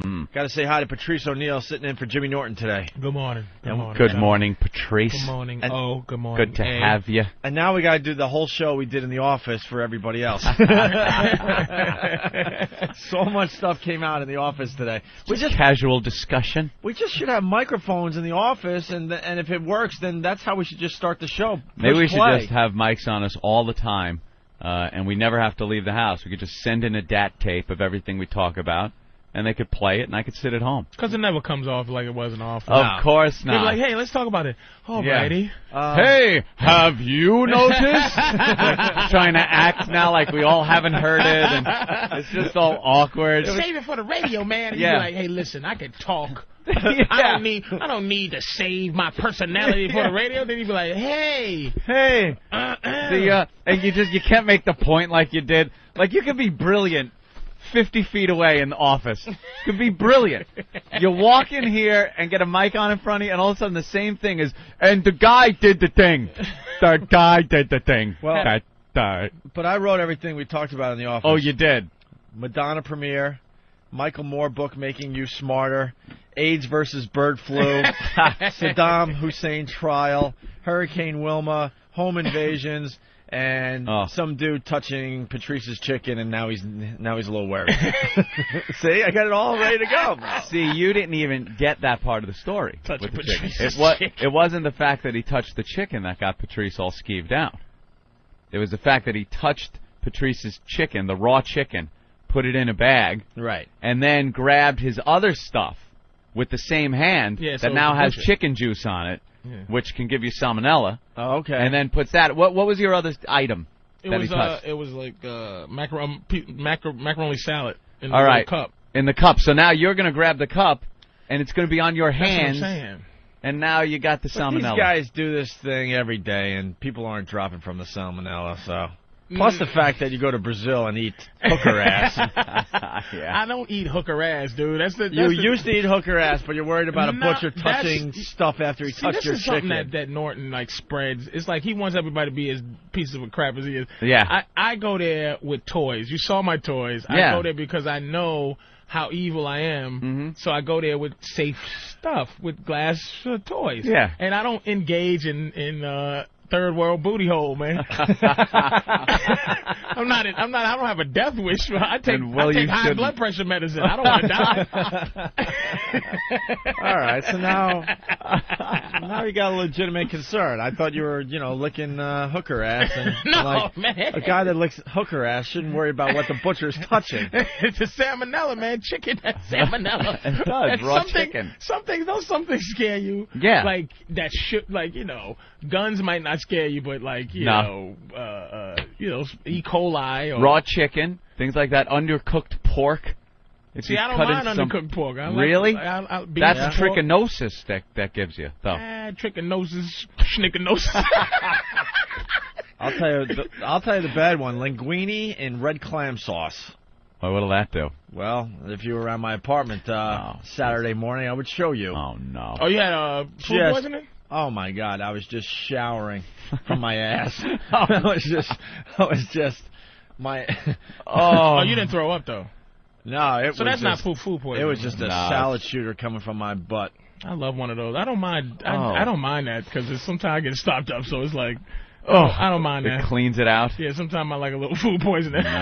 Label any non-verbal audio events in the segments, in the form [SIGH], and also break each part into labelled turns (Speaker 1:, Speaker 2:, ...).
Speaker 1: Hmm.
Speaker 2: Got to say hi to Patrice O'Neill sitting in for Jimmy Norton today.
Speaker 3: Good morning. Good morning.
Speaker 1: Good morning, Patrice.
Speaker 3: Good morning.
Speaker 2: And-
Speaker 3: Oh, good morning.
Speaker 1: Good to
Speaker 3: A.
Speaker 1: have you.
Speaker 2: And now we got to do the whole show we did in the office for everybody
Speaker 1: [LAUGHS]
Speaker 2: else. [LAUGHS] so much stuff came out in the office today. We just
Speaker 1: Casual discussion.
Speaker 2: we just should have microphones in the office, and th- and if it works, then that's how we should just start the show.
Speaker 1: Maybe we
Speaker 2: Push
Speaker 1: should
Speaker 2: play.
Speaker 1: just have mics on us all the time, uh, and we never have to leave the house. We could just send in a DAT tape of everything we talk about, and they could play it, and I could sit at home.
Speaker 3: Because it never comes off like it was an office.
Speaker 1: Of course
Speaker 3: You're
Speaker 1: not.
Speaker 3: like, hey, let's talk about it. Oh, All
Speaker 1: Yeah. Um,
Speaker 3: righty.
Speaker 2: Uh,
Speaker 1: Hey, have you noticed? [LAUGHS] Like, trying to act now like we all haven't heard it, and it's just all awkward.
Speaker 3: Save it for the radio, man. And
Speaker 1: Yeah.
Speaker 3: You're like, hey, listen, I can
Speaker 1: [LAUGHS]
Speaker 3: talk. I
Speaker 1: Yeah.
Speaker 3: don't need. I don't need to save my personality for the radio. Then you'd be like, hey,
Speaker 1: Hey,
Speaker 3: uh, uh.
Speaker 1: the uh, and you just you can't make the point like you did. Like you could be brilliant, fifty feet away in the office. You could be brilliant. You walk in here and get a mic on in front of you, and all of a sudden the same thing is. And the guy did the thing. The guy did the thing.
Speaker 2: Well-
Speaker 1: That- that-
Speaker 2: But I wrote everything we talked about in the office.
Speaker 1: oh, you did.
Speaker 2: Madonna premiere, Michael Moore book making you smarter, AIDS versus bird
Speaker 1: [LAUGHS]
Speaker 2: flu, Saddam Hussein trial, Hurricane Wilma, home invasions, and
Speaker 1: Oh.
Speaker 2: some dude touching Patrice's chicken, and now he's now he's a little
Speaker 1: [LAUGHS]
Speaker 2: worried. See, I got it all ready to go.
Speaker 1: See, you didn't even get that part of the story.
Speaker 3: Touch
Speaker 1: with the
Speaker 3: Patrice's [LAUGHS]
Speaker 1: chicken. It, wa-
Speaker 3: chicken.
Speaker 1: it wasn't the fact that he touched the chicken that got Patrice all skeeved out. It was the fact that he touched Patrice's chicken, the raw chicken, put it in a bag,
Speaker 2: Right.
Speaker 1: and then grabbed his other stuff with the same hand
Speaker 3: Yeah,
Speaker 1: that
Speaker 3: so
Speaker 1: now has
Speaker 3: bullshit.
Speaker 1: chicken juice on it,
Speaker 3: Yeah.
Speaker 1: which can give you salmonella,
Speaker 2: Oh, okay.
Speaker 1: and then puts that. What, what was your other item
Speaker 3: It
Speaker 1: that
Speaker 3: was
Speaker 1: he
Speaker 3: uh,
Speaker 1: touched?
Speaker 3: it was like uh, macaron, pe- macar- macaroni salad in
Speaker 1: All
Speaker 3: a
Speaker 1: right.
Speaker 3: little cup.
Speaker 1: in the cup. So now you're going to grab the cup, and it's going to be on your
Speaker 3: That's what I'm
Speaker 1: hands,
Speaker 3: saying.
Speaker 1: and now you got the
Speaker 2: But these
Speaker 1: salmonella.
Speaker 2: guys do this thing every day, and people aren't dropping from the salmonella. So,
Speaker 1: Mm.
Speaker 2: plus the fact that you go to Brazil and eat hooker ass.
Speaker 1: [LAUGHS]
Speaker 2: [LAUGHS]
Speaker 1: yeah.
Speaker 3: I don't eat hooker ass, dude. That's the that's
Speaker 2: You
Speaker 3: the,
Speaker 2: used to eat hooker ass, but you're worried about a
Speaker 3: No,
Speaker 2: butcher
Speaker 3: that's-
Speaker 2: touching stuff after he
Speaker 3: See,
Speaker 2: touched
Speaker 3: this
Speaker 2: your
Speaker 3: is something
Speaker 2: chicken.
Speaker 3: that, that Norton like spreads. It's like he wants everybody to be as pieces of crap as he is.
Speaker 1: Yeah.
Speaker 3: I, I go there with toys. You saw my toys.
Speaker 1: Yeah.
Speaker 3: I go there because I know how evil I am.
Speaker 2: Mm-hmm.
Speaker 3: So I go there with safe stuff, with glass uh, toys.
Speaker 1: Yeah.
Speaker 3: And I don't engage in in uh, third world booty
Speaker 2: [LAUGHS]
Speaker 3: hole, man. [LAUGHS] I'm not. in- I'm not. I don't have a death wish. but I take.
Speaker 1: And, well,
Speaker 3: I take
Speaker 1: you
Speaker 3: high
Speaker 1: shouldn't.
Speaker 3: blood pressure medicine. I don't want to [LAUGHS] die.
Speaker 1: [LAUGHS]
Speaker 2: All right, so
Speaker 3: [LAUGHS]
Speaker 2: now now you got a legitimate concern. I thought you were, you know, licking uh, hooker ass, and
Speaker 3: [LAUGHS] No,
Speaker 2: like
Speaker 3: man.
Speaker 2: a guy that licks hooker ass shouldn't worry about what the butcher's
Speaker 3: [LAUGHS]
Speaker 2: touching.
Speaker 3: it's a salmonella, man. Chicken
Speaker 1: [LAUGHS]
Speaker 3: has salmonella.
Speaker 1: It does,
Speaker 3: And
Speaker 1: raw
Speaker 3: some things-
Speaker 1: chicken.
Speaker 3: Some things, don't some things scare you.
Speaker 1: Yeah.
Speaker 3: Like that shit. Like you know, guns might not scare you, but like you
Speaker 1: No.
Speaker 3: know, uh, uh, you know, E. coli or
Speaker 1: Raw chicken, things like that, undercooked pork. If
Speaker 3: See,
Speaker 1: you
Speaker 3: I don't
Speaker 1: cut
Speaker 3: mind
Speaker 1: in some-
Speaker 3: undercooked pork. I like-
Speaker 1: Really?
Speaker 3: I, I, I, beef
Speaker 1: That's
Speaker 3: pork.
Speaker 1: a trichinosis that that gives you, though.
Speaker 3: Ah, trichinosis,
Speaker 1: [LAUGHS]
Speaker 3: schnickinosis.
Speaker 2: I'll tell you, the, I'll tell you the bad one: linguine and red clam sauce.
Speaker 1: Well, what'll that do?
Speaker 2: Well, if you were around my apartment uh,
Speaker 1: Oh,
Speaker 2: Saturday morning, I would show you.
Speaker 1: Oh no!
Speaker 3: oh, you had uh, food
Speaker 2: Just-
Speaker 3: poisoning?
Speaker 2: Oh my God! I was just showering from my
Speaker 1: [LAUGHS]
Speaker 2: ass. [LAUGHS] I was just, I was just, my. [LAUGHS]
Speaker 3: Oh, you didn't throw up though.
Speaker 2: no, it
Speaker 3: So
Speaker 2: was
Speaker 3: that's not
Speaker 2: just-
Speaker 3: food food poisoning.
Speaker 2: It was just a
Speaker 1: Nah.
Speaker 2: salad shooter coming from my butt.
Speaker 3: I love one of those. I don't mind. I,
Speaker 1: Oh.
Speaker 3: I don't mind that because sometimes I get stopped up, so it's like, oh, I don't mind
Speaker 1: it
Speaker 3: that.
Speaker 1: cleans it out.
Speaker 3: yeah, sometimes I like a little [LAUGHS] food poisoning. [LAUGHS]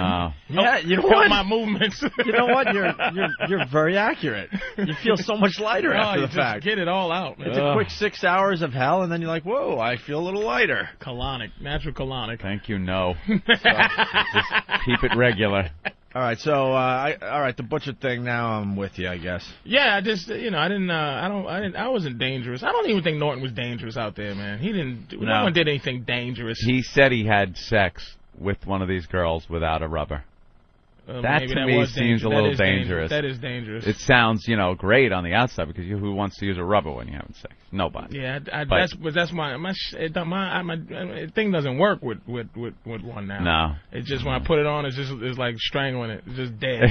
Speaker 1: No.
Speaker 2: Yeah, you know
Speaker 3: [LAUGHS] Help
Speaker 2: what?
Speaker 3: my [LAUGHS] movements.
Speaker 2: you know what? You're you're you're very accurate. You feel so much
Speaker 3: [LAUGHS]
Speaker 2: lighter
Speaker 3: oh,
Speaker 2: after
Speaker 3: you
Speaker 2: the
Speaker 3: just
Speaker 2: fact.
Speaker 3: get it all out. man.
Speaker 2: it's a quick six hours of hell, and then you're like, whoa, I feel a little lighter.
Speaker 3: colonic, natural colonic.
Speaker 1: Thank
Speaker 2: [LAUGHS]
Speaker 1: you. No. Just keep it regular.
Speaker 2: All right, so uh, I, all right, the butcher thing. Now I'm with you, I [LAUGHS] guess.
Speaker 3: Yeah, I just you know I didn't uh, I don't I didn't I wasn't dangerous. I don't even think Norton was dangerous out there, man. He didn't. No,
Speaker 1: No.
Speaker 3: one did anything dangerous.
Speaker 1: He said he had sex with one of these girls without a rubber.
Speaker 3: Uh,
Speaker 1: that
Speaker 3: maybe
Speaker 1: to me
Speaker 3: was
Speaker 1: seems
Speaker 3: dangerous.
Speaker 1: a
Speaker 3: That
Speaker 1: little
Speaker 3: is dang-
Speaker 1: dangerous.
Speaker 3: That is dangerous.
Speaker 1: It sounds, you know, great on the outside because you, who wants to use a rubber when you're having sex? Nobody.
Speaker 3: Yeah, I, I,
Speaker 1: But-
Speaker 3: that's but that's my my sh- it, don't- my, I- my, my thing doesn't work with with with, with one now.
Speaker 1: No.
Speaker 3: it's just when I put it on, it's just it's like strangling it, it's just dead.
Speaker 1: [LAUGHS]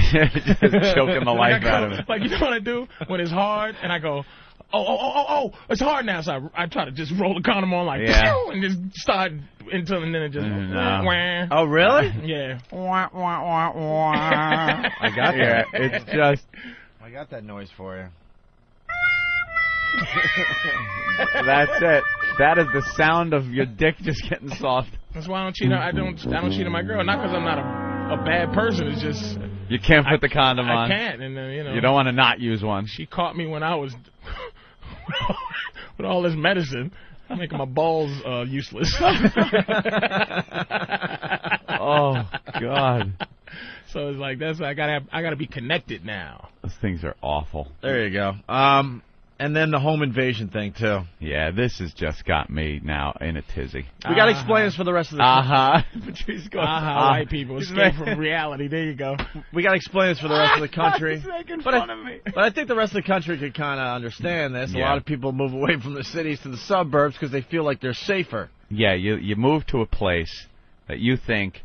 Speaker 1: Just choking the
Speaker 3: [LAUGHS] like,
Speaker 1: life
Speaker 3: I go-
Speaker 1: out of it.
Speaker 3: like you know what I do when it's hard, and I [LAUGHS] go. Oh, oh, oh, oh, oh, it's hard now, so I, I try to just roll the condom on like,
Speaker 1: Yeah.
Speaker 3: [LAUGHS] and just start until, and then it just,
Speaker 1: Mm, no.
Speaker 3: wah, wah.
Speaker 2: Oh,
Speaker 3: [LAUGHS]
Speaker 2: really?
Speaker 3: yeah. [LAUGHS]
Speaker 1: I got that. It's just
Speaker 2: I got that noise for you.
Speaker 1: That's it. That is the sound of your dick just getting soft.
Speaker 3: That's why I don't cheat. On, I don't. I don't cheat on my girl. Not because I'm not a, a bad person. It's just
Speaker 1: You can't put the condom
Speaker 3: I
Speaker 1: on.
Speaker 3: can't. And then you know,
Speaker 1: You don't want to not use one.
Speaker 3: she caught me when I was [LAUGHS] with all this medicine, making my balls uh,
Speaker 1: [LAUGHS]
Speaker 3: useless.
Speaker 1: Oh God,
Speaker 3: so it's like that's I gotta have, I gotta be connected now.
Speaker 1: those things are awful.
Speaker 2: There you go. Um, and then the home invasion thing too.
Speaker 1: Yeah, this has just got me now in a tizzy.
Speaker 2: We got to
Speaker 3: Uh-huh.
Speaker 2: explain this for the rest of the.
Speaker 1: Uh huh.
Speaker 2: [LAUGHS]
Speaker 1: Patrice going.
Speaker 3: Aha,
Speaker 1: ah.
Speaker 3: white people
Speaker 1: He's
Speaker 3: escape
Speaker 1: making-
Speaker 3: from reality. There you go.
Speaker 2: we got to explain this for the rest of the country.
Speaker 3: [LAUGHS]
Speaker 1: [LAUGHS] He's making
Speaker 2: But I-
Speaker 1: fun of me.
Speaker 2: But I think the rest of the country could kind of understand this. A
Speaker 1: Yeah.
Speaker 2: lot of people move away from the cities to the suburbs because they feel like they're safer.
Speaker 1: Yeah, you you move to a place that you think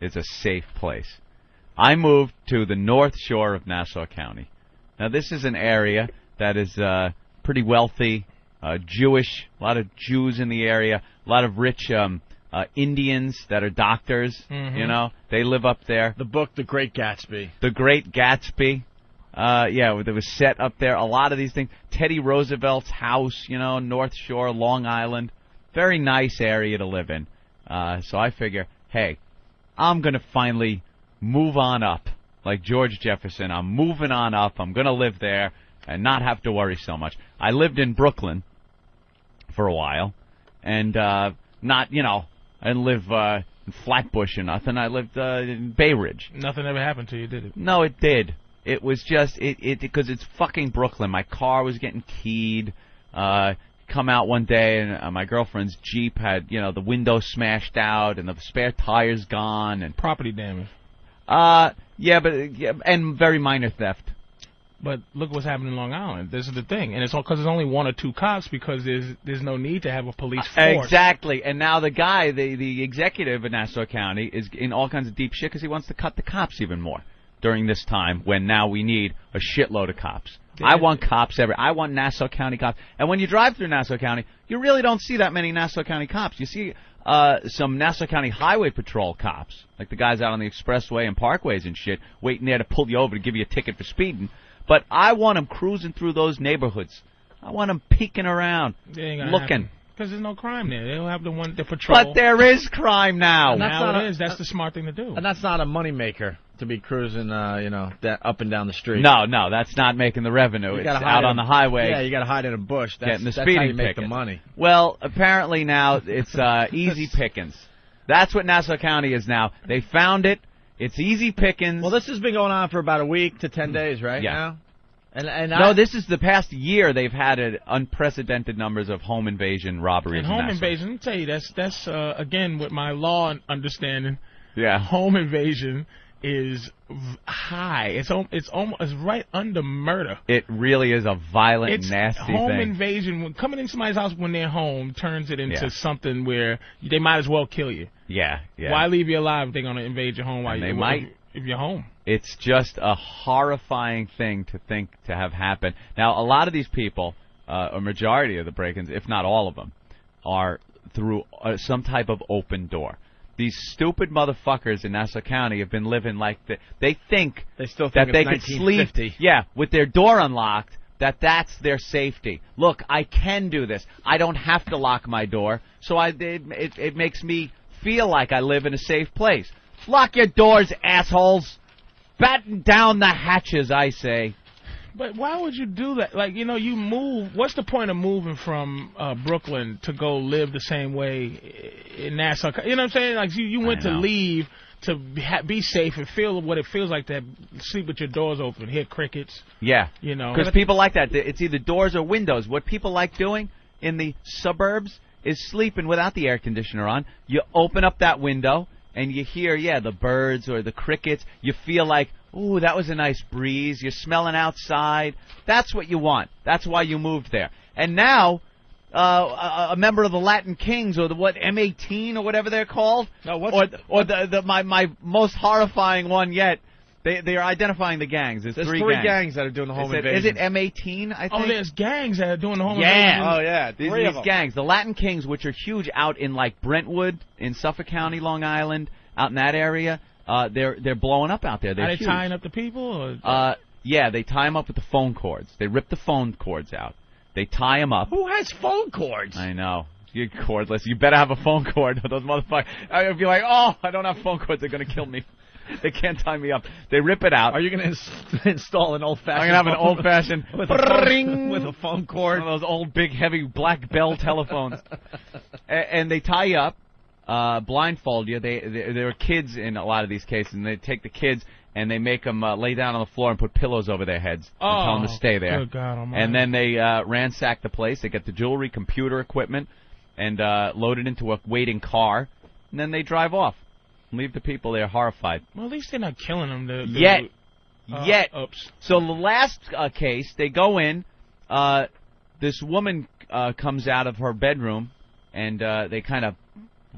Speaker 1: is a safe place. I moved to the north shore of Nassau County. Now this is an area that is uh, pretty wealthy, uh, Jewish, a lot of Jews in the area, a lot of rich um, uh, Indians that are doctors. You know, they live up there.
Speaker 2: The book, The Great Gatsby.
Speaker 1: The Great Gatsby. Uh, yeah, that was set up there. A lot of these things. Teddy Roosevelt's house, you know, North Shore, Long Island. Very nice area to live in. Uh, so I figure, hey, I'm going to finally move on up. Like George Jefferson, I'm moving on up. I'm going to live there and not have to worry so much. I lived in Brooklyn for a while and uh, not, you know, I didn't live uh, in Flatbush or nothing. I lived uh, in Bay Ridge.
Speaker 3: Nothing ever happened to you, did it?
Speaker 1: No, it did. It was just it it because it's fucking Brooklyn. My car was getting keyed. Uh, come out one day and uh, my girlfriend's Jeep had you know the window smashed out and the spare tires gone and
Speaker 3: Property damage.
Speaker 1: uh yeah but uh, yeah, and very minor theft.
Speaker 3: But look what's happening in Long Island. This is the thing, and it's all because there's only one or two cops because there's there's no need to have a police force.
Speaker 1: Exactly. And now the guy, the the executive in Nassau County, is in all kinds of deep shit because he wants to cut the cops even more during this time when now we need a shitload of cops. I want cops every. I want Nassau County cops. And when you drive through Nassau County, you really don't see that many Nassau County cops. You see uh, some Nassau County Highway Patrol cops, like the guys out on the expressway and parkways and shit, waiting there to pull you over to give you a ticket for speeding. But I want them cruising through those neighborhoods. I want them peeking around, looking.
Speaker 3: because there's no crime there. They don't have the one the patrol.
Speaker 1: But there is crime now.
Speaker 2: That's
Speaker 3: now
Speaker 2: not
Speaker 3: it
Speaker 2: a-
Speaker 3: is. That's the smart thing to do.
Speaker 2: And that's not a moneymaker to be cruising, uh, you know, that up and down the street.
Speaker 1: No, Oh, no, that's not making the revenue.
Speaker 2: You
Speaker 1: It's
Speaker 2: gotta hide
Speaker 1: out
Speaker 2: in-
Speaker 1: on the highway
Speaker 2: Yeah, you got to hide in a bush. That's,
Speaker 1: getting the
Speaker 2: that's
Speaker 1: speeding
Speaker 2: how you make the
Speaker 1: ticket.
Speaker 2: money.
Speaker 1: Well, apparently now it's
Speaker 2: [LAUGHS]
Speaker 1: uh, easy pickings. That's what Nassau County is now. They found it. It's easy pickings.
Speaker 2: Well, this has been going on for about a week to ten days, right
Speaker 1: Yeah.
Speaker 2: now. And and
Speaker 1: no,
Speaker 2: I,
Speaker 1: this is the past year they've had an unprecedented numbers of home invasion robberies.
Speaker 3: and
Speaker 1: in
Speaker 3: home
Speaker 1: Nassau.
Speaker 3: invasion. Let me tell you, that's that's uh, again with my law understanding.
Speaker 1: Yeah.
Speaker 3: Home invasion is v- high. It's al- it's almost it's right under murder.
Speaker 1: It really is a violent,
Speaker 3: it's
Speaker 1: nasty
Speaker 3: home
Speaker 1: thing.
Speaker 3: invasion. When coming into somebody's house when they're home turns it into
Speaker 1: Yeah.
Speaker 3: something where they might as well kill you.
Speaker 1: yeah, yeah.
Speaker 3: Why leave you alive if they're gonna invade your home while
Speaker 1: And
Speaker 3: you
Speaker 1: they might.
Speaker 3: if you're home?
Speaker 1: it's just a horrifying thing to think to have happen. Now, a lot of these people, uh, a majority of the break-ins, if not all of them, are through uh, some type of open door. These stupid motherfuckers in Nassau County have been living like the, they think
Speaker 2: They still think
Speaker 1: that they
Speaker 2: it's
Speaker 1: could sleep.
Speaker 2: 1950.
Speaker 1: Yeah, with their door unlocked, that that's their safety. Look, I can do this. I don't have to lock my door, so I it it, it makes me feel like I live in a safe place. Lock your doors, assholes. Batten down the hatches, I say.
Speaker 3: But why would you do that? Like, you know, you move. What's the point of moving from uh, Brooklyn to go live the same way i- in Nassau? You know what I'm saying? Like, you, you went to
Speaker 1: know.
Speaker 3: leave to be ha- be safe and feel what it feels like to have- sleep with your doors open, hear crickets.
Speaker 1: Yeah,
Speaker 3: You know.
Speaker 1: because people like that. It's either doors or windows. What people like doing in the suburbs is sleeping without the air conditioner on. You open up that window and you hear, yeah, the birds or the crickets. You feel like, ooh, that was a nice breeze. You're smelling outside. That's what you want. That's why you moved there. And now, uh, a, a member of the Latin Kings or the what M18 or whatever they're called,
Speaker 2: No, what's-
Speaker 1: or or the, the my my most horrifying one yet. They they are identifying the gangs. There's
Speaker 2: there's
Speaker 1: three,
Speaker 2: three, gangs that are doing the home
Speaker 1: They said- Is
Speaker 2: invasion.
Speaker 1: it M18? I think.
Speaker 3: Oh, there's gangs that are doing the home invasion.
Speaker 1: yeah.
Speaker 2: Oh yeah,
Speaker 1: These,
Speaker 2: three of
Speaker 1: these
Speaker 2: them.
Speaker 1: gangs, the Latin Kings, which are huge out in like Brentwood in Suffolk County, Long Island, out in that area, uh, they're they're blowing up out there. They're
Speaker 3: Are they
Speaker 1: huge.
Speaker 3: tying up the people? Or?
Speaker 1: Uh, Yeah, they tie him up with the phone cords. They rip the phone cords out. They tie him up.
Speaker 2: Who has phone cords?
Speaker 1: I know. You're cordless. You better have a phone cord. Those motherfuckers. I'd be like, oh, I don't have phone cords. They're gonna kill me. [LAUGHS] They can't tie me up. They rip it out.
Speaker 2: Are you going to ins- [LAUGHS] install an old
Speaker 1: I'm
Speaker 2: fashioned?
Speaker 1: gonna have an old fashioned
Speaker 2: with a, phone,
Speaker 1: [LAUGHS] ring.
Speaker 2: with a phone
Speaker 1: one
Speaker 2: cord.
Speaker 1: of those old big heavy black bell telephones, [LAUGHS] A- and they tie you up, uh, blindfold you. They, they there are kids in a lot of these cases, and they take the kids and they make them uh, lay down on the floor and put pillows over their heads and tell them to
Speaker 3: Oh,
Speaker 1: stay there.
Speaker 3: good God Almighty.
Speaker 1: and then they uh, ransack the place. They get the jewelry, computer equipment, and uh, load it into a waiting car, and then they drive off. Leave the people there horrified.
Speaker 3: Well, at least they're not killing them. The, the,
Speaker 1: Yet,
Speaker 3: uh,
Speaker 1: yet
Speaker 3: Oops.
Speaker 1: so the last uh, case, they go in. Uh, this woman uh, comes out of her bedroom, and uh, they kind of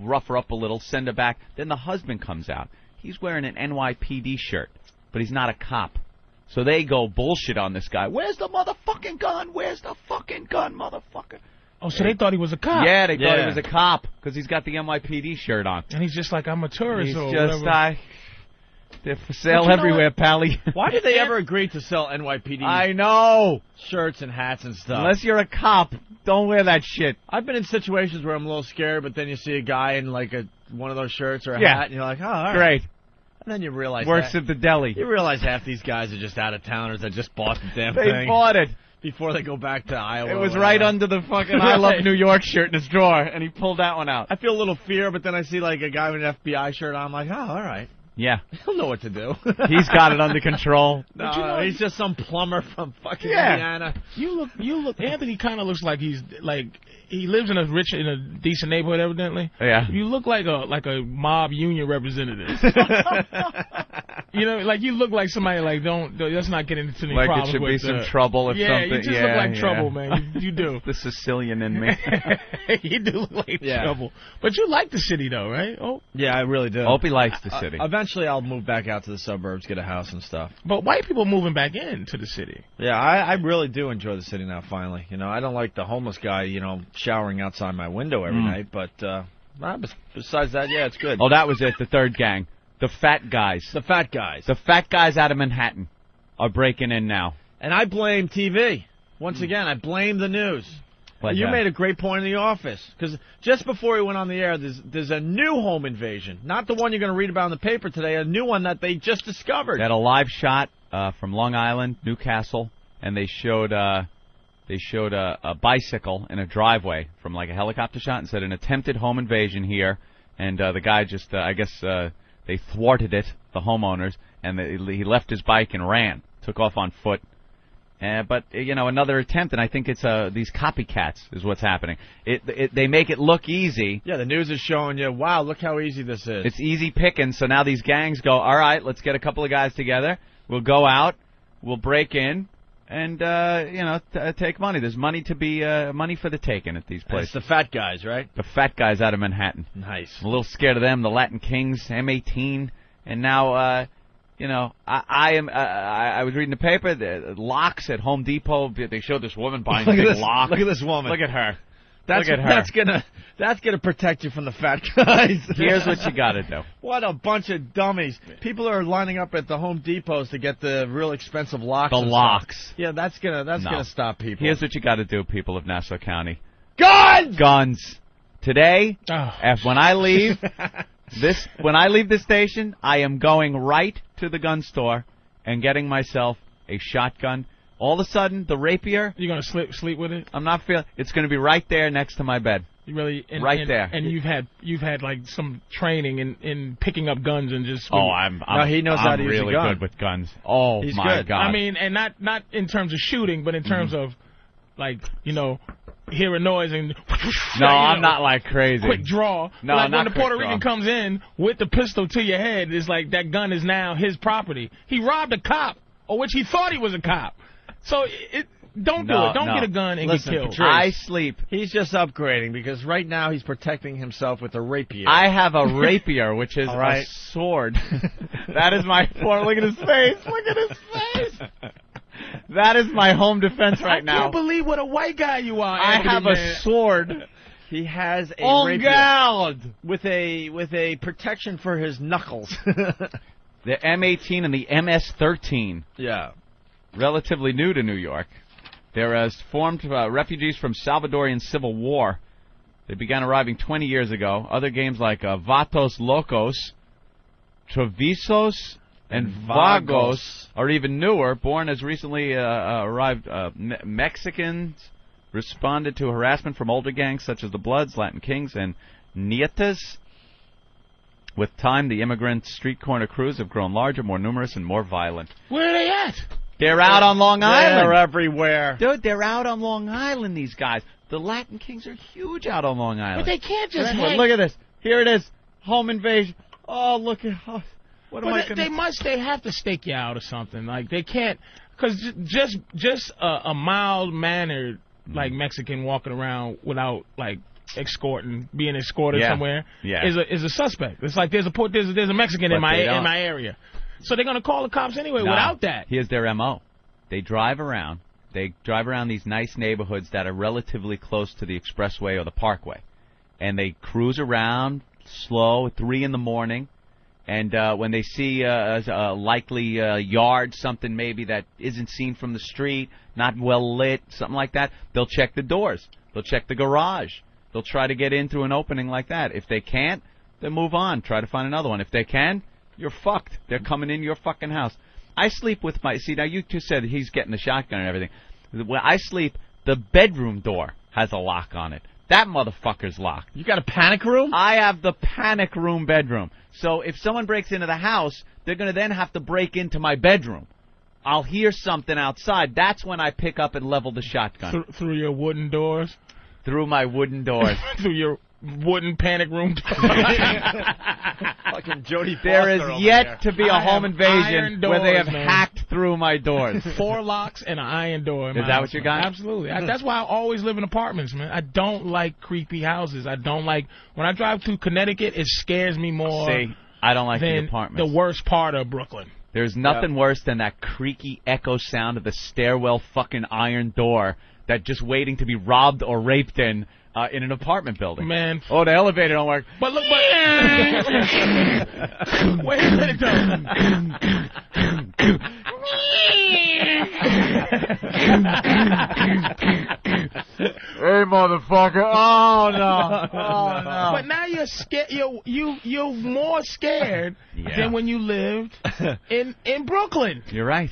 Speaker 1: rough her up a little, send her back. Then the husband comes out. He's wearing an NYPD shirt, but he's not a cop. So they go bullshit on this guy. Where's the motherfucking gun? Where's the fucking gun, motherfucker?
Speaker 3: Oh, so they thought he was a cop.
Speaker 1: Yeah, they thought
Speaker 2: Yeah.
Speaker 1: he was a cop because he's got the NYPD shirt on.
Speaker 3: And he's just like, I'm a tourist
Speaker 1: He's
Speaker 3: or
Speaker 1: just,
Speaker 3: whatever.
Speaker 1: uh, they're for sale
Speaker 3: know
Speaker 1: everywhere,
Speaker 3: what?
Speaker 1: pally. [LAUGHS]
Speaker 2: Why did they ever agree to sell NYPD
Speaker 1: I know.
Speaker 2: shirts and hats and stuff?
Speaker 1: Unless you're a cop, don't wear that shit.
Speaker 2: I've been in situations where I'm a little scared, but then you see a guy in like a one of those shirts or a
Speaker 1: Yeah.
Speaker 2: hat, and you're like, oh, all right.
Speaker 1: Great.
Speaker 2: And then you realize
Speaker 1: Works
Speaker 2: that-
Speaker 1: at the deli.
Speaker 2: you realize half these guys are just out of towners that just bought the damn
Speaker 1: They
Speaker 2: thing
Speaker 1: bought it.
Speaker 2: before they go back to Iowa.
Speaker 1: It
Speaker 2: or
Speaker 1: was right
Speaker 2: whatever.
Speaker 1: under the
Speaker 2: [LAUGHS]
Speaker 1: fucking I love New York shirt in his drawer, and he pulled that one out.
Speaker 2: I feel a little fear, but then I see like a guy with an FBI shirt on. I'm like, oh, all right,
Speaker 1: Yeah.
Speaker 2: he'll know what to do.
Speaker 1: He's got it
Speaker 3: [LAUGHS]
Speaker 1: under control.
Speaker 2: No,
Speaker 3: But you know-
Speaker 2: he's just some plumber from fucking
Speaker 1: Yeah.
Speaker 2: Indiana.
Speaker 3: You look, you look. Anthony kind of looks like he's like he lives in a rich, in a decent neighborhood, evidently.
Speaker 1: Yeah.
Speaker 3: You look like a like a mob union
Speaker 1: [LAUGHS]
Speaker 3: representative. you know, like you look like somebody like don't, don't let's not get into any
Speaker 1: Like it
Speaker 3: problems
Speaker 1: should
Speaker 3: with
Speaker 1: be some
Speaker 3: uh,
Speaker 1: trouble if
Speaker 3: yeah,
Speaker 1: something.
Speaker 3: you just
Speaker 1: yeah,
Speaker 3: look like
Speaker 1: yeah.
Speaker 3: trouble, man. [LAUGHS] You, you
Speaker 1: [LAUGHS]
Speaker 3: do.
Speaker 1: The Sicilian in
Speaker 3: [LAUGHS]
Speaker 1: me.
Speaker 3: you do look like
Speaker 2: Yeah.
Speaker 3: trouble. But you like the city though, right? Oh,
Speaker 2: Yeah, I really do. Uh,
Speaker 1: Opie likes the city.
Speaker 2: Eventually, I'll move back out to the suburbs, get a house and stuff.
Speaker 3: but white people moving back into the city.
Speaker 2: Yeah, I, I really do enjoy the city now. Finally, you know, I don't like the homeless guy, you know, showering outside my window every
Speaker 1: Mm.
Speaker 2: night. But uh, nah, bes- besides that, yeah, it's good.
Speaker 1: oh, that was it. The third gang. The fat guys.
Speaker 2: The fat guys,
Speaker 1: The fat guys out of Manhattan are breaking in now.
Speaker 2: and I blame TV. Once again, I blame the news.
Speaker 1: Like
Speaker 2: you
Speaker 1: that.
Speaker 2: made a great point in the office because just before we went on the air, there's there's a new home invasion, not the one you're going to read about in the paper today, a new one that they just discovered.
Speaker 1: They had a live shot uh, from Long Island, Newcastle, and they showed uh, they showed a, a bicycle in a driveway from like a helicopter shot and said an attempted home invasion here, and uh, the guy just uh, I guess uh, they thwarted it, the homeowners, and they, he left his bike and ran, took off on foot. Uh, but uh, you know another attempt, and I think it's uh, these copycats is what's happening. It, it they make it look easy.
Speaker 2: Yeah, the news is showing you, wow, look how easy this is.
Speaker 1: It's easy pickings. So now these gangs go, all right, let's get a couple of guys together. We'll go out. We'll break in. And uh, you know, t- uh, take money. There's money to be uh, money for the taking at these
Speaker 2: And it's
Speaker 1: places.
Speaker 2: the fat guys, right?
Speaker 1: The fat guys out of Manhattan.
Speaker 2: Nice.
Speaker 1: I'm a little scared of them. The Latin Kings, M18, and now uh, you know, I, I am. Uh, I, I was reading the paper. The locks at Home Depot. They showed this woman buying
Speaker 2: Look
Speaker 1: a
Speaker 2: at
Speaker 1: big
Speaker 2: this,
Speaker 1: lock.
Speaker 2: look at this woman.
Speaker 1: Look at her.
Speaker 2: That's,
Speaker 1: look at her.
Speaker 2: That's [LAUGHS] gonna that's gonna protect you from the fat guys.
Speaker 1: [LAUGHS] Here's what you got to do.
Speaker 2: What a bunch of dummies! People are lining up at the Home Depots to get the real expensive locks.
Speaker 1: The
Speaker 2: and stuff.
Speaker 1: locks.
Speaker 2: Yeah, that's gonna that's
Speaker 1: No.
Speaker 2: gonna stop people.
Speaker 1: Here's what you got to do, people of Nassau County.
Speaker 2: guns.
Speaker 1: Guns. Today,
Speaker 3: Oh,
Speaker 1: If when
Speaker 2: [LAUGHS]
Speaker 1: I leave this when I leave the station, I am going right to the gun store and getting myself a shotgun. All of a sudden, the rapier,
Speaker 3: you gonna sleep sleep with it?
Speaker 1: I'm not feeling it's going to be right there next to my bed.
Speaker 3: You really and,
Speaker 1: Right
Speaker 3: and-
Speaker 1: there.
Speaker 3: And you've had you've had like some training in in picking up guns and just.
Speaker 1: Oh, I'm,
Speaker 2: No, he knows
Speaker 1: I'm
Speaker 2: how to use a
Speaker 1: really
Speaker 2: gun.
Speaker 1: good with guns. Oh
Speaker 2: He's
Speaker 1: my
Speaker 2: good.
Speaker 1: god. Mm-hmm.
Speaker 3: I mean, and not not in terms of shooting, but in terms of like you know, hear a noise and.
Speaker 1: no,
Speaker 3: [LAUGHS] you
Speaker 1: I'm
Speaker 3: know,
Speaker 1: not like crazy.
Speaker 3: Quick draw.
Speaker 1: No,
Speaker 3: like
Speaker 1: not
Speaker 3: when the
Speaker 1: quick
Speaker 3: Puerto Rican
Speaker 1: draw.
Speaker 3: comes in with the pistol to your head, it's like that gun is now his property. He robbed a cop, or which he thought he was a cop. So it, don't do
Speaker 1: No,
Speaker 3: it. Don't
Speaker 1: no.
Speaker 3: get a gun and
Speaker 2: Listen,
Speaker 3: get killed.
Speaker 2: Patrice.
Speaker 1: I sleep.
Speaker 2: He's just upgrading because right now he's protecting himself with a rapier.
Speaker 1: I
Speaker 2: [LAUGHS]
Speaker 1: have a rapier, which is
Speaker 2: All right.
Speaker 1: a sword. that is my [LAUGHS] form. Look at his face. Look at his
Speaker 2: [LAUGHS]
Speaker 1: face. That is my home
Speaker 3: [LAUGHS]
Speaker 1: defense
Speaker 3: I
Speaker 1: right
Speaker 3: can't
Speaker 1: now.
Speaker 3: believe what a white guy you are.
Speaker 1: I
Speaker 3: Anthony,
Speaker 1: have a
Speaker 2: [LAUGHS]
Speaker 3: man.
Speaker 1: sword.
Speaker 2: he has a
Speaker 1: On
Speaker 2: rapier
Speaker 1: guard.
Speaker 2: with a with a protection [LAUGHS] for his knuckles.
Speaker 1: The M18 and the MS13.
Speaker 2: yeah.
Speaker 1: relatively new to New York. They're as formed uh, refugees from Salvadorian Civil War. They began arriving 20 years ago. Other games like uh, Vatos Locos, Trevisos, and Vagos
Speaker 2: Vagos.
Speaker 1: are even newer. Born as recently uh, uh, arrived uh, Me- Mexicans responded to harassment from older gangs such as the Bloods, Latin Kings, and Nietas. With time, the immigrant street corner crews have grown larger, more numerous, and more violent.
Speaker 3: Where are they at?
Speaker 1: They're out on Long Island.
Speaker 2: They're everywhere.
Speaker 1: Dude, they're out on Long Island, these guys. The Latin Kings are huge out on Long Island.
Speaker 3: But they can't just
Speaker 1: Look,
Speaker 3: hang.
Speaker 1: Look at this. Here it is. Home invasion. Oh, look at. Oh, what am
Speaker 3: But
Speaker 1: I
Speaker 3: they,
Speaker 1: gonna-
Speaker 3: they must. They have to stake you out or something. Like they can't, because just just a, a mild mannered
Speaker 1: Mm-hmm.
Speaker 3: like Mexican walking around without like escorting, being escorted
Speaker 1: Yeah.
Speaker 3: somewhere
Speaker 1: Yeah.
Speaker 3: is a is a suspect. It's like there's a port, there's a, there's a Mexican
Speaker 1: But
Speaker 3: in my
Speaker 1: they don't.
Speaker 3: in my area, so they're gonna call the cops anyway
Speaker 1: No.
Speaker 3: without that.
Speaker 1: Here's their MO. They drive around. They drive around these nice neighborhoods that are relatively close to the expressway or the parkway. And they cruise around slow, 3 in the morning. And uh, when they see uh, a a likely uh, yard, something maybe that isn't seen from the street, not well lit, something like that, they'll check the doors. They'll check the garage. They'll try to get in through an opening like that. If they can't, then move on. Try to find another one. If they can, you're fucked. They're coming in your fucking house. I sleep with my. See, now you two said he's getting the shotgun and everything. When I sleep, the bedroom door has a lock on it. That motherfucker's locked.
Speaker 2: You got a panic room?
Speaker 1: I have the panic room bedroom. So if someone breaks into the house, they're going to then have to break into my bedroom. I'll hear something outside. That's when I pick up and level the shotgun
Speaker 3: Through, through your wooden doors,
Speaker 1: through my wooden doors.
Speaker 3: [LAUGHS] through your wooden panic
Speaker 1: [LAUGHS]
Speaker 3: room doors.
Speaker 2: [LAUGHS]
Speaker 3: [LAUGHS]
Speaker 2: Fucking Jody
Speaker 1: There is
Speaker 2: Foster over
Speaker 1: yet to be a
Speaker 3: I
Speaker 1: home
Speaker 3: have iron
Speaker 1: invasion where they have
Speaker 3: doors, man.
Speaker 1: hacked through my
Speaker 2: [LAUGHS]
Speaker 1: doors.
Speaker 3: four locks and an iron door. In
Speaker 1: Is
Speaker 3: my
Speaker 1: that
Speaker 3: house,
Speaker 1: what you
Speaker 3: man.
Speaker 1: got? Hmm.
Speaker 3: Absolutely. I, that's why I always live in apartments, man. I don't like creepy houses. I don't like when I drive through Connecticut. It scares me more
Speaker 1: See, I don't like the
Speaker 3: than
Speaker 1: apartments.
Speaker 3: worst part of Brooklyn.
Speaker 1: There's nothing worse than that creaky echo sound of the stairwell fucking iron door that just waiting to be robbed or raped in uh, in an apartment building.
Speaker 3: Man, f-
Speaker 1: Oh, the elevator don't work.
Speaker 3: but look, but
Speaker 1: [LAUGHS]
Speaker 3: wait a minute though.
Speaker 1: Hey, motherfucker!
Speaker 3: [LAUGHS]
Speaker 1: Oh no! Oh no!
Speaker 3: But now you're scared. You're you you're more scared
Speaker 1: Yeah.
Speaker 3: than when you lived in in Brooklyn
Speaker 1: You're right.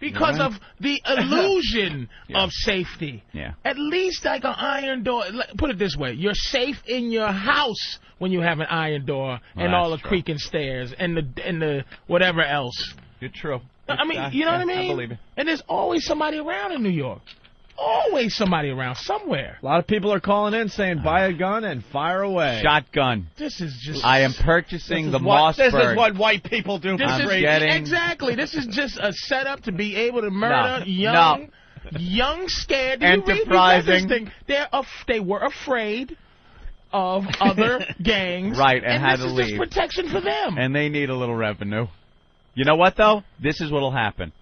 Speaker 3: because of the illusion of safety.
Speaker 1: [LAUGHS] Yeah.
Speaker 3: At least like an iron door. Let- Put it this way: you're safe in your house when you have an iron door and
Speaker 1: Well,
Speaker 3: all the
Speaker 1: that's true.
Speaker 3: creaking stairs and the and the whatever else.
Speaker 1: You're true.
Speaker 3: I mean, you know what I
Speaker 1: yeah, I
Speaker 3: mean?
Speaker 1: believe it.
Speaker 3: And there's always somebody around in New York. Always somebody around somewhere.
Speaker 2: A lot of people are calling in saying buy a gun and fire away.
Speaker 1: Shotgun.
Speaker 3: This is just.
Speaker 1: I am purchasing the
Speaker 2: what, This
Speaker 1: Mossberg.
Speaker 2: is what white people do.
Speaker 3: This
Speaker 2: for
Speaker 1: I'm
Speaker 3: is
Speaker 2: free.
Speaker 1: getting-
Speaker 3: exactly. This is just a setup to be able to murder
Speaker 1: No,
Speaker 3: young, young, scared. Do you read- you got this
Speaker 1: Enterprising.
Speaker 3: thing? They're af- they were afraid of
Speaker 1: [LAUGHS]
Speaker 3: other gangs.
Speaker 1: Right, and had
Speaker 3: this
Speaker 1: to
Speaker 3: is just
Speaker 1: leave.
Speaker 3: protection for them.
Speaker 1: and they need a little revenue. You know what though? This is what'll happen.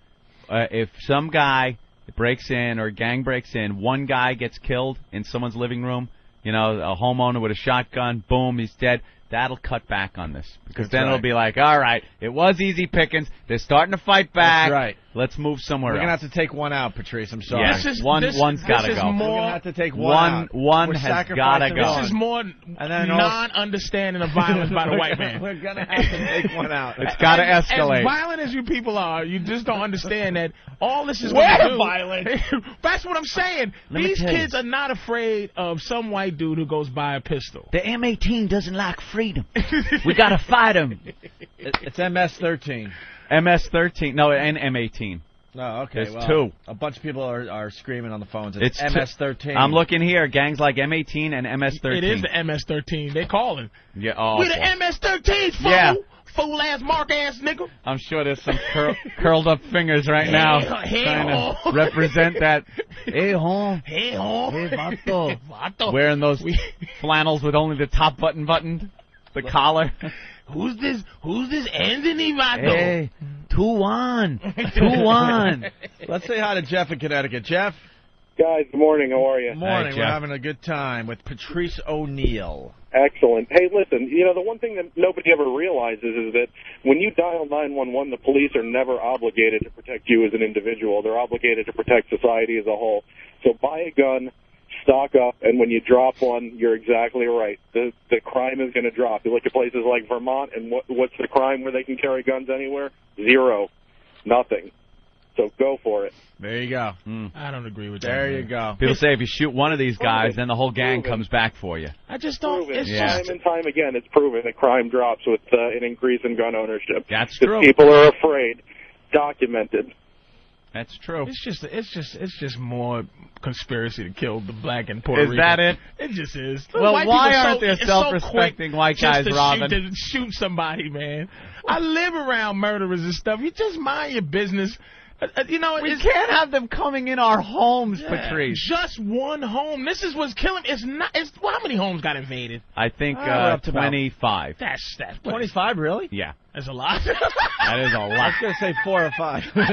Speaker 1: Uh, if some guy breaks in or a gang breaks in, one guy gets killed in someone's living room. You know, a homeowner with a shotgun. Boom, he's dead. That'll cut back on this because then it'll
Speaker 2: right.
Speaker 1: be like, all right, it was easy pickings. They're starting to fight back.
Speaker 2: That's right.
Speaker 1: Let's move somewhere
Speaker 2: We're gonna
Speaker 1: else.
Speaker 2: have to take one out, Patrice. I'm sorry.
Speaker 1: Yeah.
Speaker 3: this is
Speaker 1: One-
Speaker 3: this,
Speaker 1: one's gotta
Speaker 3: this
Speaker 1: go.
Speaker 3: Is
Speaker 1: We're
Speaker 2: We're
Speaker 3: more,
Speaker 2: gonna have to take one.
Speaker 1: One-
Speaker 2: out.
Speaker 1: one
Speaker 2: We're
Speaker 1: has
Speaker 2: sacrificing
Speaker 1: gotta go.
Speaker 2: one.
Speaker 3: this is more
Speaker 2: then also-
Speaker 3: non-understanding of violence by the white
Speaker 2: [LAUGHS]
Speaker 3: man.
Speaker 2: We're gonna have to take one out.
Speaker 1: It's got to
Speaker 3: As-
Speaker 1: escalate.
Speaker 3: As violent as you people are, you just don't understand that all this is
Speaker 2: We're
Speaker 3: gonna do-
Speaker 2: violent.
Speaker 3: [LAUGHS] That's what I'm saying.
Speaker 1: Let me
Speaker 3: These
Speaker 1: tell you.
Speaker 3: kids are not afraid of some white dude who goes buy a pistol.
Speaker 1: the M18 doesn't like
Speaker 3: [LAUGHS]
Speaker 1: freedom. we gotta
Speaker 2: [LAUGHS]
Speaker 1: fight him.
Speaker 2: It's MS-13.
Speaker 1: MS13. No, and M18.
Speaker 2: No, Oh, okay.
Speaker 1: There's
Speaker 2: well,
Speaker 1: two.
Speaker 2: A bunch of people are, are screaming on the phones. It's,
Speaker 1: It's t-
Speaker 2: MS-13.
Speaker 1: I'm looking here. Gangs like M18 and MS13.
Speaker 3: It is the MS-13. They calling.
Speaker 1: Yeah. Oh,
Speaker 3: we the
Speaker 1: boy.
Speaker 3: MS-13, fool.
Speaker 1: Yeah.
Speaker 3: Fool ass, mark ass nigga.
Speaker 1: I'm sure there's some cur- curled up fingers right now
Speaker 3: Hey,
Speaker 1: trying to
Speaker 3: ho.
Speaker 1: represent
Speaker 3: [LAUGHS]
Speaker 1: that. Hey, home.
Speaker 3: Hey, oh.
Speaker 1: Hey,
Speaker 3: [LAUGHS]
Speaker 1: vato.
Speaker 3: Vato.
Speaker 1: Wearing those
Speaker 3: We- [LAUGHS]
Speaker 1: flannels with only the top button buttoned, the collar.
Speaker 3: [LAUGHS] Who's this? Who's this Anthony Vato?
Speaker 1: Hey, two one, two one.
Speaker 2: [LAUGHS] Let's say hi to Jeff in Connecticut. Jeff,
Speaker 4: Guys, good morning. How are you?
Speaker 2: Morning, we're
Speaker 1: Jeff.
Speaker 2: having a good time with Patrice O'Neill.
Speaker 4: Excellent. Hey, listen, you know, the one thing that nobody ever realizes is that when you dial 911, the police are never obligated to protect you as an individual. They're obligated to protect society as a whole. So buy a gun, stock up, and when you drop one, you're exactly right. The, the crime is going to drop. You look at places like Vermont, and what, what's the crime where they can carry guns anywhere? Zero. Nothing. So go for it.
Speaker 2: There you go.
Speaker 3: I don't agree with that.
Speaker 2: There you
Speaker 3: man. [LAUGHS]
Speaker 2: go.
Speaker 1: People say if Hmm. you shoot one of these guys, then the whole gang
Speaker 4: Proven.
Speaker 1: comes back for you.
Speaker 3: I just don't.
Speaker 4: Proven.
Speaker 3: It's
Speaker 1: Yeah.
Speaker 4: Time
Speaker 3: just
Speaker 4: and time again, it's proven that crime drops with uh, an increase in gun ownership.
Speaker 1: That's
Speaker 4: Because
Speaker 1: true.
Speaker 4: People are afraid. Documented.
Speaker 1: That's true.
Speaker 3: It's just, it's just, it's just more conspiracy to kill the black and Puerto
Speaker 1: Is
Speaker 3: Rican.
Speaker 1: that it?
Speaker 3: It just is.
Speaker 1: Well,
Speaker 3: White
Speaker 1: why
Speaker 3: people so-
Speaker 1: aren't there
Speaker 3: it's so
Speaker 1: self-respecting
Speaker 3: quick
Speaker 1: white
Speaker 3: just
Speaker 1: guys,
Speaker 3: to shoot-
Speaker 1: Robin?
Speaker 3: to shoot somebody, man. I live around murderers and stuff. You just mind your business. Uh, uh, you know,
Speaker 1: We
Speaker 3: it's,
Speaker 1: can't have them coming in our homes,
Speaker 3: Yeah,
Speaker 1: Patrice.
Speaker 3: Just one home. This is what's killing. It's not. It's well, how many homes got invaded?
Speaker 1: I think
Speaker 2: Uh,
Speaker 1: uh,
Speaker 2: we're up to about-
Speaker 1: 25.
Speaker 3: That's that's what is-
Speaker 2: 25, really?
Speaker 1: Yeah,
Speaker 3: That's a lot.
Speaker 1: that is a
Speaker 2: I
Speaker 1: lot.
Speaker 2: was going to say four or five.
Speaker 1: [LAUGHS] No,
Speaker 3: [LAUGHS]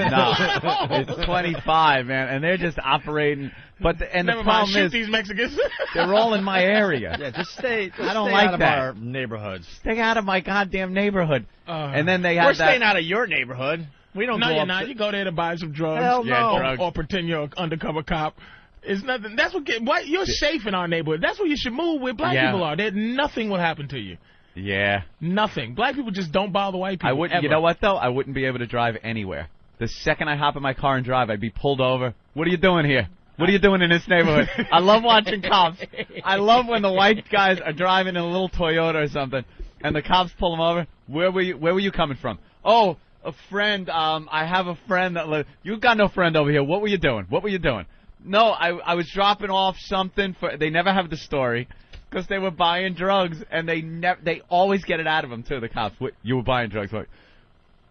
Speaker 1: it's 25, man, and they're just operating. But the, and
Speaker 3: Never
Speaker 1: the
Speaker 3: mind.
Speaker 1: problem
Speaker 3: Shoot
Speaker 1: is
Speaker 3: these Mexicans.
Speaker 1: they're
Speaker 3: [LAUGHS]
Speaker 1: all in my area.
Speaker 2: Yeah, just stay. Just
Speaker 1: I don't
Speaker 2: stay
Speaker 1: like
Speaker 2: out of
Speaker 1: that.
Speaker 2: our neighborhoods.
Speaker 1: Stay out of my goddamn neighborhood.
Speaker 3: Uh,
Speaker 1: and then they
Speaker 2: We're
Speaker 1: have that.
Speaker 2: staying out of your neighborhood. We don't
Speaker 3: No,
Speaker 2: go
Speaker 3: you're
Speaker 2: up
Speaker 3: not.
Speaker 2: to-
Speaker 3: You go there to buy some drugs.
Speaker 2: Hell
Speaker 1: Yeah,
Speaker 2: no.
Speaker 1: drugs.
Speaker 3: Or, or pretend you're an undercover cop. It's nothing. That's what. Get, why, you're safe in our neighborhood. That's where you should move. Where black
Speaker 1: Yeah.
Speaker 3: people are, there nothing will happen to you.
Speaker 1: yeah,
Speaker 3: Nothing. Black people just don't bother white people.
Speaker 1: I wouldn't. You
Speaker 3: ever.
Speaker 1: know what though? I wouldn't be able to drive anywhere. The second I hop in my car and drive, I'd be pulled over. What are you doing here? What are you doing in this
Speaker 3: [LAUGHS]
Speaker 1: neighborhood? I love watching cops. I love when the white guys are driving in a little Toyota or something, and the cops pull them over. Where were you? Where were you coming from? Oh, a friend. Um, I have a friend that lives. You got no friend over here. What were you doing? What were you doing? No, I I was dropping off something for. They never have the story. Because they were buying drugs, and they never, they always get it out of them too. The cops, what, you were buying drugs, like,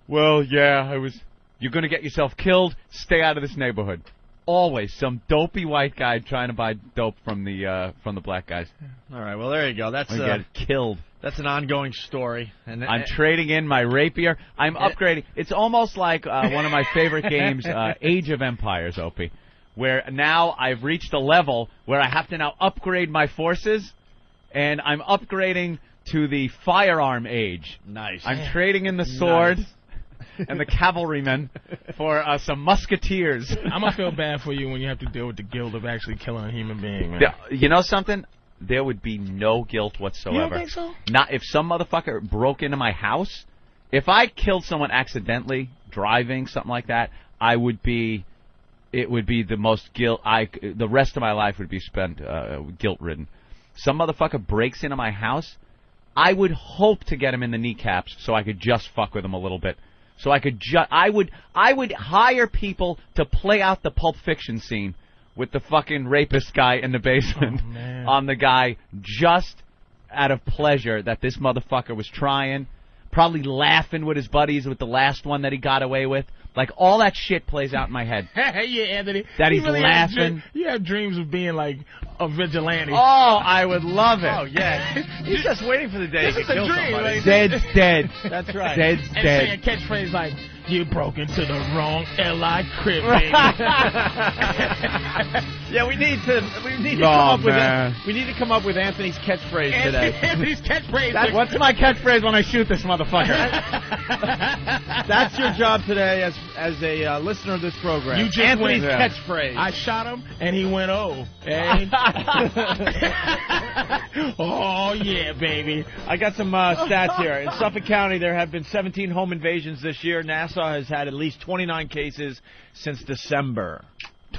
Speaker 1: well, yeah, I was. You're gonna get yourself killed. Stay out of this neighborhood. Always some dopey white guy trying to buy dope from the uh, from the black guys.
Speaker 2: All right. Well, there you go. That's
Speaker 1: I
Speaker 2: uh,
Speaker 1: get killed.
Speaker 2: that's an ongoing story. And uh,
Speaker 1: I'm trading in my rapier. I'm upgrading. It's almost like uh, one of my favorite games, uh, Age of Empires, Opie, where now I've reached a level where I have to now upgrade my forces, and I'm upgrading to the firearm age.
Speaker 2: nice.
Speaker 1: I'm trading in the sword [LAUGHS] and the cavalryman for uh, some musketeers.
Speaker 3: I'm gonna
Speaker 1: [LAUGHS]
Speaker 3: feel bad for you when you have to deal with the guilt of actually killing a human being. Man.
Speaker 1: Yeah, you know something? There would be no guilt
Speaker 3: You
Speaker 1: whatsoever.
Speaker 3: don't think so?
Speaker 1: Not if some motherfucker broke into my house. If I killed someone accidentally driving something like that, I would be. It would be the most guilt. I c- the rest of my life would be spent uh, guilt ridden. Some motherfucker breaks into my house. I would hope to get him in the kneecaps so I could just fuck with him a little bit. So I could just I would I would hire people to play out the Pulp Fiction scene with the fucking rapist guy in the basement
Speaker 3: Oh, man.
Speaker 1: on the guy just out of pleasure that this motherfucker was trying, probably laughing with his buddies with the last one that he got away with. Like all that shit plays out in
Speaker 3: [LAUGHS]
Speaker 1: my head.
Speaker 3: yeah, Anthony.
Speaker 1: That
Speaker 3: You
Speaker 1: he's
Speaker 3: really have dr-
Speaker 1: laughing.
Speaker 3: you have dreams of being like a vigilante.
Speaker 1: Oh, I would love it.
Speaker 2: Oh
Speaker 1: [LAUGHS]
Speaker 2: yeah. He's just waiting for the day
Speaker 3: This
Speaker 2: he
Speaker 3: is
Speaker 2: can
Speaker 3: a
Speaker 2: kill
Speaker 3: dream,
Speaker 2: somebody.
Speaker 3: like-
Speaker 1: Dead's
Speaker 3: [LAUGHS]
Speaker 1: dead.
Speaker 2: That's right.
Speaker 1: Dead's
Speaker 3: and say a
Speaker 1: dead.
Speaker 3: catchphrase like "You broke into the wrong Li
Speaker 1: [LAUGHS]
Speaker 3: crib, baby."
Speaker 2: Yeah, we need to we need to
Speaker 1: Oh,
Speaker 2: come up
Speaker 1: man.
Speaker 2: with we need to come up with Anthony's catchphrase
Speaker 3: and
Speaker 2: [LAUGHS] today.
Speaker 3: Anthony's catchphrase.
Speaker 1: That's- What's my catchphrase when I shoot this motherfucker?
Speaker 2: [LAUGHS] That's your job today as as a uh, listener of this program.
Speaker 3: You just
Speaker 2: Anthony's
Speaker 3: went-
Speaker 1: Yeah.
Speaker 2: catchphrase.
Speaker 3: I shot him and he went oh. eh?
Speaker 1: [LAUGHS]
Speaker 2: [LAUGHS]
Speaker 3: oh yeah, baby.
Speaker 2: I got some uh, stats here. In Suffolk County, there have been 17 home invasions this year. Nassau has had at least 29 cases since December.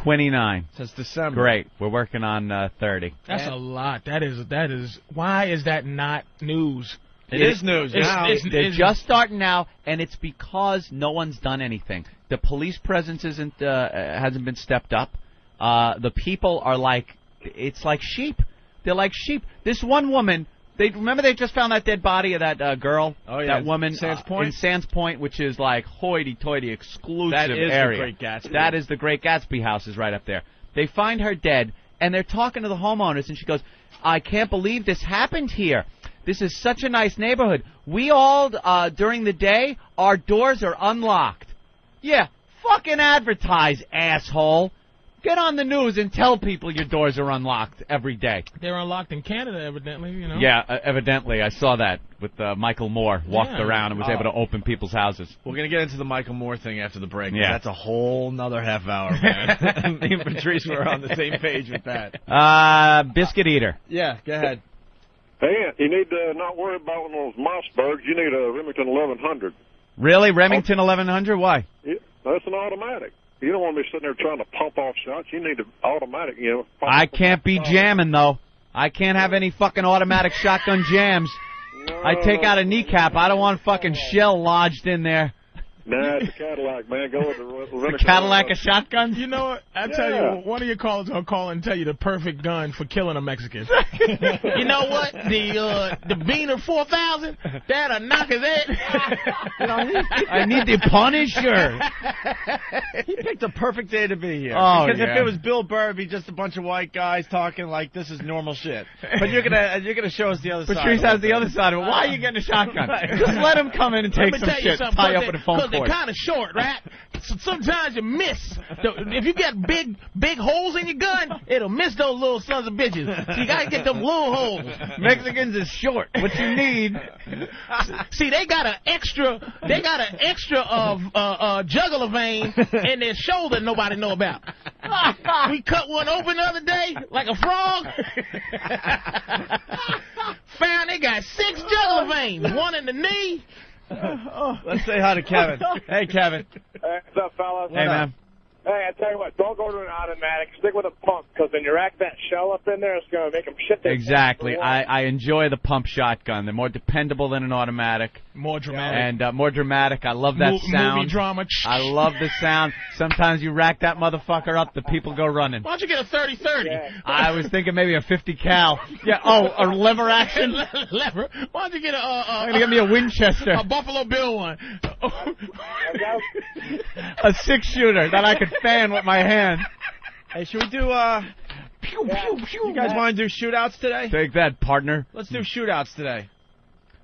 Speaker 1: 29.
Speaker 2: Since December.
Speaker 1: Great. We're working on uh, 30.
Speaker 3: That's a lot. That is that is why is that not news?
Speaker 2: It is news
Speaker 3: It's-
Speaker 2: now.
Speaker 3: it's-
Speaker 1: They're just starting now, and it's because no one's done anything. The police presence isn't uh, uh, hasn't been stepped up. Uh, the people are like it's like sheep. They're like sheep. This one woman. They remember they just found that dead body of that uh, girl,
Speaker 2: Oh, yeah.
Speaker 1: that woman
Speaker 2: Sands
Speaker 1: uh,
Speaker 2: Point?
Speaker 1: in Sands Point, which is like hoity-toity exclusive
Speaker 2: That is the
Speaker 1: area.
Speaker 2: Great Gatsby.
Speaker 1: That is the Great Gatsby house is right up there. They find her dead, and they're talking to the homeowners, and she goes, "I can't believe this happened here. This is such a nice neighborhood. We all uh, during the day, our doors are unlocked. Yeah, fucking advertise, asshole. Get on the news and tell people your doors are unlocked every day.
Speaker 3: They're unlocked in Canada, evidently. You know.
Speaker 1: Yeah, uh, evidently. I saw that with uh, Michael Moore. Walked
Speaker 3: Yeah.
Speaker 1: around and was
Speaker 2: Oh.
Speaker 1: able to open people's houses.
Speaker 2: We're gonna get into the Michael Moore thing after the break. 'cause
Speaker 1: Yeah.
Speaker 2: that's a whole nother half hour, [LAUGHS]
Speaker 1: [LAUGHS]
Speaker 2: man. Me and Patrice were on the same page with that.
Speaker 1: Uh, biscuit eater.
Speaker 2: Yeah, go ahead.
Speaker 4: Hey, you need to not worry about one of those Mossbergs. You need a Remington 1100.
Speaker 3: Oh.
Speaker 1: Really, Remington 1100? Why?
Speaker 4: Yeah, That's an automatic. You don't want to be sitting there trying to pump off shots. You need an automatic. You know. pump-
Speaker 1: I can't be jamming though. I can't have any fucking automatic shotgun jams.
Speaker 4: No,
Speaker 1: I take
Speaker 4: no,
Speaker 1: out a kneecap. I don't want fucking shell lodged in there.
Speaker 4: Nah, it's a Cadillac, man. Go with the Re-
Speaker 1: [LAUGHS] The
Speaker 4: Remington
Speaker 1: Cadillac
Speaker 4: 1100.
Speaker 1: of shotguns.
Speaker 3: You know what? I tell
Speaker 4: Yeah.
Speaker 3: you, one of your callers gonna call and tell you the perfect gun for killing a
Speaker 1: [LAUGHS]
Speaker 3: Mexican. you know what? The uh, the Beaner 4000 that'll knock his head.
Speaker 1: I need the Punisher.
Speaker 2: He picked a perfect day to be here.
Speaker 1: Oh,
Speaker 2: because if
Speaker 1: yeah.
Speaker 2: it was Bill Burr, it'd be just a bunch of white guys talking like this is normal shit. But you're gonna you're gonna show us the other side.
Speaker 1: Patrice
Speaker 2: a little
Speaker 1: has the
Speaker 2: bit.
Speaker 1: other side of it. Why are you getting
Speaker 3: [LAUGHS]
Speaker 1: a shotgun? Just let him come in and
Speaker 3: Let
Speaker 1: take
Speaker 3: me
Speaker 1: some
Speaker 3: tell you
Speaker 1: shit,
Speaker 3: something.
Speaker 1: tie
Speaker 3: cause
Speaker 1: up
Speaker 3: they-
Speaker 1: with a phone
Speaker 3: Cause they're
Speaker 1: cord.
Speaker 3: kind of short,
Speaker 1: [LAUGHS]
Speaker 3: right? so sometimes you miss. So if you got big big holes in your gun, it'll miss those little sons of bitches. So you gotta get them little holes.
Speaker 1: Mexicans is short. What you need?
Speaker 3: See, they got an extra, they got an extra of uh, uh, jugular vein in their shoulder nobody know about. we cut one open the other day like a [LAUGHS] frog. Found they got six jugular veins, one in the knee.
Speaker 2: Let's say hi to [LAUGHS] Kevin. hey Kevin.
Speaker 5: Hey, what's up,
Speaker 3: [LAUGHS]
Speaker 5: fellas?
Speaker 1: Hey man,
Speaker 5: Hey, I tell you what, don't go to an automatic. Stick with a pump, because when you rack that shell up in there, it's going to make them shit their
Speaker 1: [LAUGHS] exactly.
Speaker 5: pants.
Speaker 1: I I enjoy the pump shotgun. They're more dependable than an automatic
Speaker 3: More dramatic.
Speaker 1: and uh, more dramatic. I love that sound.
Speaker 3: movie drama.
Speaker 1: I love the sound. Sometimes you rack that motherfucker up, the people go running.
Speaker 3: Why don't you get a 30-30?
Speaker 1: I was thinking maybe a 50 cal. Yeah. Oh, or lever action. They're
Speaker 3: [LAUGHS] Lever. Why don't you get a, uh,
Speaker 1: gonna give me a Winchester,
Speaker 3: a Buffalo Bill one?
Speaker 1: a six shooter that I could fan with my hand.
Speaker 2: Hey, should we do uh?
Speaker 1: Pew, pew, pew.
Speaker 2: You guys want to do shootouts today?
Speaker 1: Take that, partner.
Speaker 2: Let's do shootouts today.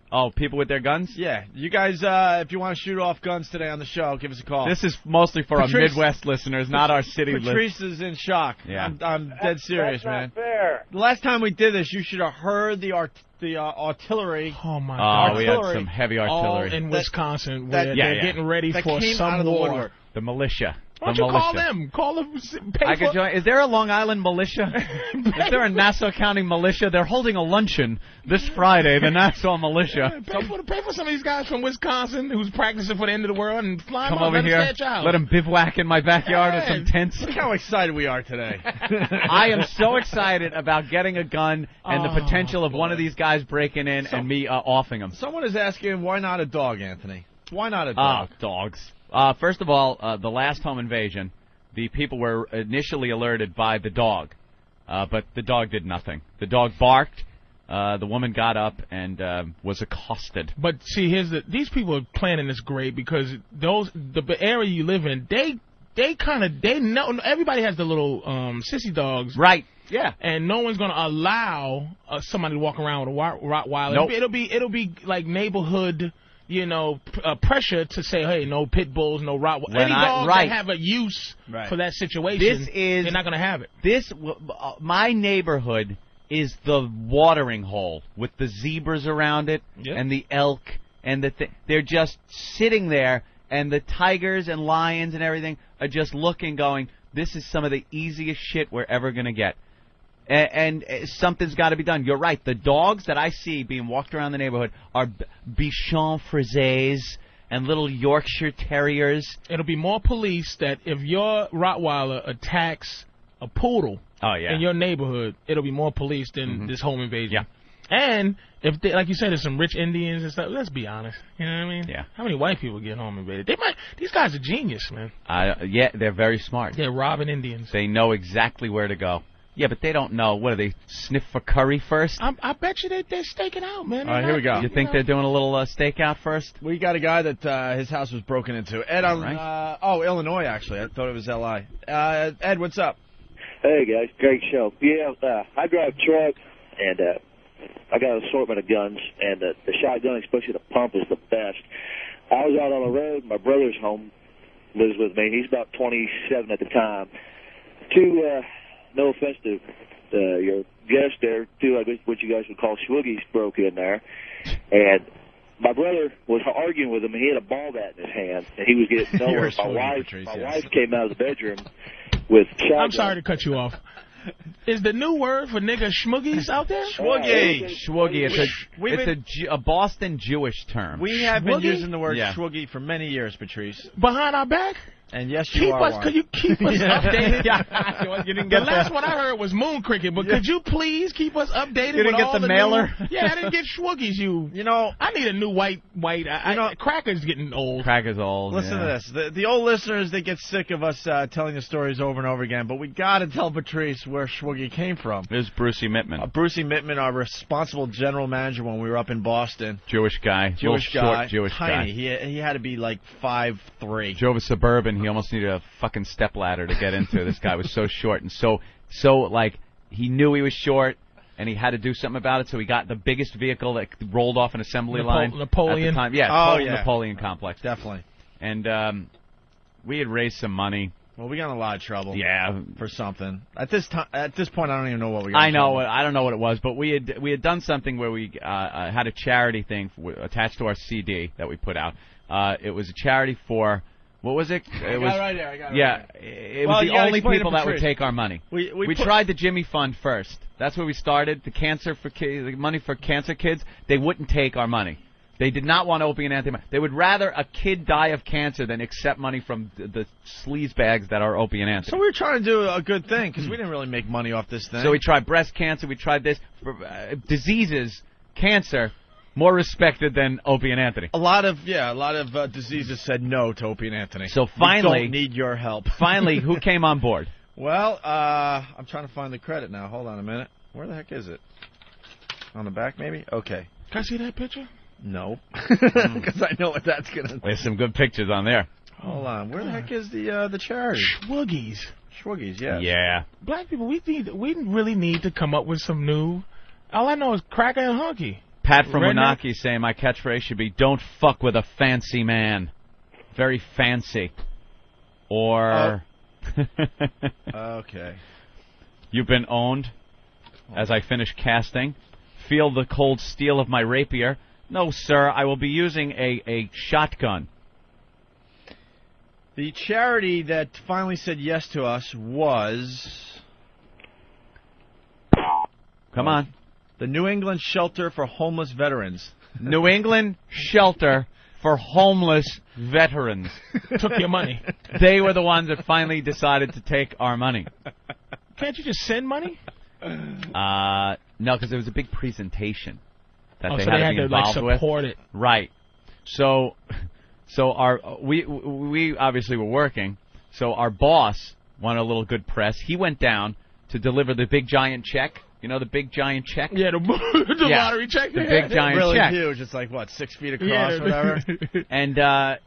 Speaker 1: Oh, people with their guns.
Speaker 2: Yeah, you guys. uh If you want to shoot off guns today on the show, give us a
Speaker 3: Oh.
Speaker 2: call.
Speaker 1: This is mostly for our
Speaker 2: Patrice-
Speaker 1: Midwest listeners, not our city listeners.
Speaker 2: Patrice is in shock.
Speaker 1: Yeah.
Speaker 2: I'm, I'm dead serious,
Speaker 5: That's not
Speaker 2: man.
Speaker 5: fair.
Speaker 2: The last time we did this, you should have heard the art the uh, artillery
Speaker 3: Oh, my
Speaker 1: Oh, we had
Speaker 2: Artillery.
Speaker 1: some heavy
Speaker 3: all
Speaker 1: artillery.
Speaker 3: in
Speaker 2: That-
Speaker 3: Wisconsin where
Speaker 2: that-
Speaker 1: Yeah,
Speaker 3: they're
Speaker 1: yeah.
Speaker 3: getting ready
Speaker 2: that
Speaker 3: for
Speaker 2: came
Speaker 3: some
Speaker 2: out of the
Speaker 3: war.
Speaker 2: woodwork.
Speaker 1: the militia.
Speaker 3: Why don't
Speaker 1: the
Speaker 3: you
Speaker 1: militia.
Speaker 3: call them? Call them. s- Pay
Speaker 1: I
Speaker 3: for,
Speaker 1: could join. Is there a Long Island
Speaker 3: [LAUGHS]
Speaker 1: militia? is there a Nassau County militia? They're holding a luncheon this Friday. The Nassau
Speaker 3: [LAUGHS]
Speaker 1: militia.
Speaker 3: pay, for, pay for some of these guys from Wisconsin who's practicing for the end of the world and fly 'em
Speaker 1: Come
Speaker 3: up,
Speaker 1: over
Speaker 3: let 'em
Speaker 1: here.
Speaker 3: stay at your house.
Speaker 1: Let them bivouac in my backyard with some
Speaker 3: Hey.
Speaker 1: tents.
Speaker 2: Look how excited we are today.
Speaker 1: [LAUGHS] I am so excited about getting a gun and the
Speaker 3: Oh,
Speaker 1: potential of one of these guys breaking in and me uh, offing them.
Speaker 2: Someone is asking why not a dog, Anthony? Why not a
Speaker 1: Ah,
Speaker 2: dog?
Speaker 1: dogs. Uh, first of all, uh, the last home invasion, the people were initially alerted by the dog, uh, but the dog did nothing. The dog barked. Uh, the woman got up and uh, was accosted.
Speaker 3: But see, here's the these people are planning this great because those the b- area you live in, they they kind of they know everybody has the little um sissy dogs.
Speaker 1: Right. Yeah.
Speaker 3: And no one's gonna allow uh, somebody to walk around with a wi- Rottweiler.
Speaker 1: Nope.
Speaker 3: It'll be it'll be like neighborhood, you know, p- uh, pressure to say, hey, no pit bulls, no Rottweilers.
Speaker 1: When
Speaker 3: Any
Speaker 1: I-
Speaker 3: dog
Speaker 1: right.
Speaker 3: that have a use
Speaker 2: Right.
Speaker 3: for that situation,
Speaker 1: This is-
Speaker 3: they're not gonna have it.
Speaker 1: This w- uh, my neighborhood is the watering hole with the zebras around it
Speaker 3: Yeah.
Speaker 1: and the elk and the th- they're just sitting there and the tigers and lions and everything are just looking going this is some of the easiest shit we're ever going to get. A- and, and uh, something's got to be done. You're right. The dogs that I see being walked around the neighborhood are B- Bichon Frises and little Yorkshire Terriers.
Speaker 3: It'll be more police that if your Rottweiler attacks a poodle
Speaker 1: Oh yeah.
Speaker 3: in your neighborhood, it'll be more police than this home invasion.
Speaker 1: Yeah.
Speaker 3: And if they, like you said, there's some rich Indians and stuff. Let's be honest. You know what I mean?
Speaker 1: Yeah.
Speaker 3: How many white people get home invaded? They might. These guys are genius, man.
Speaker 1: I- yeah, they're very smart.
Speaker 3: They're robbing Indians.
Speaker 1: They know exactly where to go. Yeah, but they don't know. What do they sniff for curry first?
Speaker 3: I, I bet you they, they're staking out, man.
Speaker 2: All right, here we go.
Speaker 1: You think they're doing a little uh, stakeout first?
Speaker 2: We got a guy that uh, his house was broken into. Ed on
Speaker 1: All right.
Speaker 2: uh, oh Illinois actually. I thought it was L.I. Uh, Ed, what's up?
Speaker 6: Hey guys, great show. Yeah, uh, I drive trucks and uh, I got an assortment of guns, and uh, the shotgun, especially the pump, is the best. I was out on the road. My brother's home lives with me. He's about 27 at the time, two, uh, no offense to uh, your guest there, two, I guess what you guys would call swiggies broke in there. And my brother was arguing with him, and he had a ball bat in his hand, and he was
Speaker 2: [LAUGHS]
Speaker 6: getting
Speaker 2: You're a
Speaker 6: nowhere. My
Speaker 2: swiggy,
Speaker 6: wife,
Speaker 2: Patrice,
Speaker 6: my
Speaker 2: yes.
Speaker 6: wife came out of the bedroom with shotgun.
Speaker 3: I'm sorry to cut you off. Is the new word for nigga schmuggies out there?
Speaker 2: Schwoogie.
Speaker 1: Schwoogie. It's a
Speaker 2: We've
Speaker 1: it's
Speaker 2: been-
Speaker 1: a, Ju- a Boston Jewish term.
Speaker 2: We have been
Speaker 3: Schwoogie?
Speaker 2: using the word
Speaker 1: Yeah.
Speaker 2: schwoogie for many years, Patrice.
Speaker 3: Behind our back?
Speaker 2: And yes, you
Speaker 3: Keep
Speaker 2: are
Speaker 3: us.
Speaker 2: one.
Speaker 3: Could
Speaker 1: [LAUGHS]
Speaker 3: you keep us
Speaker 2: Yeah.
Speaker 3: updated?
Speaker 1: yeah, you didn't
Speaker 3: The
Speaker 1: get
Speaker 3: last
Speaker 1: that.
Speaker 3: one I heard was Moon Cricket, but could you please keep us updated?
Speaker 1: You didn't
Speaker 3: with
Speaker 1: get
Speaker 3: all
Speaker 1: the
Speaker 3: new-
Speaker 1: mailer?
Speaker 3: [LAUGHS] yeah, I didn't get schwoogies. You.
Speaker 2: You know,
Speaker 3: I need a new white white. I,
Speaker 2: You know-
Speaker 3: I, crackers getting old.
Speaker 1: Crackers old.
Speaker 2: listen
Speaker 1: yeah.
Speaker 2: to this. The, the old listeners, they get sick of us uh, telling the stories over and over again, but we got to tell Patrice where schwoogie came from.
Speaker 1: There's Brucey Mittman,
Speaker 2: Uh, Brucey Mittman, our responsible general manager when we were up in Boston,
Speaker 1: Jewish guy,
Speaker 2: Jewish
Speaker 1: little
Speaker 2: guy,
Speaker 1: short Jewish
Speaker 2: tiny.
Speaker 1: guy.
Speaker 2: He he had to be like five three.
Speaker 1: Drove a suburban. He almost needed a fucking stepladder to get into. this guy was so
Speaker 3: [LAUGHS]
Speaker 1: short and so so like he knew he was short. And he had to do something about it, so he got the biggest vehicle that rolled off an assembly
Speaker 3: Napo-
Speaker 1: line. at the
Speaker 3: Napoleon.
Speaker 1: time. Yeah,
Speaker 2: Oh,
Speaker 1: total
Speaker 2: yeah.
Speaker 1: Napoleon complex.
Speaker 2: Definitely.
Speaker 1: And um, we had raised some money.
Speaker 2: Well, we got in a lot of trouble.
Speaker 1: Yeah,
Speaker 2: For something. At this time, at this point, I don't even know what we. Got
Speaker 1: I
Speaker 2: in
Speaker 1: know.
Speaker 2: trouble.
Speaker 1: I don't know what it was, but we had we had done something where we uh, uh, had a charity thing for, attached to our CD that we put out. Uh, it was a charity for what was it? It was
Speaker 3: right there. I got
Speaker 1: yeah. It was
Speaker 2: Well, you
Speaker 1: the
Speaker 2: gotta
Speaker 1: only
Speaker 2: explain it,
Speaker 1: people that would
Speaker 2: Patrice.
Speaker 1: take our money.
Speaker 2: We we,
Speaker 1: We
Speaker 2: put-
Speaker 1: tried the Jimmy Fund first. That's where we started. The cancer for ki- the money for cancer kids. They wouldn't take our money. They did not want to open an anti. They would rather a kid die of cancer than accept money from the, the sleaze bags that are opiate anti.
Speaker 2: So we were trying to do a good thing because we didn't really make money off this thing.
Speaker 1: So we tried breast cancer. We tried this uh, diseases, cancer, more respected than Opie and Anthony.
Speaker 2: a lot of yeah, a lot of uh, diseases said no to Opie and Anthony.
Speaker 1: So
Speaker 2: we
Speaker 1: finally-
Speaker 2: don't need your help. [LAUGHS]
Speaker 1: Finally, who came on board?
Speaker 2: Well, uh, I'm trying to find the credit now. Hold on a minute. Where the heck is it? On the back, maybe. Okay.
Speaker 3: Can I see that picture?
Speaker 2: [LAUGHS] No, because I know what that's gonna.
Speaker 1: There's some good pictures Hmm. on there.
Speaker 2: Hold on. Where the heck is the uh, the charity?
Speaker 3: Schwoogies.
Speaker 2: Schwoogies, yes.
Speaker 1: Yeah.
Speaker 3: Black people, we need we really need to come up with some new. All I know is cracker and hunky.
Speaker 1: Pat from
Speaker 3: Redneck.
Speaker 1: Wanaki saying my catchphrase should be "Don't fuck with a fancy man." Very fancy.
Speaker 2: Uh,
Speaker 1: Or
Speaker 2: Okay.
Speaker 1: [LAUGHS] you've been owned. As I finish casting, feel the cold steel of my rapier. No, sir, I will be using a, a shotgun.
Speaker 2: The charity that finally said yes to us was
Speaker 1: Come on.
Speaker 2: the New England Shelter for Homeless Veterans.
Speaker 1: New England shelter for homeless veterans.
Speaker 3: [LAUGHS] Took your money.
Speaker 1: They were the ones that finally decided to take our money.
Speaker 3: Can't you just send
Speaker 2: [LAUGHS]
Speaker 3: money? Oh,
Speaker 1: Uh, no, because it was a big presentation that
Speaker 3: oh,
Speaker 1: they
Speaker 3: so
Speaker 1: had
Speaker 3: they
Speaker 1: to
Speaker 3: had
Speaker 1: be
Speaker 3: to like
Speaker 1: involved with.
Speaker 3: support it.
Speaker 1: Right. So, so our we we obviously were working. So our boss wanted a little good press. He went down to deliver the big giant check. You know the big giant check.
Speaker 3: Yeah, the, [LAUGHS] the
Speaker 1: Yeah.
Speaker 3: lottery check.
Speaker 1: The big giant
Speaker 2: really
Speaker 1: check.
Speaker 2: huge. It's like what, six feet across,
Speaker 3: Yeah.
Speaker 2: or
Speaker 3: [LAUGHS]
Speaker 2: whatever. [LAUGHS]
Speaker 1: And uh,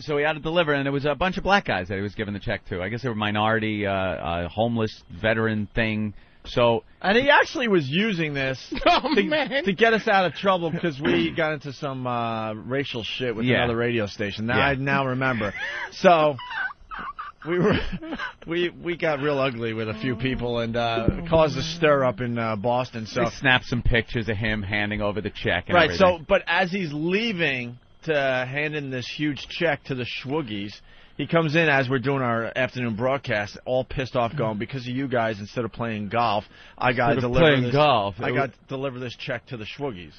Speaker 1: so he had to deliver, and there was a bunch of black guys that he was giving the check to. I guess they were minority, uh, uh, homeless veteran thing. So
Speaker 2: and he actually was using this
Speaker 3: Oh
Speaker 2: to,
Speaker 3: man.
Speaker 2: to get us out of trouble because we got into some uh, racial shit with
Speaker 1: Yeah.
Speaker 2: another radio station. Now
Speaker 1: Yeah.
Speaker 2: I now remember. So we were we we got real ugly with a few people and uh, caused a stir up in uh, Boston. So
Speaker 1: they snapped some pictures of him handing over the check. And
Speaker 2: right. So
Speaker 1: everything.
Speaker 2: but as he's leaving to hand in this huge check to the Schwoogies. He comes in as we're doing our afternoon broadcast, all pissed off, going because of you guys. Instead of playing golf, I got to
Speaker 1: Instead of
Speaker 2: deliver
Speaker 1: playing
Speaker 2: this,
Speaker 1: golf,
Speaker 2: I
Speaker 1: it
Speaker 2: got to deliver this check to the Schwoogies.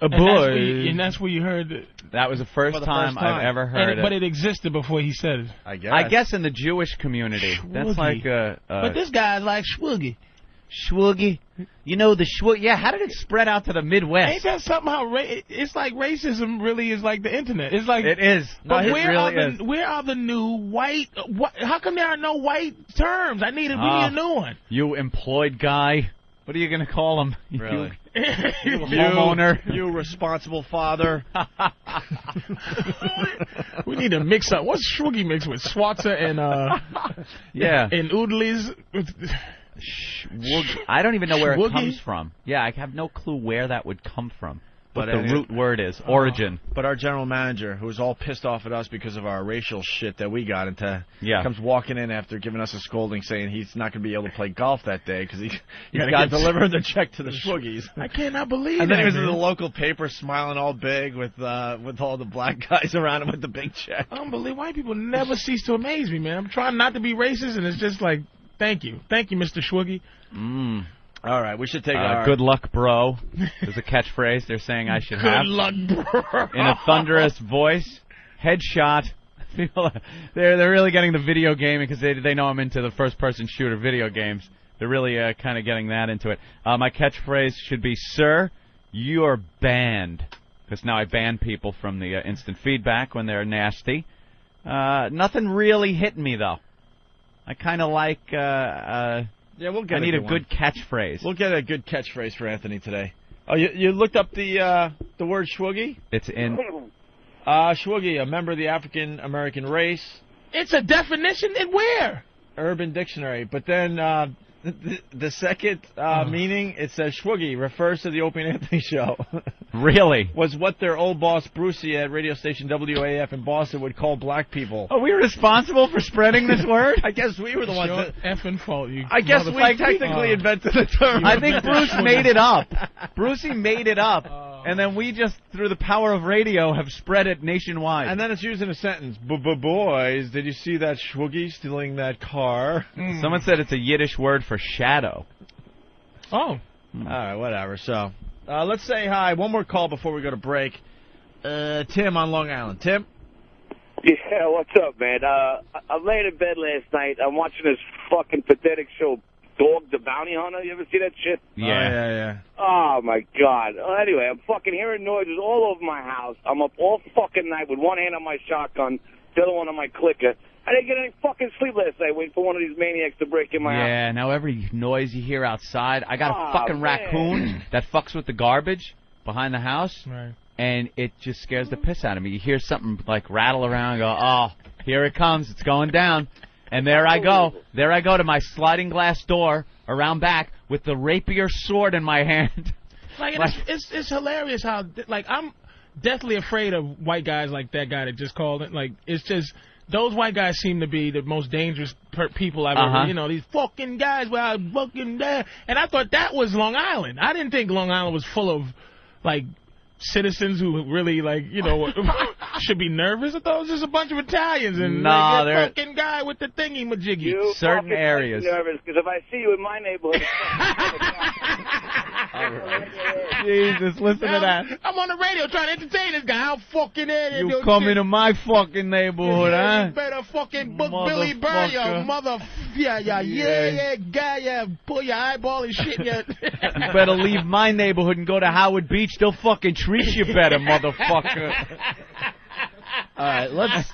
Speaker 1: a
Speaker 3: And that's, where you, and that's where you heard. It.
Speaker 1: that was the first,
Speaker 2: For the
Speaker 1: time,
Speaker 2: first time.
Speaker 3: [LAUGHS]
Speaker 1: I've ever
Speaker 3: And
Speaker 1: heard
Speaker 3: it,
Speaker 1: it.
Speaker 3: but it existed before he said it.
Speaker 2: I guess.
Speaker 1: I guess in the Jewish community, that's
Speaker 3: Schwoogie.
Speaker 1: like a, a
Speaker 3: but this guy's like Schwoogie.
Speaker 1: Schwoogie. You know the Schwoog. Yeah, how did it spread out to the
Speaker 3: Ain't
Speaker 1: Midwest?
Speaker 3: that somehow? Ra- it's like racism really is like the internet. It's like
Speaker 1: it is.
Speaker 3: But
Speaker 1: it
Speaker 3: where
Speaker 1: really
Speaker 3: are
Speaker 1: is.
Speaker 3: the where are the new white? uh, What, how come there are no white terms? I need a, we
Speaker 1: Ah.
Speaker 3: need a new one.
Speaker 1: You employed guy. What are you gonna call him? [LAUGHS] You-
Speaker 2: Really? [LAUGHS]
Speaker 1: You- homeowner.
Speaker 2: You responsible
Speaker 1: [LAUGHS]
Speaker 2: father.
Speaker 3: we need a mix up. What's Shwoogie mix with Swatzer and uh
Speaker 1: [LAUGHS] yeah.
Speaker 3: and Oodley's?
Speaker 1: Schwoog- I don't even know where it
Speaker 3: Schwoogie?
Speaker 1: comes from. Yeah, I have no clue where that would come from.
Speaker 2: But Uh-huh.
Speaker 1: what the
Speaker 2: anyway-
Speaker 1: root word is. Origin.
Speaker 2: Uh, But our general manager, who was all pissed off at us because of our racial shit that we got into,
Speaker 1: Yeah.
Speaker 2: comes walking in after giving us a scolding, saying he's not going to be able to play golf that day because he [LAUGHS] he's
Speaker 3: Gotta
Speaker 2: got to
Speaker 3: get-
Speaker 2: deliver the check
Speaker 1: [LAUGHS]
Speaker 2: to the Schwoogies.
Speaker 3: I cannot
Speaker 2: [LAUGHS]
Speaker 3: believe
Speaker 2: And then he was
Speaker 3: that,
Speaker 2: in the
Speaker 3: man.
Speaker 2: local paper, smiling all big with uh, with all the black [LAUGHS] guys around him with the big
Speaker 3: Oh,
Speaker 2: check.
Speaker 3: Unbelievable. White people never cease to amaze me, man. I'm trying not to be racist, and it's just like, thank you. Thank you, Mr. Schwoogie.
Speaker 1: Mm.
Speaker 2: All right, we should take
Speaker 1: Uh,
Speaker 2: our
Speaker 1: good luck, bro. Is a catchphrase they're saying
Speaker 2: [LAUGHS]
Speaker 1: I should
Speaker 3: Good
Speaker 1: have.
Speaker 3: luck, bro.
Speaker 1: in a thunderous voice. Headshot. [LAUGHS] People, are- they're they're really getting the video gaming because they they know I'm into the first person shooter video games. They're really uh, kind of getting that into it. Uh, my catchphrase should be, "Sir, you are banned," because now I ban people from the uh, instant feedback when they're nasty. Uh, nothing really hit me though. I kind of like. Uh, uh,
Speaker 2: Yeah, we'll get.
Speaker 1: I need a
Speaker 2: one.
Speaker 1: good catchphrase.
Speaker 2: We'll get a good catchphrase for Anthony today. Oh, you, you looked up the uh, the word Schwoogie?
Speaker 1: It's
Speaker 2: [CLEARS THROAT]
Speaker 1: in.
Speaker 2: Uh, Schwoogie, a member of the African American race,
Speaker 3: It's a definition and where?
Speaker 2: Urban Dictionary. But then uh, the, the second uh,
Speaker 1: Oh.
Speaker 2: meaning, it says Schwoogie refers to the Opie and Anthony [LAUGHS] show.
Speaker 1: Really?
Speaker 2: Was what their old boss Brucey at radio station WAF in Boston would call black people.
Speaker 1: Are we responsible for spreading this word?
Speaker 2: [LAUGHS] I guess we were the ones.
Speaker 3: Your
Speaker 2: That,
Speaker 3: effing fault. Oh, You
Speaker 2: I guess
Speaker 3: motherfucker.
Speaker 2: we technically
Speaker 3: Uh,
Speaker 2: invented the term.
Speaker 1: I think Bruce
Speaker 3: Schwoogie.
Speaker 1: made it up. Brucey made it up,
Speaker 3: Oh.
Speaker 1: and then we just, through the power of radio, have spread it nationwide.
Speaker 2: And then it's used in a sentence. Boys, did you see that Schwoogie stealing that car?
Speaker 1: [LAUGHS] Someone said it's a Yiddish word for shadow. Hmm.
Speaker 3: Oh.
Speaker 2: All right, whatever. So uh, let's say hi. One more call before we go to break. Uh, Tim on Long Island. Tim,
Speaker 5: Yeah, what's up, man? Uh, I- I'm laying in bed last night. I'm watching this fucking pathetic show, Dog the Bounty Hunter. You ever see that shit?
Speaker 2: Oh, yeah, yeah.
Speaker 5: Oh my god. Well, Anyway, I'm fucking hearing noises all over my house. I'm up all fucking night with one hand on my shotgun, the other one on my clicker. I didn't get any fucking sleep last night waiting for one of these maniacs to break in my house.
Speaker 1: Yeah, now every noise you hear outside, I got a
Speaker 5: Aw,
Speaker 1: fucking
Speaker 5: man. [CLEARS THROAT]
Speaker 1: raccoon that fucks with the garbage behind the house,
Speaker 3: Right.
Speaker 1: and it just scares the piss out of me. You hear something like rattle around, and go, oh, here it comes, it's going down. And there I go, there I go to my sliding glass door around back with the rapier sword in my hand. [LAUGHS]
Speaker 3: Like, and
Speaker 1: Like-
Speaker 3: it's, it's it's hilarious how like I'm deathly afraid of white guys like that guy that just called it. Like it's just those white guys seem to be the most dangerous per- people I've
Speaker 1: Uh-huh.
Speaker 3: ever. You know these fucking guys where I fucking there. And I thought that was Long Island. I didn't think Long Island was full of like citizens who really like you
Speaker 1: [LAUGHS]
Speaker 3: know [LAUGHS] should be nervous. I thought it was just a bunch of Italians and
Speaker 1: Nah,
Speaker 3: like, that
Speaker 1: they're-
Speaker 3: fucking guy with the thingy majiggy.
Speaker 5: You
Speaker 1: Certain
Speaker 5: fucking make me
Speaker 1: areas.
Speaker 5: Nervous because if I see you in my neighborhood,
Speaker 1: Jesus, listen to that.
Speaker 3: I'm, I'm on the radio trying to entertain this guy. How fucking idiot.
Speaker 1: You come into my fucking neighborhood,
Speaker 3: Yeah,
Speaker 1: huh?
Speaker 3: you better fucking book Billy Burr,
Speaker 1: Motherfucker.
Speaker 3: you mother. Yeah, yeah, yeah,
Speaker 1: Yeah.
Speaker 3: yeah, guy, yeah. Pull your eyeball and shit. Yeah.
Speaker 1: [LAUGHS] You better leave my neighborhood and go to Howard Beach. They'll fucking treat
Speaker 5: [LAUGHS]
Speaker 1: you
Speaker 3: [LAUGHS]
Speaker 1: better, motherfucker.
Speaker 2: All right,
Speaker 1: [LAUGHS]
Speaker 2: let's.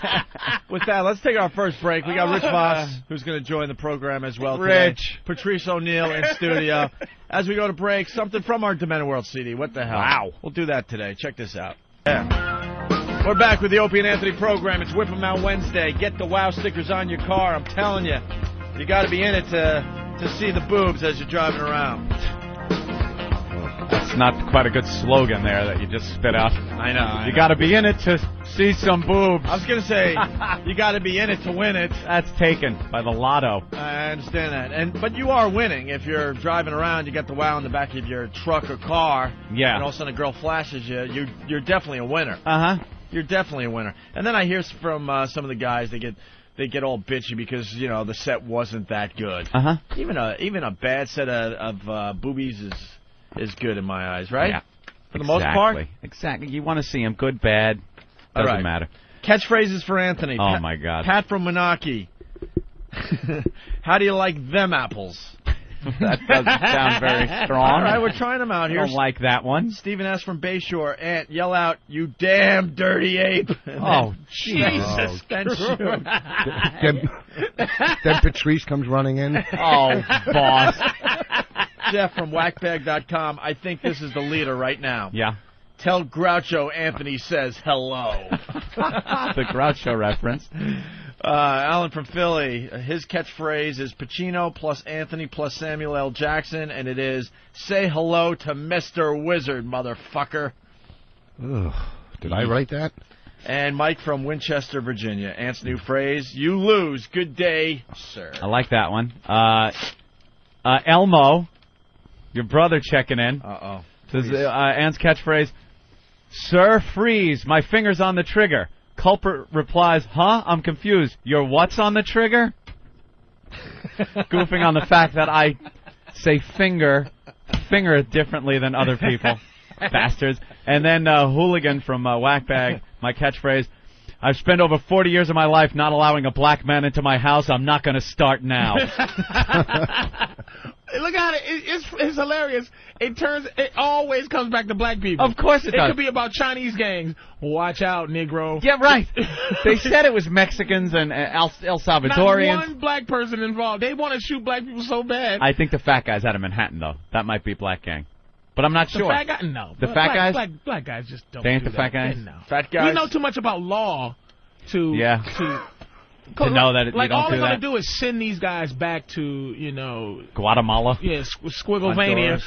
Speaker 2: with that, let's take our first break. We got Rich Voss, who's going to join the program as well. today.
Speaker 1: Uh, Rich.
Speaker 2: Patrice O'Neill in
Speaker 1: [LAUGHS]
Speaker 2: studio. As we go to break, something from our Demented World CD. What the hell? Wow. We'll do that today. Check this out. Yeah. We're back with the Opie and Anthony program. It's Whip 'em Out Wednesday. Get the wow stickers on your car. I'm telling you, you got to be in it to to see the boobs as you're driving around.
Speaker 1: That's not quite a good slogan there that you just spit out.
Speaker 2: I know. I
Speaker 1: You
Speaker 2: know.
Speaker 1: gotta be in it to see some boobs.
Speaker 2: I was gonna
Speaker 1: [LAUGHS]
Speaker 2: say you got to be in it to win it.
Speaker 1: That's taken by the lotto.
Speaker 2: I understand that, and but you are winning if you're driving around. You got the wow in the back of your truck or car,
Speaker 1: Yeah.
Speaker 2: and all of a sudden a girl flashes you. You you're definitely a winner.
Speaker 1: Uh huh.
Speaker 2: You're definitely a winner. And then I hear from uh, some of the guys they get they get all bitchy because you know the set wasn't that good.
Speaker 1: Uh huh.
Speaker 2: Even a even a bad set of, of uh, boobies is is good in my eyes, right?
Speaker 1: Yeah.
Speaker 2: For the most part.
Speaker 1: Exactly. You want to see him good, bad.
Speaker 2: All
Speaker 1: Doesn't
Speaker 2: right.
Speaker 1: matter.
Speaker 2: Catchphrases for Anthony.
Speaker 1: Oh,
Speaker 2: Pat-
Speaker 1: my God.
Speaker 2: Pat from Menaki. [LAUGHS] How do you like them apples?
Speaker 1: [LAUGHS] That doesn't sound very
Speaker 2: [LAUGHS]
Speaker 1: strong.
Speaker 2: All right, we're trying them out
Speaker 1: I
Speaker 2: here.
Speaker 1: don't like that one.
Speaker 2: Stephen S. from Bayshore. Ant, yell out, you damn dirty ape. And
Speaker 1: [LAUGHS] Oh,
Speaker 2: [LAUGHS] Jesus. Then, then shoot.
Speaker 7: Then, then Patrice comes running in.
Speaker 1: Oh, boss.
Speaker 2: [LAUGHS] Jeff from whackbag.com. I think this is the leader right now.
Speaker 1: Yeah.
Speaker 2: Tell Groucho Anthony says
Speaker 1: [LAUGHS]
Speaker 2: hello.
Speaker 1: the
Speaker 2: [LAUGHS]
Speaker 1: Groucho reference.
Speaker 2: Uh, Alan from Philly. uh, His catchphrase is Pacino plus Anthony plus Samuel L. Jackson, and it is say hello to Mr. Wizard, motherfucker.
Speaker 7: Ugh. Did I write that?
Speaker 2: And Mike from Winchester, Virginia. Ant's new phrase: "You lose. Good day, sir."
Speaker 1: I like that one. Uh, uh, Elmo, your brother checking in.
Speaker 2: Uh oh.
Speaker 1: Says, uh, Ant's catchphrase, Sir Freeze, my finger's on the trigger. Culprit replies, Huh? I'm confused. Your what's on the trigger? Goofing on the fact that I say finger, finger differently than other people. Bastards. And then uh, Hooligan from uh, Whackbag, my catchphrase, I've spent over 40 years of my life not allowing a black man into my house. I'm not going to start now.
Speaker 3: Look at it. it it's, it's hilarious. It turns. It always comes back to black people.
Speaker 1: of course it
Speaker 3: It
Speaker 1: does.
Speaker 3: could be about Chinese gangs. Watch out, Negro.
Speaker 1: Yeah,
Speaker 3: [LAUGHS]
Speaker 1: right. they said it was Mexicans and uh, El, El
Speaker 3: Not
Speaker 1: Salvadorians.
Speaker 3: one black person involved. They want to shoot black people so bad.
Speaker 1: I think the fat guy's out of Manhattan, though. That might be Black Gang. But I'm not
Speaker 3: the
Speaker 1: sure.
Speaker 3: fat guy, no.
Speaker 1: The
Speaker 3: Black-
Speaker 1: fat
Speaker 3: black,
Speaker 1: guys?
Speaker 3: Black, black guys just don't.
Speaker 1: They ain't
Speaker 3: do
Speaker 1: the fat
Speaker 3: that.
Speaker 1: guys?
Speaker 3: No.
Speaker 2: Fat guys.
Speaker 3: We know too much about law to
Speaker 1: Yeah. [LAUGHS]
Speaker 3: to,
Speaker 1: To know that it- you
Speaker 3: like
Speaker 1: don't
Speaker 3: all
Speaker 1: do
Speaker 3: they're gonna
Speaker 1: that.
Speaker 3: do is send these guys back to you know
Speaker 1: Guatemala.
Speaker 3: yeah squ- Squigglevania,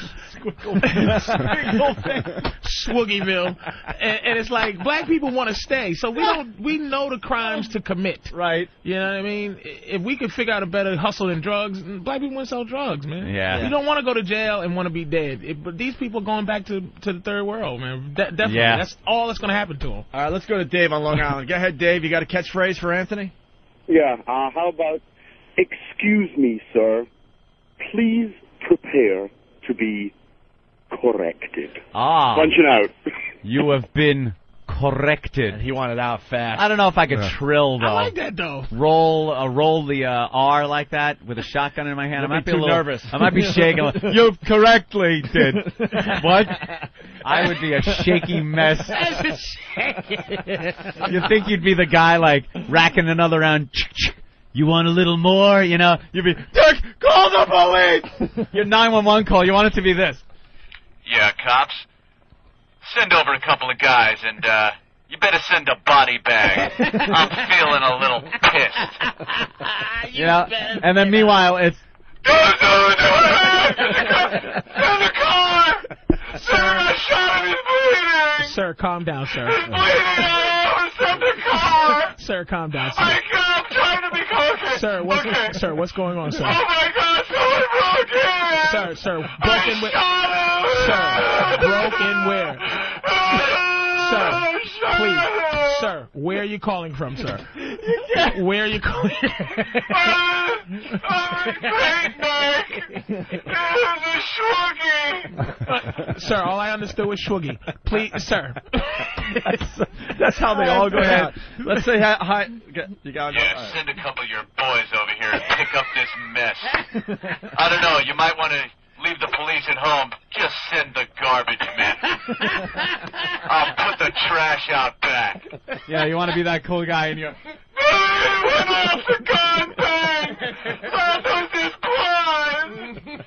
Speaker 3: [LAUGHS] Squigglevania, Swoogieville, and, and it's like black people want to stay, so we don't we know the crimes to commit.
Speaker 1: Right.
Speaker 3: You know what I mean? I- If we could figure out a better hustle than drugs, mm, black people wouldn't sell drugs, man.
Speaker 1: Yeah.
Speaker 3: You don't want to go to jail and want to be dead. It, but these people are going back to, to the third world, man. De- definitely.
Speaker 1: Yeah.
Speaker 3: That's all that's going to happen to them.
Speaker 2: All right, let's go to Dave on
Speaker 7: [LAUGHS]
Speaker 2: Long Island. Go ahead, Dave. You got a catchphrase for Anthony?
Speaker 8: Yeah. Uh, how about, excuse me, sir. Please prepare to be corrected.
Speaker 1: Ah,
Speaker 8: Punching out.
Speaker 1: you have
Speaker 2: And
Speaker 1: been corrected.
Speaker 2: he wanted out
Speaker 1: I
Speaker 2: fast.
Speaker 1: don't know if I could
Speaker 7: Yeah.
Speaker 1: trill though.
Speaker 3: I like that, though.
Speaker 1: Roll, uh, roll the uh, R like that with a shotgun in my hand. I
Speaker 2: You'll
Speaker 1: might
Speaker 2: be
Speaker 1: be
Speaker 2: too
Speaker 1: a little
Speaker 2: nervous.
Speaker 1: I might be shaking. like, you correctly did. what? I would be a
Speaker 6: [LAUGHS]
Speaker 1: shaky mess. you think you'd be the guy like racking another round. You want a little more, you know? You'd be, Dick, call the police! Your 911 call, you want it to be this.
Speaker 6: Yeah, cops. Send over a couple of guys, and uh, you better send a body bag. I'm feeling a little pissed.
Speaker 1: You, know? And then
Speaker 7: [LAUGHS]
Speaker 1: meanwhile, it's,
Speaker 2: [LAUGHS]
Speaker 6: There's a car! Sir, my shot him, he's bleeding!
Speaker 3: Sir, calm down,
Speaker 6: He's
Speaker 3: sir.
Speaker 6: bleeding all over! Send the car!
Speaker 3: [LAUGHS] sir, calm down,
Speaker 6: My
Speaker 3: sir.
Speaker 6: God, I'm trying to be okay.
Speaker 3: Sir, what's,
Speaker 6: okay.
Speaker 3: sir, what's going on,
Speaker 6: Oh
Speaker 3: sir?
Speaker 6: my God, someone broke in!
Speaker 3: Sir, sir,
Speaker 6: I
Speaker 3: broken with.
Speaker 6: shot him!
Speaker 3: Sir,
Speaker 6: [LAUGHS]
Speaker 3: broken where?
Speaker 6: I
Speaker 3: Sir,
Speaker 6: shot him.
Speaker 3: Please, sir, where are you calling
Speaker 6: [LAUGHS]
Speaker 3: from, sir? Where are you calling?
Speaker 6: Uh,
Speaker 3: sir, all I understood was Shwoogie. Please, sir.
Speaker 2: [LAUGHS] That's, that's how they all go out. Let's say hi. hi you got
Speaker 6: Yeah, send a couple of your boys over here and pick up this
Speaker 1: [LAUGHS]
Speaker 6: mess. I don't know, you
Speaker 2: [LAUGHS]
Speaker 6: might want to leave the police at home. Just send the garbage men. I'll put the trash out back.
Speaker 1: [LAUGHS] yeah, you want to be that cool guy and you're,
Speaker 6: What else the goddamn thing? Where is this blood?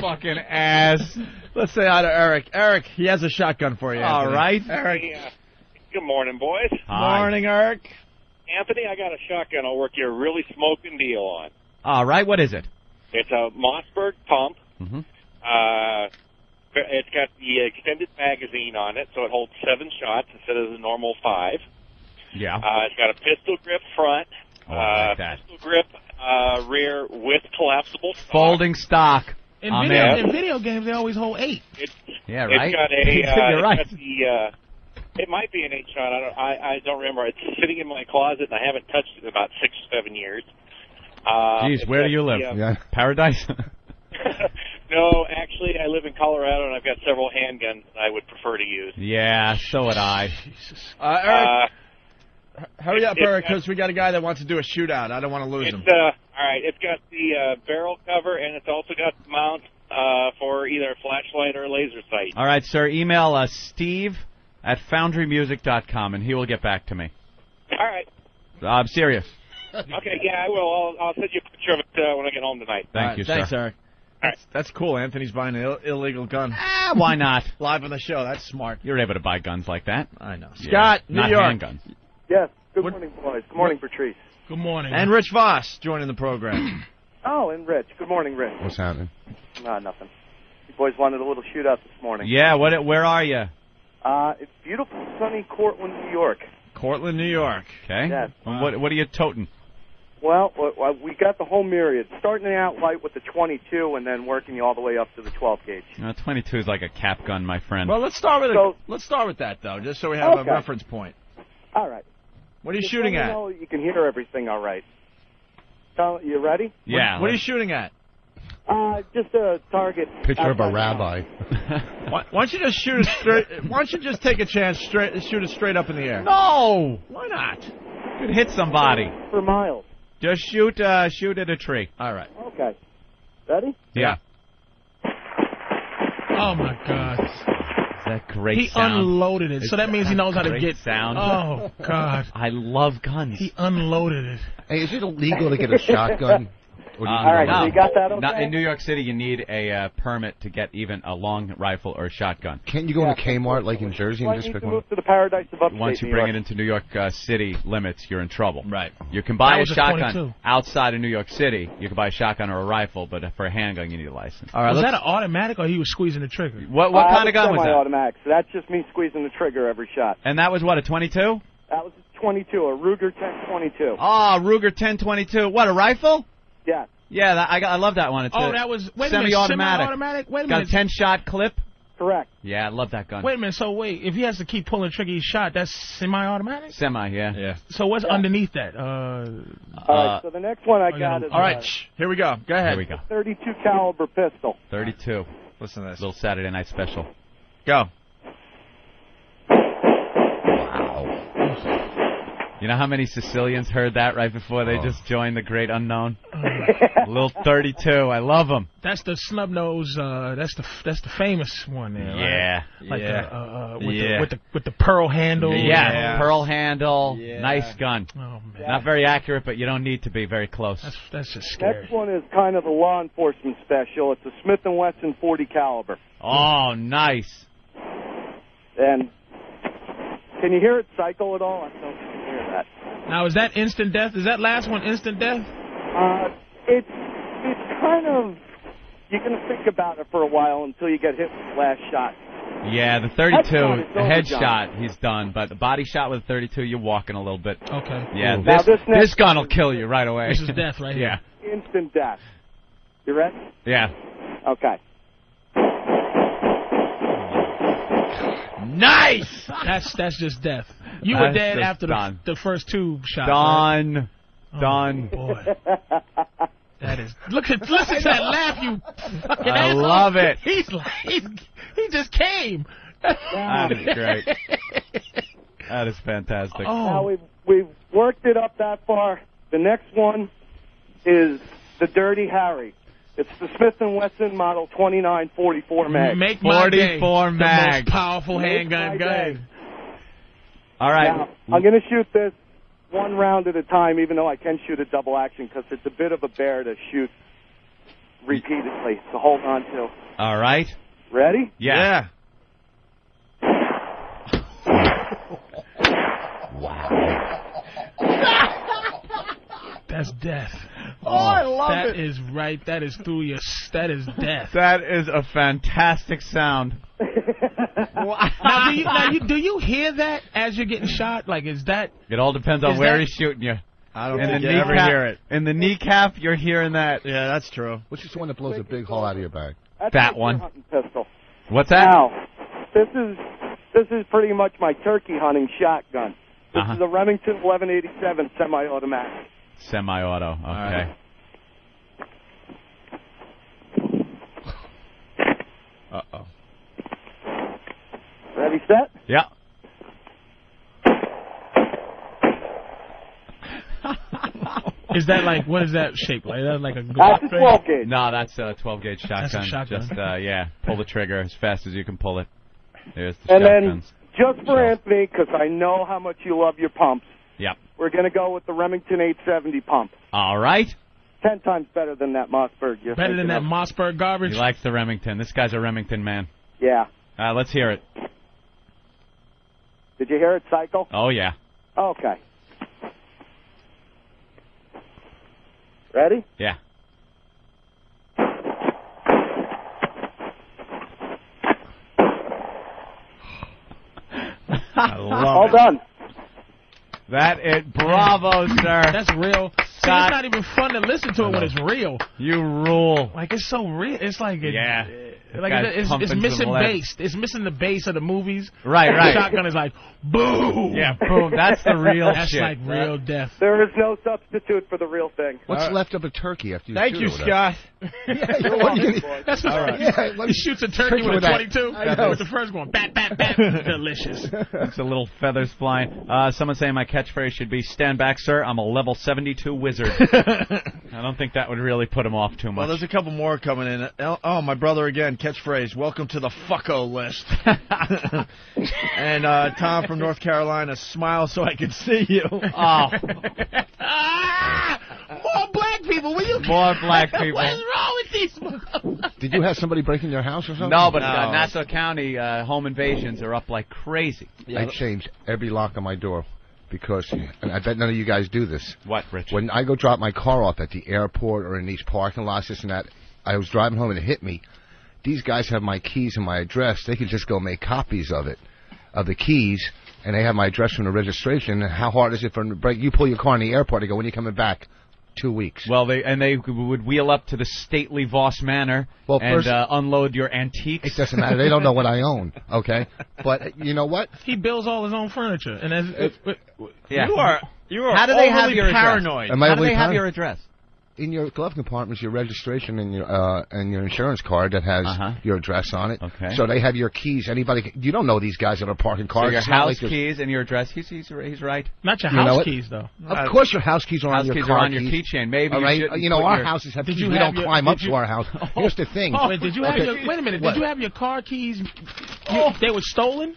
Speaker 1: fucking ass.
Speaker 2: Let's say hi to Eric. Eric, he has a shotgun for you.
Speaker 1: All
Speaker 2: Anthony.
Speaker 1: right.
Speaker 2: Eric.
Speaker 9: Good morning, boys.
Speaker 1: Hi.
Speaker 2: Morning, Eric.
Speaker 9: Anthony, I got a shotgun I'll work you a really smoking deal on.
Speaker 1: All right, what is it?
Speaker 6: Uh-huh.
Speaker 9: It's a Mossberg pump.
Speaker 1: Mhm.
Speaker 9: Uh, it's got the extended magazine on it, so it holds seven shots instead of the normal five.
Speaker 1: Yeah.
Speaker 9: Uh, it's got a pistol grip front,
Speaker 1: Oh, I like
Speaker 9: uh,
Speaker 1: that.
Speaker 9: pistol grip uh, rear with collapsible. stock.
Speaker 1: Folding stock.
Speaker 3: In
Speaker 1: I'm
Speaker 3: video,
Speaker 1: in.
Speaker 3: in video games, they always hold eight.
Speaker 9: It's,
Speaker 1: Yeah,
Speaker 9: it's
Speaker 1: right.
Speaker 9: got a. Uh,
Speaker 1: [LAUGHS] You're right.
Speaker 9: It's got the, uh, it might be an eight shot. I don't. I, I don't remember. It's sitting in my closet, and I haven't touched it in about six, seven years. Uh,
Speaker 1: Jeez,
Speaker 9: it's
Speaker 1: where do
Speaker 9: got
Speaker 1: you
Speaker 9: the,
Speaker 1: live?
Speaker 9: uh,
Speaker 7: Yeah.
Speaker 1: Paradise. [LAUGHS]
Speaker 9: no, actually, I live in Colorado, and I've got several handguns that I would prefer to use.
Speaker 1: yeah, so would I.
Speaker 2: Uh, Eric,
Speaker 9: Uh,
Speaker 2: hurry up,
Speaker 9: it-
Speaker 2: Eric, because we got a guy that wants to do a shootout. I don't want to lose
Speaker 9: it's
Speaker 2: him.
Speaker 9: uh, all right. It's got the uh, barrel cover, and it's also got the mount uh, for either a flashlight or a laser sight.
Speaker 1: All right, sir. Email us Steve at foundrymusic.com, and he will get back to me.
Speaker 9: All right.
Speaker 1: I'm serious.
Speaker 9: Okay. Yeah, I will. I'll, I'll send you a picture of it uh, when I get home tonight.
Speaker 2: All
Speaker 1: Thank
Speaker 2: right,
Speaker 1: you,
Speaker 2: thanks,
Speaker 1: sir.
Speaker 2: Eric. That's, that's cool. Anthony's buying an Ill- illegal gun
Speaker 1: Ah, why not?
Speaker 2: [LAUGHS] live on the show. That's smart.
Speaker 1: You're able to buy guns like that.
Speaker 2: I know.
Speaker 1: Yeah,
Speaker 2: Scott, New
Speaker 1: not
Speaker 2: York,
Speaker 1: handguns.
Speaker 10: Yes. Good
Speaker 2: What-
Speaker 10: morning, boys. Good morning, Patrice.
Speaker 3: Good morning.
Speaker 2: and Rich Voss joining the
Speaker 1: [CLEARS THROAT]
Speaker 2: program.
Speaker 10: Oh, and Rich. Good morning, Rich.
Speaker 7: What's happening?
Speaker 10: Nah, nothing. You boys wanted a little shootout this morning.
Speaker 1: Yeah. What? Where are you?
Speaker 9: Uh, it's beautiful, sunny Cortland, New York.
Speaker 2: Cortland, New York.
Speaker 1: Okay.
Speaker 9: Yes.
Speaker 1: And what what are you toting?
Speaker 9: Well, w- w- we got the whole myriad, starting out light with the 22, and then working you all the way up to the 12 gauge.
Speaker 1: No, 22 is like a cap gun, my friend.
Speaker 2: Well, let's start with
Speaker 9: So-
Speaker 2: let's start with that though, just so we have
Speaker 9: Okay.
Speaker 2: a reference point.
Speaker 9: All right.
Speaker 2: What are you
Speaker 9: Just
Speaker 2: shooting
Speaker 9: let me
Speaker 2: at?
Speaker 9: know you can hear everything all right. So, you ready?
Speaker 1: yeah.
Speaker 2: What, what are you shooting at?
Speaker 9: Uh, just a target.
Speaker 7: Picture of
Speaker 9: outside
Speaker 7: a
Speaker 9: the house.
Speaker 7: rabbi.
Speaker 2: [LAUGHS] Why, why don't you just shoot it straight? why don't you just take a chance, straight, shoot it straight up in the air?
Speaker 1: no,
Speaker 2: Why not?
Speaker 1: could hit somebody.
Speaker 9: For miles.
Speaker 1: Just shoot uh, shoot at a tree.
Speaker 2: All right.
Speaker 9: Okay. Ready?
Speaker 1: Yeah.
Speaker 3: Oh my God!
Speaker 1: Is that great
Speaker 3: He unloaded it, so that means he knows how to
Speaker 1: Great
Speaker 3: get.
Speaker 1: sound.
Speaker 3: Oh God!
Speaker 1: I love guns.
Speaker 3: He unloaded it.
Speaker 7: Hey, is it illegal to get a
Speaker 3: [LAUGHS]
Speaker 7: shotgun? Or do you
Speaker 1: Uh,
Speaker 9: All right,
Speaker 7: know?
Speaker 9: so you got that okay?
Speaker 1: Not- in New York City, you need a uh, permit to get even a long rifle or shotgun.
Speaker 7: Can't you go into Kmart like in Jersey
Speaker 9: Might
Speaker 7: and just
Speaker 9: need
Speaker 7: pick
Speaker 9: to
Speaker 7: one?
Speaker 9: move to the paradise of upstate
Speaker 1: Once you
Speaker 9: New
Speaker 1: bring
Speaker 9: York.
Speaker 1: it into New York uh, City limits, you're in trouble.
Speaker 2: Right.
Speaker 1: You can buy
Speaker 3: That
Speaker 1: a
Speaker 3: was a
Speaker 1: shotgun
Speaker 3: 22.
Speaker 1: outside of New York City. You can buy a shotgun or a rifle, but for a handgun, you need a license.
Speaker 2: All right.
Speaker 3: Was
Speaker 2: let's-
Speaker 3: that an automatic, or he was squeezing the trigger?
Speaker 1: What what
Speaker 9: Uh,
Speaker 1: kind of gun was that?
Speaker 9: Semi-automatic. So that's just me squeezing the trigger every shot.
Speaker 1: And that was what a 22?
Speaker 9: That was a 22, a Ruger 1022.
Speaker 1: Ah, Ruger 1022. What a rifle?
Speaker 9: Yeah.
Speaker 1: Yeah, that, I, got- I love that one. It's
Speaker 3: Oh,
Speaker 1: a
Speaker 3: that was wait a minute,
Speaker 1: semi-automatic.
Speaker 3: semi-automatic. Wait a
Speaker 1: Got a
Speaker 3: minute.
Speaker 1: 10 shot clip.
Speaker 9: Correct.
Speaker 1: Yeah, I love that gun.
Speaker 3: Wait a minute. So wait, if he has to keep pulling trigger each shot, that's semi-automatic.
Speaker 1: Semi, yeah.
Speaker 2: yeah.
Speaker 3: So what's underneath that? Uh, Oh,
Speaker 9: All right. so the next one I
Speaker 3: I
Speaker 9: got
Speaker 3: gotta-
Speaker 9: is uh,
Speaker 2: All right.
Speaker 9: a
Speaker 2: Shh, here we go. Go
Speaker 1: Oh, Here
Speaker 2: ahead.
Speaker 1: we go.
Speaker 9: 32 caliber pistol.
Speaker 1: 32.
Speaker 2: Listen to this.
Speaker 1: Little Saturday night special.
Speaker 2: Go.
Speaker 1: You know how many Sicilians heard that right before they
Speaker 7: Oh.
Speaker 1: just joined the
Speaker 2: [LAUGHS]
Speaker 1: great unknown? Little 32. I love them.
Speaker 3: that's the snub nose. Uh, that's the that's the famous one there. right?
Speaker 1: Yeah.
Speaker 3: Like
Speaker 2: Yeah.
Speaker 3: The, uh, uh, with,
Speaker 2: Yeah.
Speaker 3: the, with the with the pearl handle.
Speaker 1: Yeah.
Speaker 2: Yeah.
Speaker 1: Pearl handle.
Speaker 2: Yeah.
Speaker 1: Nice gun.
Speaker 3: Oh man,
Speaker 1: Not very accurate, but you don't need to be very close.
Speaker 3: that's that's just scary.
Speaker 9: Next one is kind of a law enforcement special. It's a Smith & Wesson 40 caliber.
Speaker 1: Oh, nice.
Speaker 9: And can you hear it cycle at all? I don't know if you can hear that.
Speaker 3: Now is that instant death? Is that last one instant death?
Speaker 9: Uh, it's it's kind of you're gonna think about it for a while until you get hit with the last shot.
Speaker 1: Yeah, the 32,
Speaker 9: Headshot is
Speaker 1: the
Speaker 9: over,
Speaker 1: headshot, he's done. But the body shot with 32, you're walking a little bit.
Speaker 3: Okay.
Speaker 1: Yeah,
Speaker 9: Now
Speaker 1: this,
Speaker 9: this next-
Speaker 1: gun will kill you right away.
Speaker 3: This is death right
Speaker 1: yeah,
Speaker 3: here.
Speaker 9: Instant death. You ready?
Speaker 1: [LAUGHS] yeah. [LAUGHS]
Speaker 9: Okay.
Speaker 2: Nice.
Speaker 3: [LAUGHS] That's that's just death. You were
Speaker 1: That's
Speaker 3: dead
Speaker 1: just
Speaker 3: after the,
Speaker 1: done.
Speaker 3: the first two shots. right?
Speaker 1: Done.
Speaker 3: Oh,
Speaker 1: Done.
Speaker 9: [LAUGHS]
Speaker 3: boy. That is. Look at listen to that laugh, you [LAUGHS] fucking
Speaker 1: I
Speaker 3: asshole.
Speaker 1: love it.
Speaker 3: He's like he's, he just came.
Speaker 1: That is great. That is
Speaker 9: [LAUGHS]
Speaker 1: fantastic.
Speaker 9: Now
Speaker 3: Oh,
Speaker 9: we've we've worked it up that far. The next one is the Dirty Harry. It's the Smith and Wesson Model 2944 mag.
Speaker 3: make my day.
Speaker 1: 44
Speaker 3: The
Speaker 1: mag.
Speaker 3: most powerful
Speaker 9: Make my
Speaker 3: handgun. Go
Speaker 9: day.
Speaker 3: ahead.
Speaker 1: All right.
Speaker 9: Now, I'm going to shoot this one round at a time, even though I can shoot a double action because it's a bit of a bear to shoot repeatedly. So hold on to.
Speaker 1: All right.
Speaker 9: Ready?
Speaker 1: Yeah.
Speaker 3: That's death.
Speaker 1: Oh, I love
Speaker 3: That is right. That is through your. s- That is death.
Speaker 1: That is a fantastic sound.
Speaker 3: [LAUGHS] now, do you, now you, do you hear that as you're getting shot? Like, is that
Speaker 1: It all depends on
Speaker 3: Is
Speaker 1: where
Speaker 3: that-
Speaker 1: he's shooting you.
Speaker 2: I don't
Speaker 1: In the
Speaker 2: think you ever
Speaker 1: kneecap,
Speaker 2: hear it.
Speaker 1: in the kneecap, you're hearing that.
Speaker 2: Yeah, that's true.
Speaker 7: Which is the one that blows a big hole out of your back?
Speaker 9: That's
Speaker 1: That
Speaker 9: my
Speaker 1: one.
Speaker 9: Hunting pistol.
Speaker 1: What's that?
Speaker 9: Now, this is this is pretty much my turkey hunting shotgun. This
Speaker 1: Uh-huh.
Speaker 9: is a Remington 1187 semi-automatic.
Speaker 1: Semi-auto. Okay.
Speaker 2: right. Uh oh.
Speaker 9: Ready, set?
Speaker 1: Yeah.
Speaker 3: is that like what is that shape like? Is that like a
Speaker 9: That's a
Speaker 3: Glock?
Speaker 9: 12 gauge.
Speaker 1: No, that's a 12 gauge shotgun.
Speaker 3: That's a shotgun.
Speaker 1: Just uh, yeah, pull the trigger as fast as you can pull it. There's the
Speaker 9: And then,
Speaker 1: shotguns.
Speaker 9: just for
Speaker 1: Yeah.
Speaker 9: Anthony, because I know how much you love your pumps,
Speaker 1: Yep.
Speaker 9: we're going to go with the Remington 870 pump.
Speaker 1: All right.
Speaker 9: Ten times better than that Mossberg. You're
Speaker 3: Better than
Speaker 9: thinking
Speaker 3: that
Speaker 9: of.
Speaker 3: Mossberg
Speaker 1: He
Speaker 3: garbage.
Speaker 1: likes the Remington. This guy's a Remington man.
Speaker 9: Yeah.
Speaker 1: Uh, let's hear it.
Speaker 9: Did you hear it cycle?
Speaker 1: Oh yeah.
Speaker 9: Okay.
Speaker 1: [LAUGHS]
Speaker 9: Ready?
Speaker 1: Yeah.
Speaker 2: I love
Speaker 9: All
Speaker 2: it.
Speaker 9: done.
Speaker 1: That it. Bravo, sir.
Speaker 3: That's real. See, it's
Speaker 1: Scott.
Speaker 3: not even fun to listen to it when it's real.
Speaker 1: You rule.
Speaker 3: Like it's so real. It's like it,
Speaker 1: Yeah.
Speaker 3: Like
Speaker 1: Guy's
Speaker 3: it's, it's,
Speaker 1: pumping
Speaker 3: missing
Speaker 1: some lead.
Speaker 3: bass. It's missing the bass of the movies.
Speaker 1: Right, right.
Speaker 3: Shotgun is like boom.
Speaker 1: Yeah, boom. That's the real
Speaker 3: That's
Speaker 1: shit.
Speaker 3: like real death.
Speaker 9: There is no substitute for the real thing.
Speaker 7: What's
Speaker 2: All right.
Speaker 1: [LAUGHS]
Speaker 7: left of a turkey after you
Speaker 2: Thank
Speaker 7: shoot
Speaker 2: you,
Speaker 7: it with
Speaker 2: Scott.
Speaker 7: that? Yeah, what are you gonna-
Speaker 3: That's what
Speaker 2: right.
Speaker 7: Yeah, let
Speaker 3: He
Speaker 7: me-
Speaker 3: shoots a turkey
Speaker 7: Tricky
Speaker 3: with
Speaker 7: with
Speaker 3: a
Speaker 7: that.
Speaker 3: 22.
Speaker 7: I know.
Speaker 3: With the first one, bat, bat,
Speaker 1: [LAUGHS]
Speaker 3: bat. Delicious.
Speaker 1: It's a little feathers flying. Uh, someone saying my catchphrase should be "Stand back, sir. I'm a level
Speaker 7: [LAUGHS]
Speaker 1: 72 wizard." I don't think that would really put him off too
Speaker 2: Well,
Speaker 1: much.
Speaker 2: there's a couple more coming in. El- Oh, my brother again. Catchphrase. Welcome to the fucko list. [LAUGHS] and uh, Tom from North Carolina. Smile so I can see you.
Speaker 1: oh,
Speaker 3: ah, [LAUGHS] more black people. Will you?
Speaker 1: more
Speaker 3: [LAUGHS]
Speaker 1: black people.
Speaker 3: What is wrong with these?
Speaker 1: [LAUGHS]
Speaker 3: mother-
Speaker 7: Did you have somebody breaking your house or something?
Speaker 1: No, but
Speaker 2: No.
Speaker 1: Uh, Nassau County uh, home invasions are up like crazy.
Speaker 7: I change every lock on my door because, and I bet none of you guys do this.
Speaker 1: What, Richard?
Speaker 7: When I go drop my car off at the airport or in these parking lots, this and that, I was driving home and it hit me. These guys have my keys and my address. They could just go make copies of it, of the keys, and they have my address from the registration. And how hard is it for them to break? You pull your car in the airport. They go, when are you coming back? Two weeks.
Speaker 1: Well, they and they would wheel up to the stately Voss Manor
Speaker 7: Well,
Speaker 1: and
Speaker 7: first-
Speaker 1: uh, unload your antiques.
Speaker 7: it doesn't matter. They don't know what I
Speaker 1: [LAUGHS]
Speaker 7: own. Okay, but you know what?
Speaker 3: He builds all his own furniture, and that's
Speaker 1: Yeah.
Speaker 2: You are. You are.
Speaker 1: How do they have
Speaker 2: overly
Speaker 1: your address?
Speaker 2: paranoid?
Speaker 7: Am I
Speaker 1: How do
Speaker 7: really
Speaker 1: they have
Speaker 7: paranoid?
Speaker 1: your address?
Speaker 7: in your glove compartment is your registration and your uh, and your insurance card that has
Speaker 1: Uh-huh.
Speaker 7: your address on it.
Speaker 1: Okay.
Speaker 7: So they have your keys. Anybody? can- You don't know these guys that are parking
Speaker 1: So
Speaker 7: cars.
Speaker 1: your
Speaker 7: It's not
Speaker 1: house
Speaker 7: like there's-
Speaker 1: keys and your address. He's he's he's right.
Speaker 3: not your
Speaker 7: You know
Speaker 3: house
Speaker 7: what?
Speaker 3: keys though.
Speaker 7: Of course, your house keys are
Speaker 1: House
Speaker 7: on your
Speaker 1: keys
Speaker 7: car
Speaker 1: are on your
Speaker 7: keys.
Speaker 1: keychain. Maybe
Speaker 7: All right.
Speaker 1: you, shouldn't
Speaker 7: You know
Speaker 1: put
Speaker 7: our
Speaker 1: your-
Speaker 7: houses have
Speaker 3: Did
Speaker 7: keys.
Speaker 3: you
Speaker 7: we
Speaker 3: have
Speaker 7: don't
Speaker 3: your-
Speaker 7: climb up
Speaker 3: did you-
Speaker 7: to our
Speaker 3: [LAUGHS]
Speaker 7: house. Here's the thing.
Speaker 3: Wait, did you have
Speaker 7: Okay.
Speaker 3: your? Wait a minute.
Speaker 7: What?
Speaker 3: Did you have your car keys? You, they were stolen.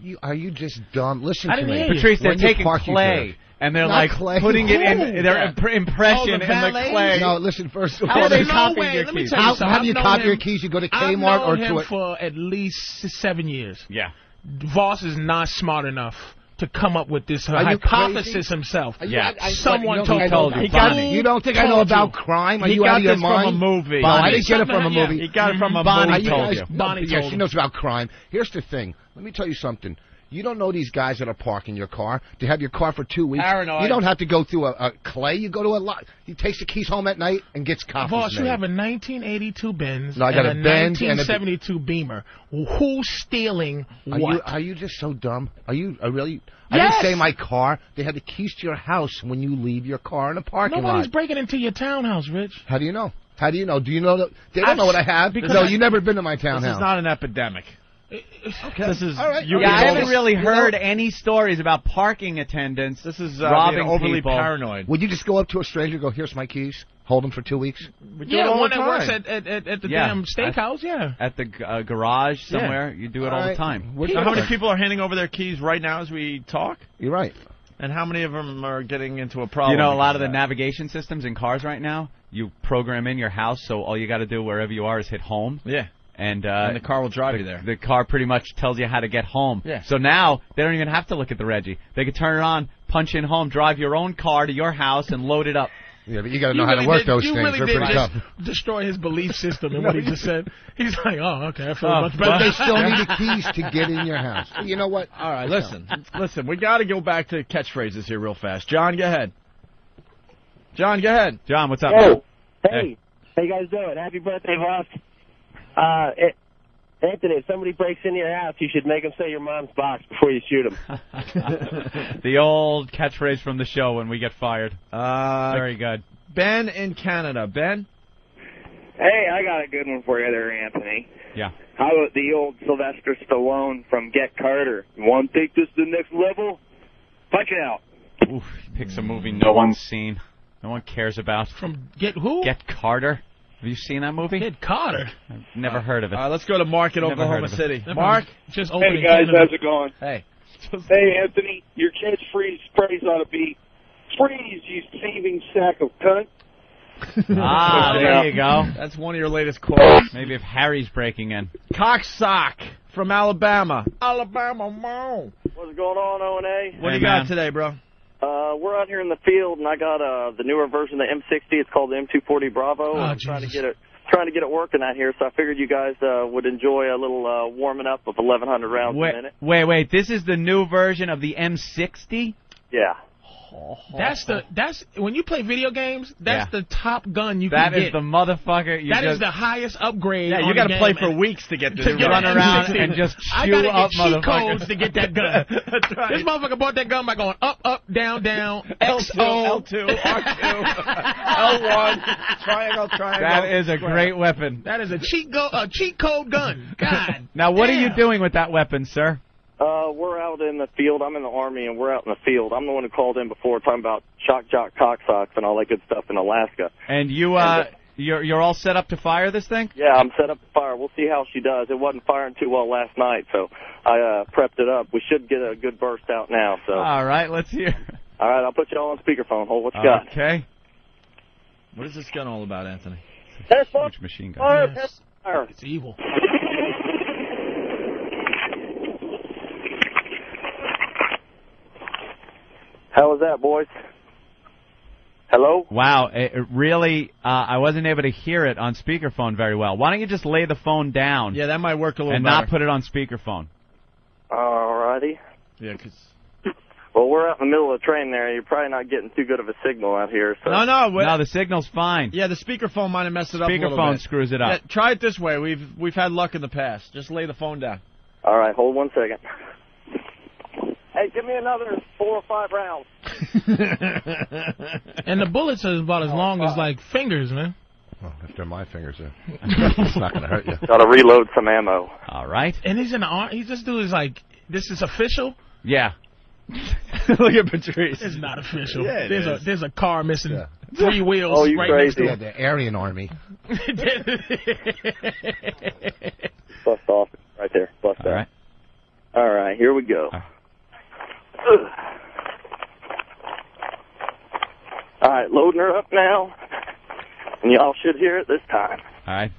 Speaker 7: You- are you just dumb? Listen
Speaker 3: I
Speaker 7: to
Speaker 3: didn't
Speaker 7: me.
Speaker 3: hear you.
Speaker 1: Patrice, they're
Speaker 7: When you
Speaker 1: taking
Speaker 7: park, you
Speaker 1: clay
Speaker 7: do.
Speaker 1: and they're
Speaker 7: Not
Speaker 1: like
Speaker 7: clay.
Speaker 1: putting it in
Speaker 3: Ooh.
Speaker 1: their
Speaker 3: Yeah.
Speaker 1: imp- impression
Speaker 3: Oh, the
Speaker 1: in the
Speaker 3: valets?
Speaker 1: clay.
Speaker 7: No, listen. First of
Speaker 1: How
Speaker 7: all,
Speaker 1: are they
Speaker 3: There's no
Speaker 1: copying
Speaker 3: way.
Speaker 1: your
Speaker 3: Let me
Speaker 1: keys?
Speaker 3: tell you
Speaker 7: how,
Speaker 3: something.
Speaker 7: how do you
Speaker 3: I've known
Speaker 7: copy your
Speaker 3: him-
Speaker 7: keys? You go to
Speaker 3: I've
Speaker 7: Kmart
Speaker 3: known
Speaker 7: or
Speaker 3: him
Speaker 7: to a,
Speaker 3: for at least s- seven years.
Speaker 1: Yeah.
Speaker 3: Voss is not smart enough to come up with this
Speaker 7: you
Speaker 3: hypothesis
Speaker 7: crazy?
Speaker 3: himself.
Speaker 7: Are you-
Speaker 1: Yeah.
Speaker 7: I- I-
Speaker 3: Someone
Speaker 7: you don't think
Speaker 1: told
Speaker 7: I know-
Speaker 1: you,
Speaker 7: He got-
Speaker 1: Bonnie.
Speaker 7: You don't think I know
Speaker 3: Told
Speaker 7: about
Speaker 3: you.
Speaker 7: crime? Are
Speaker 2: He
Speaker 7: you
Speaker 2: got
Speaker 7: out of your
Speaker 2: this from a
Speaker 7: mind?
Speaker 2: movie.
Speaker 7: Well, I
Speaker 2: Bonnie.
Speaker 7: didn't get it from a
Speaker 3: Yeah.
Speaker 7: movie.
Speaker 2: He got it from a
Speaker 1: Bonnie
Speaker 7: Are
Speaker 2: movie.
Speaker 7: you
Speaker 1: told
Speaker 7: guys-
Speaker 1: you.
Speaker 7: No,
Speaker 3: Bonnie
Speaker 7: yes,
Speaker 3: told
Speaker 7: she
Speaker 3: him.
Speaker 7: knows about crime. Here's the thing. Let me tell you something. You don't know these guys that are parking your car. They have your car for two weeks.
Speaker 1: Paranoid.
Speaker 7: You don't have to go through a, a clay. You go to a lot. He takes the keys home at night and gets copies.
Speaker 3: Voss, you
Speaker 7: made.
Speaker 3: have a 1982 Benz
Speaker 7: No, I got
Speaker 3: and
Speaker 7: a
Speaker 3: a,
Speaker 7: Benz and a-
Speaker 3: 1972 Beamer. Who's stealing
Speaker 7: Are
Speaker 3: what?
Speaker 7: you are you just so dumb? Are you are really?
Speaker 3: Yes!
Speaker 7: I didn't say my car. They have the keys to your house when you leave your car in a parking
Speaker 3: Nobody's
Speaker 7: lot.
Speaker 3: breaking into your townhouse, Rich.
Speaker 7: How do you know? How do you know? Do you know that they don't
Speaker 3: I've
Speaker 7: know what I
Speaker 3: s-
Speaker 7: have?
Speaker 3: because
Speaker 7: no,
Speaker 3: I-
Speaker 7: you never been to my
Speaker 2: This
Speaker 7: townhouse.
Speaker 2: is
Speaker 3: uh,
Speaker 2: not an epidemic. This is
Speaker 7: All right.
Speaker 2: you
Speaker 1: Yeah,
Speaker 2: being
Speaker 1: I haven't
Speaker 2: over-
Speaker 1: really
Speaker 7: you know-
Speaker 1: heard any stories about parking attendants.
Speaker 2: This is uh,
Speaker 1: robbing
Speaker 2: being overly
Speaker 1: people.
Speaker 2: paranoid.
Speaker 7: Would you just go up to a stranger, and go, "Here's my keys. Hold them for two weeks."
Speaker 2: We do it
Speaker 3: Yeah,
Speaker 2: all
Speaker 3: one
Speaker 2: the
Speaker 3: that works
Speaker 2: time.
Speaker 3: at, at, at, at the
Speaker 1: Yeah.
Speaker 3: damn steakhouse, yeah.
Speaker 1: At the g- uh, garage somewhere, you do it all the
Speaker 7: right.
Speaker 1: time.
Speaker 7: We're
Speaker 2: How many
Speaker 7: different.
Speaker 2: people are handing over their keys right now as we talk?
Speaker 7: You're right.
Speaker 2: And how many of them are getting into a problem?
Speaker 1: You know, a lot of the
Speaker 2: because
Speaker 1: navigation systems in cars right now, you program in your house, so all you got to do wherever you are is hit home,
Speaker 2: that? Yeah,
Speaker 1: and, uh,
Speaker 2: and the car will drive you there.
Speaker 1: the car pretty much tells you how to get home.
Speaker 2: Yeah.
Speaker 1: So now they don't even have to look at the Reggie. They could turn it on, punch in home, drive your own car to your house, and load it up.
Speaker 7: Yeah, but you got to
Speaker 3: You
Speaker 7: know how
Speaker 3: really
Speaker 7: to work
Speaker 3: did-
Speaker 7: those
Speaker 3: you
Speaker 7: things.
Speaker 3: really
Speaker 7: They're
Speaker 3: did
Speaker 7: pretty
Speaker 3: just
Speaker 7: tough.
Speaker 3: destroy his belief
Speaker 7: [LAUGHS]
Speaker 3: system and what he just said. He's like, oh, okay, I feel
Speaker 1: Oh,
Speaker 3: much better.
Speaker 1: [LAUGHS]
Speaker 7: But they still need
Speaker 3: [LAUGHS]
Speaker 7: the keys to get in your house. You know what?
Speaker 2: All right, listen, listen. We got to go back to catchphrases here real fast. John, go ahead. John, go ahead.
Speaker 1: John, what's up? man?
Speaker 5: Oh, hey. How you guys doing? Happy birthday, boss. Uh, it, Anthony, if somebody breaks into your house, you should make them say your mom's box before you shoot them.
Speaker 1: the old catchphrase from the show when we get fired.
Speaker 2: Uh,
Speaker 1: Very good.
Speaker 2: Ben in Canada. Ben,
Speaker 5: Hey, I got a good one for you there, Anthony.
Speaker 1: Yeah.
Speaker 5: How about the old Sylvester Stallone from Get Carter? You want to take this to the next level? Punch it out.
Speaker 1: Oof, picks a movie no one's seen, no one cares about.
Speaker 3: From Get Who?
Speaker 1: Get Carter. Have you seen that movie?
Speaker 3: Get Carter.
Speaker 1: Never heard of it.
Speaker 2: all right, Uh, let's go to Mark in
Speaker 1: Never heard
Speaker 2: Oklahoma
Speaker 1: of it.
Speaker 2: City.
Speaker 3: That
Speaker 2: Mark,
Speaker 3: was Just
Speaker 4: Hey
Speaker 3: opening
Speaker 4: guys,
Speaker 3: Canada.
Speaker 4: how's it going?
Speaker 2: hey,
Speaker 4: Hey Anthony, your kids freeze praise ought to be freeze, you saving sack of cunt.
Speaker 1: ah, there you go.
Speaker 2: that's one of your latest quotes.
Speaker 1: Maybe if Harry's breaking in.
Speaker 2: Cocksock from Alabama. [LAUGHS] Alabama, mom.
Speaker 5: What's going on, O and A?
Speaker 2: What
Speaker 1: Hey,
Speaker 2: do you got
Speaker 1: man.
Speaker 2: today, bro?
Speaker 5: Uh, we're out here in the field, and I got uh, the newer version of the M60. It's called the M240 Bravo.
Speaker 3: Oh,
Speaker 5: I'm trying to
Speaker 3: Jesus.
Speaker 5: get it trying to get it working out here, so I figured you guys uh, would enjoy a little uh, warming up of 1,100 rounds
Speaker 1: Wait,
Speaker 5: a minute.
Speaker 1: wait, wait. This is the new version of the M60.
Speaker 5: Yeah.
Speaker 3: That's the that's when you play video games. That's the top gun you
Speaker 1: That
Speaker 3: can
Speaker 1: is
Speaker 3: get.
Speaker 1: the motherfucker. You
Speaker 3: That is
Speaker 1: just,
Speaker 3: the highest upgrade.
Speaker 2: Yeah,
Speaker 3: on
Speaker 2: you
Speaker 3: got to
Speaker 2: play for weeks to get this.
Speaker 3: To get
Speaker 2: right.
Speaker 1: run
Speaker 3: an [LAUGHS]
Speaker 1: around
Speaker 3: M16.
Speaker 1: and just
Speaker 3: I
Speaker 1: chew
Speaker 3: gotta get
Speaker 1: up
Speaker 3: cheat
Speaker 1: motherfuckers.
Speaker 3: codes to get
Speaker 2: [LAUGHS]
Speaker 3: that
Speaker 2: Uh,
Speaker 3: gun.
Speaker 2: That's right.
Speaker 3: This motherfucker bought that gun by going up, up, down, down,
Speaker 2: L2,
Speaker 3: XO.
Speaker 2: L2, R2, L1, triangle,
Speaker 1: That
Speaker 2: triangle.
Speaker 1: is a great weapon.
Speaker 3: That is a cheat go a cheat code gun. God.
Speaker 1: Now, what are you
Speaker 3: damn.
Speaker 1: doing with that weapon, sir?
Speaker 5: Uh, we're out in the field. I'm in the army, and we're out in the field. I'm the one who called in before talking about shock jock cock socks and all that good stuff in Alaska.
Speaker 1: And you, uh, you're you're all set up to fire this thing?
Speaker 5: Yeah, I'm set up to fire. We'll see how she does. It wasn't firing too well last night, so I uh, prepped it up. We should get a good burst out now. So,
Speaker 2: Uh,
Speaker 1: All right, let's hear.
Speaker 5: all right, I'll put you all on speakerphone. Hold what you
Speaker 2: uh,
Speaker 5: got.
Speaker 1: Okay.
Speaker 2: What is this gun all about, Anthony?
Speaker 5: That's
Speaker 1: Huge machine gun.
Speaker 5: fire.
Speaker 3: It's evil.
Speaker 5: How was that, boys? Hello?
Speaker 1: Wow, it it really. Uh, I wasn't able to hear it on speakerphone very well. Why don't you just lay the phone down
Speaker 2: Yeah, that might work a little
Speaker 1: and
Speaker 2: better.
Speaker 1: not put it on speakerphone?
Speaker 5: All righty.
Speaker 2: yeah, 'cause-
Speaker 5: [LAUGHS] Well, we're out in the middle of the train there. You're probably not getting too good of a signal out here. So.
Speaker 2: no, no, we-
Speaker 1: No, the signal's fine.
Speaker 2: yeah, the speakerphone might have messed it up a little
Speaker 1: Speakerphone
Speaker 2: bit.
Speaker 1: screws it up.
Speaker 2: Yeah, try it this way. We've we've had luck in the past. Just lay the phone down.
Speaker 5: All right, hold one second. Hey, give me another four or five
Speaker 1: [LAUGHS]
Speaker 5: rounds.
Speaker 3: And the bullets are about
Speaker 9: Oh,
Speaker 3: as long as like fingers, man.
Speaker 7: Well, if they're my fingers, uh, it's not going to hurt you.
Speaker 5: Gotta reload some ammo.
Speaker 1: All right.
Speaker 3: And he's in the arm. He's this dude is like, this is
Speaker 1: [LAUGHS]
Speaker 3: official.
Speaker 1: Yeah.
Speaker 2: Look at Patrice.
Speaker 3: It's not official.
Speaker 2: Yeah, it
Speaker 3: there's
Speaker 2: is.
Speaker 3: a there's a car missing
Speaker 7: Yeah.
Speaker 3: three wheels
Speaker 5: Oh, you
Speaker 3: right
Speaker 7: Yeah,
Speaker 5: Yeah.
Speaker 1: [LAUGHS]
Speaker 7: the Aryan army.
Speaker 3: next to it.
Speaker 5: Bust off. Right there. Bust
Speaker 1: All right.
Speaker 5: All right, here we go.
Speaker 1: All right.
Speaker 5: All right, loading her up now. And y'all should hear it this time.
Speaker 1: All right.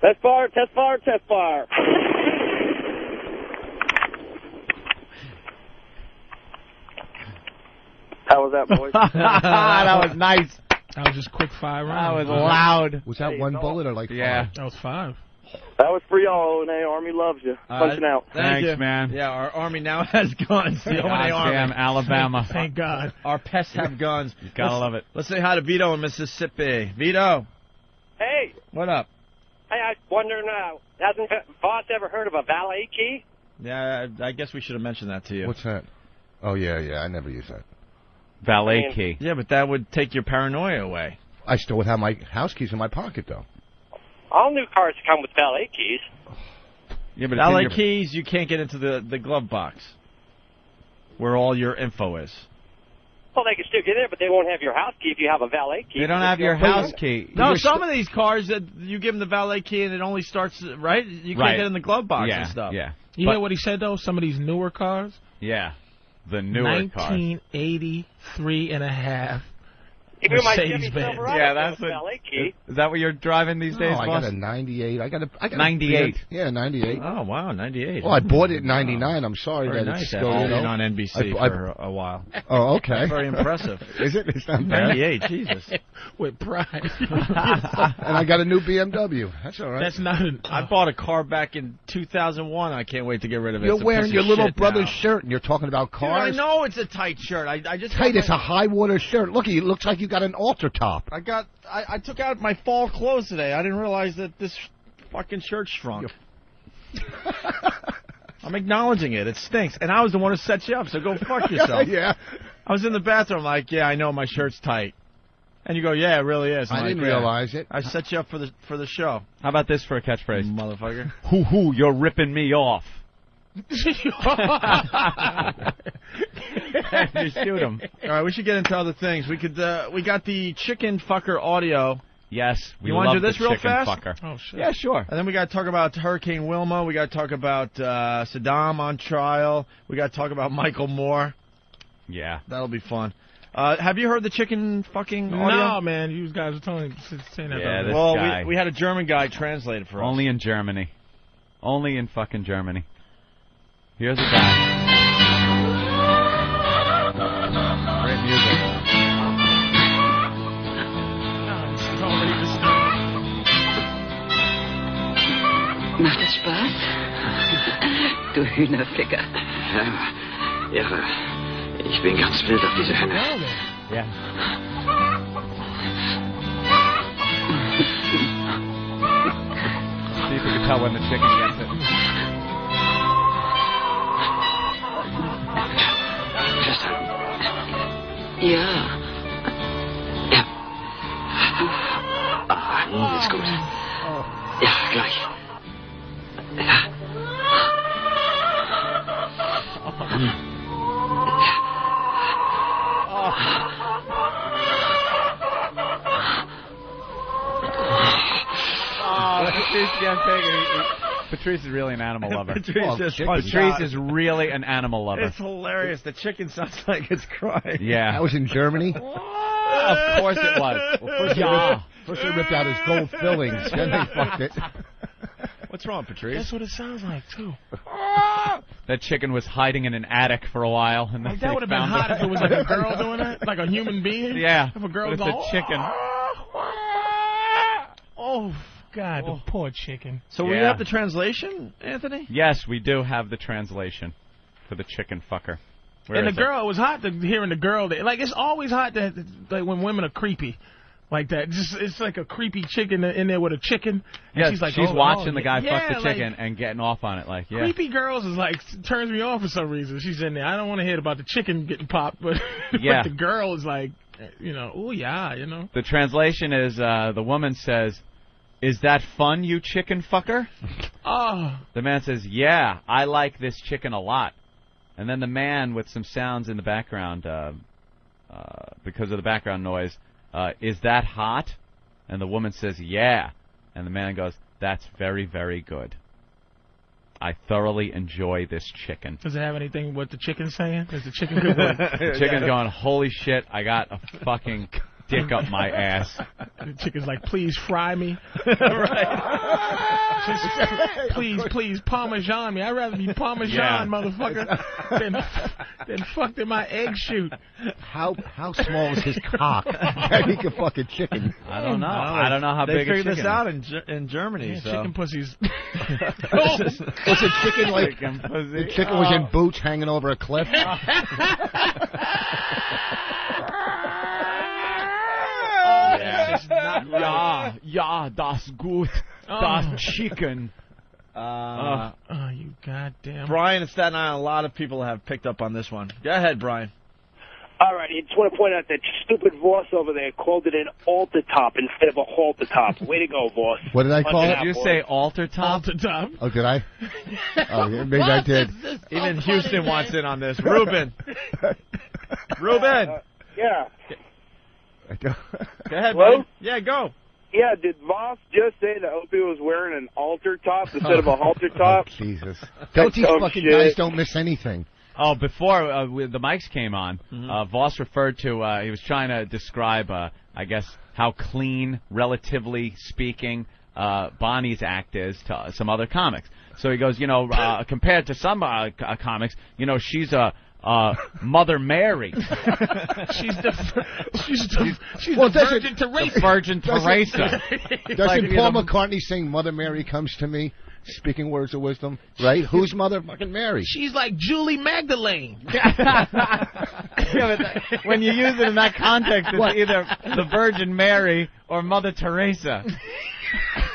Speaker 5: Test fire, test fire, test fire. How was that,
Speaker 1: [LAUGHS]
Speaker 5: boys?
Speaker 1: that was nice.
Speaker 3: That was just quick fire
Speaker 1: That
Speaker 3: rounds.
Speaker 1: was loud.
Speaker 7: Was that one bullet or like
Speaker 1: Yeah.
Speaker 3: That was five.
Speaker 5: that was for y'all, and the Army loves you. Punching out.
Speaker 2: Thank
Speaker 1: Thanks,
Speaker 2: you.
Speaker 1: man.
Speaker 2: Yeah, our army
Speaker 7: [LAUGHS]
Speaker 2: now has guns. The O&A army. [LAUGHS]
Speaker 1: Goddamn Alabama.
Speaker 3: Thank God.
Speaker 2: Our pests have guns.
Speaker 1: [LAUGHS] Gotta
Speaker 2: let's,
Speaker 1: love it.
Speaker 2: Let's say hi to Vito in Mississippi. Vito,
Speaker 9: Hey,
Speaker 2: what up?
Speaker 9: hey, I was wondering, uh, hasn't Boss ever heard of a valet key?
Speaker 2: Yeah, I, I guess we should have mentioned that to you.
Speaker 7: What's that? Oh yeah, yeah. I never use that.
Speaker 1: Valet key.
Speaker 2: yeah, but that would take your paranoia away.
Speaker 7: I still would have my house keys in my pocket though.
Speaker 9: All new cars come with valet keys.
Speaker 1: Yeah, but it's in
Speaker 2: Valet
Speaker 1: your-
Speaker 2: keys, you can't get into the, the glove box where all your info is.
Speaker 9: Well, they can still get in, but they won't have your house key if you have a valet key.
Speaker 1: They don't have your house key.
Speaker 2: No,
Speaker 1: You're
Speaker 2: some of
Speaker 1: st-
Speaker 2: these cars that you give them the valet key and it only starts right. You can't
Speaker 1: Right.
Speaker 2: get in the glove box
Speaker 1: yeah,
Speaker 2: and stuff.
Speaker 1: Yeah.
Speaker 3: You
Speaker 1: But-
Speaker 3: hear what he said though? Some of these newer cars,
Speaker 1: Yeah. The newer cars.
Speaker 3: 1983 and a half.
Speaker 9: Even my
Speaker 3: Mercedes
Speaker 9: Chevy
Speaker 3: Benz.
Speaker 9: Silverado
Speaker 1: Yeah,
Speaker 9: has
Speaker 1: that's
Speaker 9: a
Speaker 1: what-
Speaker 9: valet key.
Speaker 1: Is that what you're driving these
Speaker 7: No,
Speaker 1: days,
Speaker 7: I
Speaker 1: boss?
Speaker 7: got a 98. I got a. I got a
Speaker 1: 98.
Speaker 7: Fiat- yeah,
Speaker 3: [LAUGHS]
Speaker 1: [LAUGHS]
Speaker 7: 98.
Speaker 2: Oh wow, 98.
Speaker 7: Well, I bought it in 99. I'm sorry
Speaker 2: Very
Speaker 7: that
Speaker 2: nice.
Speaker 7: it's still
Speaker 2: Al
Speaker 7: you know-
Speaker 2: been on NBC
Speaker 7: I- I-
Speaker 2: for a while.
Speaker 7: Oh, okay.
Speaker 2: Very impressive.
Speaker 7: [LAUGHS] Is it? It's not bad.
Speaker 2: 98, Jesus.
Speaker 3: [LAUGHS] with pride.
Speaker 7: [LAUGHS]
Speaker 3: [LAUGHS]
Speaker 7: and I got a new BMW. That's all right.
Speaker 3: That's not an.
Speaker 2: I bought a car back in 2001. I can't wait to get rid of it.
Speaker 7: you're
Speaker 2: It's a piece
Speaker 7: wearing
Speaker 2: of
Speaker 7: your little
Speaker 2: shit
Speaker 7: brother's
Speaker 2: now.
Speaker 7: shirt, and you're talking about
Speaker 2: Dude,
Speaker 7: cars.
Speaker 2: I know it's a tight shirt. I, I just
Speaker 7: Tight,
Speaker 2: got
Speaker 7: it's
Speaker 2: my-
Speaker 7: a high water shirt. Look, it looks like you got an altar top.
Speaker 2: I got. I, I took out my fall clothes today. I didn't realize that this fucking shirt shrunk. [LAUGHS] I'm acknowledging it. It stinks, and I was the one who set you up. So go [LAUGHS] fuck yourself.
Speaker 7: yeah.
Speaker 2: I was in the bathroom, like, yeah, I know my shirt's tight, and you go, yeah, it really is. I'm
Speaker 7: I
Speaker 2: like,
Speaker 7: didn't
Speaker 2: "Yeah."
Speaker 7: realize it.
Speaker 2: I set you up for the for the show,
Speaker 1: How about this for a catchphrase?
Speaker 2: motherfucker.
Speaker 1: Hoo hoo, [LAUGHS] you're ripping me
Speaker 2: [LAUGHS]
Speaker 1: off. you shoot him.
Speaker 2: All right, we should get into other things. We could. Uh, we got the chicken fucker audio,
Speaker 1: Yes, we
Speaker 2: You wanna
Speaker 1: love
Speaker 2: do this
Speaker 1: the
Speaker 2: real
Speaker 1: chicken
Speaker 2: fast?
Speaker 1: fucker.
Speaker 3: oh shit.
Speaker 1: Yeah, sure.
Speaker 2: and then we got to talk about Hurricane Wilma. We got to talk about uh, Saddam on trial. We got to talk about Michael Moore.
Speaker 1: Yeah.
Speaker 2: That'll be fun. Uh, have you heard the chicken fucking
Speaker 3: No,
Speaker 2: audio?
Speaker 3: man, you guys were telling saying that.
Speaker 1: Yeah,
Speaker 3: about me.
Speaker 1: this
Speaker 2: Well,
Speaker 1: guy.
Speaker 2: we, we had a German guy translate it for us.
Speaker 1: Only in Germany. Only in fucking Germany. Here's a guy.
Speaker 11: was? Du Hühnerficker.
Speaker 12: Ja, irre. Ich bin ganz wild auf diese Henne.
Speaker 1: Ja. See if you can tell when the chicken gets it.
Speaker 11: Ja.
Speaker 12: Ah, nun ist gut. Ja, gleich.
Speaker 3: Uh,
Speaker 1: [LAUGHS] Oh, Patrice Gianfega, he- he- Patrice is really an animal
Speaker 3: [LAUGHS]
Speaker 1: lover.
Speaker 2: Patrice just
Speaker 1: Patrice
Speaker 2: punched out.
Speaker 1: is really an animal lover.
Speaker 2: It's hilarious. The chicken sounds [LAUGHS] like it's crying.
Speaker 1: Yeah. That
Speaker 7: was in Germany.
Speaker 1: of course it was.
Speaker 7: First, they ripped, first they ripped out his gold fillings, then they
Speaker 3: [LAUGHS]
Speaker 7: fucked it.
Speaker 2: What's wrong, Patrice?
Speaker 3: That's what it sounds like too.
Speaker 1: That chicken was hiding in an attic for a while, and then
Speaker 3: Like, that
Speaker 1: they
Speaker 3: would have been
Speaker 1: found
Speaker 3: hot
Speaker 1: it.
Speaker 3: if it was like a girl doing that, like a human being.
Speaker 1: [LAUGHS] Yeah,
Speaker 3: If a girl
Speaker 1: but it's
Speaker 3: go,
Speaker 1: a chicken.
Speaker 3: Oh God, the poor chicken.
Speaker 2: So we have the translation, Anthony.
Speaker 1: Yes, we do have the translation for the chicken fucker. Where
Speaker 3: and the
Speaker 1: is it?
Speaker 3: girl, it was hot to hearing the girl. That, like it's always hot that like when women are creepy, like that. Just it's like a creepy chicken in there with a chicken. And
Speaker 1: Yeah,
Speaker 3: she's
Speaker 1: she's,
Speaker 3: like oh,
Speaker 1: watching
Speaker 3: oh,
Speaker 1: the guy
Speaker 3: yeah,
Speaker 1: fuck the
Speaker 3: like,
Speaker 1: chicken and getting off on it. Like, yeah,
Speaker 3: Creepy girls is like turns me off for some reason. She's in there. I don't want to hear about the chicken getting popped, but [LAUGHS]
Speaker 1: Yeah.
Speaker 3: but the girl is like, you know, oh yeah, you know.
Speaker 1: The translation is uh, the woman says, "Is that fun, you chicken fucker?"
Speaker 3: Oh,
Speaker 1: The man says, "Yeah, I like this chicken a lot." And then the man, with some sounds in the background, uh, uh, because of the background noise, uh, is that hot? And the woman says, "Yeah." And the man goes, "That's very, very good. I thoroughly enjoy this
Speaker 3: [LAUGHS]
Speaker 1: chicken."
Speaker 3: does it have anything with the chicken saying? Is the chicken
Speaker 1: [LAUGHS]
Speaker 3: good?
Speaker 1: The chicken's going, "Holy shit! I got a fucking dick up my ass."
Speaker 3: The [LAUGHS] chicken's like, please fry
Speaker 2: [LAUGHS]
Speaker 3: me. Just, [LAUGHS] please, please parmesan me. I'd rather be parmesan,
Speaker 7: Yeah.
Speaker 2: [LAUGHS]
Speaker 3: motherfucker, than than fucked in my egg shoot.
Speaker 7: How how small is his cock [LAUGHS] that he can fuck a chicken?
Speaker 1: I don't know. I don't know how
Speaker 2: they
Speaker 1: big a
Speaker 2: figured this
Speaker 1: chicken
Speaker 2: out in Ger- in Germany.
Speaker 3: Yeah,
Speaker 2: so. [LAUGHS]
Speaker 3: Chicken pussies.
Speaker 7: Was the chicken like the chicken was
Speaker 2: Oh.
Speaker 7: in boots hanging over a cliff?
Speaker 1: Yeah. ja, Ah, ja, das
Speaker 3: [LAUGHS]
Speaker 1: gut, das
Speaker 3: Oh.
Speaker 1: chicken.
Speaker 2: Uh,
Speaker 3: oh, you goddamn.
Speaker 2: Brian in Staten Island. A lot of people have picked up on this one. Go ahead, Brian.
Speaker 5: All right, I just want to point out that stupid Voss over there called it an altar top instead of a halter top. Way to go, Voss.
Speaker 7: What did I call
Speaker 5: Punch
Speaker 7: it?
Speaker 5: out,
Speaker 1: Did you
Speaker 5: boy.
Speaker 1: say altar top?
Speaker 3: Alter Tom.
Speaker 7: Oh, did I? Oh, yeah, maybe I did.
Speaker 2: Even Houston wants in on this. Ruben.
Speaker 3: [LAUGHS]
Speaker 2: Ruben.
Speaker 13: Yeah.
Speaker 7: I don't-
Speaker 2: Go ahead,
Speaker 13: Hello?
Speaker 2: buddy. Yeah, go.
Speaker 13: Yeah, did Voss just say that Opie was wearing an altar top instead of a halter top?
Speaker 7: Oh, Jesus. Don't these
Speaker 13: Oh,
Speaker 7: fucking
Speaker 13: shit.
Speaker 7: guys don't miss anything.
Speaker 1: Oh, before uh, we, the mics came on, uh, Voss referred to, uh, he was trying to describe, uh, I guess, how clean, relatively speaking, uh, Bonnie's act is to uh, some other comics. So he goes, you know, uh, compared to some uh, c- uh, comics, you know, she's a uh, Mother Mary,
Speaker 3: She's the
Speaker 1: [LAUGHS]
Speaker 3: she's the
Speaker 7: [LAUGHS]
Speaker 3: she's
Speaker 7: Well,
Speaker 3: the
Speaker 7: doesn't-
Speaker 3: virgin to
Speaker 7: [LAUGHS]
Speaker 3: race.
Speaker 1: Virgin
Speaker 7: Doesn't-
Speaker 1: Teresa.
Speaker 7: [LAUGHS] Doesn't
Speaker 1: you
Speaker 7: Paul
Speaker 1: know-
Speaker 7: McCartney sing Mother Mary Comes to Me? Speaking words of wisdom, right? Who's Mother fucking Mary?
Speaker 3: She's like
Speaker 2: [LAUGHS]
Speaker 3: Julie Magdalene.
Speaker 1: Yeah, but that- [LAUGHS] when you use it in that context, it's either the Virgin Mary or Mother Teresa.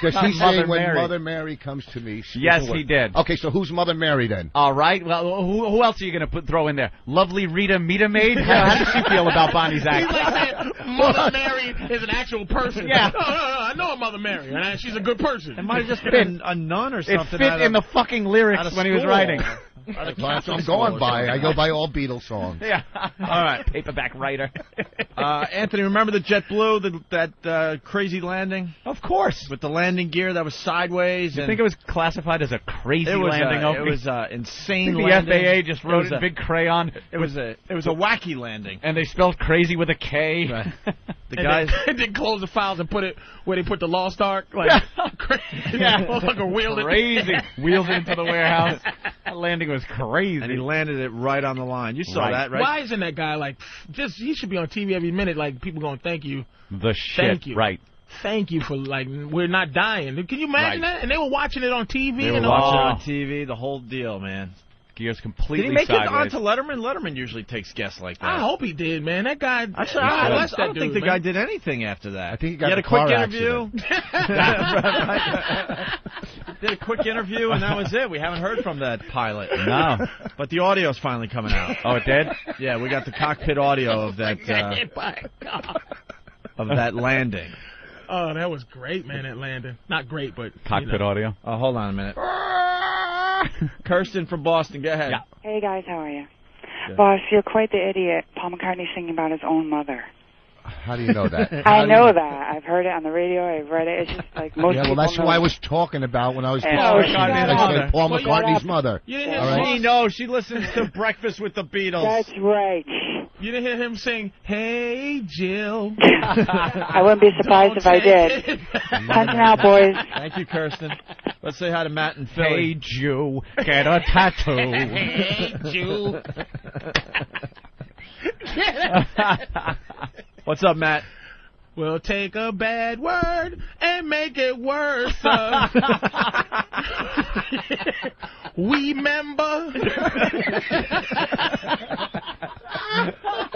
Speaker 7: Does
Speaker 1: Not
Speaker 7: he
Speaker 1: Mother
Speaker 7: say when
Speaker 1: Mary.
Speaker 7: Mother Mary comes to me? speaking
Speaker 1: Yes, he
Speaker 7: words-
Speaker 1: did.
Speaker 7: Okay, so who's Mother Mary then?
Speaker 1: All right. Well, who, who else are you going to put throw in there? Lovely Rita Mita
Speaker 7: [LAUGHS]
Speaker 1: Maid. How, how does she feel about Bonnie's
Speaker 3: He's like
Speaker 1: act?
Speaker 3: saying Mother Mary is an actual person.
Speaker 1: Yeah.
Speaker 3: No, no, no. I know a Mother Mary, and I- she's a good person.
Speaker 2: It might have
Speaker 3: [LAUGHS]
Speaker 1: [LAUGHS]
Speaker 2: just been a nun or
Speaker 1: It
Speaker 2: something.
Speaker 1: fit
Speaker 2: out of-
Speaker 1: in the fucking
Speaker 2: out of
Speaker 1: lyrics when he was
Speaker 2: school. [LAUGHS]
Speaker 1: writing. [LAUGHS]
Speaker 2: Out of
Speaker 7: That's what
Speaker 2: Catholic
Speaker 7: I'm
Speaker 2: school
Speaker 7: going
Speaker 2: or
Speaker 7: by. I
Speaker 2: something.
Speaker 7: go by all Beatles songs.
Speaker 1: Yeah. All right. Paperback writer.
Speaker 2: Uh, Anthony, remember the JetBlue, the, that uh, crazy landing
Speaker 1: Of course.
Speaker 2: with the landing gear that was sideways?
Speaker 1: I
Speaker 2: and
Speaker 1: think it was classified as a crazy
Speaker 2: it was
Speaker 1: landing.
Speaker 2: a,
Speaker 1: Opie.
Speaker 2: it was a
Speaker 1: I
Speaker 2: insane
Speaker 1: think the
Speaker 2: landing.
Speaker 1: FAA just wrote
Speaker 2: was
Speaker 1: it in
Speaker 2: a-
Speaker 1: big crayon,
Speaker 2: It was a it was a wacky landing.
Speaker 1: and they spelled crazy with a K. [LAUGHS]
Speaker 2: Right. The
Speaker 3: And
Speaker 2: guys,
Speaker 3: then, [LAUGHS] and then close the files and put it where they put the lost ark, like [LAUGHS] crazy,
Speaker 1: Yeah.
Speaker 3: motherfucker wheeled it. [LAUGHS]
Speaker 1: crazy. Wheeled into the warehouse. That landing was crazy.
Speaker 2: and he landed it right on the line. You saw
Speaker 1: Right.
Speaker 2: that, right?
Speaker 3: Why isn't that guy like pff, just? He should be on TV every minute. Like people going, thank you,
Speaker 1: the shit.
Speaker 3: Thank you.
Speaker 1: Right.
Speaker 3: Thank you for like we're not dying. Can you imagine
Speaker 2: Right.
Speaker 3: that? And they were watching it on TV.
Speaker 2: They
Speaker 3: and
Speaker 2: were
Speaker 3: all-
Speaker 2: watching on TV, the whole deal, man.
Speaker 1: Gears
Speaker 2: Did
Speaker 1: completely
Speaker 2: he make
Speaker 1: sideways.
Speaker 2: it onto Letterman? Letterman usually takes guests like that.
Speaker 3: I hope he did, man. That guy.
Speaker 2: Actually,
Speaker 3: God
Speaker 2: I, don't-
Speaker 3: bless
Speaker 2: I
Speaker 3: that
Speaker 2: don't
Speaker 3: dude,
Speaker 2: think the
Speaker 3: man.
Speaker 2: guy did anything after that. I think
Speaker 7: he got
Speaker 2: he had
Speaker 7: in
Speaker 2: a
Speaker 7: a
Speaker 2: quick
Speaker 7: car
Speaker 2: interview. [LAUGHS] did a quick interview, and that was it. We haven't heard from that pilot.
Speaker 1: No.
Speaker 2: but the audio's finally coming out.
Speaker 1: Oh, it did?
Speaker 2: Yeah, we got the cockpit audio
Speaker 14: [LAUGHS] Oh
Speaker 2: of that uh, of that landing.
Speaker 3: Oh, that was great, man. At landing, not great, but
Speaker 2: Cockpit
Speaker 1: audio.
Speaker 2: Oh, hold on a minute.
Speaker 14: [LAUGHS]
Speaker 2: Kirsten from Boston, go ahead.
Speaker 14: Hey guys, how are you?
Speaker 2: Good.
Speaker 14: Boss, you're quite the idiot. Paul McCartney singing about his own mother.
Speaker 7: How do you know
Speaker 2: [LAUGHS]
Speaker 7: that?
Speaker 14: [LAUGHS] I know that. I've heard it on the radio. I've read it. It's just like most
Speaker 7: yeah, well,
Speaker 14: people
Speaker 7: that's
Speaker 14: know.
Speaker 7: who I was talking about when I was
Speaker 14: Oh,
Speaker 7: talking
Speaker 14: shut
Speaker 7: about
Speaker 14: up.
Speaker 7: I said Paul
Speaker 14: Well,
Speaker 7: McCartney's
Speaker 14: shut up.
Speaker 7: mother.
Speaker 3: You didn't hear
Speaker 7: All right?
Speaker 3: She
Speaker 2: knows. She listens to Breakfast with the Beatles.
Speaker 14: That's right.
Speaker 3: You didn't hear him sing, "Hey Jill."
Speaker 14: [LAUGHS] I wouldn't be surprised if I did. Punch it out, boys.
Speaker 2: Thank you, Kirsten. Let's say hi to Matt and Philly.
Speaker 1: Hey, Jew,
Speaker 15: [LAUGHS]
Speaker 1: get a tattoo.
Speaker 2: [LAUGHS] Hey, Jew. [LAUGHS] What's up, Matt?
Speaker 3: We'll take a bad word and make it worse.
Speaker 2: [LAUGHS]
Speaker 3: uh. we member.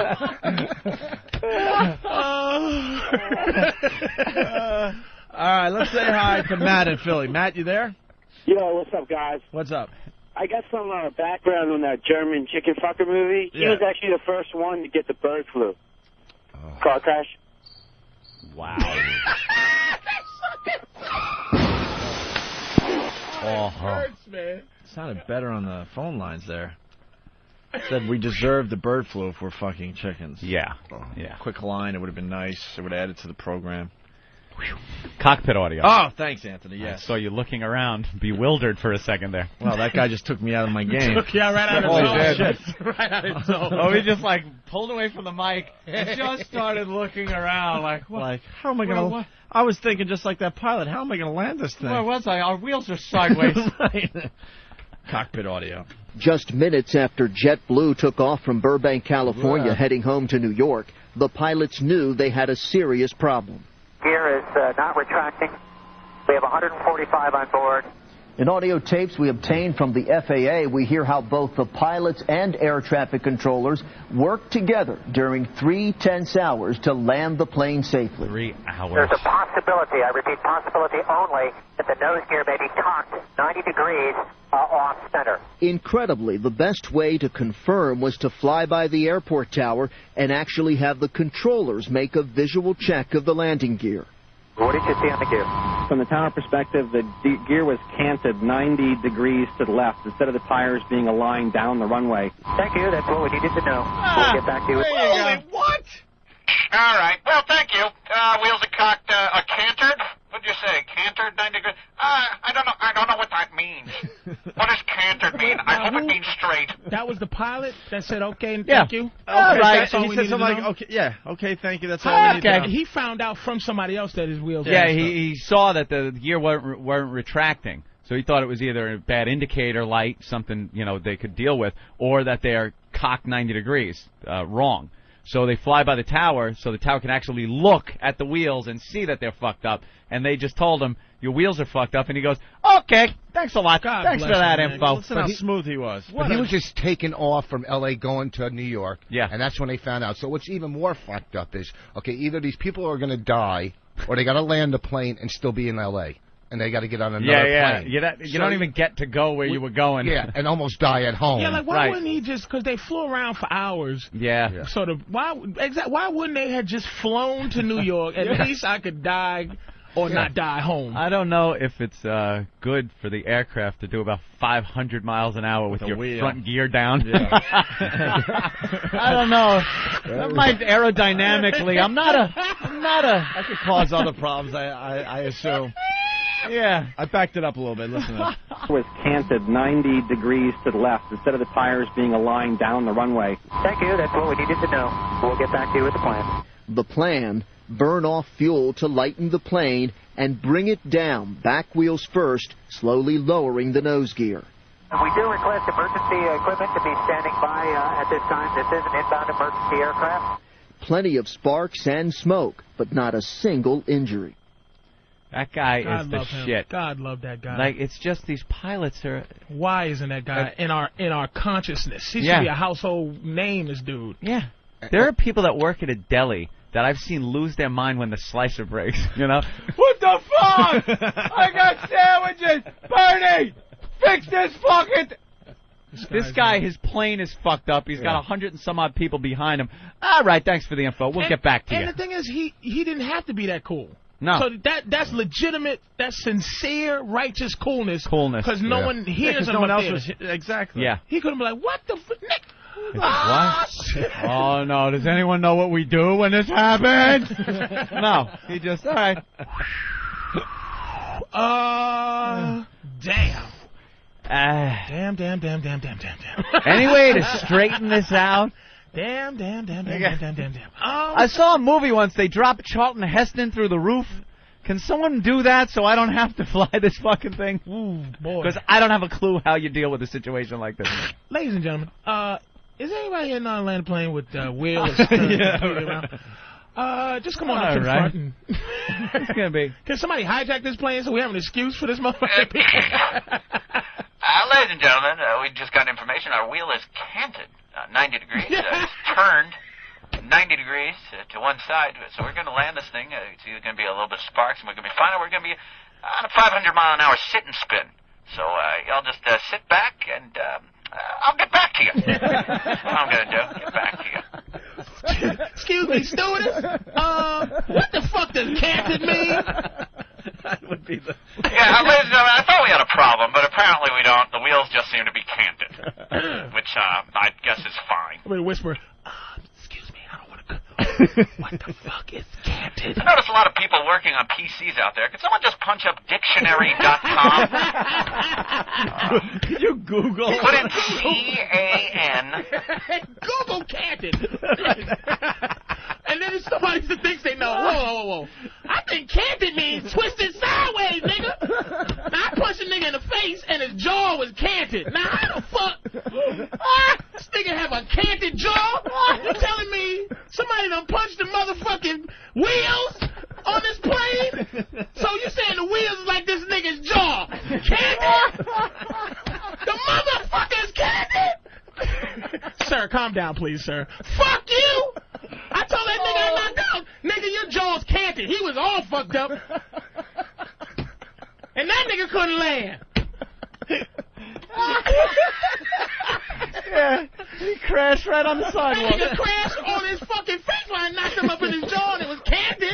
Speaker 2: Uh, [LAUGHS] all right, let's say hi to [LAUGHS] Matt in Philly. Matt, you there?
Speaker 16: Yo, what's up, guys?
Speaker 2: What's up?
Speaker 16: I got some uh, background on that German chicken fucker movie. He
Speaker 2: Yeah.
Speaker 16: was actually the first one to get the bird flu.
Speaker 7: Oh.
Speaker 16: Car crash.
Speaker 1: Wow.
Speaker 2: Oh,
Speaker 3: hurts, man.
Speaker 2: sounded better on the phone lines there. Said we deserve the bird flu if we're fucking chickens.
Speaker 1: Yeah, yeah.
Speaker 2: Quick line, it would have been nice. It would have added to the program.
Speaker 1: Cockpit audio.
Speaker 2: Oh, thanks, Anthony.
Speaker 1: I
Speaker 2: Yes.
Speaker 1: saw you looking around, bewildered for a second there.
Speaker 2: Well, that guy just took me
Speaker 1: [LAUGHS]
Speaker 2: out of my game. Oh,
Speaker 1: Took you out right out of
Speaker 2: Holy
Speaker 1: his own. [LAUGHS]
Speaker 2: shit.
Speaker 3: right out
Speaker 2: [LAUGHS]
Speaker 3: of
Speaker 1: Oh, he just like pulled away from the mic and just started looking around, like, what?
Speaker 2: Like, how am I
Speaker 1: Well,
Speaker 2: gonna?
Speaker 1: what-
Speaker 2: I was thinking just like that pilot. How am I gonna land this thing?
Speaker 1: Where was I? Our wheels are sideways.
Speaker 2: [LAUGHS] Right. Cockpit audio.
Speaker 17: Just minutes after JetBlue took off from Burbank, California,
Speaker 2: Yeah.
Speaker 17: heading home to New York, the pilots knew they had a serious problem.
Speaker 18: Gear is uh, not retracting. We have 145 on board.
Speaker 17: In audio tapes we obtained from the FAA, we hear how both the pilots and air traffic controllers worked together during three tense hours to land the plane safely.
Speaker 1: Three hours.
Speaker 18: There's a possibility, I repeat, possibility only, that the nose gear may be cocked 90 degrees uh, off center.
Speaker 17: Incredibly, the best way to confirm was to fly by the airport tower and actually have the controllers make a visual check of the landing gear.
Speaker 18: What did you see on the gear?
Speaker 19: From the tower perspective, the de- gear was canted 90 degrees to the left instead of the tires being aligned down the runway.
Speaker 18: Thank you, that's what we needed to know. we'll get back to you. with-
Speaker 20: what? All right. Well, thank you. Uh, wheels are cocked. Uh, a cantered? What'd you say? Cantered ninety degrees? Uh, I don't know. I don't know what that
Speaker 1: [LAUGHS]
Speaker 20: means. what does cantered mean? I hope it means straight.
Speaker 3: That was the pilot that said, okay, and
Speaker 2: Yeah.
Speaker 3: thank you.
Speaker 2: All
Speaker 3: Okay,
Speaker 2: right.
Speaker 3: That's all
Speaker 2: he
Speaker 3: we
Speaker 2: said
Speaker 3: needed to
Speaker 2: something like,
Speaker 3: know.
Speaker 2: okay, yeah, okay, thank you. That's all we need
Speaker 3: Okay.
Speaker 2: to know.
Speaker 3: He found out from somebody else that his wheels.
Speaker 1: Yeah,
Speaker 3: were
Speaker 1: he,
Speaker 3: stuck.
Speaker 1: he saw that the gear weren't, weren't retracting, so he thought it was either a bad indicator light, something you know they could deal with, or that they are cocked 90 degrees uh, wrong. So they fly by the tower, so the tower can actually look at the wheels and see that they're fucked up. And they just told him your wheels are fucked up, and he goes, "Okay, thanks a lot, thanks for that info."
Speaker 2: Listen how smooth he was.
Speaker 7: But he was just taken off from L.A. going to New York. Yeah. And that's when they found out. So what's even more fucked up is, okay, either these people are going to die, or they got to land the plane and still be in L.A. And they got to get on another
Speaker 1: yeah, yeah.
Speaker 7: plane.
Speaker 1: You, don't- you
Speaker 7: So
Speaker 1: don't even get to go where you were going.
Speaker 7: Yeah, and almost die at home.
Speaker 3: Yeah, like why
Speaker 1: Right.
Speaker 3: wouldn't he just? Because they flew around for hours.
Speaker 1: Yeah.
Speaker 3: So the why exact why wouldn't they have just flown to New York? At
Speaker 1: [LAUGHS] Yeah.
Speaker 3: least I could die or not die home.
Speaker 1: "Oh, I don't know if it's uh, good for the aircraft to do about 500 miles an hour with,
Speaker 2: With a
Speaker 1: your
Speaker 2: wheel.
Speaker 1: front gear down. [LAUGHS]
Speaker 2: I
Speaker 1: I don't know. That might aerodynamically. I'm not [LAUGHS] a. I'm not a.
Speaker 2: That could cause other problems. I, I, I assume.
Speaker 1: Yeah.
Speaker 2: I backed it up a little bit. Listen. To
Speaker 9: [LAUGHS]
Speaker 2: this.
Speaker 19: It was canted 90 degrees to the left instead of the tires being aligned down the runway.
Speaker 18: Thank you, that's what we needed to know. We'll get back to you with the
Speaker 7: [LAUGHS]
Speaker 18: plan.
Speaker 17: The plan burn off fuel to lighten the plane and bring it down, back wheels first, slowly lowering the nose gear.
Speaker 18: We do request emergency equipment to be standing by uh, at this time. This is an inbound emergency aircraft.
Speaker 17: Plenty of sparks and smoke, but not a single injury.
Speaker 1: That guy
Speaker 3: God
Speaker 1: is the
Speaker 3: love him.
Speaker 1: shit.
Speaker 3: God love that guy.
Speaker 1: Like it's just these pilots are.
Speaker 3: Why isn't that guy in our in our consciousness? He
Speaker 1: Yeah.
Speaker 3: should be a household name, this dude.
Speaker 1: Yeah. [LAUGHS] There are people that work at a deli that I've seen lose their mind when the slicer breaks. [LAUGHS] You know, What the fuck? [LAUGHS] I got sandwiches. Bernie, fix this fucking. this guy, his plane is fucked up. He's got
Speaker 3: Yeah.
Speaker 1: a hundred and some odd people behind him. All right, thanks for the info. We'll
Speaker 3: And-
Speaker 1: get back to
Speaker 3: And
Speaker 1: you.
Speaker 3: the thing is, he he didn't have to be that cool.
Speaker 1: No.
Speaker 3: So that that's legitimate. That's sincere, righteous coolness.
Speaker 1: Coolness.
Speaker 3: Because no
Speaker 1: Yeah.
Speaker 3: one
Speaker 1: Yeah,
Speaker 3: hears
Speaker 1: [LAUGHS] 'cause
Speaker 3: him
Speaker 1: no one
Speaker 3: up
Speaker 1: else
Speaker 3: there.
Speaker 1: was-
Speaker 2: exactly.
Speaker 1: Yeah.
Speaker 3: He could have been like, "What the fuck, Nick?"
Speaker 1: What? oh no! Does anyone know what we do when this happens? no, he just all right.
Speaker 3: Uh, damn.
Speaker 1: Ah.
Speaker 3: Damn, damn, damn, damn, damn, damn, damn.
Speaker 1: [LAUGHS] Any way to straighten this out?
Speaker 3: Damn, damn, damn, damn,
Speaker 1: Okay.
Speaker 3: damn, damn, damn, damn. Oh,
Speaker 1: I saw a movie once. They dropped Charlton Heston through the roof. Can someone do that so I don't have to [LAUGHS] fly this fucking thing?
Speaker 3: boy.
Speaker 1: Because I don't have a clue how you deal with a situation like this.
Speaker 3: ladies and gentlemen, uh, is anybody here not land playing with
Speaker 1: [LAUGHS]
Speaker 3: uh, Will? Or
Speaker 1: Yeah,
Speaker 3: completely
Speaker 1: right.
Speaker 3: around? Uh, just come on
Speaker 1: All
Speaker 3: up in
Speaker 1: right.
Speaker 3: front and
Speaker 1: [LAUGHS] it's gonna be.
Speaker 3: Can somebody hijack this plane so we have an excuse
Speaker 20: [LAUGHS]
Speaker 3: for this motherfucker?
Speaker 20: Uh, ladies and gentlemen, uh, we just got information. Our wheel is canted uh, 90 degrees. Uh, it's turned 90 degrees uh, to one side. So we're going to land this thing. Uh, it's either going to be a little bit of sparks, and we're going to be fine, or we're going to be on a 500 mile an hour sit and spin. So uh, y'all just uh, sit back, and um, uh, I'll get back to you. That's what I'm going to do. Get back to you.
Speaker 3: Excuse me, students. Uh, what the fuck does canted mean?
Speaker 20: Yeah, uh, ladies and gentlemen, I thought we had a problem, but apparently we don't. The wheels just seem to be canted, which uh, I guess is fine.
Speaker 3: I'm gonna whisper. "Uh,
Speaker 1: [LAUGHS]
Speaker 3: What the fuck is canted?
Speaker 20: I notice a lot of people working on PCs out there. Could someone just punch up dictionary.com?
Speaker 2: [LAUGHS]
Speaker 3: [LAUGHS]
Speaker 1: [LAUGHS] you Google.
Speaker 20: Put in C A N.
Speaker 3: [LAUGHS] Google canted. [LAUGHS] and then if somebody just thinks they know, whoa, whoa, whoa, whoa. I think canted means twisted sideways, nigga. Now I punched a nigga in the face and his jaw was canted. Now how the fuck? Ah, this nigga have a canted jaw? You telling me somebody done punched the motherfucking wheels on this plane? So you saying the wheels is like this nigga's jaw? Canted? The motherfucker's canted? sir, calm down, please, sir. Fuck you! I told that nigga I knocked out. Nigga, your jaw's canted. He was all fucked up. And that nigga couldn't land.
Speaker 1: yeah, he crashed right on the
Speaker 6: [LAUGHS]
Speaker 3: That
Speaker 1: sidewalk.
Speaker 3: nigga crashed on his fucking face line, knocked him up in his jaw, and it was candy.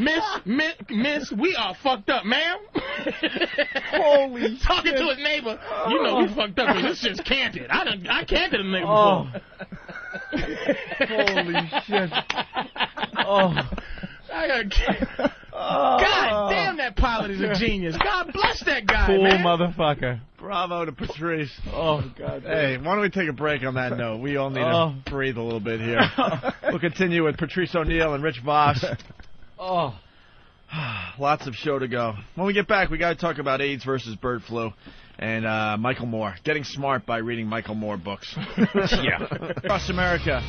Speaker 3: miss, miss, miss, we are fucked up, ma'am. Holy Talking to his neighbor, you know we fucked up, 'cause this shit's canted. I done, I canted a nigga
Speaker 1: Oh.
Speaker 3: before.
Speaker 1: Holy shit. Oh.
Speaker 3: I got God damn, that pilot is a genius. God bless that guy,
Speaker 1: Cool
Speaker 3: man.
Speaker 1: motherfucker.
Speaker 2: Bravo to Patrice.
Speaker 1: Oh God.
Speaker 2: Hey, why don't we take a break on
Speaker 1: [LAUGHS]
Speaker 2: that note? We all need
Speaker 1: Oh.
Speaker 2: to breathe a little bit
Speaker 1: [LAUGHS]
Speaker 2: here. we'll continue with Patrice O'Neill and Rich Voss.
Speaker 1: Oh.
Speaker 2: [SIGHS] Lots of show to go. When we get back, we got to talk about AIDS versus bird flu and uh, Michael Moore. Getting smart by reading Michael Moore
Speaker 1: [LAUGHS]
Speaker 2: books.
Speaker 1: Yeah.
Speaker 2: Across America.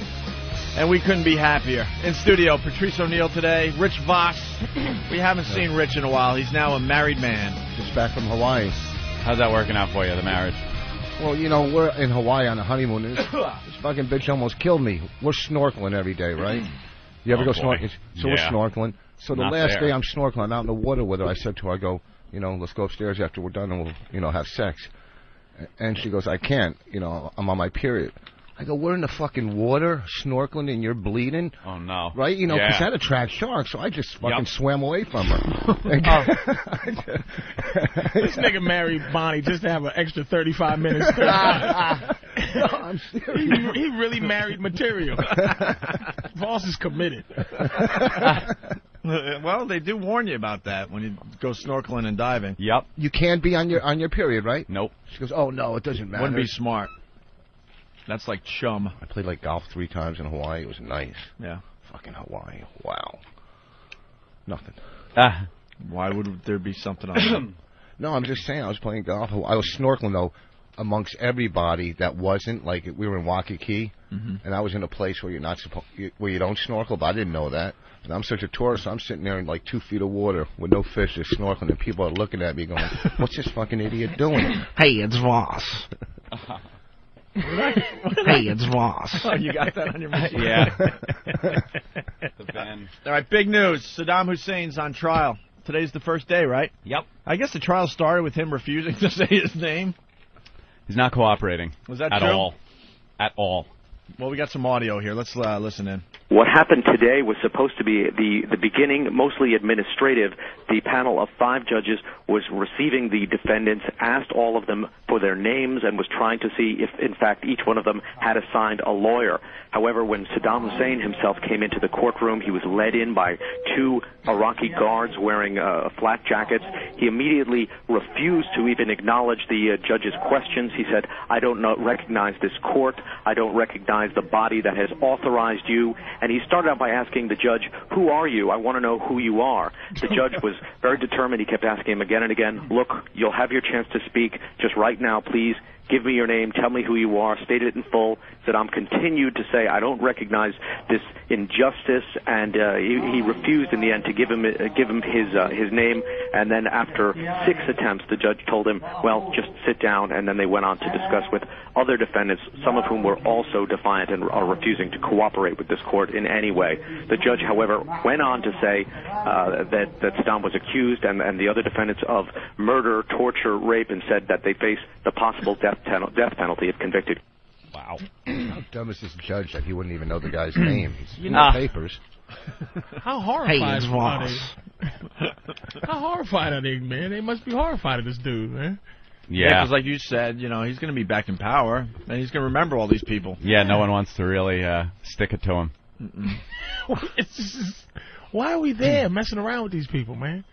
Speaker 2: And we couldn't be happier. In studio, Patrice O'Neill today, Rich
Speaker 1: [CLEARS THROAT]
Speaker 2: Voss. We haven't seen Rich in a while. He's now a married man.
Speaker 7: Just back from Hawaii.
Speaker 1: How's that working out for you, the marriage?
Speaker 7: Well, you know, we're in Hawaii on a honeymoon. And
Speaker 1: [COUGHS]
Speaker 7: this, this fucking bitch almost killed me. We're snorkeling every day, right? You ever go
Speaker 1: Oh, boy.
Speaker 7: snorkeling? So
Speaker 1: Yeah.
Speaker 7: we're snorkeling. So the
Speaker 1: Not
Speaker 7: last
Speaker 1: there.
Speaker 7: day I'm snorkeling, I'm out in the water with her. I said to her, I go, you know, let's go upstairs after we're done and we'll, you know, have sex. A- And she goes, I can't. You know, I'm on my period. I go, we're in the fucking water snorkeling and you're bleeding.
Speaker 1: Oh no.
Speaker 7: Right? You know, 'cause
Speaker 1: Yeah.
Speaker 7: that attracts sharks. So I just fucking
Speaker 1: Yup. Oh.
Speaker 7: swam away from
Speaker 1: [LAUGHS]
Speaker 7: her. [LAUGHS]
Speaker 3: This nigga married Bonnie just to have an extra 35 minutes. [LAUGHS]
Speaker 7: I'm serious.
Speaker 3: He, he really married material. Voss is committed.
Speaker 2: [LAUGHS] well, they do warn you about that when you go snorkeling and diving.
Speaker 1: Yep.
Speaker 7: you can be on your on your period, right?
Speaker 1: Nope.
Speaker 7: She goes, oh no, it doesn't matter.
Speaker 2: Wouldn't be smart. That's like chum.
Speaker 7: I played like golf three times in Hawaii. It was nice.
Speaker 2: Yeah.
Speaker 7: Fucking Hawaii. Wow. Nothing.
Speaker 1: Ah.
Speaker 2: Why would there be something on that?
Speaker 7: [COUGHS] No, I'm just saying. I was playing golf. I was snorkeling though. amongst everybody that wasn't like we were in Waikiki, and I was in a place where you're not supposed where you don't snorkel, but I didn't know that. And I'm such a tourist, I'm sitting there in like two feet of water with no fish, just snorkeling, and people are looking at me [LAUGHS] going, "What's this fucking idiot doing?" hey,
Speaker 2: [LAUGHS]
Speaker 7: it's Voss.
Speaker 2: hey,
Speaker 7: it's Voss.
Speaker 2: [LAUGHS] Oh, you got that on
Speaker 7: [LAUGHS]
Speaker 2: your mind.
Speaker 7: Yeah.
Speaker 2: [LAUGHS] the van. All right, big news. Saddam Hussein's on trial. Today's the first day, right?
Speaker 1: Yep.
Speaker 2: I guess the trial started with him refusing [LAUGHS] to say his name.
Speaker 1: He's not cooperating.
Speaker 2: Was that
Speaker 1: at
Speaker 2: true?
Speaker 1: all? At all.
Speaker 2: Well, we got some audio here. Let's uh, listen in.
Speaker 21: What happened today was supposed to be the, the beginning, mostly administrative. The panel of five judges was receiving the defendants, asked all of them for their names, and was trying to see if, in fact, each one of them had assigned a lawyer. However, when Saddam Hussein himself came into the courtroom, he was led in by two Iraqi guards wearing uh, flat jackets. He immediately refused to even acknowledge the uh, judge's questions. He said, I don't know, recognize this court. I don't recognize the body that has authorized you. And he started out by asking the judge, Who are you? I want to know who you are. The judge was very determined. He kept asking him again and again, Look, you'll have your chance to speak. Just right now, please. Give me your name. Tell me who you are. State it in full. Saddam continued to say, "I don't recognize this injustice," and uh, he, he refused in the end to give him uh, give him his uh, his name. And then after six attempts, the judge told him, "Well, just sit down." And then they went on to discuss with other defendants, some of whom were also defiant and are refusing to cooperate with this court in any way. The judge, however, went on to say uh, that that Saddam was accused and and the other defendants of murder, torture, rape, and said that they face the possible death penal- death penalty if convicted.
Speaker 7: Wow. How dumb is this judge that he wouldn't even know the [CLEARS THROAT] guy's name? He's
Speaker 3: You
Speaker 7: in
Speaker 2: Ah.
Speaker 3: know-
Speaker 7: the papers.
Speaker 3: How horrified
Speaker 7: it's
Speaker 3: are they?
Speaker 7: Voss.
Speaker 3: How horrified are they, man? They must be horrified of this dude, [LAUGHS] man.
Speaker 1: Yeah.
Speaker 2: because like you said, you know, he's going to be back in power, and he's going to remember all these people.
Speaker 1: Yeah, no one wants to really uh, stick it to him.
Speaker 3: It's just- why are we there messing around with these people, man?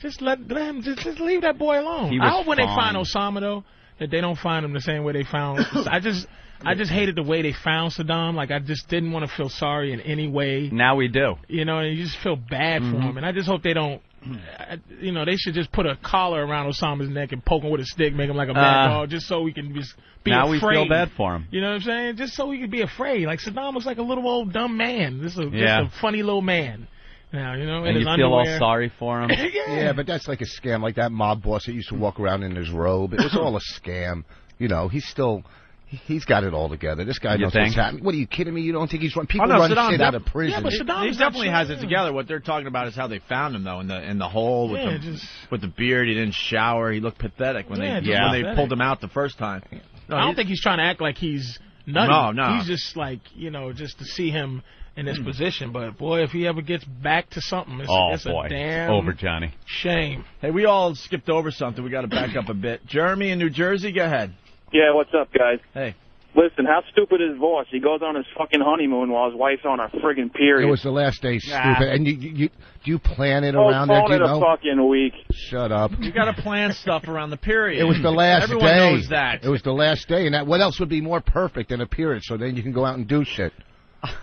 Speaker 3: Just let, let him just, just leave that boy alone.
Speaker 1: He
Speaker 3: I
Speaker 1: was
Speaker 3: hope when they
Speaker 1: fine.
Speaker 3: find Osama though that they don't find him the same way they
Speaker 1: [COUGHS]
Speaker 3: found. I just I just hated the way they found Saddam. Like I just didn't want to feel sorry in any way.
Speaker 1: Now we do.
Speaker 3: You know, and you just feel bad for
Speaker 1: Mhm.
Speaker 3: him. And I just hope they don't. I- You know, they should just put a collar around Osama's neck and poke him with a stick, make him like a mad
Speaker 1: Uh,
Speaker 3: dog, just so we can just be
Speaker 1: now we
Speaker 3: afraid.
Speaker 1: feel bad for him.
Speaker 3: You know what I'm saying? Just so we could be afraid. Like Saddam was like a little old dumb man. This is a,
Speaker 1: Yeah.
Speaker 3: just a funny little man. Now you know, in
Speaker 7: And
Speaker 3: his
Speaker 7: you feel all
Speaker 3: underwear.
Speaker 1: sorry
Speaker 2: [LAUGHS]
Speaker 1: for him.
Speaker 3: [LAUGHS] yeah.
Speaker 7: but that's like a scam. Like that mob boss that used to walk around in his robe. It was all a scam. You know, he's still. He's got it all together. This guy
Speaker 1: You
Speaker 7: knows
Speaker 1: think?
Speaker 7: what's happening. What are you kidding me? You don't think he's run? People
Speaker 2: oh, no,
Speaker 7: run
Speaker 2: Saddam
Speaker 7: shit
Speaker 2: def-
Speaker 7: out of prison.
Speaker 2: Yeah, but Saddam he definitely has it together. What they're talking about is how they found him though in the in the hole with
Speaker 3: Yeah,
Speaker 2: the with the beard. He didn't shower. He looked pathetic when
Speaker 3: Yeah,
Speaker 2: they
Speaker 3: just Yeah.
Speaker 2: when they
Speaker 3: pathetic.
Speaker 2: pulled him out the first time. No,
Speaker 3: I
Speaker 2: he-
Speaker 3: don't think he's trying to act like he's nothing.
Speaker 2: No, no.
Speaker 3: He's just like you know, just to see him in this position. But boy, if he ever gets back to something, it's,
Speaker 1: oh
Speaker 3: it's
Speaker 1: boy,
Speaker 3: a damn
Speaker 1: over Johnny.
Speaker 3: shame.
Speaker 2: Hey, we all skipped over something. We got to back up a bit. Jeremy in New Jersey, go ahead.
Speaker 13: Yeah, what's up, guys?
Speaker 2: Hey.
Speaker 13: Listen, how stupid is Voss? He goes on his fucking honeymoon while his wife's on her friggin' period.
Speaker 7: It was the last day, stupid.
Speaker 13: Nah.
Speaker 7: And you, you, you do you plan it around that?
Speaker 13: Postpone
Speaker 7: Do you
Speaker 13: Oh, it a
Speaker 7: know?
Speaker 13: fucking week.
Speaker 7: Shut up.
Speaker 2: You got to plan stuff around the period.
Speaker 7: It was the last
Speaker 2: Everyone
Speaker 7: day.
Speaker 2: knows that.
Speaker 7: It was the last day, and that what else would be more perfect than a period? So then you can go out and do shit.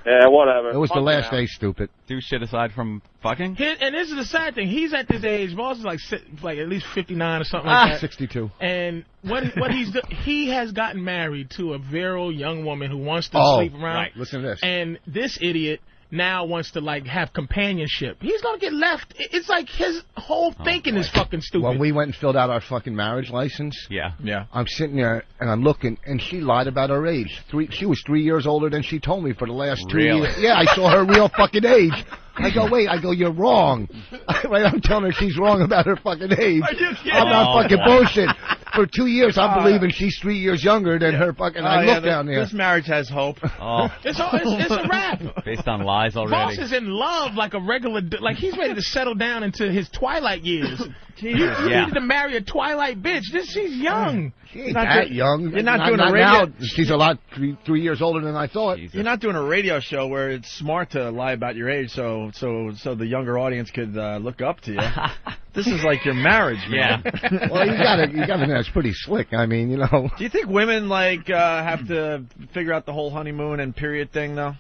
Speaker 13: Yeah, whatever.
Speaker 7: It was the last day, stupid.
Speaker 1: Do shit aside from fucking.
Speaker 3: Here- and this is the sad thing. He's at this age. Boss is like si- like at least 59 or something
Speaker 7: Ah,
Speaker 3: like that.
Speaker 7: 62.
Speaker 3: And what what he's do- he has gotten married to a virile young woman who wants to
Speaker 7: Oh,
Speaker 3: sleep around.
Speaker 7: right. Listen to this.
Speaker 3: And this idiot now wants to like have companionship. He's gonna get left. I- It's like his whole
Speaker 1: Oh,
Speaker 3: thinking is fucking stupid.
Speaker 7: When we went and filled out our fucking marriage license,
Speaker 1: yeah,
Speaker 2: yeah,
Speaker 7: I'm sitting there and I'm looking, and she lied about her age. Three, she was three years older than she told me for the last two
Speaker 1: Really?
Speaker 7: years. Yeah, I saw her real fucking age. I go, wait, I go, you're wrong. [LAUGHS] right, I'm telling her she's wrong about her fucking age.
Speaker 2: Are you kidding?
Speaker 7: I'm not
Speaker 2: Oh,
Speaker 7: fucking
Speaker 2: boy.
Speaker 7: bullshit. For two years, I'm
Speaker 2: Oh,
Speaker 7: believing she's three years younger than her fucking. I
Speaker 2: Oh,
Speaker 7: look
Speaker 2: yeah, this-
Speaker 7: down there.
Speaker 2: This marriage has hope.
Speaker 1: Oh,
Speaker 3: it's, all, it's, it's a wrap.
Speaker 1: based on lies
Speaker 3: Boss
Speaker 1: already.
Speaker 3: is in love like a regular, d- like he's ready to settle down into his twilight
Speaker 1: [LAUGHS]
Speaker 3: years. you you
Speaker 7: Yeah.
Speaker 3: needed to marry a twilight bitch. This she's young.
Speaker 7: She ain't that young.
Speaker 2: you're not doing a
Speaker 7: now.
Speaker 2: radio-
Speaker 7: She's a lot three, three years older than I thought.
Speaker 2: You're not doing a radio show where it's smart to lie about your age, so so so the younger audience could uh, look up to you.
Speaker 7: [LAUGHS]
Speaker 2: this is like your marriage, man. [LAUGHS]
Speaker 7: well, you got to you got to know it's pretty slick. I mean, you know.
Speaker 2: Do you think women like uh, have to figure out the whole honeymoon and period thing though?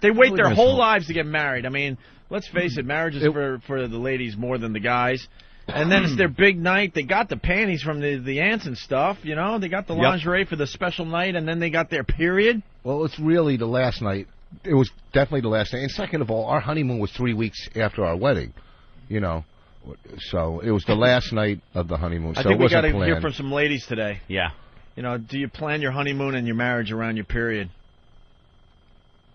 Speaker 2: They wait
Speaker 7: Really
Speaker 2: their
Speaker 7: does
Speaker 2: whole
Speaker 7: help.
Speaker 2: lives to get married. I mean, let's face it, marriage is for for the ladies more than the guys. And then
Speaker 7: [CLEARS THROAT]
Speaker 2: it's their big night. They got the panties from the the ants and stuff. You know, they got the
Speaker 7: Yep.
Speaker 2: lingerie for the special night, and then they got their period.
Speaker 7: Well, it's really the last night. It was definitely the last night. And second of all, our honeymoon was three weeks after our wedding. You know, so it was the last night of the honeymoon.
Speaker 2: I
Speaker 7: so
Speaker 2: think
Speaker 7: it
Speaker 2: we
Speaker 7: wasn't
Speaker 2: gotta
Speaker 7: planned.
Speaker 2: hear from some ladies today.
Speaker 1: Yeah.
Speaker 2: You know, do you plan your honeymoon and your marriage around your period?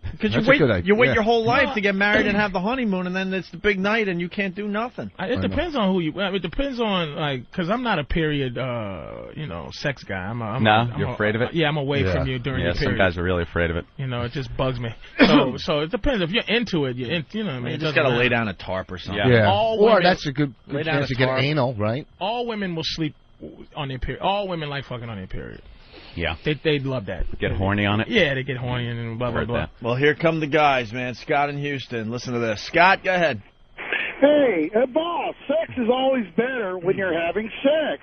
Speaker 2: Because you
Speaker 7: That's a
Speaker 2: wait,
Speaker 7: good idea.
Speaker 2: you wait
Speaker 7: Yeah.
Speaker 2: your whole life to get married
Speaker 7: [CLEARS THROAT]
Speaker 2: and have the honeymoon, and then it's the big night, and you can't do nothing.
Speaker 3: I- It depends on who you. well, It depends on like, because I'm not a period, uh, you know, sex guy. I'm a. I'm
Speaker 1: no,
Speaker 3: a, I'm
Speaker 1: you're
Speaker 3: a-
Speaker 1: afraid of it.
Speaker 3: Yeah, I'm away from you during
Speaker 1: yeah,
Speaker 3: your period.
Speaker 1: some guys are really afraid of it.
Speaker 3: You know, it just bugs me.
Speaker 1: [COUGHS]
Speaker 3: So, so it depends. If you're into it, you're in, you know. What I mean,
Speaker 2: You
Speaker 3: It
Speaker 2: just
Speaker 3: doesn't
Speaker 2: gotta lay
Speaker 3: matter.
Speaker 2: down a tarp or something.
Speaker 7: Yeah.
Speaker 3: All
Speaker 7: or
Speaker 3: women-
Speaker 7: that's a good, good
Speaker 3: Lay down
Speaker 7: chance
Speaker 3: a
Speaker 7: to get
Speaker 3: tarp.
Speaker 7: anal,
Speaker 2: [LAUGHS]
Speaker 7: right?
Speaker 3: All women will sleep on their period. All women like fucking on their period.
Speaker 1: Yeah.
Speaker 3: They they love that.
Speaker 1: Get horny on it.
Speaker 3: Yeah, they get horny and blah blah blah.
Speaker 2: Well, here come the guys, man. Scott in Houston. Listen to this. Scott, go ahead.
Speaker 22: Hey, uh, boss, sex is always better when you're having sex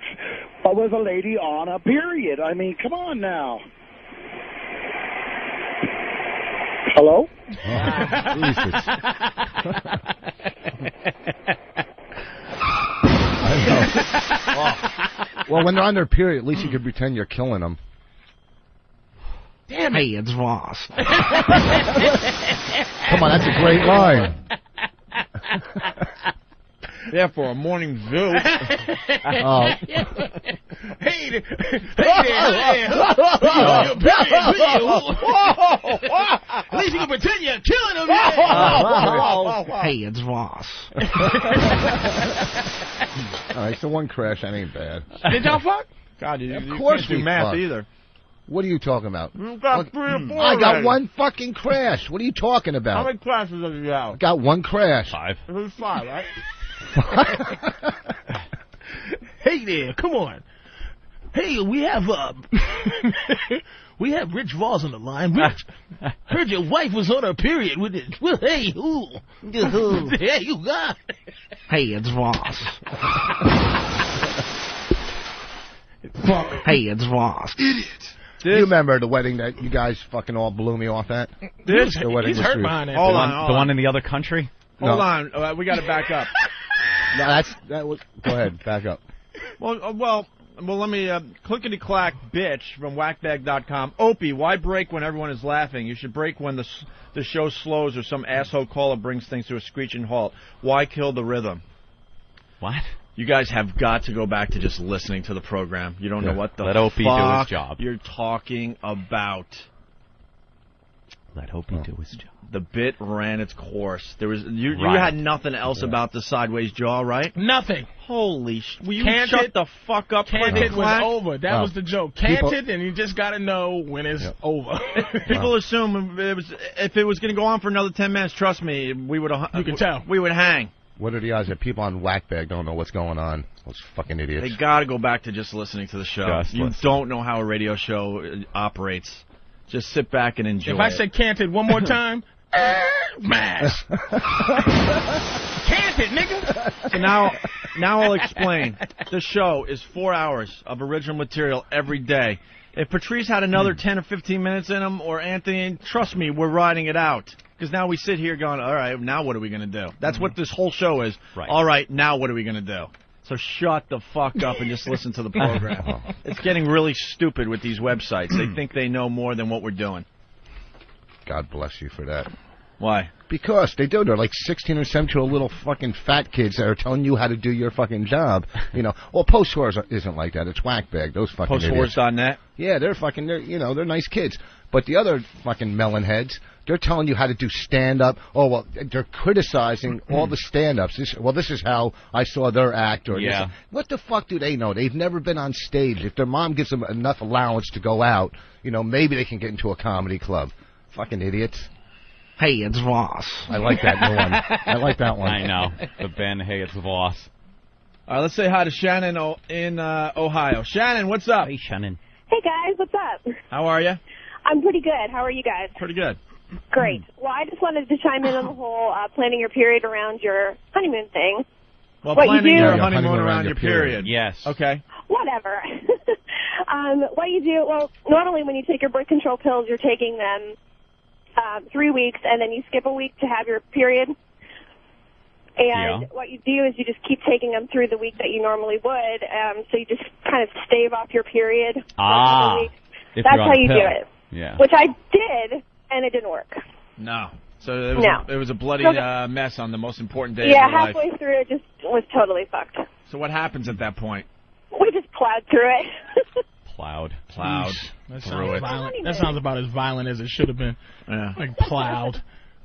Speaker 22: uh, with a lady on a period. I mean, come on now. Hello?
Speaker 7: Jesus.
Speaker 14: [LAUGHS]
Speaker 2: [LAUGHS]
Speaker 7: Well, when they're on their period, at least you can pretend you're killing them.
Speaker 3: Damn it, it's Voss.
Speaker 7: Come on, that's a great line.
Speaker 2: [LAUGHS] Yeah, for a morning
Speaker 3: [LAUGHS]
Speaker 2: zoo.
Speaker 7: Oh.
Speaker 3: Hey, there- hey there, yeah. At least you can pretend you're killing him. yeah.
Speaker 22: Hey, it's Voss.
Speaker 7: All right, so one crash, that ain't bad.
Speaker 3: Did y'all fuck?
Speaker 2: God, you,
Speaker 7: of
Speaker 2: you
Speaker 7: course
Speaker 2: can't do
Speaker 7: we
Speaker 2: math
Speaker 7: fucked.
Speaker 2: either. Hmm.
Speaker 7: What are you talking about?
Speaker 2: got three or four
Speaker 7: I got
Speaker 2: already.
Speaker 7: one fucking crash. What are you talking about?
Speaker 2: classes have you
Speaker 7: I
Speaker 2: out?
Speaker 7: got one crash.
Speaker 1: Five.
Speaker 3: Who's five, right? hey there, come on. Hey, we have uh, [LAUGHS] we have Rich Voss on the line.
Speaker 1: [LAUGHS]
Speaker 3: Rich, heard your wife was on her period with it. Well, hey, who?
Speaker 1: [LAUGHS]
Speaker 3: hey, you got.
Speaker 22: Hey, it's Voss.
Speaker 7: Hey, it's Ross. Idiot. Do you remember the wedding that you guys fucking all blew me off at?
Speaker 3: This-
Speaker 7: the wedding was through-
Speaker 1: the one, the one in the other country.
Speaker 7: No.
Speaker 2: Hold on, uh, we got to back up.
Speaker 7: No, that's that was. Go ahead, back up.
Speaker 2: Well, uh, well, well. Let me uh, clickety clack, bitch from whackbag.com. Opie, why break when everyone is laughing? You should break when the s- the show slows or some asshole caller brings things to a screeching halt. Why kill the rhythm?
Speaker 1: What?
Speaker 2: You guys have got to go back to just listening to the program. You don't
Speaker 1: Yeah.
Speaker 2: know what the
Speaker 1: Let Opie do his
Speaker 2: fuck
Speaker 1: job.
Speaker 2: you're talking about.
Speaker 1: Let Opie do his job.
Speaker 2: The bit ran its course. There was you. You
Speaker 1: Right.
Speaker 2: had nothing else about the sideways jaw, right?
Speaker 3: Nothing.
Speaker 2: Holy sh! Will you
Speaker 3: Can't
Speaker 2: shut
Speaker 3: it-
Speaker 2: the fuck up?
Speaker 3: Canted was
Speaker 2: clickety-clack?
Speaker 3: over. That
Speaker 2: Oh.
Speaker 3: was the joke.
Speaker 2: People-
Speaker 3: Canted, and you just got to know when it's over.
Speaker 2: [LAUGHS] People assume it was, if it was going to go on for another ten minutes. Trust me, we would. You
Speaker 3: can tell
Speaker 2: we would hang.
Speaker 7: What are the odds that people on Whackbag don't know what's going on? Those fucking idiots.
Speaker 2: They got to go back to just listening to the show.
Speaker 7: Just
Speaker 2: you
Speaker 7: listen.
Speaker 2: don't know how a radio show uh, operates. Just sit back and enjoy.
Speaker 3: if I
Speaker 2: it.
Speaker 3: said canted one more time, [LAUGHS] eh,
Speaker 7: [LAUGHS]
Speaker 3: mash. canted, nigga.
Speaker 2: so now, now I'll explain. The show is four hours of original material every day. If Patrice had another ten or fifteen minutes in him, or Anthony, trust me, we're riding it out. Because now we sit here going, all right, now what are we going to do? That's what this whole show is.
Speaker 1: Right.
Speaker 2: All Hmm. right, now what are we going to do? So shut the fuck up and just listen to the program. [LAUGHS] Hmm. it's getting really stupid with these websites. They think they know more than what we're doing.
Speaker 7: God bless you for that.
Speaker 2: Why?
Speaker 7: Because they do. They're like 16 or 17 year old little fucking fat kids that are telling you how to do your fucking job. You know, well, Post Wars isn't like that. It's Whackbag. Those fucking idiots.
Speaker 2: Postwars.net.
Speaker 7: Yeah, they're fucking. They're you know they're nice kids, but the other fucking melon heads, they're telling you how to do stand up. Oh well, they're criticizing all the stand ups. This, well, this is how I saw their act. Or this-
Speaker 1: Yeah.
Speaker 7: what the fuck do they know? They've never been on stage. If their mom gives them enough allowance to go out, you know maybe they can get into a comedy club. Fucking idiots. Hey, it's Ross. I like that new one. [LAUGHS] I like that one.
Speaker 1: I know. The Ben Higgins Voss.
Speaker 2: All right, let's say hi to Shannon o- in uh, Ohio. Shannon, what's up? Hey,
Speaker 1: Shannon.
Speaker 23: Hey guys, what's up?
Speaker 2: How are you?
Speaker 23: I'm pretty good. How are you guys?
Speaker 2: Pretty good.
Speaker 23: Great. Well, I just wanted to chime in on
Speaker 1: [LAUGHS]
Speaker 23: the whole uh, planning your period around your honeymoon thing.
Speaker 2: Well,
Speaker 23: What you
Speaker 2: planning
Speaker 23: do-
Speaker 2: your
Speaker 23: Yeah, your
Speaker 2: honeymoon,
Speaker 23: honeymoon
Speaker 2: around,
Speaker 23: around
Speaker 2: your
Speaker 23: your
Speaker 2: period.
Speaker 1: Yes.
Speaker 2: Okay.
Speaker 23: Whatever. [LAUGHS] um, what you do? Well, normally when you take your birth control pills, you're taking them um, three weeks, and then you skip a week to have your period. And
Speaker 1: Yeah.
Speaker 23: what you do is you just keep taking them through the week that you normally would. Um, so you just kind of stave off your period.
Speaker 1: Ah,
Speaker 23: Once a week.
Speaker 1: if
Speaker 23: That's
Speaker 1: you're on
Speaker 23: how
Speaker 1: a
Speaker 23: you do
Speaker 1: pill.
Speaker 23: it.
Speaker 1: Yeah.
Speaker 23: Which I did, and it didn't work.
Speaker 2: No. So it was,
Speaker 23: No.
Speaker 2: a, it was a bloody
Speaker 23: Okay.
Speaker 2: uh, mess on the most important day
Speaker 23: yeah,
Speaker 2: of your life.
Speaker 23: halfway through it just was totally fucked.
Speaker 2: So what happens at that point?
Speaker 23: We just plowed through it.
Speaker 1: Plowed.
Speaker 2: Plowed.
Speaker 3: That
Speaker 2: Through
Speaker 3: sounds
Speaker 2: it.
Speaker 3: violent. That sounds about as violent as it should have been.
Speaker 2: Yeah.
Speaker 3: Like plowed.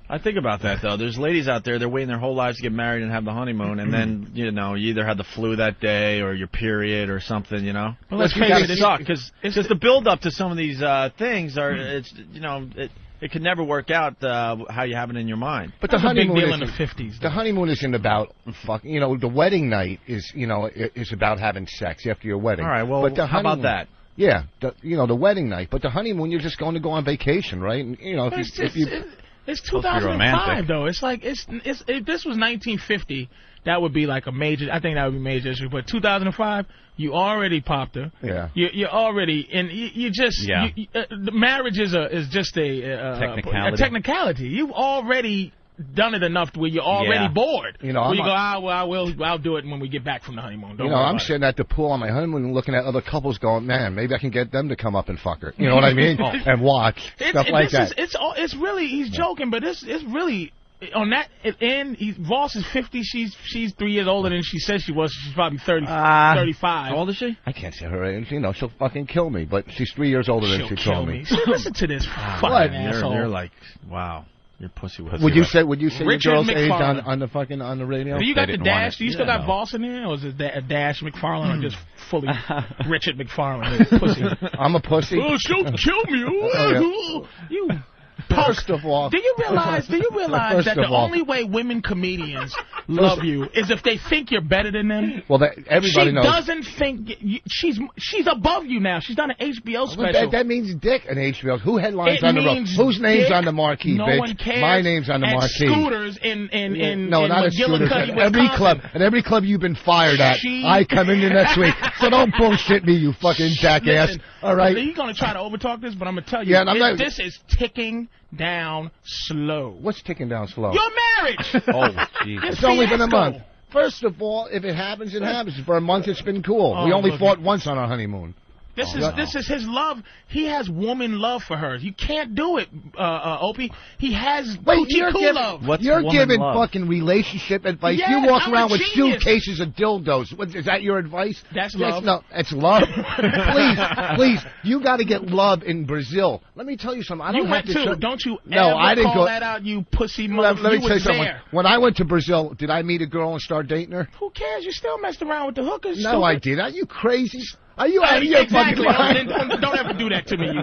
Speaker 2: I think about that though. There's ladies out there they're waiting their whole lives to get married and have the honeymoon, and
Speaker 3: [CLEARS THROAT]
Speaker 2: then you know you either had the flu that day or your period or something. You know,
Speaker 3: Well, let's
Speaker 2: That's
Speaker 3: face
Speaker 2: gotta
Speaker 3: it,
Speaker 2: suck
Speaker 3: it's- Mm-hmm.
Speaker 2: because the build up to some of these uh, things are it's you know it it could never work out uh, how you have it in your mind.
Speaker 7: But the honeymoon is
Speaker 3: fifties.
Speaker 7: The honeymoon isn't about fucking. You know, the wedding night is you know i- is about having sex after your wedding.
Speaker 2: All right, well,
Speaker 7: but the
Speaker 2: how about
Speaker 7: honeymoon-
Speaker 2: that?
Speaker 7: Yeah, the, you know the wedding night, but the honeymoon you're just going to go on vacation, right? And you know if
Speaker 3: But
Speaker 7: you,
Speaker 3: it's
Speaker 7: if
Speaker 3: just-
Speaker 7: you
Speaker 3: it- It's
Speaker 7: Supposed to be
Speaker 3: 2005
Speaker 7: romantic.
Speaker 3: though. It's like it's it's if this was 1950, that would be like a major. I think that would be a major issue. But 2005, you already popped her.
Speaker 7: yeah.
Speaker 3: You, you're already and you, you just
Speaker 1: Yeah.
Speaker 3: you, you- uh, the marriage is a is just a, uh,
Speaker 1: Technicality.
Speaker 3: A technicality. You've already done it enough where you're already
Speaker 7: Yeah.
Speaker 3: bored.
Speaker 7: You know,
Speaker 3: where
Speaker 7: I'm
Speaker 3: you
Speaker 7: a-
Speaker 3: go, ah, well, I will, I'll do it when we get back from the honeymoon. Don't
Speaker 7: you know,
Speaker 3: worry
Speaker 7: I'm
Speaker 3: about it."
Speaker 7: sitting at the pool on my honeymoon looking at other couples going, man, maybe I can get them to come up and fuck her. You know what I mean?
Speaker 3: [LAUGHS] Oh.
Speaker 7: And watch
Speaker 3: It's-
Speaker 7: stuff like
Speaker 3: this is
Speaker 7: that.
Speaker 3: it's all, it's really he's joking, but it's it's really on that end. He, Voss is fifty. She's she's three years older than she says she was. She's probably 30,
Speaker 7: Ah.
Speaker 3: 35.
Speaker 2: How old is she?
Speaker 7: I can't say her age. You know, she'll fucking kill me. But she's three years older than she
Speaker 3: She'll
Speaker 7: told
Speaker 3: kill
Speaker 7: me.
Speaker 3: me. [LAUGHS] Listen to
Speaker 7: [LAUGHS]
Speaker 3: this fucking
Speaker 7: What?
Speaker 3: asshole.
Speaker 2: You're, you're like wow, your pussy was.
Speaker 7: Would you say? Would you say
Speaker 3: Richard
Speaker 7: your girl's age on,
Speaker 3: McFarlane.
Speaker 7: on the fucking on the radio?
Speaker 3: Do you got the dash? Do you still
Speaker 7: Yeah. Hmm.
Speaker 3: got Voss in there, or is it da- a dash McFarlane, or just
Speaker 7: [LAUGHS]
Speaker 3: fully Richard McFarlane, the pussy?
Speaker 7: I'm a pussy.
Speaker 3: Oh, she'll kill
Speaker 7: [LAUGHS]
Speaker 3: me.
Speaker 7: Oh,
Speaker 3: You
Speaker 7: First of all,
Speaker 3: Do you realize? Do you
Speaker 7: [LAUGHS]
Speaker 3: realize
Speaker 7: First
Speaker 3: that the
Speaker 7: of all.
Speaker 3: only way
Speaker 7: [LAUGHS]
Speaker 3: women comedians love you is if they think you're better than them?
Speaker 7: Well, that, everybody
Speaker 3: she
Speaker 7: knows.
Speaker 3: doesn't think you, she's she's above you now. She's done an HBO
Speaker 7: Well,
Speaker 3: special.
Speaker 7: that, that means dick and HBO. Who headlines
Speaker 3: It
Speaker 7: on the road?
Speaker 3: means
Speaker 7: Whose name's
Speaker 3: dick.
Speaker 7: on the marquee,
Speaker 3: no
Speaker 7: bitch?
Speaker 3: one cares.
Speaker 7: My name's on the
Speaker 3: At
Speaker 7: marquee.
Speaker 3: Scooters in in
Speaker 7: Yeah,
Speaker 3: in
Speaker 7: no,
Speaker 3: in
Speaker 7: not at
Speaker 3: McGillicuddy,
Speaker 7: Scooters. At every [LAUGHS]
Speaker 3: Wisconsin.
Speaker 7: club, at every club you've been fired at.
Speaker 3: She-
Speaker 7: I come in the next week, so don't bullshit me, you fucking jackass.
Speaker 3: Listen,
Speaker 7: All right.
Speaker 3: You're gonna try to overtalk this, but I'm gonna tell you,
Speaker 7: Yeah, and I'm
Speaker 3: it-
Speaker 7: not-
Speaker 3: this is ticking down slow.
Speaker 7: What's ticking down
Speaker 6: Oh.
Speaker 7: slow?
Speaker 3: Your
Speaker 6: [LAUGHS]
Speaker 3: marriage.
Speaker 7: It's only been a
Speaker 3: fiasco.
Speaker 7: month. First of all, if it happens, it happens. For a month, it's been cool. we
Speaker 3: Oh,
Speaker 7: only
Speaker 3: look.
Speaker 7: fought once on our honeymoon.
Speaker 3: This
Speaker 7: Oh,
Speaker 3: is
Speaker 7: wow.
Speaker 3: this is his love. He has woman love for her. You can't do it, uh, uh, Opie. He has
Speaker 7: Wait,
Speaker 3: coochie
Speaker 7: you're
Speaker 3: cool
Speaker 7: giving,
Speaker 3: love.
Speaker 7: you're giving fucking relationship advice. you
Speaker 3: Yes,
Speaker 7: walk
Speaker 3: I'm a
Speaker 7: around with
Speaker 3: genius.
Speaker 7: suitcases of dildos. What, is that your advice?
Speaker 3: That's love.
Speaker 7: No, it's love.
Speaker 3: [LAUGHS]
Speaker 7: please, please, you got to get love in Brazil. Let me tell you something. I don't
Speaker 3: you
Speaker 7: have
Speaker 3: went
Speaker 7: to.
Speaker 3: too.
Speaker 7: show-
Speaker 3: Don't you
Speaker 7: No,
Speaker 3: ever
Speaker 7: I didn't
Speaker 3: call
Speaker 7: go.
Speaker 3: that out, you pussy
Speaker 7: Let,
Speaker 3: motherfucker.
Speaker 7: let me
Speaker 3: you
Speaker 7: tell you
Speaker 3: was
Speaker 7: something.
Speaker 3: there.
Speaker 7: When I went to Brazil, did I meet a girl and start dating her?
Speaker 3: Who cares? You still messed around with the hookers.
Speaker 7: No,
Speaker 3: stupid.
Speaker 7: I did. Are you crazy? Are you out
Speaker 3: Uh,
Speaker 7: of your
Speaker 3: exactly.
Speaker 7: fucking mind?
Speaker 3: Don't, don't- don't ever do that to me,
Speaker 7: [LAUGHS]
Speaker 3: you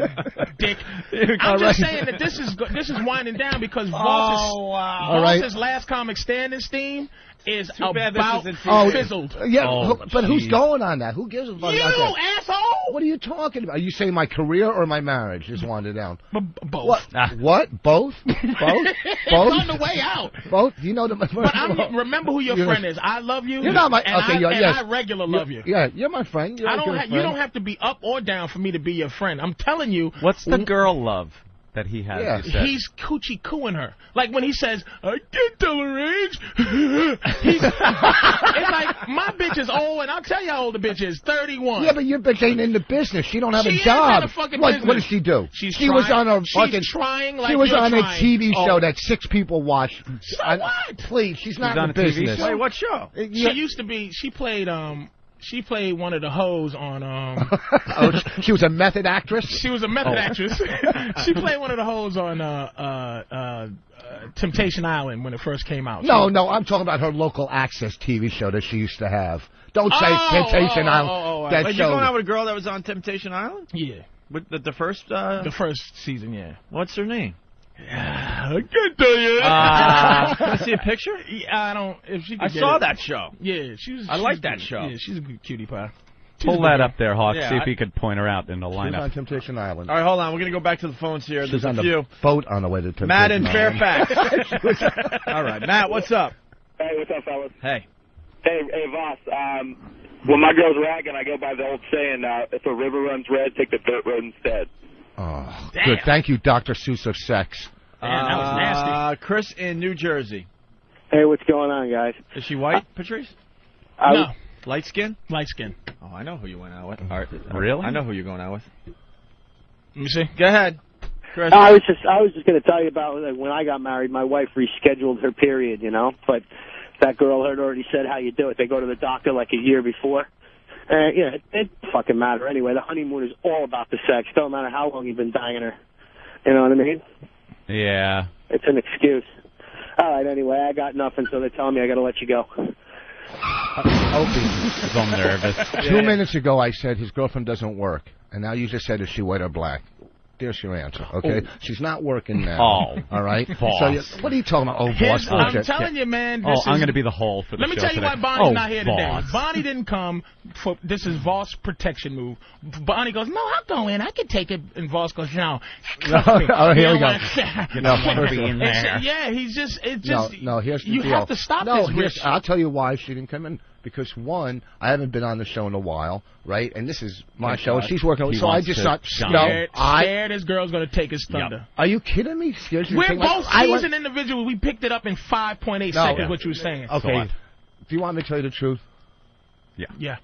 Speaker 3: dick.
Speaker 7: All
Speaker 3: I'm just
Speaker 7: right.
Speaker 3: saying that this is go- this is winding down because Voss's,
Speaker 7: Oh, All right.
Speaker 3: Voss's last comic standing steam is
Speaker 1: bad this
Speaker 3: about
Speaker 1: isn't
Speaker 3: fizzled.
Speaker 7: Oh, Yeah,
Speaker 1: Oh,
Speaker 7: who- but who's
Speaker 1: geez.
Speaker 7: going on that? Who gives a fuck
Speaker 3: You
Speaker 7: about that?
Speaker 3: asshole!
Speaker 7: What are you talking about? Are you saying my career or my marriage is winded down?
Speaker 3: both.
Speaker 7: What? What? Both?
Speaker 3: [LAUGHS]
Speaker 7: Both?
Speaker 3: It's
Speaker 7: Both?
Speaker 3: on the way out.
Speaker 7: Both? You know the.
Speaker 3: But
Speaker 7: [LAUGHS]
Speaker 3: I'm, remember who your
Speaker 7: You're-
Speaker 3: friend is. I love you.
Speaker 7: You're not my.
Speaker 3: and
Speaker 7: okay,
Speaker 3: I,
Speaker 7: yeah,
Speaker 3: and
Speaker 7: yes.
Speaker 3: I regular love you.
Speaker 7: You're- Yeah, you're my friend. You're
Speaker 3: I
Speaker 7: like
Speaker 3: don't.
Speaker 7: your
Speaker 3: Ha- you
Speaker 7: friend.
Speaker 3: don't have to be up or down for me to be your friend. I'm telling you.
Speaker 1: What's the girl love that he has?
Speaker 3: Yeah.
Speaker 1: you said?
Speaker 3: He's coochie cooing her. Like when he says, I can't tell her age. [LAUGHS] He's, it's like, my bitch is old, and I'll tell you how old the bitch is 31.
Speaker 7: Yeah, but your bitch ain't in the business. She don't have
Speaker 3: She
Speaker 7: a
Speaker 3: is
Speaker 7: job.
Speaker 3: in the fucking
Speaker 7: what, what
Speaker 3: business.
Speaker 7: does she do?
Speaker 3: She's
Speaker 7: she was
Speaker 3: trying-
Speaker 7: on a
Speaker 3: she's
Speaker 7: fucking.
Speaker 3: trying like
Speaker 7: she was
Speaker 3: you're
Speaker 7: on
Speaker 3: trying.
Speaker 7: a TV show
Speaker 3: Oh.
Speaker 7: that six people watched.
Speaker 3: So
Speaker 7: I-
Speaker 3: what?
Speaker 7: Please, she's not in
Speaker 1: on a
Speaker 7: the
Speaker 1: TV
Speaker 7: business. Uh,
Speaker 1: show? Wait,
Speaker 3: what show?
Speaker 7: Yeah.
Speaker 3: She used to be, she played, um, she played one of the hoes on, um,
Speaker 7: [LAUGHS] Oh, she- she was a method actress.
Speaker 3: she was a method
Speaker 7: Oh.
Speaker 3: actress. [LAUGHS] she played one of the hoes on, uh, uh, uh, uh, Temptation Island when it first came out.
Speaker 7: No,
Speaker 3: So-
Speaker 7: no, I'm talking about her local access TV show that she used to have. Don't say
Speaker 2: Oh,
Speaker 7: Temptation
Speaker 2: oh,
Speaker 7: Island.
Speaker 2: oh, oh, oh.
Speaker 7: that
Speaker 2: Wait, you
Speaker 7: show.
Speaker 2: going out with a girl that was on Temptation Island?
Speaker 3: Yeah.
Speaker 2: With the, the first. Uh,
Speaker 3: The first season, yeah.
Speaker 2: What's her name?
Speaker 3: I can't tell you. [LAUGHS]
Speaker 2: Uh, can I see a picture?
Speaker 3: Yeah, I don't. If she could
Speaker 2: I
Speaker 3: get
Speaker 2: saw
Speaker 3: it.
Speaker 2: that show.
Speaker 3: Yeah, she was.
Speaker 2: I
Speaker 3: she
Speaker 2: like
Speaker 3: was
Speaker 2: that
Speaker 3: good.
Speaker 2: show.
Speaker 3: Yeah, she's a good cutie pie. She's a
Speaker 1: Pull
Speaker 3: good
Speaker 1: that
Speaker 3: girl.
Speaker 1: up there, Hawk.
Speaker 2: Yeah,
Speaker 1: see if
Speaker 2: I-
Speaker 1: he could point her out in the
Speaker 7: She was on
Speaker 1: lineup.
Speaker 7: Temptation Island.
Speaker 2: All right, hold on. We're gonna go back to the phones here.
Speaker 7: She was
Speaker 2: There's
Speaker 7: on
Speaker 2: a
Speaker 7: the
Speaker 2: few.
Speaker 7: boat on the way to Temptation
Speaker 2: Matt in
Speaker 7: Island. [LAUGHS]
Speaker 2: Fairfax. [LAUGHS] All right, Matt, what's up?
Speaker 13: Hey, what's up, fellas?
Speaker 2: Hey.
Speaker 13: Hey, hey, Voss. Um, when my girl's ragging, I go by the old saying: uh, if a river runs red, take the dirt road instead.
Speaker 7: Oh,
Speaker 13: Damn.
Speaker 7: good. Thank you, Dr. Seuss of Sex.
Speaker 2: Man, that was nasty. Uh, Chris in New Jersey.
Speaker 24: Hey, what's going on, guys?
Speaker 2: Is she white, Patrice?
Speaker 24: I
Speaker 2: no.
Speaker 24: was-
Speaker 2: Light skin?
Speaker 3: Light skin.
Speaker 2: Oh, I know who you went out
Speaker 7: Uh,
Speaker 2: with.
Speaker 1: Really?
Speaker 2: I know who you're going out with.
Speaker 3: Let me see.
Speaker 2: Go ahead. Chris.
Speaker 24: No, I was just I was just going to tell you about like, when I got married. My wife rescheduled her period, you know, but that girl had already said how you do it. They go to the doctor like a year before. And yeah, it, it fucking matter anyway. The honeymoon is all about the sex. Don't matter how long you've been dying her. You know what I mean?
Speaker 1: [LAUGHS]
Speaker 7: [LAUGHS]
Speaker 1: Yeah.
Speaker 24: It's an excuse. All right. Anyway, I got nothing, so they're telling me I got to let you go.
Speaker 1: [LAUGHS] I'm nervous.
Speaker 7: Uh, [LAUGHS]
Speaker 3: [LAUGHS]
Speaker 7: Two minutes ago, I said his girlfriend doesn't work, and now you just said is she white or black? There's your answer. Okay,
Speaker 3: Oh.
Speaker 7: she's not working now.
Speaker 1: Oh.
Speaker 7: all right. So
Speaker 1: Boss.
Speaker 7: you, what are you talking about? Oh, boss.
Speaker 3: Here's- I'm
Speaker 7: bullshit.
Speaker 3: telling you, man.
Speaker 1: Oh,
Speaker 3: This
Speaker 1: I'm
Speaker 3: is-
Speaker 1: going to be the hole for the
Speaker 3: Let me
Speaker 1: show
Speaker 3: tell you why
Speaker 1: today.
Speaker 3: Bonnie's
Speaker 1: Oh,
Speaker 3: not here
Speaker 1: boss.
Speaker 3: today. Bonnie didn't come. For, this is Voss' protection move. Bonnie goes, no, I'll go in. I can take it. And Voss goes, no.
Speaker 7: oh, here
Speaker 3: You
Speaker 7: we
Speaker 3: know
Speaker 7: go.
Speaker 3: what?
Speaker 7: [LAUGHS] You know, first-
Speaker 3: It's- Yeah, he's just. It just.
Speaker 7: no, no, here's the
Speaker 3: you
Speaker 7: deal.
Speaker 3: have to stop
Speaker 7: no,
Speaker 3: this.
Speaker 7: here's-
Speaker 3: Rich.
Speaker 7: I'll tell you why she didn't come in. Because one, I haven't been on the show in a while, right? And this is my
Speaker 3: Thank
Speaker 7: show.
Speaker 3: God.
Speaker 7: She's working,
Speaker 3: He
Speaker 7: so I
Speaker 3: wants
Speaker 7: just
Speaker 3: to
Speaker 7: thought,
Speaker 3: shine.
Speaker 7: no,
Speaker 3: Scared-
Speaker 7: I.
Speaker 3: scared this girl's gonna take his thunder.
Speaker 7: Are you kidding me? Scared you
Speaker 3: We're
Speaker 7: think like-
Speaker 3: both
Speaker 7: I went-
Speaker 3: seasoned individuals. We picked it up in 5.8
Speaker 7: No.
Speaker 3: seconds. What you were saying?
Speaker 7: Okay. Do you want me to tell you the truth?
Speaker 1: Yeah.
Speaker 3: Yeah.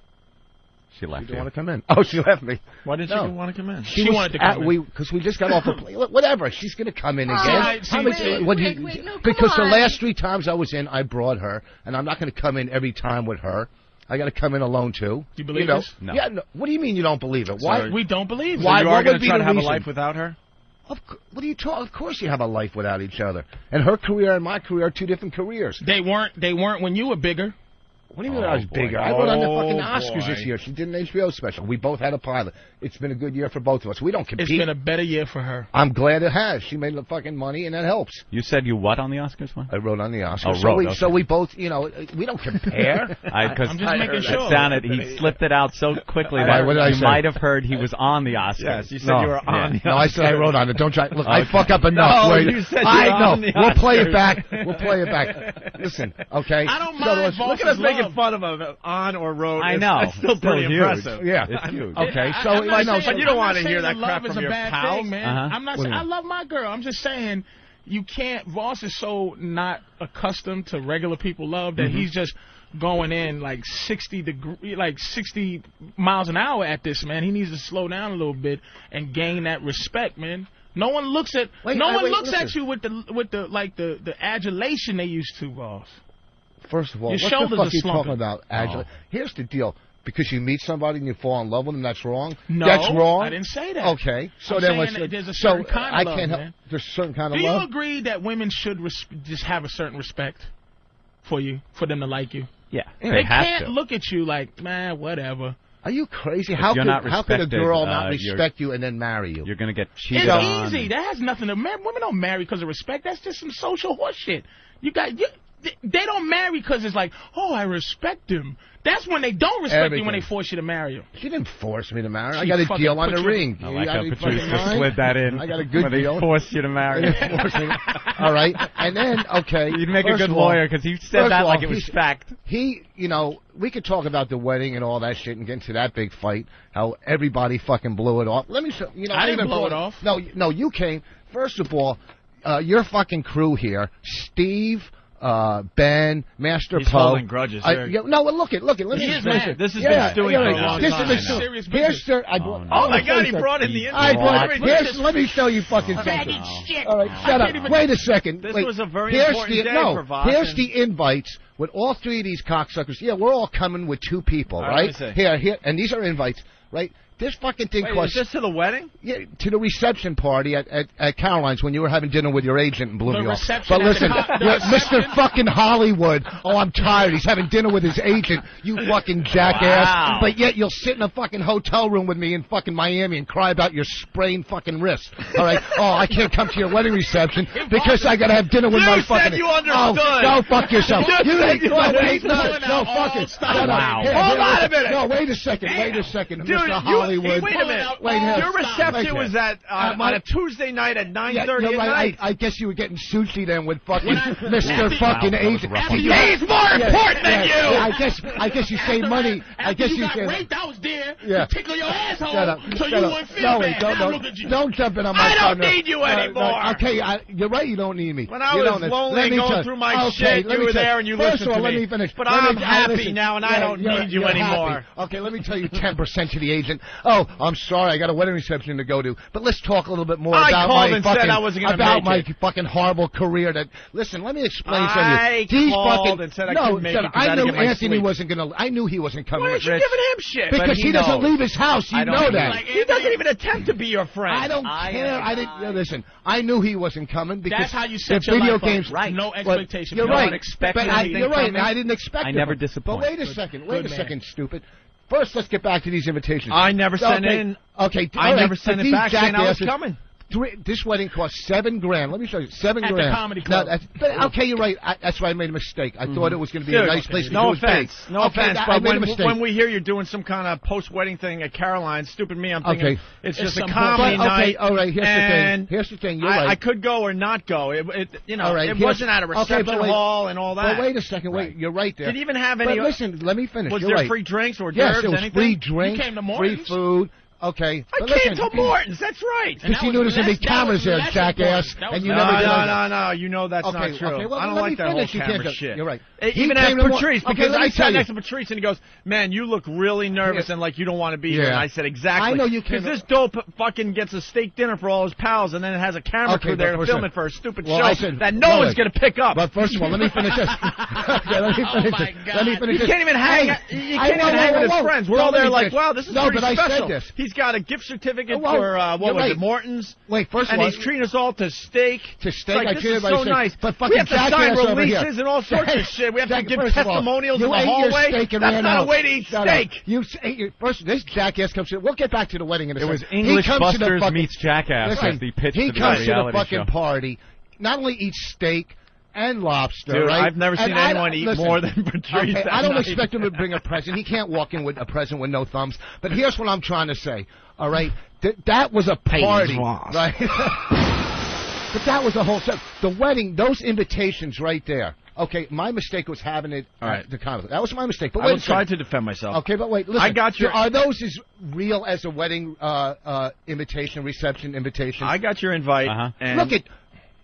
Speaker 1: She left.
Speaker 7: She didn't want to come in. Oh, she left me.
Speaker 2: Why didn't
Speaker 7: No.
Speaker 2: she want to come in?
Speaker 7: She, was at- We because we just got off a plane. Whatever. She's gonna come in again.
Speaker 2: I- see,
Speaker 7: How many-
Speaker 2: wait,
Speaker 7: what do
Speaker 2: wait,
Speaker 7: you-
Speaker 2: wait, no, come
Speaker 7: because
Speaker 2: on.
Speaker 7: the last three times I was in, I brought her, and I'm not gonna come in every time with her. I gotta come in alone too.
Speaker 3: Do you believe
Speaker 7: know?
Speaker 3: this? No.
Speaker 7: Yeah. No. What do you mean you don't believe it?
Speaker 3: So
Speaker 7: Why?
Speaker 3: we don't believe it.
Speaker 7: Why?
Speaker 3: So you are
Speaker 7: what
Speaker 3: gonna
Speaker 7: would be
Speaker 3: try
Speaker 7: the
Speaker 3: to have a
Speaker 7: reason?
Speaker 3: life without her?
Speaker 7: Of cou- what are you talking? Of course you have a life without each other. And her career and my career are two different careers.
Speaker 3: They weren't. They weren't when you were bigger.
Speaker 7: What do you mean I was
Speaker 1: Oh,
Speaker 7: bigger? I went on the fucking Oscars this year. She did an HBO special. We both had a pilot. It's been a good year for both of us. We don't compete.
Speaker 3: It's been a better year for her.
Speaker 7: I'm glad it has. She made the fucking money, and that helps.
Speaker 1: You said you what on the Oscars? What?
Speaker 7: I wrote on the Oscars.
Speaker 1: Oh,
Speaker 7: so,
Speaker 1: wrote,
Speaker 7: we,
Speaker 1: okay.
Speaker 7: so we both, you know, we don't [LAUGHS] compare.
Speaker 1: [LAUGHS] I, cause
Speaker 7: I'm just making
Speaker 1: it
Speaker 7: sure.
Speaker 1: sounded, he slipped it out so quickly
Speaker 7: Why,
Speaker 1: that
Speaker 7: what did I
Speaker 1: you
Speaker 7: say?
Speaker 1: might have heard he was on the Oscars.
Speaker 7: Yes, you said No. you were on Yeah. the No, I said I Oscars. wrote on it. Don't try- look, I fuck up enough
Speaker 1: No,
Speaker 7: where-
Speaker 1: you said you
Speaker 7: I
Speaker 1: were
Speaker 7: know.
Speaker 1: on the
Speaker 7: We'll play it
Speaker 1: Oscars.
Speaker 7: back. We'll play it back. Listen, okay?
Speaker 2: I don't
Speaker 7: So
Speaker 2: mind
Speaker 7: let's-
Speaker 2: Voss's Look at us making love. fun of him on or road.
Speaker 7: I
Speaker 2: It's-
Speaker 7: know.
Speaker 2: It's still
Speaker 7: It's still
Speaker 2: pretty
Speaker 7: huge.
Speaker 2: impressive.
Speaker 7: Yeah. It's huge. Okay,
Speaker 3: I-
Speaker 7: so
Speaker 3: I'm not
Speaker 7: I know-
Speaker 3: saying-
Speaker 7: but you don't
Speaker 3: I'm not
Speaker 2: wanna hear
Speaker 3: saying
Speaker 2: that crap
Speaker 3: love is
Speaker 2: from
Speaker 3: a
Speaker 2: your
Speaker 3: bad
Speaker 2: pals.
Speaker 3: thing, man.
Speaker 2: Uh-huh.
Speaker 3: I'm
Speaker 2: What
Speaker 3: not.
Speaker 2: do
Speaker 3: Saying,
Speaker 2: you
Speaker 3: I
Speaker 2: mean?
Speaker 3: love my girl. I'm just saying. You can't. Voss is so not accustomed to regular people love that
Speaker 2: Mhm.
Speaker 3: he's just going in like 60 degree, like 60 miles an hour at this man. He needs to slow down a little bit and gain that respect, man. No one looks at
Speaker 2: Wait,
Speaker 3: no
Speaker 2: I-
Speaker 3: one
Speaker 2: wait,
Speaker 3: looks at
Speaker 2: listen.
Speaker 3: you with the with the like the the adulation they used to, Voss.
Speaker 7: First of all,
Speaker 3: Your
Speaker 7: what the
Speaker 3: shoulders
Speaker 7: fuck
Speaker 3: are
Speaker 7: you
Speaker 3: slumping.
Speaker 7: talking about,
Speaker 3: Oh.
Speaker 7: Angela? Here's the deal. Because you meet somebody and you fall in love with them, that's wrong.
Speaker 3: No,
Speaker 7: that's wrong.
Speaker 3: I didn't say that.
Speaker 7: Okay, so
Speaker 3: I'm
Speaker 7: then
Speaker 3: saying
Speaker 7: let's.
Speaker 3: that there's a
Speaker 7: so
Speaker 3: certain kind of
Speaker 7: I
Speaker 3: love,
Speaker 7: can't help.
Speaker 3: man.
Speaker 7: There's a certain kind
Speaker 3: Do
Speaker 7: of
Speaker 3: you
Speaker 7: love.
Speaker 3: agree that women should res- just have a certain respect for you, for them to like you?
Speaker 1: Yeah,
Speaker 3: They,
Speaker 1: they have
Speaker 3: can't
Speaker 1: to.
Speaker 3: look at you like, man, whatever.
Speaker 7: Are you crazy?
Speaker 1: If
Speaker 7: how
Speaker 1: you're
Speaker 7: could
Speaker 1: not
Speaker 7: how could a
Speaker 1: respected,
Speaker 7: girl
Speaker 1: uh,
Speaker 7: not
Speaker 1: you're-
Speaker 7: respect you and then marry you?
Speaker 1: You're going to get cheated
Speaker 3: It's
Speaker 1: on.
Speaker 3: easy. That has nothing to man. Women don't marry because of respect. That's just some social horse shit. You got you. th- They don't marry because it's like, oh, I respect him. That's when they don't respect you when they
Speaker 7: Everything.
Speaker 3: force you to marry him.
Speaker 7: She didn't force me to marry. her. I
Speaker 3: She
Speaker 7: got a
Speaker 3: fucking
Speaker 7: deal on
Speaker 3: put
Speaker 7: the
Speaker 3: you-
Speaker 7: ring.
Speaker 1: I like
Speaker 7: You
Speaker 1: how
Speaker 7: out of your
Speaker 1: Patrice
Speaker 7: fucking
Speaker 1: just
Speaker 7: mind?
Speaker 1: slid that in.
Speaker 7: I got a good
Speaker 1: When they
Speaker 7: deal.
Speaker 1: forced you to marry.
Speaker 7: They didn't force
Speaker 1: [LAUGHS]
Speaker 7: me. All right, and then okay.
Speaker 1: You'd make a
Speaker 7: first
Speaker 1: good
Speaker 7: of all-
Speaker 1: lawyer 'cause he said
Speaker 7: first
Speaker 1: that
Speaker 7: of
Speaker 1: like
Speaker 7: all,
Speaker 1: it was
Speaker 7: he-
Speaker 1: fact.
Speaker 7: He, you know, we could talk about the wedding and all that shit and get into that big fight. How everybody fucking blew it off. Let me show you know.
Speaker 3: I didn't
Speaker 7: even
Speaker 3: blow
Speaker 7: brought-
Speaker 3: it off.
Speaker 7: No, no, you came. First of all, uh, your fucking crew here, Steve. Uh, ben, Master
Speaker 2: He's
Speaker 7: Poe.
Speaker 2: holding grudges.
Speaker 7: I-
Speaker 2: They're-
Speaker 7: yeah, no, well, look it, look it. Let
Speaker 2: He
Speaker 7: me
Speaker 2: is
Speaker 7: explain
Speaker 2: mad.
Speaker 7: it.
Speaker 2: This has
Speaker 7: Yeah,
Speaker 2: been
Speaker 7: yeah,
Speaker 2: stewing
Speaker 7: yeah,
Speaker 2: for a long
Speaker 7: this
Speaker 2: time.
Speaker 7: This is
Speaker 2: Serious
Speaker 7: Here's
Speaker 2: business.
Speaker 7: sir. I
Speaker 2: Oh,
Speaker 7: brought,
Speaker 2: no. Oh, my God, he brought in the
Speaker 7: I
Speaker 2: internet.
Speaker 7: brought,
Speaker 2: What?
Speaker 7: here's, let me show you fucking something.
Speaker 2: shit.
Speaker 7: All right, shut
Speaker 2: I
Speaker 7: up.
Speaker 2: can't even-
Speaker 7: Wait a second.
Speaker 2: This
Speaker 7: Wait.
Speaker 2: was a very
Speaker 7: here's
Speaker 2: important
Speaker 7: the,
Speaker 2: day
Speaker 7: no,
Speaker 2: for Voss
Speaker 7: Here's
Speaker 2: and-
Speaker 7: the invites with all three of these cocksuckers. Yeah, we're all coming with two people,
Speaker 2: All right,
Speaker 7: right?
Speaker 2: let me see.
Speaker 7: Here, here, and these are invites, right? This fucking thing
Speaker 2: Wait,
Speaker 7: costs.
Speaker 2: is this to the wedding?
Speaker 7: Yeah, to the reception party at, at, at Caroline's when you were having dinner with your agent in Bloomfield.
Speaker 2: reception
Speaker 7: But
Speaker 2: at the
Speaker 7: listen,
Speaker 2: co- the
Speaker 7: you're-
Speaker 2: reception?
Speaker 7: Mr. fucking Hollywood. Oh, I'm tired. He's having dinner with his agent. You fucking jackass.
Speaker 2: Wow.
Speaker 7: But yet you'll sit in a fucking hotel room with me in fucking Miami and cry about your sprained fucking wrist.
Speaker 2: [LAUGHS]
Speaker 7: All right. Oh, I can't come to your wedding reception because I gotta have dinner with
Speaker 2: You
Speaker 7: my
Speaker 2: said
Speaker 7: fucking.
Speaker 2: you understood.
Speaker 7: Oh, go
Speaker 6: [LAUGHS]
Speaker 7: fuck yourself.
Speaker 2: [LAUGHS] You said
Speaker 7: ain't
Speaker 2: you
Speaker 7: no, wait,
Speaker 2: understood.
Speaker 7: no, no, fuck it.
Speaker 2: Stop.
Speaker 7: No, no.
Speaker 2: Wow.
Speaker 7: Here,
Speaker 2: Hold on
Speaker 7: here,
Speaker 2: a
Speaker 7: listen.
Speaker 2: minute.
Speaker 7: No, wait a second. Wait a second,
Speaker 2: Dude,
Speaker 7: Mr.
Speaker 2: you-
Speaker 7: Hollywood.
Speaker 2: wait a minute.
Speaker 7: Wait here.
Speaker 2: Your reception was at
Speaker 7: Uh,
Speaker 2: on,
Speaker 7: my-
Speaker 2: on a Tuesday night at 9:30
Speaker 7: yeah, you're
Speaker 2: at
Speaker 7: right.
Speaker 2: night.
Speaker 7: I, I guess you were getting sushi then with fucking [LAUGHS]
Speaker 2: After-
Speaker 7: Mr. fucking
Speaker 2: Wow, that was
Speaker 7: Asian.
Speaker 2: rough on you. He's more important than you! [LAUGHS]
Speaker 7: yeah, I guess I guess you save money. I guess
Speaker 3: you
Speaker 7: you
Speaker 3: got
Speaker 7: save.
Speaker 3: raped, I was there.
Speaker 7: Yeah.
Speaker 3: to tickle your asshole
Speaker 7: Shut up.
Speaker 3: so
Speaker 7: Shut
Speaker 3: you
Speaker 7: up.
Speaker 3: wouldn't feel
Speaker 7: no,
Speaker 3: bad.
Speaker 7: Don't,
Speaker 3: Now
Speaker 7: don't,
Speaker 3: look at you.
Speaker 7: don't jump in on my
Speaker 3: I don't
Speaker 7: thunder.
Speaker 3: need you
Speaker 7: No, no,
Speaker 3: anymore.
Speaker 7: okay, I, you're right. You don't need me.
Speaker 2: When I
Speaker 7: you
Speaker 2: was
Speaker 7: don't listen.
Speaker 2: lonely
Speaker 7: Let
Speaker 2: and
Speaker 7: me
Speaker 2: going
Speaker 7: tell-
Speaker 2: through my
Speaker 7: okay,
Speaker 2: shit,
Speaker 7: let
Speaker 2: you
Speaker 7: me
Speaker 2: were
Speaker 7: tell-
Speaker 2: there and you
Speaker 7: First
Speaker 2: listened
Speaker 7: of all,
Speaker 2: to
Speaker 7: let
Speaker 2: me.
Speaker 7: me finish.
Speaker 2: But
Speaker 7: Let me-
Speaker 2: I'm
Speaker 7: I
Speaker 2: happy
Speaker 7: listen.
Speaker 2: now and I
Speaker 7: Yeah,
Speaker 2: don't
Speaker 7: you're-
Speaker 2: need you
Speaker 7: you're
Speaker 2: anymore.
Speaker 7: happy. Okay, let me tell you 10% to the agent. Oh, I'm sorry. I got a wedding reception to go to. But let's talk a little bit more
Speaker 2: I
Speaker 7: about
Speaker 2: called
Speaker 7: my
Speaker 2: and said
Speaker 7: fucking
Speaker 2: I wasn't gonna
Speaker 7: about my
Speaker 2: make
Speaker 7: fucking horrible career that Listen, let me explain
Speaker 2: I
Speaker 7: something. These
Speaker 2: called
Speaker 7: fucking
Speaker 2: and said I
Speaker 7: No,
Speaker 2: couldn't make
Speaker 7: shut
Speaker 2: it
Speaker 7: up.
Speaker 2: 'cause I
Speaker 7: I
Speaker 2: had to
Speaker 7: knew
Speaker 2: get my
Speaker 7: Anthony
Speaker 2: sleep.
Speaker 7: wasn't going to I knew he wasn't coming.
Speaker 2: Why aren't you
Speaker 7: Rich.
Speaker 2: giving him shit?
Speaker 7: Because
Speaker 2: But
Speaker 7: he,
Speaker 2: he
Speaker 7: doesn't
Speaker 2: knows.
Speaker 7: leave his house. You
Speaker 2: I don't
Speaker 7: know
Speaker 2: know.
Speaker 7: that.
Speaker 2: Like, He doesn't even attempt to be your friend.
Speaker 7: I don't care. I didn't yeah, listen. I knew he wasn't coming because
Speaker 3: That's how you set
Speaker 7: the
Speaker 3: your
Speaker 7: video
Speaker 3: life up.
Speaker 7: games.
Speaker 3: Right. No
Speaker 7: Well,
Speaker 3: expectation.
Speaker 7: You're
Speaker 3: No
Speaker 7: right.
Speaker 3: one expects
Speaker 7: But I,
Speaker 3: anything
Speaker 7: you're right.
Speaker 3: from you.
Speaker 7: I didn't expect.
Speaker 3: I
Speaker 7: it.
Speaker 3: never
Speaker 1: disappoint.
Speaker 7: But wait a
Speaker 1: Good-
Speaker 7: second. Wait
Speaker 1: good
Speaker 7: a
Speaker 1: man.
Speaker 7: second, stupid. First, let's get back to these invitations.
Speaker 2: I never sent
Speaker 7: okay.
Speaker 2: in-
Speaker 7: Okay.
Speaker 2: I
Speaker 7: all right,
Speaker 2: never
Speaker 7: but
Speaker 2: sent it
Speaker 7: these
Speaker 2: back saying I was
Speaker 7: jackasses-
Speaker 2: coming.
Speaker 7: Three, this wedding cost seven grand. Let me show you, seven
Speaker 2: At the
Speaker 7: grand.
Speaker 2: comedy
Speaker 7: No,
Speaker 2: club.
Speaker 7: that's- but okay, you're right. I, that's why I made a mistake. I thought it was going to be a
Speaker 2: Dude,
Speaker 7: nice place to
Speaker 2: Mm-hmm. No
Speaker 7: do it
Speaker 2: offense.
Speaker 7: big.
Speaker 2: No
Speaker 7: okay,
Speaker 2: offense.
Speaker 7: I, I
Speaker 2: But
Speaker 7: made a
Speaker 2: when,
Speaker 7: mistake.
Speaker 2: when we hear you're doing some kind of post wedding thing at Caroline's, stupid me, I'm thinking
Speaker 7: Okay.
Speaker 2: it's
Speaker 7: It's
Speaker 2: just
Speaker 7: some
Speaker 2: a comedy
Speaker 7: bull- okay,
Speaker 2: night.
Speaker 7: all right, here's the thing.
Speaker 2: and
Speaker 7: Here's the thing, you're
Speaker 2: I,
Speaker 7: right.
Speaker 2: I could go or not go. It, it you know,
Speaker 7: All right,
Speaker 2: it
Speaker 7: here's-
Speaker 2: wasn't at a reception
Speaker 7: okay, but wait-
Speaker 2: hall and all that.
Speaker 7: But wait a second, wait, you're right there.
Speaker 2: Did he even have
Speaker 7: But
Speaker 2: any-
Speaker 7: listen, let me finish.
Speaker 2: Was
Speaker 7: You're
Speaker 2: there
Speaker 7: right.
Speaker 2: free drinks, hors
Speaker 7: Yes,
Speaker 2: d'oeuvres,
Speaker 7: there was
Speaker 2: anything?
Speaker 7: free
Speaker 2: You
Speaker 7: drinks,
Speaker 2: came to
Speaker 7: free
Speaker 2: Morton's?
Speaker 7: food. Okay,
Speaker 2: I
Speaker 7: but
Speaker 2: came
Speaker 7: listen,
Speaker 2: to Morton's. That's right.
Speaker 7: Because you knew there's gonna be cameras there, jackass, and you
Speaker 2: no,
Speaker 7: never
Speaker 2: no,
Speaker 7: did
Speaker 2: no,
Speaker 7: that.
Speaker 2: no. You know that's
Speaker 7: Okay,
Speaker 2: not true.
Speaker 7: okay, well,
Speaker 2: I don't
Speaker 7: let me
Speaker 2: like that
Speaker 7: finish.
Speaker 2: whole
Speaker 7: You
Speaker 2: camera
Speaker 7: can't go-
Speaker 2: shit.
Speaker 7: you're right.
Speaker 2: E-
Speaker 7: He
Speaker 2: Even at
Speaker 7: came to Mor-
Speaker 2: Patrice,
Speaker 7: Okay,
Speaker 2: because
Speaker 7: let me
Speaker 2: I
Speaker 7: tell
Speaker 2: sat
Speaker 7: you.
Speaker 2: next to Patrice and he goes, "Man, you look really nervous and like you don't want to be here."
Speaker 7: Yeah.
Speaker 2: And I said, "Exactly."
Speaker 7: I know you
Speaker 2: because
Speaker 7: came-
Speaker 2: this dope fucking gets a steak dinner for all his pals, and then it has a camera
Speaker 7: Okay,
Speaker 2: crew there
Speaker 7: but
Speaker 2: to
Speaker 7: listen.
Speaker 2: film it for a stupid
Speaker 7: Well,
Speaker 2: show
Speaker 7: I said-
Speaker 2: that no
Speaker 7: well,
Speaker 2: one's
Speaker 7: wait.
Speaker 2: gonna pick up.
Speaker 7: But first of all, let me finish this. okay, let me
Speaker 2: Oh,
Speaker 7: finish
Speaker 2: my
Speaker 7: this.
Speaker 2: God.
Speaker 7: Let me finish
Speaker 2: You
Speaker 7: this.
Speaker 2: can't even hang-
Speaker 7: Wait.
Speaker 2: you- you
Speaker 7: I-
Speaker 2: can't
Speaker 7: whoa,
Speaker 2: even
Speaker 7: whoa,
Speaker 2: hang
Speaker 7: whoa,
Speaker 2: with his
Speaker 7: whoa.
Speaker 2: friends. We're
Speaker 7: Don't
Speaker 2: all
Speaker 7: let
Speaker 2: there
Speaker 7: me
Speaker 2: like,
Speaker 7: finish.
Speaker 2: wow, this is
Speaker 7: no,
Speaker 2: pretty
Speaker 7: but I
Speaker 2: special.
Speaker 7: said this.
Speaker 2: He's got a gift certificate
Speaker 7: Whoa,
Speaker 2: for uh, what
Speaker 7: you're
Speaker 2: was
Speaker 7: right.
Speaker 2: it, Morton's?
Speaker 7: Wait, first
Speaker 2: and
Speaker 7: of all,
Speaker 2: he's treating us all to steak.
Speaker 7: to steak.
Speaker 2: Like,
Speaker 7: I
Speaker 2: this
Speaker 7: treat
Speaker 2: is
Speaker 7: everybody
Speaker 2: so
Speaker 7: steak.
Speaker 2: nice.
Speaker 7: But
Speaker 2: We
Speaker 7: fucking
Speaker 2: have to sign
Speaker 7: jackass over here.
Speaker 2: releases and all sorts of shit. We have to
Speaker 7: Jack-
Speaker 2: give
Speaker 7: first of all,
Speaker 2: testimonials
Speaker 7: you
Speaker 2: in the
Speaker 7: ate your
Speaker 2: hallway.
Speaker 7: steak and
Speaker 2: That's
Speaker 7: ran
Speaker 2: not a
Speaker 7: out.
Speaker 2: way to eat
Speaker 7: No, no.
Speaker 2: steak.
Speaker 7: You s- ate your, first. This jackass comes in. We'll get back to the wedding in a
Speaker 1: It was
Speaker 7: second. He
Speaker 1: English
Speaker 7: comes to the
Speaker 1: Busters
Speaker 7: fucking-
Speaker 1: meets Jackass
Speaker 7: Listen,
Speaker 1: as the pitch
Speaker 7: he
Speaker 1: to the
Speaker 7: comes to the
Speaker 1: reality
Speaker 7: fucking
Speaker 1: show.
Speaker 7: party. Not only eats steak and lobster,
Speaker 2: Dude,
Speaker 7: right?
Speaker 2: I've never
Speaker 7: And
Speaker 2: seen
Speaker 7: I-
Speaker 2: anyone eat
Speaker 7: listen,
Speaker 2: more than Patrice
Speaker 7: Okay,
Speaker 2: that
Speaker 7: I don't
Speaker 2: night.
Speaker 7: expect him to bring a present. He can't walk in with a present with no thumbs. But here's what I'm trying to say. All right, Th- that was a party,
Speaker 2: lost.
Speaker 7: right? [LAUGHS] but that was the whole thing. The wedding, those invitations right there. Okay, my mistake was having it
Speaker 2: All right.
Speaker 7: at the comedy. That was my mistake. But
Speaker 2: I
Speaker 7: wait
Speaker 2: will
Speaker 7: a
Speaker 2: try
Speaker 7: second.
Speaker 2: to defend myself.
Speaker 7: Okay, but wait. Listen,
Speaker 2: I got your-
Speaker 7: Are those as real as a wedding uh, uh, invitation, reception invitation?
Speaker 2: I got your invite. And
Speaker 7: Look at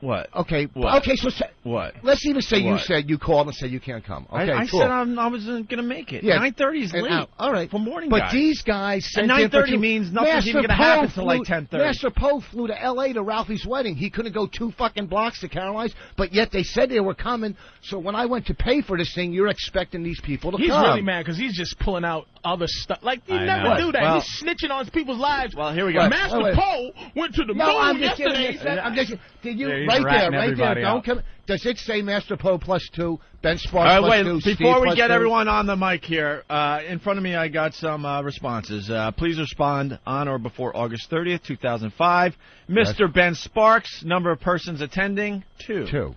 Speaker 2: what?
Speaker 7: Okay.
Speaker 2: What?
Speaker 7: Okay. So sa-
Speaker 2: What?
Speaker 7: let's even say you
Speaker 2: What?
Speaker 7: said you called and said you can't come. Okay.
Speaker 2: I, I
Speaker 7: cool.
Speaker 2: said I'm, I wasn't gonna make it.
Speaker 7: Yeah.
Speaker 2: 9:30 is
Speaker 7: And
Speaker 2: late.
Speaker 7: out. All right.
Speaker 2: For morning
Speaker 7: But
Speaker 2: guy.
Speaker 7: these guys sent
Speaker 2: And
Speaker 7: in for
Speaker 2: 9:30
Speaker 7: two-
Speaker 2: means nothing's
Speaker 7: Master
Speaker 2: even gonna
Speaker 7: Poe
Speaker 2: happen till
Speaker 7: flew-
Speaker 2: like 10:30.
Speaker 7: Master Poe flew to L.A. to Ralphie's wedding. He couldn't go two fucking blocks to Caroline's, but yet they said they were coming. So when I went to pay for this thing, you're expecting these people to
Speaker 3: He's
Speaker 7: come.
Speaker 3: really mad because he's just pulling out other stuff. Like you
Speaker 7: I
Speaker 3: never
Speaker 7: know.
Speaker 3: do that.
Speaker 7: Well-
Speaker 3: he's snitching on people's lives. Well,
Speaker 2: here
Speaker 7: we go.
Speaker 3: Master
Speaker 7: Wait, wait.
Speaker 3: Poe went to the
Speaker 7: No,
Speaker 3: moon
Speaker 7: I'm just giving
Speaker 3: yesterday.
Speaker 7: you a sec- I'm just. Did you
Speaker 3: Yeah, he's
Speaker 7: right there,
Speaker 3: ratting
Speaker 7: right there?
Speaker 3: everybody
Speaker 7: Don't
Speaker 3: out.
Speaker 7: come. Does it say Master Poe plus two, Ben
Speaker 2: All
Speaker 7: Sparks
Speaker 2: right,
Speaker 7: plus
Speaker 2: wait.
Speaker 7: two, Steve
Speaker 2: before we
Speaker 7: plus
Speaker 2: get
Speaker 7: two?
Speaker 2: everyone on the mic here, uh, in front of me, I got some uh, responses. Uh, please respond on or before August 30th, 2005. Mr. Ben Sparks, number of persons attending, two.
Speaker 7: Two.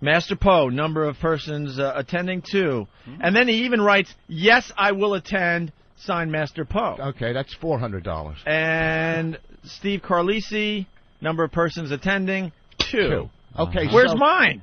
Speaker 2: Master Poe, number of persons uh, attending, two. And then he even writes, "Yes, I will attend." Signed, Master Poe.
Speaker 7: Okay, that's four hundred dollars.
Speaker 2: And Steve Carlisi, number of persons attending, two.
Speaker 7: Two. Okay,
Speaker 2: Where's
Speaker 7: so-
Speaker 2: mine?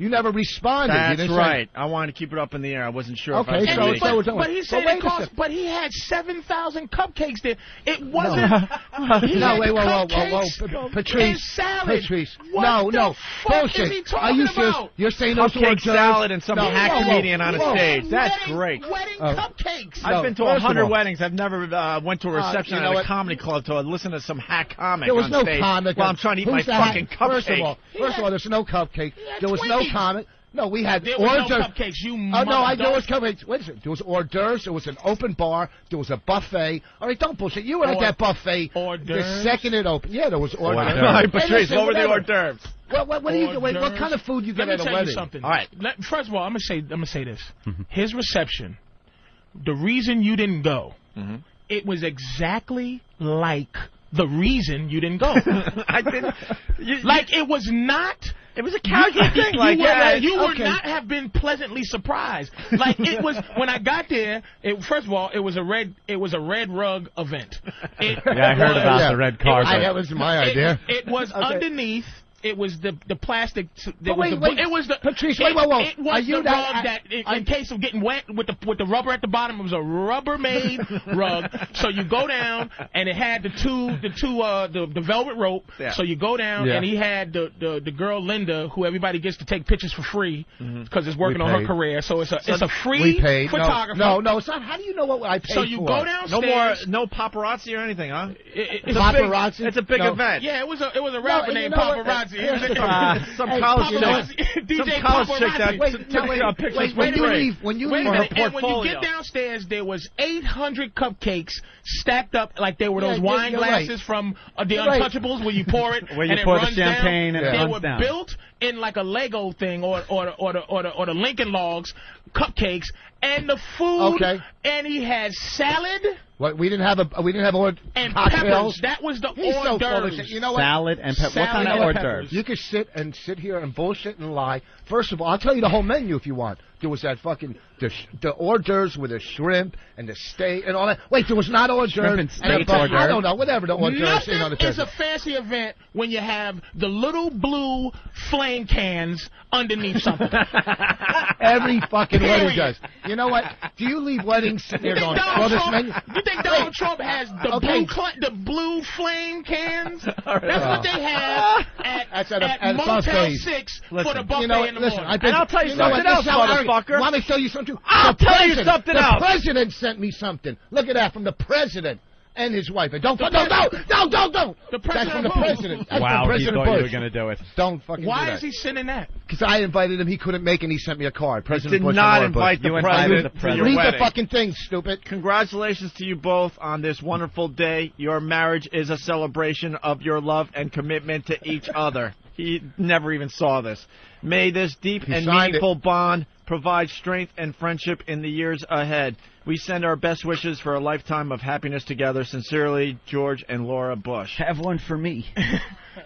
Speaker 7: You never responded. You
Speaker 2: That's
Speaker 7: didn't say-
Speaker 2: right. I wanted to keep it up in the air. I wasn't sure.
Speaker 7: Okay,
Speaker 2: if I was
Speaker 7: so-
Speaker 2: gonna make
Speaker 7: so
Speaker 2: it.
Speaker 7: it's only-
Speaker 3: But he said
Speaker 7: wait
Speaker 3: it
Speaker 7: a
Speaker 3: cost.
Speaker 7: sec-
Speaker 3: But he had seven thousand cupcakes there. It wasn't. he
Speaker 7: [LAUGHS] no,
Speaker 3: had
Speaker 7: wait, whoa, whoa, whoa, whoa,
Speaker 3: cupcakes
Speaker 7: P-
Speaker 3: and
Speaker 7: Patrice,
Speaker 3: salad.
Speaker 7: Patrice,
Speaker 3: What
Speaker 7: no,
Speaker 3: the
Speaker 7: no,
Speaker 3: fuck is
Speaker 7: bullshit. Are
Speaker 3: he
Speaker 7: you
Speaker 3: talking
Speaker 7: serious?
Speaker 3: about?
Speaker 7: You're saying those
Speaker 2: Cupcake
Speaker 7: words?
Speaker 2: salad and some
Speaker 7: no,
Speaker 2: hack
Speaker 7: whoa, whoa,
Speaker 2: comedian on a
Speaker 7: whoa.
Speaker 2: stage. That's
Speaker 3: Wedding-
Speaker 2: great.
Speaker 3: Wedding
Speaker 7: Oh.
Speaker 3: cupcakes.
Speaker 2: I've
Speaker 7: No,
Speaker 2: been to
Speaker 7: first
Speaker 2: a
Speaker 7: of
Speaker 2: hundred
Speaker 7: all-
Speaker 2: weddings. I've never uh, went to a
Speaker 7: Uh,
Speaker 2: reception
Speaker 7: you know
Speaker 2: at
Speaker 7: what?
Speaker 2: a comedy club to listen to some hack comic
Speaker 7: There was
Speaker 2: on
Speaker 7: no
Speaker 2: stage
Speaker 7: comic.
Speaker 2: while I'm trying to eat my
Speaker 7: Who's the hack-
Speaker 2: fucking cupcake.
Speaker 7: First of all, first of all, there's no cupcake. There was no
Speaker 3: Twinkies.
Speaker 7: comic. No, we had
Speaker 3: There were no
Speaker 7: hors d'oeuvres.
Speaker 3: cupcakes, you
Speaker 7: Oh no, I there
Speaker 3: mother-
Speaker 7: was cupcakes. Wait a second. There was hors d'oeuvres. There was an open bar. There was a buffet. All right, don't bullshit. You were at
Speaker 3: Hors-
Speaker 7: that buffet
Speaker 3: hors
Speaker 7: the
Speaker 3: d'oeuvres?
Speaker 7: second it opened. Yeah, there was hors
Speaker 2: All
Speaker 7: d'oeuvres.
Speaker 2: right,
Speaker 7: Hey,
Speaker 2: Patrice,
Speaker 7: listen,
Speaker 2: what were the
Speaker 7: whatever.
Speaker 2: hors d'oeuvres?
Speaker 7: What, what, what do you?
Speaker 3: Hors
Speaker 7: Wait, what
Speaker 3: d'oeuvres.
Speaker 7: kind of food you
Speaker 3: Let
Speaker 7: get
Speaker 3: me
Speaker 7: at a
Speaker 3: tell
Speaker 7: wedding? Mm-hmm.
Speaker 3: You something.
Speaker 2: All right.
Speaker 3: Let, first of all, I'm gonna say I'm gonna say this. His reception. The reason you didn't go.
Speaker 7: Mm-hmm.
Speaker 3: It was exactly like the reason
Speaker 7: [LAUGHS]
Speaker 3: you didn't go.
Speaker 2: I didn't. you-
Speaker 3: like it was not.
Speaker 2: It was a
Speaker 3: you,
Speaker 2: casual thing.
Speaker 3: you
Speaker 2: Like,
Speaker 3: would,
Speaker 2: yeah,
Speaker 3: you would
Speaker 2: okay.
Speaker 3: not have been pleasantly surprised. Like it was [LAUGHS] when I got there. It, first of all, it was a red. It was a red rug event. It
Speaker 1: Yeah, I heard about the red
Speaker 3: it was-
Speaker 1: carpet.
Speaker 7: I- that was my
Speaker 3: it-
Speaker 7: idea.
Speaker 3: It was
Speaker 7: Okay.
Speaker 3: underneath It was the the plastic. T-
Speaker 6: But
Speaker 3: that was
Speaker 6: wait,
Speaker 3: the,
Speaker 6: wait.
Speaker 3: It was the
Speaker 6: Patrice,
Speaker 3: It,
Speaker 6: wait, whoa, whoa.
Speaker 3: It
Speaker 6: Are
Speaker 3: was
Speaker 6: you
Speaker 3: the
Speaker 6: not-
Speaker 3: rug
Speaker 6: I-
Speaker 3: that, in,
Speaker 6: I-
Speaker 3: in case of getting wet with the with the rubber at the bottom, it was a
Speaker 6: [LAUGHS]
Speaker 3: Rubbermaid rug. So you go down, and it had the two the two uh the, the velvet rope.
Speaker 6: Yeah.
Speaker 3: So you go down,
Speaker 6: Yeah.
Speaker 3: and he had the, the the girl Linda, who everybody gets to take pictures for free because it's working
Speaker 7: Mm-hmm. We paid.
Speaker 3: on her career. So it's a it's a free
Speaker 7: we paid. No,
Speaker 3: photographer.
Speaker 7: No, no, it's not. How do you know what I paid
Speaker 3: So you
Speaker 7: for?
Speaker 3: go downstairs.
Speaker 2: No more, no paparazzi or anything, huh?
Speaker 3: It's a big-
Speaker 2: Paparazzi? It's a big event.
Speaker 3: Yeah, it was a it was a rapper
Speaker 2: you
Speaker 3: named
Speaker 2: know what?
Speaker 3: Paparazzi. It
Speaker 2: Here's
Speaker 3: was
Speaker 2: the
Speaker 3: a-
Speaker 2: problem.
Speaker 3: [LAUGHS]
Speaker 2: Some
Speaker 3: Hey,
Speaker 2: college
Speaker 3: Paparazzi. [LAUGHS]
Speaker 2: chick-
Speaker 3: DJ
Speaker 2: some college
Speaker 3: Paparazzi.
Speaker 2: chick that Wait, took no, wait, uh, pictures wait, for when you free. leave- when you
Speaker 3: Wait a
Speaker 2: leave-
Speaker 3: minute,
Speaker 2: for her
Speaker 3: and when you
Speaker 2: portfolio.
Speaker 3: get downstairs, there was 800 cupcakes stacked up like they were
Speaker 6: Yeah,
Speaker 3: those
Speaker 6: you're-
Speaker 3: wine
Speaker 6: you're
Speaker 3: glasses
Speaker 6: right.
Speaker 3: from uh, the
Speaker 6: You're right.
Speaker 3: Untouchables where you pour it
Speaker 1: Where you
Speaker 3: and
Speaker 1: pour
Speaker 3: it
Speaker 1: the
Speaker 3: runs
Speaker 1: champaign
Speaker 3: down.
Speaker 1: and it
Speaker 3: they
Speaker 1: runs
Speaker 3: were
Speaker 1: down.
Speaker 3: built in like a Lego thing or or or the or the, or the Lincoln Logs cupcakes and the food.
Speaker 7: Okay.
Speaker 3: And he had salad
Speaker 7: What we didn't have a uh, we didn't have order
Speaker 3: and
Speaker 7: cocktails.
Speaker 3: peppers. That was the
Speaker 7: He's so
Speaker 3: hors
Speaker 7: full of
Speaker 3: d'oeuvres.
Speaker 7: shit. You know what?
Speaker 3: Salad and peppers.
Speaker 7: You could sit and sit here and bullshit and lie. First of all, I'll tell you the whole menu if you want. There was that fucking the sh- the hors d'oeuvres with the shrimp and the steak and all that. Wait, there was not hors d'oeuvres.
Speaker 1: Shrimp and
Speaker 7: a
Speaker 1: steak
Speaker 7: fucking-
Speaker 1: hors d'oeuvre.
Speaker 7: I don't know. Whatever the hors d'oeuvres is on the
Speaker 3: Nothing is
Speaker 7: table.
Speaker 3: a fancy event when you have the little blue flame cans underneath something.
Speaker 7: [LAUGHS] Every fucking wedding
Speaker 3: Period.
Speaker 7: does. You know what? Do you leave
Speaker 3: [LAUGHS]
Speaker 7: weddings sitting there going, well, this menu?
Speaker 3: you think Donald Trump has the
Speaker 7: okay.
Speaker 3: blue cl- the blue flame cans? That's
Speaker 7: [LAUGHS] All right. Ah.
Speaker 3: what they have at,
Speaker 7: That's
Speaker 3: at,
Speaker 7: at a- at a
Speaker 3: Motel
Speaker 7: buffet.
Speaker 3: Six
Speaker 7: Listen,
Speaker 3: for the buffet
Speaker 7: you know, what?
Speaker 3: in the
Speaker 7: listen,
Speaker 3: morning.
Speaker 7: I think, you know what? This is how arrogant- Let me tell you something.
Speaker 3: I'll
Speaker 7: The
Speaker 3: tell you
Speaker 7: president-
Speaker 3: something
Speaker 7: the
Speaker 3: else.
Speaker 7: president sent me something. Look at that from the president and his wife. And don't, no, no, no, no, don't, don't.
Speaker 3: The
Speaker 7: That's from the
Speaker 3: president who?
Speaker 7: president. That's
Speaker 1: Wow,
Speaker 7: from
Speaker 1: he
Speaker 7: President
Speaker 1: thought you
Speaker 7: Bush.
Speaker 1: were gonna do it.
Speaker 7: Don't fucking do
Speaker 3: Why
Speaker 7: that.
Speaker 3: is he sending that?
Speaker 7: Because I invited him, he couldn't make, and he sent me a card. President
Speaker 2: did
Speaker 7: Bush and
Speaker 2: not
Speaker 7: Laura
Speaker 2: invite
Speaker 7: Bush.
Speaker 2: the president to your
Speaker 7: Read
Speaker 2: wedding.
Speaker 7: the fucking thing, stupid.
Speaker 2: Congratulations to you both on this wonderful day. Your marriage is a celebration of your love and commitment to each other. He never even saw this. May this deep
Speaker 7: He
Speaker 2: and
Speaker 7: signed
Speaker 2: meaningful bond provide strength and friendship in the years ahead. We send our best wishes for a lifetime of happiness together. Sincerely, George and Laura Bush.
Speaker 1: Have one for
Speaker 2: [LAUGHS]
Speaker 1: me.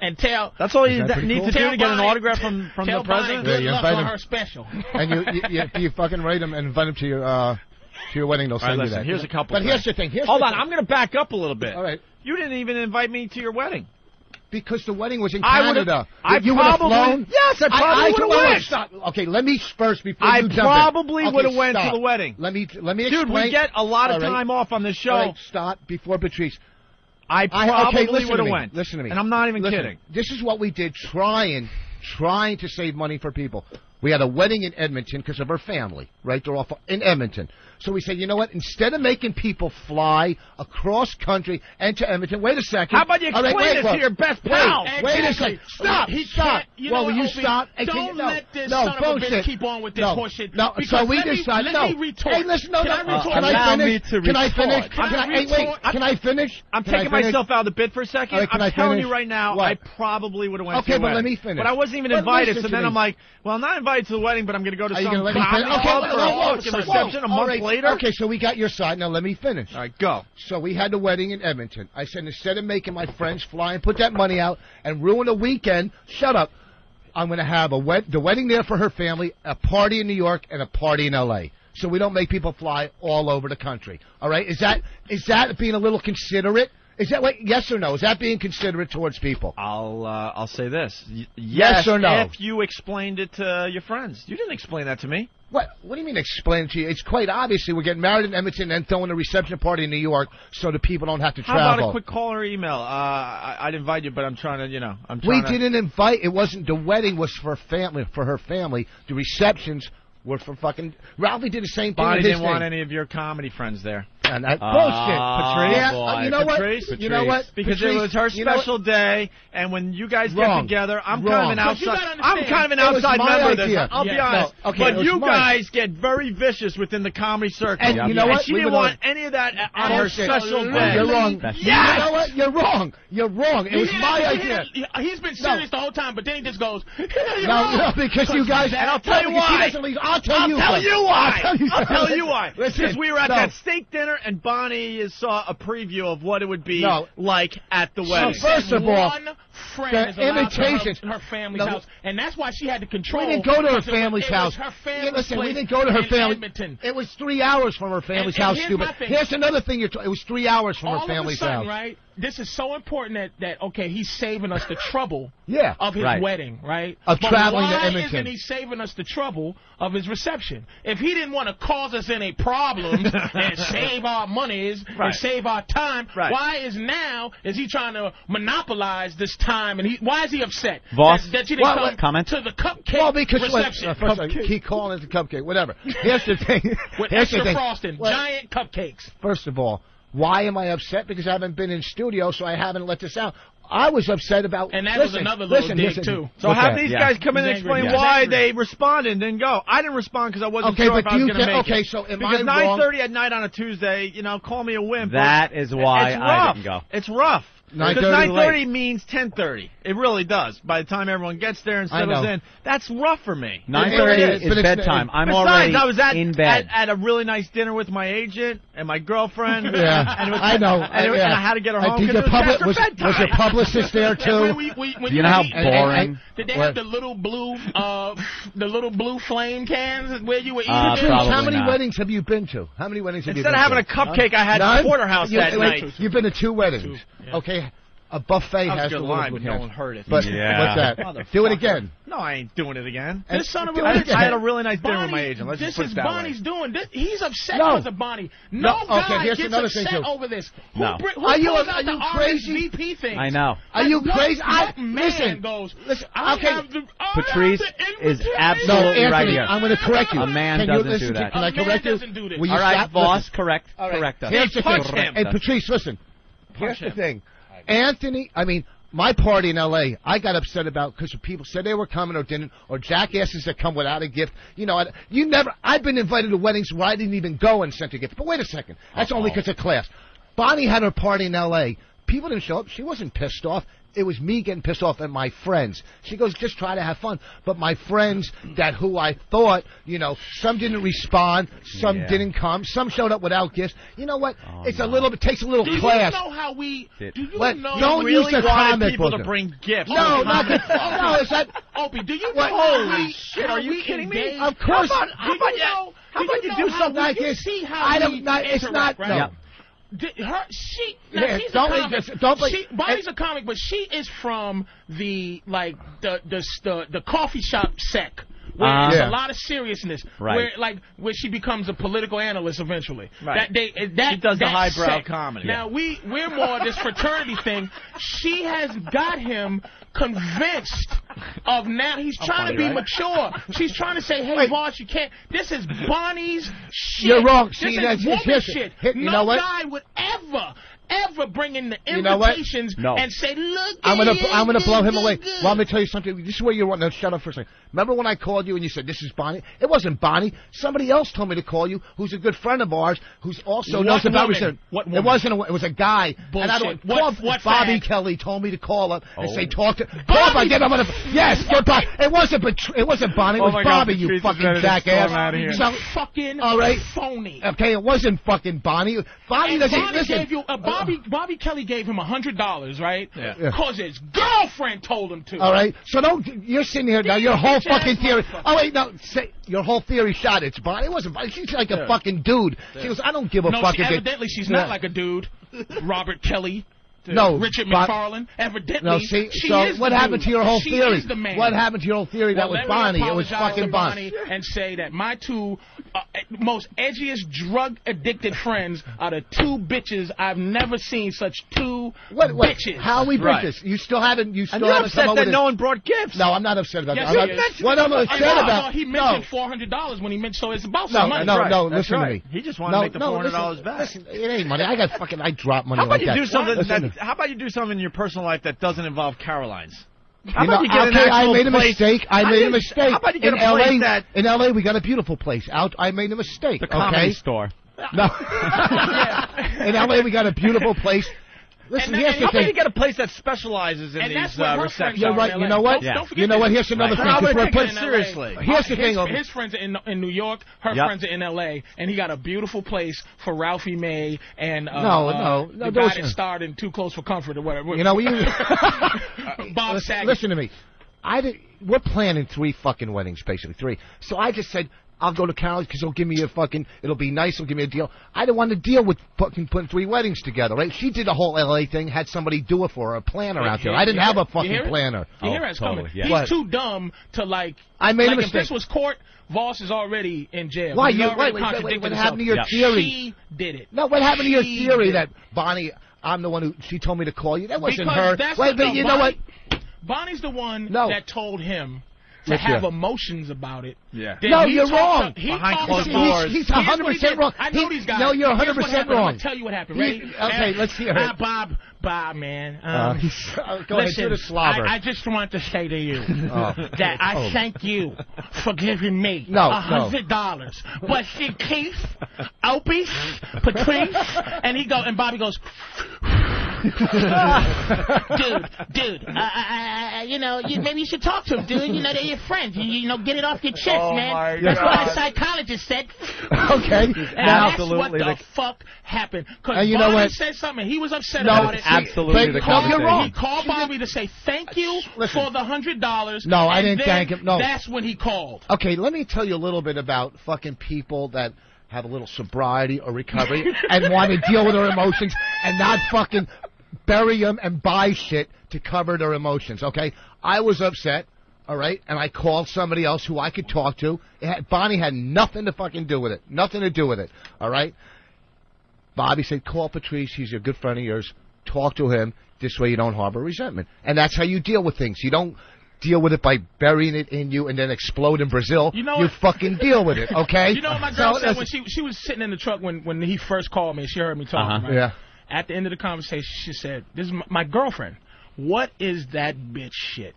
Speaker 3: And tell
Speaker 2: That's all
Speaker 3: Is
Speaker 2: you
Speaker 3: that
Speaker 2: d-
Speaker 3: pretty
Speaker 2: need
Speaker 3: cool?
Speaker 2: to do
Speaker 3: Tell
Speaker 2: to get an
Speaker 3: Bonnie-
Speaker 2: autograph from, from
Speaker 3: tell
Speaker 2: the president.
Speaker 3: Bonnie good
Speaker 7: Yeah, you
Speaker 3: luck
Speaker 7: invite
Speaker 3: on
Speaker 7: him.
Speaker 3: her [LAUGHS] special.
Speaker 7: and you, you, you, you fucking rate him and invite him to your uh, to your wedding. They'll
Speaker 2: All
Speaker 7: send
Speaker 2: right,
Speaker 7: you
Speaker 2: listen,
Speaker 7: that.
Speaker 2: here's a couple.
Speaker 7: But
Speaker 2: things.
Speaker 7: here's the thing. Here's
Speaker 2: Hold
Speaker 7: the
Speaker 2: on,
Speaker 7: thing.
Speaker 2: I'm going to back up a little bit. All
Speaker 7: right.
Speaker 2: You didn't even invite me to your wedding.
Speaker 7: Because the wedding was in
Speaker 2: I would've-
Speaker 7: Canada.
Speaker 2: I
Speaker 7: you would have
Speaker 2: probably-
Speaker 7: flown.
Speaker 2: Yes, I probably would've
Speaker 7: well,
Speaker 2: went.
Speaker 7: stop. Okay, let me first before
Speaker 2: I
Speaker 7: you jump in.
Speaker 2: probably
Speaker 7: Okay,
Speaker 2: would've went to
Speaker 7: stop.
Speaker 2: the wedding.
Speaker 7: Let me let me
Speaker 2: Dude, we
Speaker 7: explain.
Speaker 2: get a lot of
Speaker 7: All right.
Speaker 2: time off on this show.
Speaker 7: All right, stop before Patrice.
Speaker 2: I
Speaker 7: okay,
Speaker 2: probably
Speaker 7: listen to
Speaker 2: would've
Speaker 7: me.
Speaker 2: went.
Speaker 7: Listen to me.
Speaker 2: And I'm not even
Speaker 7: Listen,
Speaker 2: kidding.
Speaker 7: This is what we did, trying, trying to save money for people. We had a wedding in Edmonton because of her family, right? They're all fo- in Edmonton. So we said, you know what? Instead of making people fly across country and to Edmonton, wait a second.
Speaker 2: How about you
Speaker 7: All right,
Speaker 2: explain
Speaker 7: wait,
Speaker 2: this
Speaker 7: wait.
Speaker 2: to your best
Speaker 7: Wait,
Speaker 2: pal?
Speaker 7: Wait, a
Speaker 3: Exactly.
Speaker 7: second. Stop.
Speaker 3: He
Speaker 7: stop.
Speaker 3: can't- you
Speaker 7: well,
Speaker 3: know
Speaker 7: will
Speaker 3: what,
Speaker 7: you
Speaker 3: Opie?
Speaker 7: stop? Hey,
Speaker 3: Don't
Speaker 7: can you- no,
Speaker 3: let this
Speaker 7: no,
Speaker 3: son of a bitch
Speaker 7: bullshit.
Speaker 3: keep on with this
Speaker 7: no,
Speaker 3: horseshit,
Speaker 7: No, so
Speaker 3: because
Speaker 7: we
Speaker 3: let me-
Speaker 7: decided.
Speaker 3: let
Speaker 7: no.
Speaker 3: me retort.
Speaker 7: Hey, listen, no,
Speaker 3: Can
Speaker 7: no.
Speaker 3: I retort?
Speaker 7: Can
Speaker 2: Allow
Speaker 7: I
Speaker 2: me
Speaker 7: finish?
Speaker 2: to
Speaker 7: Can I
Speaker 2: retort.
Speaker 7: finish?
Speaker 2: Can
Speaker 7: Can
Speaker 2: I
Speaker 7: I? Hey, wait.
Speaker 2: retort?
Speaker 7: Can I finish?
Speaker 2: I'm
Speaker 7: Can I
Speaker 2: taking
Speaker 7: finish?
Speaker 2: myself out of the bid for a second.
Speaker 7: All right,
Speaker 2: I'm
Speaker 7: can I
Speaker 2: telling you
Speaker 7: finish?
Speaker 2: right now,
Speaker 7: What?
Speaker 2: I probably would have went
Speaker 7: Okay,
Speaker 2: to the
Speaker 7: but
Speaker 2: wedding.
Speaker 7: let me finish.
Speaker 2: But I wasn't even
Speaker 7: But
Speaker 2: invited,
Speaker 7: listen
Speaker 2: so
Speaker 7: to
Speaker 2: then
Speaker 7: me.
Speaker 2: I'm like, well, I'm not invited to the wedding, but I'm going to go to
Speaker 7: Are
Speaker 2: some
Speaker 7: you gonna let me
Speaker 2: comedy
Speaker 7: finish? Okay,
Speaker 2: club
Speaker 7: wait,
Speaker 2: for
Speaker 7: whoa, whoa,
Speaker 2: a fucking
Speaker 7: whoa.
Speaker 2: reception a
Speaker 7: All
Speaker 2: month
Speaker 7: right,
Speaker 2: later.
Speaker 7: Okay, so we got your side. Now let me finish.
Speaker 2: All right, go.
Speaker 7: So we had the wedding in Edmonton. I said instead of making my friends fly and put that money out and ruin the weekend, shut up. I'm going to have a wed- the wedding there for her family, a party in New York, and a party in L.A. So we don't make people fly all over the country. All right? Is that is that being a little considerate? Is that what? Yes or no? Is that being considerate towards people?
Speaker 2: I'll uh, I'll say this. Y-
Speaker 7: Yes or no?
Speaker 2: If you explained it to your friends, you didn't explain that to me.
Speaker 7: What? What do you mean explain it to you? It's quite obviously we're getting married in Edmonton and throwing a reception party in New York, so the people don't have to
Speaker 2: How
Speaker 7: travel.
Speaker 2: about a quick call or email? Uh, I, I'd invite you, but I'm trying to, you know, I'm
Speaker 7: We
Speaker 2: trying to.
Speaker 7: didn't invite. It wasn't the wedding was for family for her family. The receptions were for fucking. Ralphie did the same thing.
Speaker 2: Bonnie
Speaker 7: with his
Speaker 2: didn't want
Speaker 7: thing.
Speaker 2: any of your comedy friends there.
Speaker 7: And that bullshit.
Speaker 2: Ah,
Speaker 7: Patrice. Yeah,
Speaker 2: boy.
Speaker 7: you know what?
Speaker 2: Patrice,
Speaker 7: You know what?
Speaker 2: Because it
Speaker 7: Patrice,
Speaker 2: was her
Speaker 7: you know what?
Speaker 2: special day, and when you guys
Speaker 7: Wrong.
Speaker 2: get together, I'm
Speaker 7: Wrong.
Speaker 2: kind of an
Speaker 7: But you
Speaker 2: outside.
Speaker 3: gotta
Speaker 2: I'm kind of an
Speaker 7: understand, it was
Speaker 2: outside
Speaker 7: my
Speaker 2: member of this.
Speaker 7: idea.
Speaker 2: I'll be
Speaker 7: Yeah.
Speaker 2: honest.
Speaker 7: No, okay, it
Speaker 2: but
Speaker 7: was
Speaker 2: you
Speaker 7: mine.
Speaker 2: guys get very vicious within the comedy circle.
Speaker 7: And you know what?
Speaker 2: she
Speaker 7: We
Speaker 2: didn't
Speaker 7: would
Speaker 2: want
Speaker 7: all-
Speaker 2: any of that on her
Speaker 7: Bullshit.
Speaker 2: special day.
Speaker 7: You're wrong.
Speaker 2: Yes!
Speaker 7: You know what? You're wrong. You're wrong. It
Speaker 3: You
Speaker 7: was
Speaker 3: hear
Speaker 7: my
Speaker 3: that? You hear
Speaker 7: idea.
Speaker 3: that? He- He's been serious the whole time, but then he just goes. "You're
Speaker 7: No,
Speaker 3: wrong."
Speaker 7: no, because you guys.
Speaker 3: And I'll tell you
Speaker 7: because
Speaker 2: why.
Speaker 7: doesn't leave- I'll tell
Speaker 2: I'll
Speaker 7: you.
Speaker 2: tell
Speaker 7: why.
Speaker 2: you why.
Speaker 7: I'll tell you,
Speaker 2: I'll tell you
Speaker 3: [LAUGHS]
Speaker 2: why.
Speaker 7: Listen,
Speaker 2: Because we were at
Speaker 7: no.
Speaker 2: that steak dinner, and Bonnie saw a preview of what it would be
Speaker 7: No.
Speaker 2: like at the
Speaker 7: So
Speaker 2: wedding.
Speaker 7: first of all,
Speaker 3: One friend is
Speaker 7: They're
Speaker 3: allowed to her-
Speaker 7: imitations.
Speaker 3: her, family's
Speaker 7: No.
Speaker 3: house, and that's why she had to control.
Speaker 7: We didn't go to her
Speaker 3: because it was-
Speaker 7: family's
Speaker 3: it
Speaker 7: house.
Speaker 3: Was her
Speaker 7: Yeah,
Speaker 3: family's
Speaker 7: listen, we
Speaker 3: place
Speaker 7: didn't go to her
Speaker 3: in
Speaker 7: family.
Speaker 3: Edmonton.
Speaker 7: It was three hours from her family's
Speaker 3: And- and
Speaker 7: house.
Speaker 3: here's
Speaker 7: stupid.
Speaker 3: my thing.
Speaker 7: Here's another thing. You're t- it was three hours from
Speaker 3: All
Speaker 7: her family's
Speaker 3: of a sudden,
Speaker 7: house.
Speaker 3: right? This is so important that that okay, he's saving us the trouble.
Speaker 7: Yeah.
Speaker 3: Of his
Speaker 7: Right.
Speaker 3: wedding, right?
Speaker 7: Of
Speaker 3: But
Speaker 7: traveling to
Speaker 3: why
Speaker 7: Edmonton.
Speaker 3: isn't he saving us the trouble of his reception? If he didn't want to cause us any problems
Speaker 7: [LAUGHS]
Speaker 3: and save our monies
Speaker 1: Right.
Speaker 3: and save our time,
Speaker 1: Right.
Speaker 3: why is now is he trying to monopolize this time? And he why is he upset
Speaker 7: Voss?
Speaker 3: that, that you didn't
Speaker 7: Well,
Speaker 3: come
Speaker 7: what- comment?
Speaker 3: to the cupcake
Speaker 7: Well, because
Speaker 3: reception?
Speaker 7: Wait, uh, first, I keep calling it the cupcake. Whatever. Here's the thing.
Speaker 3: [LAUGHS] With
Speaker 7: Here's
Speaker 3: extra
Speaker 7: the thing.
Speaker 3: frosting, giant cupcakes.
Speaker 7: First of all, why am I upset? Because I haven't been in studio, so I haven't let this out. I was upset about.
Speaker 3: And that was
Speaker 7: listen,
Speaker 3: another little
Speaker 7: listen,
Speaker 3: dig,
Speaker 7: listen.
Speaker 3: too.
Speaker 2: So
Speaker 7: Look
Speaker 2: have
Speaker 7: at it,
Speaker 2: these
Speaker 7: yeah.
Speaker 2: guys come in and
Speaker 7: He's angry
Speaker 2: explain
Speaker 7: now.
Speaker 2: why they responded and then go. I didn't respond because I wasn't
Speaker 7: Okay,
Speaker 2: sure if
Speaker 7: but
Speaker 2: I was
Speaker 7: you
Speaker 2: going to
Speaker 7: said-
Speaker 2: make it.
Speaker 7: okay, so am
Speaker 2: because
Speaker 7: I wrong?
Speaker 2: 9:30 at night on a Tuesday, you know, call me a wimp.
Speaker 1: That
Speaker 2: but
Speaker 1: is why
Speaker 2: it's
Speaker 1: I
Speaker 2: rough.
Speaker 1: didn't go.
Speaker 2: It's rough.
Speaker 1: 9:30
Speaker 2: Because 9:30 means 10:30. It really does. By the time everyone gets there and
Speaker 1: I
Speaker 2: settles
Speaker 1: know.
Speaker 2: in, that's rough for me.
Speaker 1: 9:30
Speaker 2: It
Speaker 1: is But it's- bedtime. I'm
Speaker 2: Besides,
Speaker 1: already
Speaker 2: I was at,
Speaker 1: in bed.
Speaker 2: At, at a really nice dinner with my agent and my girlfriend.
Speaker 7: Yeah,
Speaker 2: and it was,
Speaker 7: I know.
Speaker 2: And, it was-
Speaker 7: yeah.
Speaker 2: and I had to get her
Speaker 7: Uh,
Speaker 2: home.
Speaker 7: did
Speaker 2: 'cause
Speaker 7: your
Speaker 2: it was
Speaker 7: public-
Speaker 2: after
Speaker 7: was,
Speaker 2: bedtime.
Speaker 3: [LAUGHS]
Speaker 7: was your publicist there
Speaker 3: Yeah,
Speaker 7: too?
Speaker 3: when we- we- when
Speaker 7: Do you know how
Speaker 3: eat-
Speaker 7: boring-
Speaker 3: Did they
Speaker 7: what-
Speaker 3: have the little blue, uh, the little blue flame cans where you were eating?
Speaker 7: Dude,
Speaker 3: it?
Speaker 7: how many weddings have you been to? How many weddings have you
Speaker 3: Instead
Speaker 7: been
Speaker 3: of having
Speaker 7: to?
Speaker 3: a cupcake, I had
Speaker 7: None?
Speaker 3: porterhouse
Speaker 7: You-
Speaker 3: that
Speaker 7: wait,
Speaker 3: night.
Speaker 7: You've been to two weddings. Okay, a buffet
Speaker 2: That was
Speaker 7: has
Speaker 2: good
Speaker 7: the
Speaker 2: line,
Speaker 7: little
Speaker 2: but no
Speaker 7: hand.
Speaker 2: one heard it.
Speaker 7: But
Speaker 2: Yeah.
Speaker 7: what's that? Do it
Speaker 2: Motherfucker.
Speaker 7: again.
Speaker 2: No, I ain't doing it again.
Speaker 3: This son of a
Speaker 2: I,
Speaker 3: bitch.
Speaker 2: I had a really nice dinner with my
Speaker 3: Bonnie-
Speaker 2: agent. Let's
Speaker 3: this
Speaker 2: just put
Speaker 3: is
Speaker 2: it that
Speaker 3: Bonnie's
Speaker 2: way.
Speaker 3: doing. This, he's upset
Speaker 2: No.
Speaker 3: because of Bonnie. No,
Speaker 2: No, okay,
Speaker 3: guy
Speaker 2: here's
Speaker 3: gets
Speaker 2: another thing,
Speaker 3: upset
Speaker 2: too.
Speaker 3: over this.
Speaker 2: No.
Speaker 3: Who, br- who
Speaker 2: Are you-
Speaker 3: pulls
Speaker 2: are
Speaker 3: out
Speaker 2: you
Speaker 3: the
Speaker 2: crazy?
Speaker 3: RSVP things?
Speaker 1: I know.
Speaker 7: Are you
Speaker 3: What-
Speaker 7: crazy? I-
Speaker 3: what man
Speaker 7: listen,
Speaker 3: goes.
Speaker 7: listen,
Speaker 3: I
Speaker 7: okay.
Speaker 3: have the, I
Speaker 1: Oh, Patrice
Speaker 3: have the
Speaker 1: is
Speaker 3: invitation.
Speaker 1: absolutely right
Speaker 7: Anthony,
Speaker 1: here.
Speaker 7: I'm going to correct you.
Speaker 1: A man
Speaker 7: Can you
Speaker 1: doesn't
Speaker 7: listen
Speaker 1: do
Speaker 7: to-
Speaker 1: that.
Speaker 7: Can I
Speaker 3: A man
Speaker 7: correct you?
Speaker 3: doesn't do this.
Speaker 7: Will you
Speaker 1: All right,
Speaker 7: stop?
Speaker 1: boss,
Speaker 7: Listen.
Speaker 1: correct,
Speaker 7: All right.
Speaker 1: correct us.
Speaker 7: Here's the
Speaker 1: Punch
Speaker 7: thing.
Speaker 1: him.
Speaker 7: And Patrice, listen. Here's the
Speaker 1: him.
Speaker 7: thing. Anthony, I mean, my party in L.A., I got upset about because people said they were coming or didn't, or jackasses that come without a gift. You know, I, you never. I've been invited to weddings where I didn't even go and sent a gift. But wait a second, that's only 'cause only because of class. Bonnie had her party in L.A. People didn't show up. She wasn't pissed off. It was me getting pissed off at my friends. She goes, just try to have fun. But my friends that who I thought, you know, some didn't respond, some
Speaker 1: Yeah.
Speaker 7: didn't come, some showed up without gifts. You know what? it's a little bit takes a little
Speaker 3: Do you
Speaker 7: class.
Speaker 3: know how we? Do you
Speaker 7: Let-
Speaker 3: know?
Speaker 7: don't
Speaker 2: really
Speaker 7: use
Speaker 2: wanted
Speaker 7: the comic
Speaker 2: people
Speaker 7: book.
Speaker 2: to bring gifts.
Speaker 7: No,
Speaker 2: Oh,
Speaker 7: not
Speaker 2: comic
Speaker 7: the-
Speaker 2: book.
Speaker 7: no, it's not.
Speaker 3: Opie, do you
Speaker 2: What?
Speaker 3: know how
Speaker 2: Holy
Speaker 3: we-
Speaker 2: shit,
Speaker 3: how
Speaker 2: are you
Speaker 3: we
Speaker 2: kidding me?
Speaker 3: engage-
Speaker 7: Of course.
Speaker 3: How about, how
Speaker 7: Do
Speaker 3: about
Speaker 7: you
Speaker 3: you?
Speaker 7: know-
Speaker 3: how
Speaker 7: do
Speaker 3: about
Speaker 7: you
Speaker 3: you
Speaker 7: know
Speaker 3: do
Speaker 7: how
Speaker 3: something
Speaker 7: we
Speaker 3: like
Speaker 7: can
Speaker 3: this?
Speaker 7: see how
Speaker 3: I
Speaker 7: we
Speaker 3: don't. Not, it's not.
Speaker 7: interact, right?
Speaker 3: No. Did her she now
Speaker 7: Yeah,
Speaker 3: she's
Speaker 7: don't
Speaker 3: a
Speaker 7: make
Speaker 3: comic.
Speaker 7: this- don't make-
Speaker 3: she, Bonnie's a comic, but she is from the like the the the, the coffee shop sec. Where
Speaker 1: Uh-huh.
Speaker 3: there's
Speaker 1: Yeah.
Speaker 3: a lot of seriousness,
Speaker 1: Right.
Speaker 3: where like where she becomes a political analyst eventually.
Speaker 1: Right.
Speaker 3: That they that
Speaker 1: She does the
Speaker 3: that
Speaker 1: highbrow
Speaker 3: sec.
Speaker 1: comedy.
Speaker 3: Now we we're more this fraternity thing. She has got him convinced of now he's
Speaker 1: I'm
Speaker 3: trying to be
Speaker 1: funny, right?
Speaker 3: mature. She's trying to say, hey, Boss, you can't. This is Bonnie's shit.
Speaker 7: You're wrong.
Speaker 3: This
Speaker 7: See,
Speaker 3: is
Speaker 7: that's-
Speaker 3: woman
Speaker 7: here's-
Speaker 3: shit.
Speaker 7: here- you
Speaker 3: no
Speaker 7: know what?
Speaker 3: guy would ever, ever bring in the
Speaker 7: You know what?
Speaker 3: invitations
Speaker 7: No.
Speaker 3: and say, "Look,
Speaker 7: I'm gonna
Speaker 3: at
Speaker 7: I'm gonna
Speaker 3: you,
Speaker 7: blow him
Speaker 3: look
Speaker 7: away.
Speaker 3: at you."
Speaker 7: Well, let me tell you something. This is where you want. No, shut up for a second. Remember when I called you and you said this is Bonnie? It wasn't Bonnie. Somebody else told me to call you, who's a good friend of ours, who's also
Speaker 3: What
Speaker 7: knows about
Speaker 3: woman?
Speaker 7: research.
Speaker 3: What
Speaker 7: It
Speaker 3: woman?
Speaker 7: wasn't. A, wo- it was a guy. And I
Speaker 3: Bullshit.
Speaker 7: don't,
Speaker 3: What-
Speaker 7: call,
Speaker 3: what
Speaker 7: Bobby
Speaker 3: fag?
Speaker 7: Kelly told me to call up and
Speaker 1: Oh.
Speaker 7: say talk to. Call up, I did. I'm gonna. Yes, goodbye. It wasn't. Betr- it wasn't Bonnie. It
Speaker 1: Oh
Speaker 7: was
Speaker 1: my God,
Speaker 7: Bobby. you
Speaker 1: Patrice is
Speaker 7: fucking
Speaker 1: ready to storm
Speaker 7: jackass.
Speaker 1: out of here.
Speaker 7: So-
Speaker 3: fucking
Speaker 7: all right.
Speaker 3: phony.
Speaker 7: Okay, it wasn't fucking Bonnie. Bonnie
Speaker 3: And
Speaker 7: doesn't
Speaker 3: Bonnie
Speaker 7: listen.
Speaker 3: gave you, uh, Bobby, Bobby Kelly gave him a hundred dollars, right? Yeah.
Speaker 7: Yeah.
Speaker 3: Cause his girlfriend told him
Speaker 7: [LAUGHS]
Speaker 3: to.
Speaker 7: All right. So don't. You're sitting here now. Your whole fucking theory. Oh wait, no. Say your whole theory shot. It's Bonnie. It wasn't Bonnie. She's like a fucking dude. She goes. I don't give a
Speaker 3: no,
Speaker 7: fuck.
Speaker 3: she,
Speaker 7: if it-
Speaker 3: evidently she's
Speaker 7: Yeah.
Speaker 3: not like a dude. Robert Kelly.
Speaker 7: [LAUGHS] No,
Speaker 3: Richard
Speaker 7: Bob-
Speaker 3: McFarlane. Evidently,
Speaker 7: No, see,
Speaker 3: she
Speaker 7: so
Speaker 3: is
Speaker 7: what
Speaker 3: the
Speaker 7: happened
Speaker 3: dude.
Speaker 7: to your whole
Speaker 3: she
Speaker 7: theory?
Speaker 3: Is the man.
Speaker 7: What happened to your whole theory? That
Speaker 3: Well,
Speaker 7: was
Speaker 3: let me
Speaker 7: Bonnie. It was
Speaker 3: apologize
Speaker 7: fucking
Speaker 3: to
Speaker 7: Bonnie.
Speaker 3: And say that my two uh, most edgiest drug addicted friends are the two bitches I've never seen such two
Speaker 7: What, what,
Speaker 3: bitches.
Speaker 7: how we break
Speaker 3: Right.
Speaker 7: this? You still haven't. You still
Speaker 3: you're
Speaker 7: haven't
Speaker 3: upset
Speaker 7: come up
Speaker 3: that
Speaker 7: with it.
Speaker 3: no
Speaker 2: one brought gifts.
Speaker 7: No, I'm not upset about
Speaker 3: Yes,
Speaker 7: that. I'm
Speaker 3: he
Speaker 7: not-
Speaker 3: is.
Speaker 7: what I'm
Speaker 3: Oh,
Speaker 7: upset
Speaker 3: no,
Speaker 7: about?
Speaker 3: No, he
Speaker 7: no,
Speaker 3: mentioned four hundred dollars when he mentioned. So it's about
Speaker 7: no,
Speaker 3: some money.
Speaker 7: no, no.
Speaker 2: That's
Speaker 7: Listen
Speaker 2: right.
Speaker 7: to me.
Speaker 2: He just wanted
Speaker 7: no,
Speaker 2: to make the
Speaker 7: no,
Speaker 2: $400
Speaker 7: listen,
Speaker 2: back.
Speaker 7: Listen, it ain't money. I got fucking. I drop money
Speaker 2: How about
Speaker 7: like
Speaker 2: you
Speaker 7: that.
Speaker 2: do something
Speaker 7: Listen to me.
Speaker 2: that? How about you do something in your personal life that doesn't involve Caroline's? How
Speaker 7: You
Speaker 2: about
Speaker 7: know,
Speaker 2: you get an
Speaker 7: okay, I
Speaker 2: actual
Speaker 7: made a
Speaker 2: place-
Speaker 7: mistake. I
Speaker 2: How
Speaker 7: made
Speaker 2: do
Speaker 7: a
Speaker 2: you-
Speaker 7: mistake.
Speaker 2: How about you get
Speaker 7: in
Speaker 2: a place
Speaker 7: LA,
Speaker 2: that
Speaker 7: in LA we got a beautiful place. Out, I made a mistake.
Speaker 1: The
Speaker 2: [LAUGHS]
Speaker 7: okay,
Speaker 1: comedy store.
Speaker 7: no, in LA we got a beautiful place. Listen,
Speaker 2: And
Speaker 7: here's
Speaker 2: then-
Speaker 7: the
Speaker 2: how about
Speaker 7: thing.
Speaker 2: you get a place that specializes in
Speaker 7: And that's
Speaker 2: these
Speaker 7: where
Speaker 2: uh,
Speaker 7: her friends
Speaker 2: receptions?
Speaker 7: are, You're right. You know what? Don't- Yeah. don't forget
Speaker 2: You know what? Here's another
Speaker 3: Right.
Speaker 2: thing.
Speaker 3: I
Speaker 2: If
Speaker 3: would
Speaker 2: we're
Speaker 3: take it
Speaker 2: put
Speaker 3: in
Speaker 2: seriously.
Speaker 3: LA.
Speaker 2: Here's the
Speaker 3: his,
Speaker 2: thing, Obi-
Speaker 3: His friends are in in New York. Her
Speaker 2: Yep.
Speaker 3: friends are in L.A. And he got a beautiful place for Ralphie May and uh,
Speaker 7: No,
Speaker 3: uh,
Speaker 7: no, no,
Speaker 3: the
Speaker 7: those-
Speaker 3: guy that starred in Too Close for Comfort or whatever.
Speaker 7: You know,
Speaker 3: [LAUGHS]
Speaker 7: we-
Speaker 3: Bob
Speaker 7: listen,
Speaker 3: Saget.
Speaker 7: listen to me. I did, we're planning three fucking weddings, basically three. So I just said I'll go to Carol's because he'll give me a fucking. It'll be nice. He'll give me a deal. I didn't want to deal with fucking putting three weddings together. Right? She did the whole L.A. thing. Had somebody do it for her, a planner out there. I didn't
Speaker 3: You hear-
Speaker 7: have a
Speaker 3: you hear
Speaker 7: fucking
Speaker 3: it?
Speaker 7: planner. Oh,
Speaker 3: You hear it's coming. He's
Speaker 7: What?
Speaker 3: too dumb to like.
Speaker 7: I made a
Speaker 3: like,
Speaker 7: mistake.
Speaker 3: If this was court, Voss is already in jail.
Speaker 7: Why
Speaker 3: He's
Speaker 7: you-
Speaker 3: already
Speaker 7: wait, wait, wait,
Speaker 3: contradicted
Speaker 7: what
Speaker 3: himself.
Speaker 7: happened to your theory?
Speaker 3: She did it.
Speaker 7: No, what happened to your
Speaker 3: She
Speaker 7: theory
Speaker 3: did
Speaker 7: that Bonnie? I'm the one who she told me to call you. That wasn't
Speaker 3: because
Speaker 7: her.
Speaker 3: That's
Speaker 7: Wait,
Speaker 3: the-
Speaker 7: but
Speaker 3: no,
Speaker 7: you know what?
Speaker 3: Bonnie, Bonnie's the one that told him to
Speaker 7: Look
Speaker 3: have
Speaker 7: here.
Speaker 3: emotions about it.
Speaker 7: Yeah.
Speaker 3: Then
Speaker 7: No,
Speaker 3: he
Speaker 7: you're
Speaker 3: talked
Speaker 7: wrong.
Speaker 3: to- he
Speaker 7: Behind
Speaker 3: talked
Speaker 7: closed
Speaker 3: to-
Speaker 7: doors. He's- he's
Speaker 3: Here's what he
Speaker 7: 100%
Speaker 3: did.
Speaker 7: wrong.
Speaker 3: I
Speaker 7: He-
Speaker 3: know these guys.
Speaker 7: no, you're
Speaker 3: Here's what
Speaker 7: 100%
Speaker 3: happened. I'm
Speaker 7: wrong.
Speaker 3: gonna tell you what happened.
Speaker 7: He-
Speaker 3: Ready?
Speaker 7: okay,
Speaker 3: And-
Speaker 7: let's hear it.
Speaker 3: Ah, Bob, Bob, man. Um,
Speaker 7: Uh, [LAUGHS] go ahead, do
Speaker 3: listen,
Speaker 7: the slobber.
Speaker 3: I, I just want to say to you
Speaker 7: [LAUGHS] Oh.
Speaker 3: that I
Speaker 7: Oh.
Speaker 3: thank you for giving me
Speaker 7: No,
Speaker 3: a
Speaker 7: no.
Speaker 3: hundred dollars. But see, Keith, Opie, Patrice, and he go and
Speaker 7: [LAUGHS]
Speaker 3: Bobby goes. dude, dude, uh, uh, uh, you know, you, maybe you should talk to him, dude. You know, they're your friends. You, you know, get it off your chest,
Speaker 7: Oh,
Speaker 3: man.
Speaker 7: my
Speaker 3: that's what a
Speaker 7: God.
Speaker 3: psychologist said.
Speaker 7: [LAUGHS] Okay.
Speaker 3: and
Speaker 7: Now-
Speaker 3: that's
Speaker 7: Absolutely
Speaker 3: what the
Speaker 7: the-
Speaker 3: fuck happened. Because
Speaker 7: And you know
Speaker 3: Bobby
Speaker 7: what?
Speaker 3: said something. He was upset
Speaker 7: No,
Speaker 3: about it.
Speaker 7: it's absolutely
Speaker 3: He
Speaker 7: the
Speaker 3: called-
Speaker 7: conversation. You're wrong.
Speaker 3: He called Bobby to say thank you for the hundred dollars.
Speaker 7: No, I
Speaker 3: and
Speaker 7: didn't
Speaker 3: then
Speaker 7: thank him. No.
Speaker 3: that's when he called.
Speaker 7: Okay, let me tell you a little bit about fucking people that have a little sobriety or recovery and want to deal with their emotions and not fucking bury them and buy shit to cover their emotions. Okay, I was upset. All right, and I called somebody else who I could talk to. It had, Bonnie had nothing to fucking do with it. Nothing to do with it. All right. Bobby said, call Patrice. He's a good friend of yours. Talk to him. This way you don't harbor resentment. And that's how you deal with things. You don't deal with it by burying it in you and then explode in Brazil. You
Speaker 3: know
Speaker 7: You
Speaker 3: what?
Speaker 7: fucking deal with it,
Speaker 3: [LAUGHS]
Speaker 7: okay?
Speaker 3: You know what my girl
Speaker 7: So
Speaker 3: said when
Speaker 7: that's-
Speaker 3: she she was sitting in the truck when when he first called me. She heard me talking.
Speaker 7: Uh-huh.
Speaker 3: right?
Speaker 7: Yeah.
Speaker 3: At the end of the conversation, she said, "This is my, my girlfriend. What is that bitch shit?"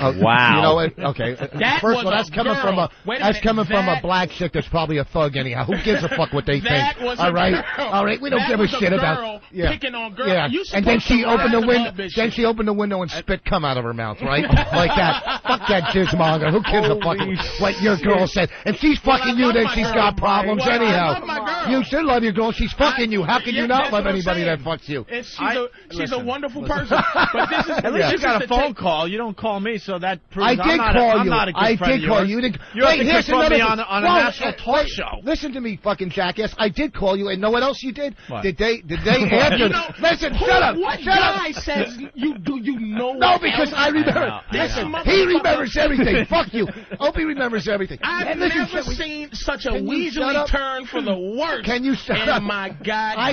Speaker 7: Oh, You know what? Okay.
Speaker 3: [LAUGHS] That
Speaker 7: First
Speaker 3: was
Speaker 7: of all, that's
Speaker 3: a
Speaker 7: coming
Speaker 3: girl.
Speaker 7: from a
Speaker 3: Wait a
Speaker 7: that's
Speaker 3: minute,
Speaker 7: coming from a
Speaker 3: that-
Speaker 7: black chick that's probably a thug anyhow. Who gives a fuck what they
Speaker 3: [LAUGHS] That
Speaker 7: think?
Speaker 3: was a
Speaker 7: all right,
Speaker 3: girl.
Speaker 7: all right. We don't
Speaker 3: That
Speaker 7: give
Speaker 3: was a
Speaker 7: shit
Speaker 3: girl
Speaker 7: about yeah.
Speaker 3: picking on girl.
Speaker 7: Yeah.
Speaker 3: You
Speaker 7: and then
Speaker 3: supposed
Speaker 7: she
Speaker 3: to
Speaker 7: opened the
Speaker 3: rise
Speaker 7: window.
Speaker 3: above this
Speaker 7: Then she opened the window and spit come out of her mouth,
Speaker 3: [LAUGHS]
Speaker 7: right? like that. Fuck that jizzmonger. Who gives a fuck what your girl said? And she's
Speaker 3: Well, I
Speaker 7: fucking you.
Speaker 3: love
Speaker 7: Then
Speaker 3: my
Speaker 7: she's
Speaker 3: girl,
Speaker 7: got
Speaker 3: Mike.
Speaker 7: problems
Speaker 3: Well, I
Speaker 7: anyhow.
Speaker 3: love my girl.
Speaker 7: You should love your girl. She's fucking you. How can
Speaker 3: Yeah,
Speaker 7: you not
Speaker 3: that's
Speaker 7: love
Speaker 3: what I'm
Speaker 7: anybody that
Speaker 3: saying.
Speaker 7: fucks you?
Speaker 3: It's- she's
Speaker 2: I-
Speaker 3: a she's a
Speaker 2: listen,
Speaker 3: wonderful
Speaker 2: listen.
Speaker 3: person. But
Speaker 7: [LAUGHS]
Speaker 3: this is
Speaker 2: At
Speaker 3: this
Speaker 2: least you
Speaker 3: is
Speaker 2: got
Speaker 3: the
Speaker 2: a phone
Speaker 3: take-
Speaker 2: call. You don't call me, so that proves
Speaker 7: I
Speaker 2: I'm
Speaker 7: did
Speaker 2: not
Speaker 7: call
Speaker 2: a,
Speaker 7: you.
Speaker 2: I'm not a good
Speaker 7: I
Speaker 2: friend
Speaker 7: did
Speaker 2: of
Speaker 7: call
Speaker 2: yours.
Speaker 7: you. You did.
Speaker 2: You're
Speaker 7: wait,
Speaker 2: to
Speaker 7: here's
Speaker 2: confront me
Speaker 7: another
Speaker 2: on,
Speaker 7: thing.
Speaker 2: on
Speaker 7: Well,
Speaker 2: a national
Speaker 7: uh,
Speaker 2: talk
Speaker 7: wait,
Speaker 2: show.
Speaker 7: Listen to me, fucking jackass. I did call you, and know what else you did?
Speaker 2: What?
Speaker 7: The
Speaker 2: [LAUGHS]
Speaker 7: day, the day after.
Speaker 3: You know,
Speaker 7: listen,
Speaker 3: who-
Speaker 7: shut up.
Speaker 3: What
Speaker 7: shut
Speaker 3: guy
Speaker 7: up. [LAUGHS]
Speaker 3: says you do you know?
Speaker 7: No,
Speaker 3: what
Speaker 7: because
Speaker 3: else?
Speaker 7: I remember. listen, he remembers
Speaker 3: [LAUGHS]
Speaker 7: everything. Fuck you. Opie remembers everything.
Speaker 3: I've
Speaker 7: And listen,
Speaker 3: never
Speaker 7: shut-
Speaker 3: seen such a
Speaker 7: Can you shut
Speaker 3: weaselly
Speaker 7: up?
Speaker 3: turn for the worst.
Speaker 7: Can you shut
Speaker 3: in
Speaker 7: up?
Speaker 3: my
Speaker 7: I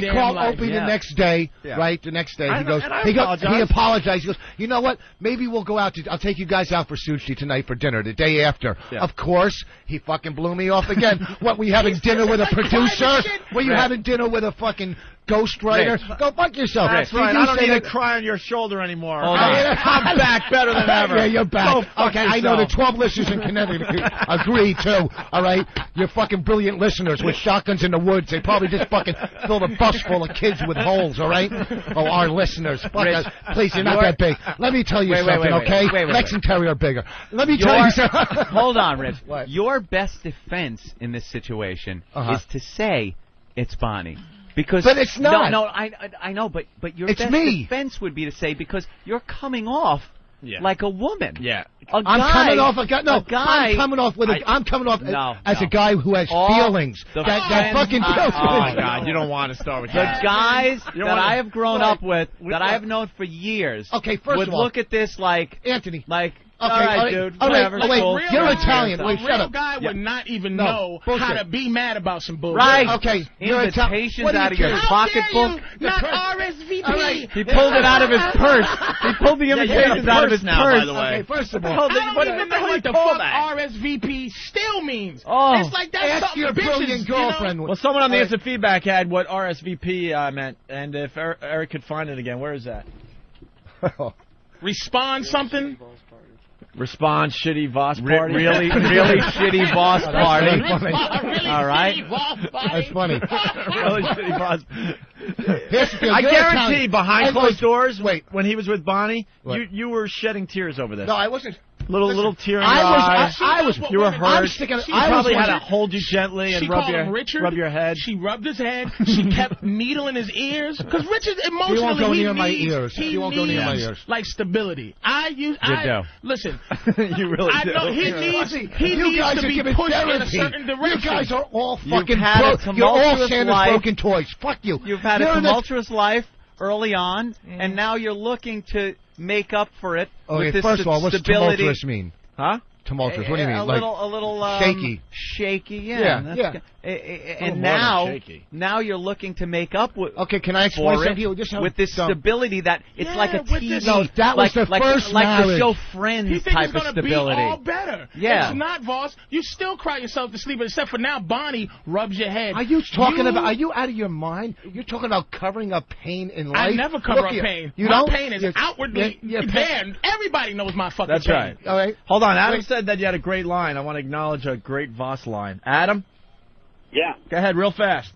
Speaker 3: goddamn
Speaker 7: called
Speaker 3: life.
Speaker 7: Opie the next day,
Speaker 3: Yeah.
Speaker 7: right? The next day,
Speaker 3: I
Speaker 7: he
Speaker 3: know,
Speaker 7: goes.
Speaker 3: and I
Speaker 7: He, goes
Speaker 3: apologize.
Speaker 7: he apologized. He goes. You know what? Maybe we'll go out to. I'll take you guys out for sushi tonight for dinner. The day after, of course, he fucking blew me off
Speaker 3: [LAUGHS]
Speaker 7: again. what we having dinner with a producer? Were you
Speaker 2: Rick.
Speaker 7: having dinner with a fucking ghostwriter? Go fuck yourself.
Speaker 2: That's
Speaker 7: Did
Speaker 2: right.
Speaker 7: you
Speaker 2: I don't
Speaker 7: say
Speaker 2: need to
Speaker 7: that-
Speaker 2: cry on your shoulder anymore.
Speaker 7: Hold
Speaker 1: [LAUGHS]
Speaker 7: on. [LAUGHS]
Speaker 2: I'm back better than ever.
Speaker 7: Yeah,
Speaker 1: Oh,
Speaker 7: you're back.
Speaker 2: Go fuck
Speaker 7: okay, I know the
Speaker 2: yourself.
Speaker 7: 12 listeners in Connecticut
Speaker 1: [LAUGHS]
Speaker 7: agree too. All right, you're fucking brilliant listeners with shotguns in the woods. They probably just fucking filled a bus full of kids with holes. All right. Oh, our listeners, fuck
Speaker 1: Rich,
Speaker 7: us. Please, you're not
Speaker 1: you're-
Speaker 7: that big. Let me tell you
Speaker 1: Wait, wait,
Speaker 7: something,
Speaker 1: wait, wait,
Speaker 7: okay?
Speaker 1: wait, wait,
Speaker 7: Lex
Speaker 1: wait.
Speaker 7: and Terry are bigger. Let me
Speaker 1: Your-
Speaker 7: tell you something.
Speaker 1: [LAUGHS] hold on, Rich. Your best defense in this situation is to say it's Bonnie. Because
Speaker 7: Uh-huh. But it's not.
Speaker 1: No, no, I, I, I know, but but your
Speaker 7: It's
Speaker 1: best
Speaker 7: me.
Speaker 1: defense would be to say because you're coming off
Speaker 2: Yeah.
Speaker 1: like a woman. Yeah,
Speaker 7: i I'm coming off a guy. No,
Speaker 1: a guy.
Speaker 7: I'm coming off with a.
Speaker 1: I-
Speaker 7: am coming off
Speaker 1: No,
Speaker 7: as
Speaker 1: no.
Speaker 7: a guy who has
Speaker 1: All
Speaker 7: feelings.
Speaker 1: the
Speaker 7: That, that
Speaker 1: friends
Speaker 7: fucking
Speaker 1: I-
Speaker 7: deals
Speaker 1: oh,
Speaker 7: with
Speaker 2: Oh
Speaker 7: it.
Speaker 2: God, you don't want to start with
Speaker 1: The
Speaker 2: that.
Speaker 1: guys
Speaker 2: You
Speaker 1: that
Speaker 2: don't wanna-
Speaker 1: I have grown
Speaker 2: Well,
Speaker 1: up with,
Speaker 2: we-
Speaker 1: that I have known for years,
Speaker 7: Okay, first
Speaker 1: would
Speaker 7: of all-
Speaker 1: look at this like
Speaker 7: Anthony,
Speaker 1: like
Speaker 7: Okay,
Speaker 1: all right,
Speaker 7: all right,
Speaker 1: dude,
Speaker 7: all right,
Speaker 1: whatever.
Speaker 7: oh, wait,
Speaker 1: cool.
Speaker 7: you're Italian.
Speaker 3: A
Speaker 7: Wait,
Speaker 3: real
Speaker 7: shut up.
Speaker 3: guy would
Speaker 7: Yeah.
Speaker 3: not even
Speaker 7: No,
Speaker 3: know how
Speaker 7: bullshit.
Speaker 3: to be mad about some bullshit.
Speaker 1: Right.
Speaker 7: Okay. You're Ital-
Speaker 1: Invitations
Speaker 7: What do you
Speaker 1: out of your
Speaker 7: care?
Speaker 3: How dare
Speaker 1: pocketbook.
Speaker 3: you? Not RSVP.
Speaker 7: All right.
Speaker 3: [LAUGHS]
Speaker 1: He pulled it out of his purse. He pulled the
Speaker 2: Yeah, you got a
Speaker 1: invitations out of
Speaker 2: purse
Speaker 1: his
Speaker 2: now,
Speaker 1: purse.
Speaker 2: by the way.
Speaker 7: Okay, first of
Speaker 1: What
Speaker 7: all,
Speaker 1: the hell did-
Speaker 3: [LAUGHS] I don't
Speaker 1: what-
Speaker 3: even
Speaker 1: what
Speaker 3: know
Speaker 1: do you
Speaker 3: what the
Speaker 1: call
Speaker 3: fuck
Speaker 1: that?
Speaker 3: RSVP still means.
Speaker 1: Oh.
Speaker 3: it's like that's
Speaker 7: Ask
Speaker 3: something
Speaker 7: your
Speaker 3: bitches,
Speaker 7: brilliant
Speaker 3: you know?
Speaker 7: girlfriend.
Speaker 2: Well, someone on the instant feedback had what RSVP uh, meant, and if Er-, Eric,
Speaker 7: [LAUGHS]
Speaker 2: Eric could find it again, where is that?
Speaker 3: Respond something.
Speaker 2: Response shitty Voss
Speaker 1: Re-
Speaker 2: party. [LAUGHS] Oh,
Speaker 1: really- really shitty Voss
Speaker 2: That's [LAUGHS]
Speaker 1: party.
Speaker 2: really funny.
Speaker 1: Really
Speaker 2: All right.
Speaker 1: shitty Voss
Speaker 7: That's
Speaker 2: [LAUGHS]
Speaker 7: funny.
Speaker 2: really shitty Voss.
Speaker 7: Here's the thing.
Speaker 2: I
Speaker 7: You're
Speaker 2: guarantee
Speaker 7: Italian.
Speaker 2: behind
Speaker 7: I
Speaker 2: closed
Speaker 7: was-
Speaker 2: doors. Wait, when he was with Bonnie,
Speaker 7: What?
Speaker 2: you you were shedding tears over this.
Speaker 7: No, I wasn't.
Speaker 2: Little
Speaker 7: Listen,
Speaker 2: little tear in
Speaker 7: I
Speaker 2: your
Speaker 7: was-
Speaker 2: eye.
Speaker 7: I- I was-
Speaker 2: You were hurt.
Speaker 7: I'm sticking-
Speaker 2: She
Speaker 7: I was
Speaker 2: probably had to
Speaker 7: wondering-
Speaker 2: hold you gently and
Speaker 3: she
Speaker 2: rub
Speaker 3: called
Speaker 2: your
Speaker 3: him Richard.
Speaker 2: rub your head.
Speaker 3: She rubbed his head.
Speaker 7: [LAUGHS]
Speaker 3: She kept needling his ears because Richard emotionally
Speaker 7: won't go
Speaker 3: he
Speaker 7: near my
Speaker 3: needs-
Speaker 7: ears.
Speaker 3: He
Speaker 7: He won't go near my
Speaker 3: needs,
Speaker 7: ears.
Speaker 3: Like stability. I use. I,
Speaker 7: do.
Speaker 3: Listen,
Speaker 2: you really
Speaker 3: I
Speaker 2: do.
Speaker 3: know he needs. He
Speaker 7: you
Speaker 3: needs
Speaker 7: guys
Speaker 3: to
Speaker 7: are
Speaker 3: be
Speaker 7: giving
Speaker 3: pushed in a
Speaker 7: therapy.
Speaker 3: certain direction.
Speaker 7: You guys are all
Speaker 1: You've
Speaker 7: fucking
Speaker 1: had a
Speaker 7: broke. You're all
Speaker 1: tumultuous
Speaker 7: Santa's
Speaker 1: life.
Speaker 7: broken toys. Fuck you.
Speaker 1: You've had
Speaker 7: You're
Speaker 1: a
Speaker 7: in the-
Speaker 1: tumultuous life early on, and now you're looking to make up for it
Speaker 25: Okay,
Speaker 1: with this
Speaker 25: first
Speaker 1: st-
Speaker 25: of all, what's
Speaker 1: stability.
Speaker 25: tumultuous mean?
Speaker 2: Huh?
Speaker 25: Tumultuous. What do you
Speaker 1: A-
Speaker 25: mean?
Speaker 1: A
Speaker 25: like,
Speaker 1: little, a little um,
Speaker 25: shaky.
Speaker 1: shaky. Yeah,
Speaker 25: Yeah,
Speaker 1: that's
Speaker 25: yeah.
Speaker 1: g- a- a-
Speaker 25: A
Speaker 1: and
Speaker 25: little more than
Speaker 1: now,
Speaker 25: shaky.
Speaker 1: now you're looking to make up with.
Speaker 7: Okay, can I explain something to you? Just how
Speaker 1: with this
Speaker 7: dumb-
Speaker 1: stability that it's
Speaker 3: Yeah,
Speaker 1: like a
Speaker 3: with
Speaker 1: TV,
Speaker 3: this-
Speaker 7: No, that was
Speaker 1: like,
Speaker 7: the
Speaker 1: like,
Speaker 7: first
Speaker 1: like the
Speaker 7: marriage.
Speaker 1: show
Speaker 3: He
Speaker 1: Friends
Speaker 3: think
Speaker 1: type
Speaker 3: it's
Speaker 1: of
Speaker 3: gonna
Speaker 1: stability.
Speaker 3: Be all better.
Speaker 1: Yeah.
Speaker 3: It's not Voss. You still cry yourself to sleep, except for now Bonnie rubs your head.
Speaker 7: Are you talking about? Are you out of your mind? You're talking about covering up pain in life.
Speaker 3: I never cover
Speaker 7: Look
Speaker 3: up
Speaker 7: here,
Speaker 3: pain.
Speaker 7: You
Speaker 3: my
Speaker 7: don't.
Speaker 3: pain is
Speaker 7: You're-
Speaker 3: outwardly
Speaker 7: you're- you're
Speaker 3: there. Everybody knows my fucking
Speaker 2: That's
Speaker 3: pain.
Speaker 2: right.
Speaker 7: All right.
Speaker 2: Hold on. Adam
Speaker 7: Wait.
Speaker 2: said that you had a great line. I want to acknowledge a great Voss line. Adam,
Speaker 9: Yeah.
Speaker 2: go ahead real fast.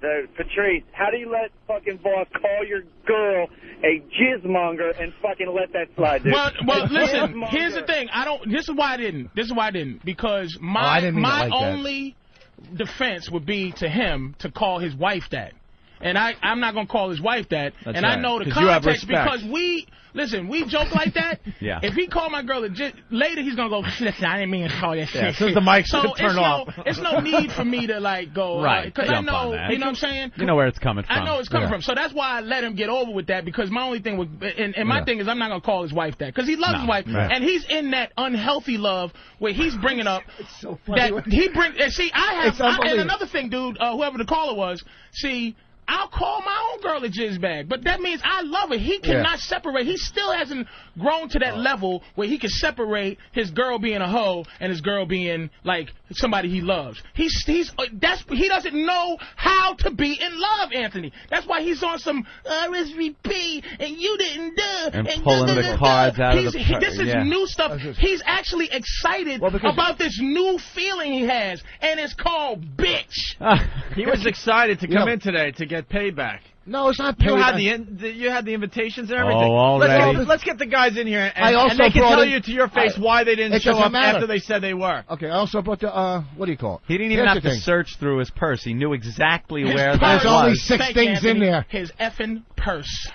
Speaker 9: The, Patrice, how do you let fucking boss call your girl a jizzmonger and fucking let that slide, dude?
Speaker 3: Well, well,
Speaker 9: A
Speaker 3: listen.
Speaker 9: jizzmonger.
Speaker 3: Here's the thing. I don't. This is why I didn't. This is why I didn't because my
Speaker 7: Oh, I didn't mean it
Speaker 3: my
Speaker 7: like that.
Speaker 3: only defense would be to him to call his wife that, and I I'm not gonna call his wife that,
Speaker 2: That's
Speaker 3: and I
Speaker 2: right,
Speaker 3: know the
Speaker 2: 'cause you have
Speaker 3: context
Speaker 2: respect.
Speaker 3: because we listen. We joke like that.
Speaker 2: Yeah.
Speaker 3: If he called my girl a jizz, later he's gonna go. Listen, I didn't mean to call you. that."
Speaker 2: Yeah, as soon as the mic's
Speaker 3: so
Speaker 2: turned
Speaker 3: it's
Speaker 2: off.
Speaker 3: no it's no need for me to like go
Speaker 1: Right,
Speaker 3: because I
Speaker 1: jump on
Speaker 3: know
Speaker 1: that.
Speaker 3: you know what I'm saying.
Speaker 1: You know where it's coming from.
Speaker 3: I know it's coming
Speaker 1: Yeah.
Speaker 3: from. So that's why I let him get over with that because my only thing was, and, and my
Speaker 1: Yeah.
Speaker 3: thing is, I'm not gonna call his wife that because he loves his wife,
Speaker 1: right.
Speaker 3: and he's in that unhealthy love where he's bringing up
Speaker 7: so funny.
Speaker 3: that he bring. And see, I have,
Speaker 7: It's
Speaker 3: I, and
Speaker 7: unbelievable.
Speaker 3: another thing, dude, uh, whoever the caller was, see. I'll call my own girl a jizz bag, but that means I love her. He cannot separate. He still hasn't grown to
Speaker 7: Uh.
Speaker 3: that level where he can separate his girl being a hoe and his girl being like somebody he loves. He's he's uh, that's he doesn't know how to be in love, Anthony. That's why he's on some RSVP and you didn't do
Speaker 1: And pulling the cards out of
Speaker 3: He's-
Speaker 1: the
Speaker 3: he-
Speaker 1: par-
Speaker 3: This is
Speaker 1: yeah.
Speaker 3: new stuff. He's actually excited about this new feeling he has, and it's called bitch.
Speaker 7: [LAUGHS]
Speaker 2: He was excited to
Speaker 7: You
Speaker 2: come
Speaker 7: know-
Speaker 2: in today to get payback.
Speaker 7: No, it's not.
Speaker 2: You
Speaker 7: pain.
Speaker 2: had
Speaker 7: I-
Speaker 2: the, in, the you had the invitations and everything.
Speaker 1: all
Speaker 2: let's,
Speaker 1: right.
Speaker 2: get, let's get the guys in here, and,
Speaker 7: Oh, I also
Speaker 2: and they can
Speaker 7: brought
Speaker 2: tell
Speaker 7: in-
Speaker 2: you to your face
Speaker 7: I-
Speaker 2: why they didn't
Speaker 7: it
Speaker 2: show
Speaker 7: doesn't
Speaker 2: up
Speaker 7: matter.
Speaker 2: after they said they were.
Speaker 7: Okay, I also brought the uh, what do you call it?
Speaker 1: He didn't even
Speaker 7: Here's
Speaker 1: have
Speaker 7: the
Speaker 1: to
Speaker 7: thing.
Speaker 1: search through his purse. He knew exactly
Speaker 3: His
Speaker 1: where
Speaker 3: purse-
Speaker 1: that
Speaker 7: There's only
Speaker 1: was.
Speaker 7: six
Speaker 3: Thank you,
Speaker 7: things
Speaker 3: Anthony.
Speaker 7: in there.
Speaker 3: His effing purse.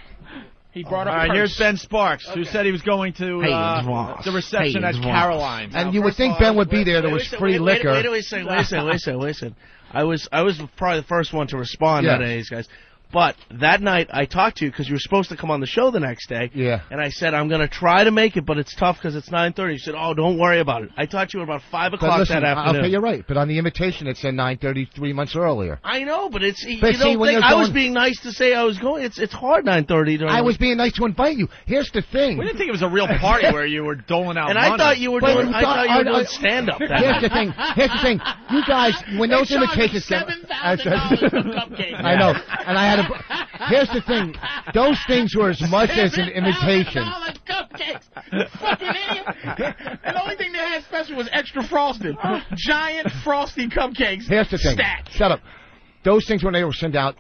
Speaker 3: He brought
Speaker 2: All
Speaker 3: up.
Speaker 2: right,
Speaker 3: a purse.
Speaker 2: here's Ben Sparks, who said he was going to uh,
Speaker 7: Hayden's Ross.
Speaker 2: the reception
Speaker 7: Hayden's
Speaker 2: at
Speaker 7: Ross.
Speaker 2: Caroline's.
Speaker 7: And you would think Ben would be there. There was
Speaker 6: Listen,
Speaker 7: free
Speaker 6: wait, wait,
Speaker 7: liquor.
Speaker 6: Wait, wait a second, wait a second, wait a second, wait a second. I was I was probably the first one to respond
Speaker 7: Yes.
Speaker 6: out of these guys. But that night I talked to you because you were supposed to come on the show the next day.
Speaker 7: Yeah.
Speaker 6: And I said I'm gonna try to make it, but it's tough because it's 9:30. You said, Oh, don't worry about it. I talked to you about five
Speaker 7: But
Speaker 6: o'clock
Speaker 7: listen,
Speaker 6: that
Speaker 7: I-
Speaker 6: afternoon.
Speaker 7: okay, you're right. But on the invitation, it said 9:30 three months earlier.
Speaker 6: I know, but it's
Speaker 7: But
Speaker 6: you
Speaker 7: see,
Speaker 6: don't
Speaker 7: when
Speaker 6: think
Speaker 7: you're
Speaker 6: I was
Speaker 7: going- [LAUGHS]
Speaker 6: being nice to say I was going. It's it's hard 9:30. during
Speaker 7: I
Speaker 6: the-
Speaker 7: was being nice to invite you. Here's the thing.
Speaker 2: We didn't think it was a [LAUGHS] real party where you were doling out
Speaker 6: and
Speaker 2: money.
Speaker 6: I thought you were
Speaker 7: But
Speaker 6: doing.
Speaker 7: you
Speaker 6: I thought you
Speaker 7: I-
Speaker 6: were
Speaker 7: I-
Speaker 6: doing stand up.
Speaker 7: Here's
Speaker 2: [LAUGHS]
Speaker 7: the thing. Here's the thing. You guys, when
Speaker 3: They
Speaker 7: those
Speaker 3: charged
Speaker 7: invitations came,
Speaker 3: $7,000 for cupcakes.
Speaker 7: I know, and I had a. Here's the thing. Those things were as much as an invitation.
Speaker 3: $7,000 cupcakes. You Fucking idiot. And [LAUGHS] the only thing they had special was extra
Speaker 7: [LAUGHS]
Speaker 3: frosted. Giant frosty cupcakes.
Speaker 7: Here's the thing.
Speaker 3: Stacked.
Speaker 7: Shut up. Those things when they were sent out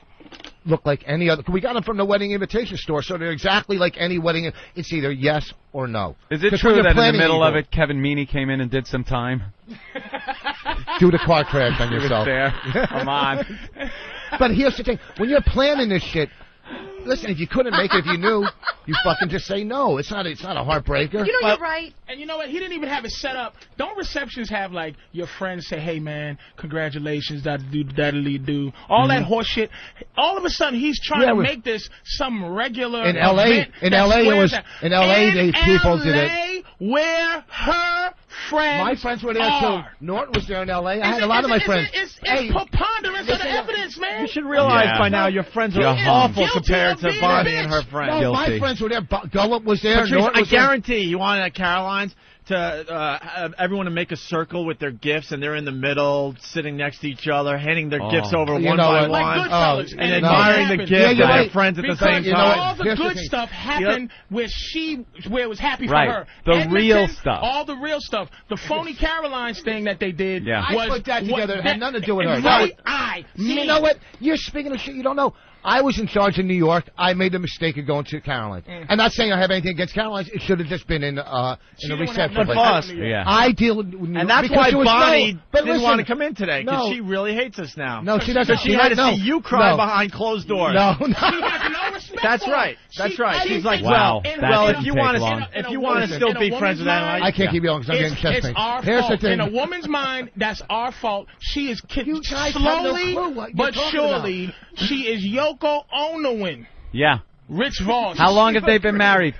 Speaker 7: look like any other. We got them from the wedding invitation store, so they're exactly like any wedding. It's either yes or no.
Speaker 1: Is it
Speaker 7: 'Cause
Speaker 1: true
Speaker 7: when you're
Speaker 1: that in the
Speaker 7: planning,
Speaker 1: middle
Speaker 7: you
Speaker 1: of it, Kevin Meaney came in and did some time?
Speaker 7: [LAUGHS] do the car crash on
Speaker 1: He was
Speaker 7: yourself?
Speaker 1: there.
Speaker 7: [LAUGHS]
Speaker 1: Come on.
Speaker 7: But here's the thing: when you're planning this shit, listen. If you couldn't make it, if you knew, you fucking just say no. It's not. It's not a heartbreaker.
Speaker 3: You know
Speaker 7: But-
Speaker 3: you're right. And you know what? He didn't even have it set up. Don't receptions have like your friends say, "Hey man, congratulations, that do that'll do." All that
Speaker 2: Mm-hmm.
Speaker 3: horse shit. All of a sudden, he's trying
Speaker 7: Yeah,
Speaker 3: to
Speaker 7: we-
Speaker 3: make this some regular
Speaker 7: In LA
Speaker 3: event
Speaker 7: in
Speaker 3: that
Speaker 7: LA it
Speaker 3: squares
Speaker 7: was-
Speaker 3: that-
Speaker 7: in LA they- people
Speaker 3: LA,
Speaker 7: did it.
Speaker 3: Where her friends,
Speaker 7: My friends were there
Speaker 3: are.
Speaker 7: too. Norton was there in L.A. I
Speaker 3: Is
Speaker 7: had
Speaker 3: it-
Speaker 7: a lot
Speaker 3: is
Speaker 7: of
Speaker 3: it-
Speaker 7: my
Speaker 3: is it-
Speaker 7: friends.
Speaker 3: It's, it's
Speaker 7: Hey,
Speaker 3: preponderance of the
Speaker 7: listen up.
Speaker 3: evidence, man.
Speaker 2: You should realize
Speaker 1: Yeah.
Speaker 2: by now your friends are
Speaker 1: You're
Speaker 2: awful
Speaker 3: guilty
Speaker 2: compared
Speaker 3: of
Speaker 2: to
Speaker 3: being a
Speaker 2: Bonnie and
Speaker 3: bitch.
Speaker 2: her friends.
Speaker 7: no, my
Speaker 1: Guilty.
Speaker 7: friends were there. Bu- Gullop was there.
Speaker 2: Patrice,
Speaker 7: Norton
Speaker 2: I
Speaker 7: was there.
Speaker 2: guarantee you wanted at Caroline's. to uh, have everyone to make a circle with their gifts, and they're in the middle, sitting next to each other, handing their
Speaker 7: Oh.
Speaker 2: gifts over
Speaker 7: You
Speaker 2: one
Speaker 7: know
Speaker 2: by
Speaker 7: what? Like
Speaker 2: one,
Speaker 7: Goodfellas,
Speaker 2: and,
Speaker 7: and it
Speaker 2: admiring the
Speaker 7: happens.
Speaker 2: gift
Speaker 7: Yeah,
Speaker 2: of
Speaker 7: you're
Speaker 2: their
Speaker 7: right.
Speaker 2: friends at
Speaker 3: because
Speaker 2: the same
Speaker 3: you know,
Speaker 2: time.
Speaker 3: all the good stuff happened where she where it was happy
Speaker 2: Right.
Speaker 3: for her.
Speaker 2: The
Speaker 3: Edmonton,
Speaker 2: real stuff.
Speaker 3: All the real stuff. The phony Caroline's thing that they did.
Speaker 7: Yeah. I
Speaker 3: was,
Speaker 7: put that together. It had nothing to do with her.
Speaker 3: Right.
Speaker 7: No.
Speaker 3: I.
Speaker 7: You know what? You're speaking of shit you don't know. I was in charge in New York. I made the mistake of going to Caroline.
Speaker 3: Mm.
Speaker 7: And not saying I have anything against Caroline. It should have just been in uh
Speaker 2: She
Speaker 7: in a
Speaker 2: didn't wanna have
Speaker 7: reception.
Speaker 2: nothing
Speaker 7: place.
Speaker 2: to do with New York. Yeah.
Speaker 7: I deal with New York
Speaker 2: And that's
Speaker 7: because
Speaker 2: why
Speaker 7: there was no-
Speaker 2: Bonnie
Speaker 7: but
Speaker 2: didn't
Speaker 7: listen,
Speaker 2: want to come in today because
Speaker 7: no,
Speaker 2: she really hates us now.
Speaker 7: No, she doesn't.
Speaker 2: So she
Speaker 7: She
Speaker 2: had to
Speaker 7: doesn't-
Speaker 2: see
Speaker 7: no.
Speaker 2: you cry
Speaker 7: No.
Speaker 2: behind closed doors. [LAUGHS]
Speaker 7: No, no. She
Speaker 3: has no respect
Speaker 2: That's
Speaker 3: for
Speaker 2: right.
Speaker 3: her.
Speaker 2: That's
Speaker 3: She-
Speaker 2: right.
Speaker 3: and
Speaker 2: She's
Speaker 3: it's
Speaker 2: like,
Speaker 3: like-
Speaker 2: well,
Speaker 3: in her-
Speaker 2: well,
Speaker 3: in
Speaker 2: if
Speaker 3: a-
Speaker 2: you
Speaker 3: in a
Speaker 2: want
Speaker 3: woman-
Speaker 2: to,
Speaker 3: in
Speaker 2: if
Speaker 3: a
Speaker 2: you want to
Speaker 3: woman's-
Speaker 2: still
Speaker 3: in a
Speaker 2: be friends with
Speaker 3: woman's
Speaker 2: that,
Speaker 3: mind,
Speaker 7: I can't keep you on 'cause I'm
Speaker 3: it's,
Speaker 7: getting chest
Speaker 3: it's
Speaker 7: pains.
Speaker 3: Our
Speaker 7: Here's the
Speaker 3: fault.
Speaker 7: thing.
Speaker 3: In a woman's mind, that's our fault. She is ki-
Speaker 7: guys have no
Speaker 3: slowly
Speaker 7: clue what you're
Speaker 3: but
Speaker 7: talking about.
Speaker 3: surely she is Yoko Onoin.
Speaker 1: Yeah.
Speaker 3: Rich Voss.
Speaker 1: How long have they
Speaker 7: [LAUGHS]
Speaker 1: been married?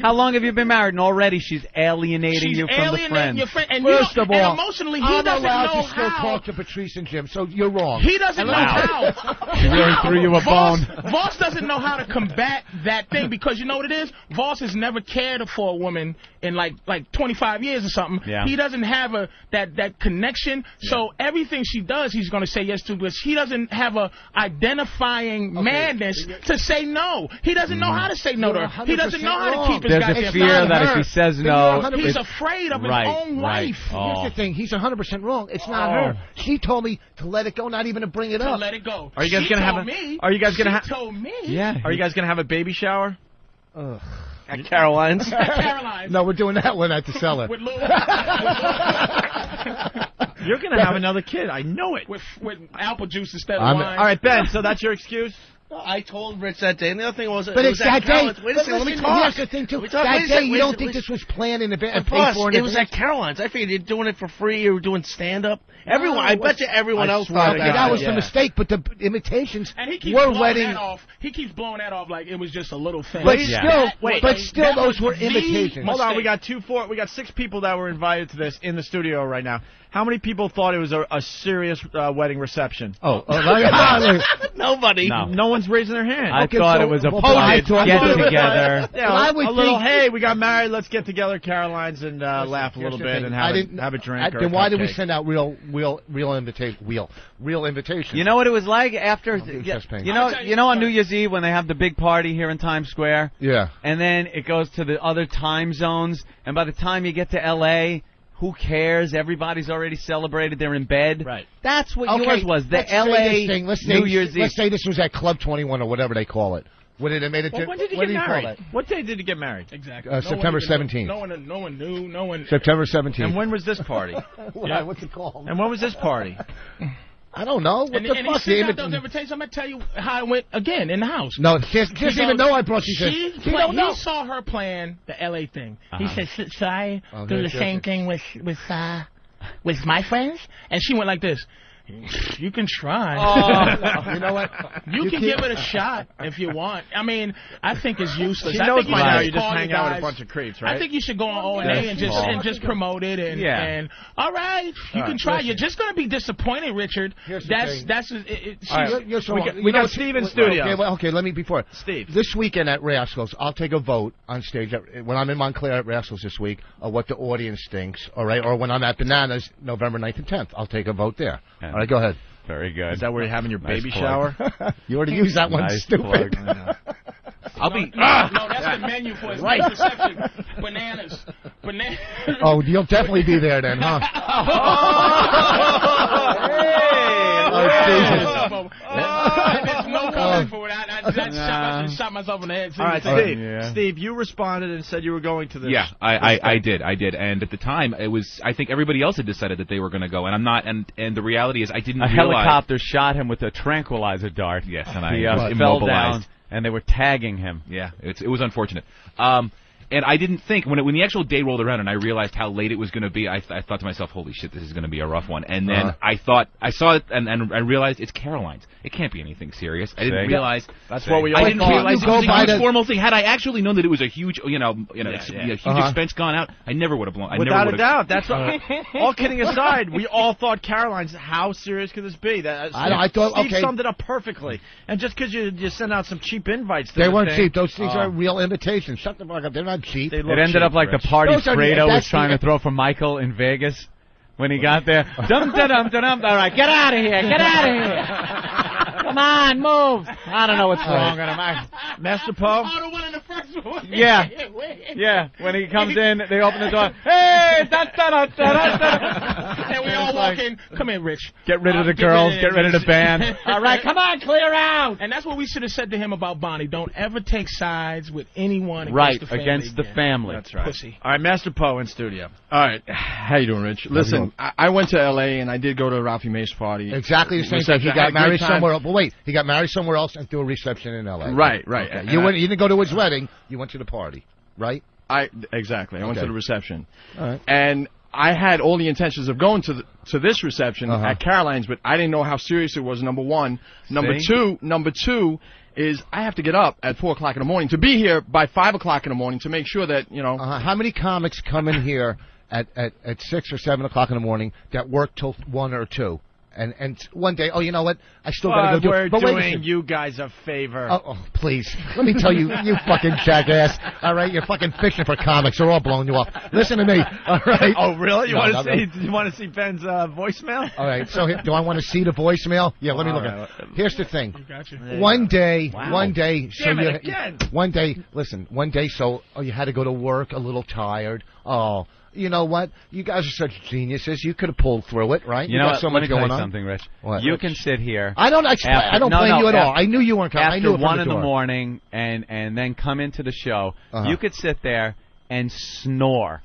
Speaker 1: How long have you been married? And already she's alienating
Speaker 3: She's
Speaker 1: you from the
Speaker 3: alienating
Speaker 1: friends.
Speaker 3: your friend, and you
Speaker 7: First
Speaker 3: don't-
Speaker 7: of all,
Speaker 3: and emotionally, he
Speaker 7: I'm
Speaker 3: doesn't
Speaker 7: allowed
Speaker 3: know
Speaker 7: to still
Speaker 3: how.
Speaker 7: talk to Patrice and Jim, so you're wrong.
Speaker 3: He doesn't
Speaker 7: And
Speaker 3: know
Speaker 7: let me tell you- [LAUGHS]
Speaker 3: how.
Speaker 1: She really threw you a
Speaker 3: Voss,
Speaker 1: bone.
Speaker 3: Voss doesn't know how to combat that thing because you know what it is. Voss has never cared for a woman in like like 25 years or something.
Speaker 1: Yeah.
Speaker 3: He doesn't have a that that connection. So everything she does, he's going to say yes to. But he doesn't have a identifying madness to say no. He doesn't know how to say no to her. He doesn't know how to keep his
Speaker 1: There's
Speaker 3: goddamn
Speaker 1: a fear
Speaker 3: mouth
Speaker 1: that if
Speaker 3: shut.
Speaker 1: he says
Speaker 7: Then
Speaker 1: no,
Speaker 7: you're 100%
Speaker 3: He's
Speaker 1: it's-
Speaker 3: afraid of his
Speaker 1: right,
Speaker 3: own
Speaker 1: right.
Speaker 3: wife.
Speaker 1: Oh.
Speaker 7: Here's the thing. He's 100% wrong. It's not
Speaker 1: Oh.
Speaker 7: her. She told me to let it go, not even to bring it
Speaker 3: To
Speaker 7: up.
Speaker 3: let it go.
Speaker 2: Are you guys
Speaker 3: She
Speaker 2: gonna
Speaker 3: told
Speaker 2: have a-
Speaker 3: me.
Speaker 2: are you guys gonna
Speaker 3: She
Speaker 2: ha-
Speaker 3: told me.
Speaker 2: Are you guys gonna have a baby shower?
Speaker 7: Ugh.
Speaker 2: At
Speaker 26: Caroline's.
Speaker 3: Caroline's.
Speaker 7: No, we're doing that one
Speaker 3: [LAUGHS]
Speaker 7: at the cellar.
Speaker 3: With Lou.
Speaker 2: You're gonna have another kid. I know it.
Speaker 3: With with apple juice instead of
Speaker 7: I'm-
Speaker 3: wine.
Speaker 7: all right, Ben, so
Speaker 2: that's your excuse.
Speaker 26: No, I told Rich that day, and the other thing was,
Speaker 7: But
Speaker 26: it
Speaker 7: it's
Speaker 26: was
Speaker 7: that
Speaker 26: at Caroline's.
Speaker 7: day.
Speaker 26: Wait a
Speaker 7: but
Speaker 26: second, let me
Speaker 7: listen,
Speaker 26: talk.
Speaker 7: Here's the thing, too.
Speaker 26: Let me talk.
Speaker 7: That
Speaker 26: Wait a
Speaker 7: day,
Speaker 26: second,
Speaker 7: you
Speaker 26: wait a
Speaker 7: don't
Speaker 26: second,
Speaker 7: think
Speaker 26: wait a
Speaker 7: this was planned in advance.
Speaker 26: And plus, it was at Caroline's. I figured you're doing it for free. You were doing stand up. Everyone, I bet you everyone else thought
Speaker 7: that. That was
Speaker 26: it.
Speaker 7: the mistake, but the imitations
Speaker 3: And he keeps
Speaker 7: were
Speaker 3: blowing
Speaker 7: wedding.
Speaker 3: that off. He keeps blowing that off like it was just a little thing.
Speaker 7: But still,
Speaker 2: Wait,
Speaker 7: but still,
Speaker 3: that
Speaker 7: those were
Speaker 3: was the
Speaker 7: imitations.
Speaker 2: Hold on, we got two, four, we got six people that were invited to this in the studio right now. How many people thought it was a, a serious uh, wedding reception?
Speaker 7: Oh, oh, like-
Speaker 26: Nobody.
Speaker 2: [LAUGHS] No. one's raising their hand.
Speaker 1: I Okay, thought so- it was a well, I thought- get together.
Speaker 2: [LAUGHS] Yeah,
Speaker 7: Well, I would
Speaker 2: a little.
Speaker 7: think-
Speaker 2: Hey, we got married. Let's get together, Caroline's, and uh, laugh a
Speaker 7: Here's
Speaker 2: little
Speaker 7: the
Speaker 2: bit
Speaker 7: thing.
Speaker 2: and
Speaker 7: I
Speaker 2: have
Speaker 7: didn't-
Speaker 2: a, have a drink.
Speaker 7: I-
Speaker 2: or
Speaker 7: Then
Speaker 2: a
Speaker 7: why did we
Speaker 2: cupcake.
Speaker 7: send out real, real, real invitation? Real, real invitations.
Speaker 1: You know what it was like after
Speaker 7: chest pains.
Speaker 1: you know you know on New Year's Eve when they have the big party here in Times Square.
Speaker 7: Yeah.
Speaker 1: And then it goes to the other time zones, and by the time you get to L.A., who cares? Everybody's already celebrated. They're in bed. Right. That's what
Speaker 7: okay,
Speaker 1: yours was. The
Speaker 7: let's say
Speaker 1: L.A.
Speaker 7: this thing. Let's say,
Speaker 1: New Year's
Speaker 7: Let's
Speaker 1: Eve.
Speaker 7: say this was at Club 21 or whatever they call it. Would it have made it?
Speaker 2: Well,
Speaker 7: to,
Speaker 2: when did you
Speaker 7: what
Speaker 2: get
Speaker 7: do you call
Speaker 2: married?
Speaker 7: that?
Speaker 2: What day did you get married?
Speaker 3: Exactly.
Speaker 7: Uh, September 17th.
Speaker 3: No one, no one knew. No one.
Speaker 7: September 17th.
Speaker 2: And when was this party?
Speaker 7: [LAUGHS] Why, What's it called?
Speaker 2: And when was this party?
Speaker 7: [LAUGHS] I don't know. Oh, What
Speaker 3: And,
Speaker 7: the
Speaker 3: and he
Speaker 7: fuck? The
Speaker 3: sent out
Speaker 7: image- [LAUGHS]
Speaker 3: those invitations. I'm gonna tell you how it went again in the house.
Speaker 7: [LAUGHS] No, she doesn't she doesn't
Speaker 3: He
Speaker 7: even
Speaker 3: goes,
Speaker 7: know I brought you. to-
Speaker 3: She,
Speaker 7: she
Speaker 3: pla-
Speaker 7: don't know.
Speaker 3: He saw her playing the LA thing.
Speaker 7: Uh-huh.
Speaker 3: He said, "Should I
Speaker 7: Oh,
Speaker 3: do
Speaker 7: here
Speaker 3: the
Speaker 7: she
Speaker 3: same
Speaker 7: is.
Speaker 3: thing with with uh, with my friends?" And she went like this. You can try. [LAUGHS]
Speaker 7: Oh, you know what?
Speaker 3: You,
Speaker 7: You
Speaker 3: can
Speaker 7: keep-
Speaker 3: give it a shot if you want. I mean, I think it's useless.
Speaker 2: She
Speaker 3: I
Speaker 2: knows
Speaker 3: think
Speaker 2: by now
Speaker 3: should
Speaker 2: you just
Speaker 3: call
Speaker 2: hang
Speaker 3: the
Speaker 2: out with a
Speaker 3: guys-
Speaker 2: bunch of creeps, right?
Speaker 3: I think you should go on O and
Speaker 2: That's
Speaker 3: A and just
Speaker 2: small.
Speaker 3: and just promote it and
Speaker 2: Yeah.
Speaker 3: and all right, you
Speaker 2: All
Speaker 3: can
Speaker 2: right,
Speaker 3: try.
Speaker 2: listen.
Speaker 3: You're just gonna be disappointed, Richard.
Speaker 7: Here's the
Speaker 3: that's
Speaker 7: thing.
Speaker 3: that's it, it, she's,
Speaker 7: All right. You're- you're so
Speaker 3: we
Speaker 7: wrong.
Speaker 3: got,
Speaker 7: You
Speaker 3: we
Speaker 7: know
Speaker 3: got
Speaker 7: what-
Speaker 3: Steve in
Speaker 7: wait,
Speaker 3: studio.
Speaker 7: Okay, well, okay, let me before
Speaker 2: Steve.
Speaker 7: This weekend at Rascals, I'll take a vote on stage at, when I'm in Montclair at Rascals this week of what the audience thinks. All right, or when I'm at Bananas November 9th and 10th, I'll take a vote there. All right, go ahead.
Speaker 1: Very good.
Speaker 2: Is that where you're having your
Speaker 1: Nice
Speaker 2: baby
Speaker 1: plug.
Speaker 2: shower?
Speaker 7: [LAUGHS] You already used that one,
Speaker 1: Nice
Speaker 7: stupid.
Speaker 1: plug.
Speaker 2: I'll be.
Speaker 3: No, no, that's the menu for his
Speaker 2: Right.
Speaker 3: right. reception. Bananas. Bananas.
Speaker 7: [LAUGHS] oh, you'll definitely be there then, huh? [LAUGHS]
Speaker 1: [LAUGHS]
Speaker 3: Oh,
Speaker 7: Oh,
Speaker 3: Jesus. There's
Speaker 7: Um,
Speaker 3: no comment
Speaker 2: Oh.
Speaker 3: for it. I, I, I, shot, I should've shot myself in the head.
Speaker 2: All right,
Speaker 3: Seriously.
Speaker 2: Steve. Steve, you responded and said you were going to this.
Speaker 6: Yeah, I, I, I did, I did, and at the time it was I think everybody else had decided that they were going to go, and I'm not, and and the reality is I didn't
Speaker 1: a
Speaker 6: realize.
Speaker 1: helicopter shot him with a tranquilizer dart. Yes,
Speaker 6: and I
Speaker 1: he, uh,
Speaker 6: was
Speaker 1: fell
Speaker 6: immobilized.
Speaker 1: down, and they were tagging him.
Speaker 6: Yeah, it's, it was unfortunate. Um, and I didn't think when it, when the actual day rolled around and I realized how late it was going to be, I, th- I thought to myself, "Holy shit, this is going to be a rough one." And then
Speaker 1: Uh-huh.
Speaker 6: I thought I saw it and, and I realized it's Caroline's. It can't be anything serious. I didn't
Speaker 1: See?
Speaker 6: realize
Speaker 1: That's what we all
Speaker 6: I didn't
Speaker 1: thought.
Speaker 6: realize
Speaker 1: You
Speaker 6: it
Speaker 1: go
Speaker 6: was a
Speaker 1: by
Speaker 6: huge
Speaker 1: the-
Speaker 6: formal thing. Had I actually known that it was a huge, you know, you know, ex-
Speaker 2: yeah.
Speaker 6: a huge
Speaker 2: Uh-huh.
Speaker 6: expense gone out, I never would have blown. I never
Speaker 2: Without
Speaker 6: would
Speaker 2: a doubt,
Speaker 6: have-
Speaker 2: that's
Speaker 7: [LAUGHS]
Speaker 2: what, all kidding aside. We all thought Caroline's. How serious could this be? That uh,
Speaker 7: I- I thought-
Speaker 2: Steve
Speaker 7: okay.
Speaker 2: summed it up perfectly. And just because you you sent out some cheap invites, to
Speaker 7: They
Speaker 2: the
Speaker 7: weren't
Speaker 2: thing-
Speaker 7: cheap. Those things
Speaker 2: Oh. [LAUGHS]
Speaker 7: are real invitations. Shut the fuck up. They're not not cheap.
Speaker 1: It ended up like the party
Speaker 7: Those are-
Speaker 1: Fredo was
Speaker 7: that's the-
Speaker 1: trying to throw for Michael in Vegas when he got
Speaker 7: [LAUGHS]
Speaker 1: there. Dum dum dum dum. All right, get out of here. Get out of here. Come on, move. I don't know what's wrong with him. I- Master Poe.
Speaker 3: the one in the first [LAUGHS] one.
Speaker 1: Oh. Yeah. Yeah. When he comes in, they open
Speaker 3: [LAUGHS]
Speaker 1: the door. Hey, da da da da da.
Speaker 3: And we all walk in. Come in, Rich.
Speaker 1: Get rid of the girls. Get rid of
Speaker 7: [LAUGHS]
Speaker 3: [LAUGHS]
Speaker 1: the band.
Speaker 3: All right, come on, clear out. And that's what we should have said to him about Bonnie. Don't ever take sides with anyone.
Speaker 2: Right,
Speaker 3: against the family
Speaker 2: against the
Speaker 3: again.
Speaker 2: family. That's right.
Speaker 3: Pussy.
Speaker 2: All right, Master Poe in studio.
Speaker 9: All right, how you doing, Rich? Listen, I, I went to L.A. and I did go to Ralphie Mae's party.
Speaker 7: Exactly the same thing. He
Speaker 9: Reception. I had
Speaker 7: got
Speaker 9: a great
Speaker 7: married
Speaker 9: time.
Speaker 7: somewhere else. But wait, he got married somewhere else and threw a reception in L.A.
Speaker 9: Right, right.
Speaker 7: Okay.
Speaker 9: And
Speaker 7: You,
Speaker 9: I-
Speaker 7: went, you didn't go to his wedding. You went to the party, right?
Speaker 9: I exactly. I went to
Speaker 7: Okay.
Speaker 9: the reception,
Speaker 7: All right.
Speaker 9: and I had all the intentions of going to the, to this reception
Speaker 7: Uh-huh.
Speaker 9: at Caroline's, but I didn't know how serious it was. Number one, number
Speaker 2: See?
Speaker 9: two, number two is I have to get up at four o'clock in the morning to be here by five o'clock in the morning to make sure that you know.
Speaker 7: Uh, how many comics come in here [LAUGHS] at, at, at six or seven o'clock in the morning that work till one or two? And and one day, oh, you know what? I still gotta
Speaker 2: But
Speaker 7: go do.
Speaker 2: we're
Speaker 7: it. But wait a
Speaker 2: doing
Speaker 7: second.
Speaker 2: you guys a favor.
Speaker 7: Oh, oh, please. Let me tell you, you fucking jackass. All right, you're fucking fishing for comics. They're all blowing you off. Listen to me.
Speaker 1: [LAUGHS]
Speaker 7: All right.
Speaker 2: Oh, really? You
Speaker 7: No,
Speaker 2: want
Speaker 7: no,
Speaker 2: to
Speaker 7: no.
Speaker 2: see? You want to see Ben's uh, voicemail?
Speaker 7: All right.
Speaker 2: [LAUGHS]
Speaker 7: So here- do I want to see the voicemail? Yeah. Let me
Speaker 2: All
Speaker 7: look.
Speaker 2: right. um,
Speaker 7: at it. Here's the thing.
Speaker 2: Gotcha.
Speaker 7: One day,
Speaker 2: Wow.
Speaker 7: one day. So
Speaker 2: Damn it,
Speaker 7: you,
Speaker 2: again.
Speaker 7: One day. Listen. One day. So oh, you had to go to work. A little tired. Oh. You know what? You guys are such geniuses. You could have pulled through it, right?
Speaker 1: You, know
Speaker 7: got
Speaker 1: what?
Speaker 7: so
Speaker 1: Let
Speaker 7: much
Speaker 1: me tell
Speaker 7: going
Speaker 1: you
Speaker 7: on.
Speaker 1: something, Rich.
Speaker 7: What?
Speaker 1: You can sit here.
Speaker 7: I don't expl-
Speaker 1: after-
Speaker 7: I don't
Speaker 1: no,
Speaker 7: blame
Speaker 1: no,
Speaker 7: you at all.
Speaker 1: after-
Speaker 7: I knew you weren't coming. I
Speaker 1: After
Speaker 7: knew it from
Speaker 1: one
Speaker 7: the
Speaker 1: in the
Speaker 7: door.
Speaker 1: morning, and and then come into the show.
Speaker 7: Uh-huh.
Speaker 1: You could sit there and snore,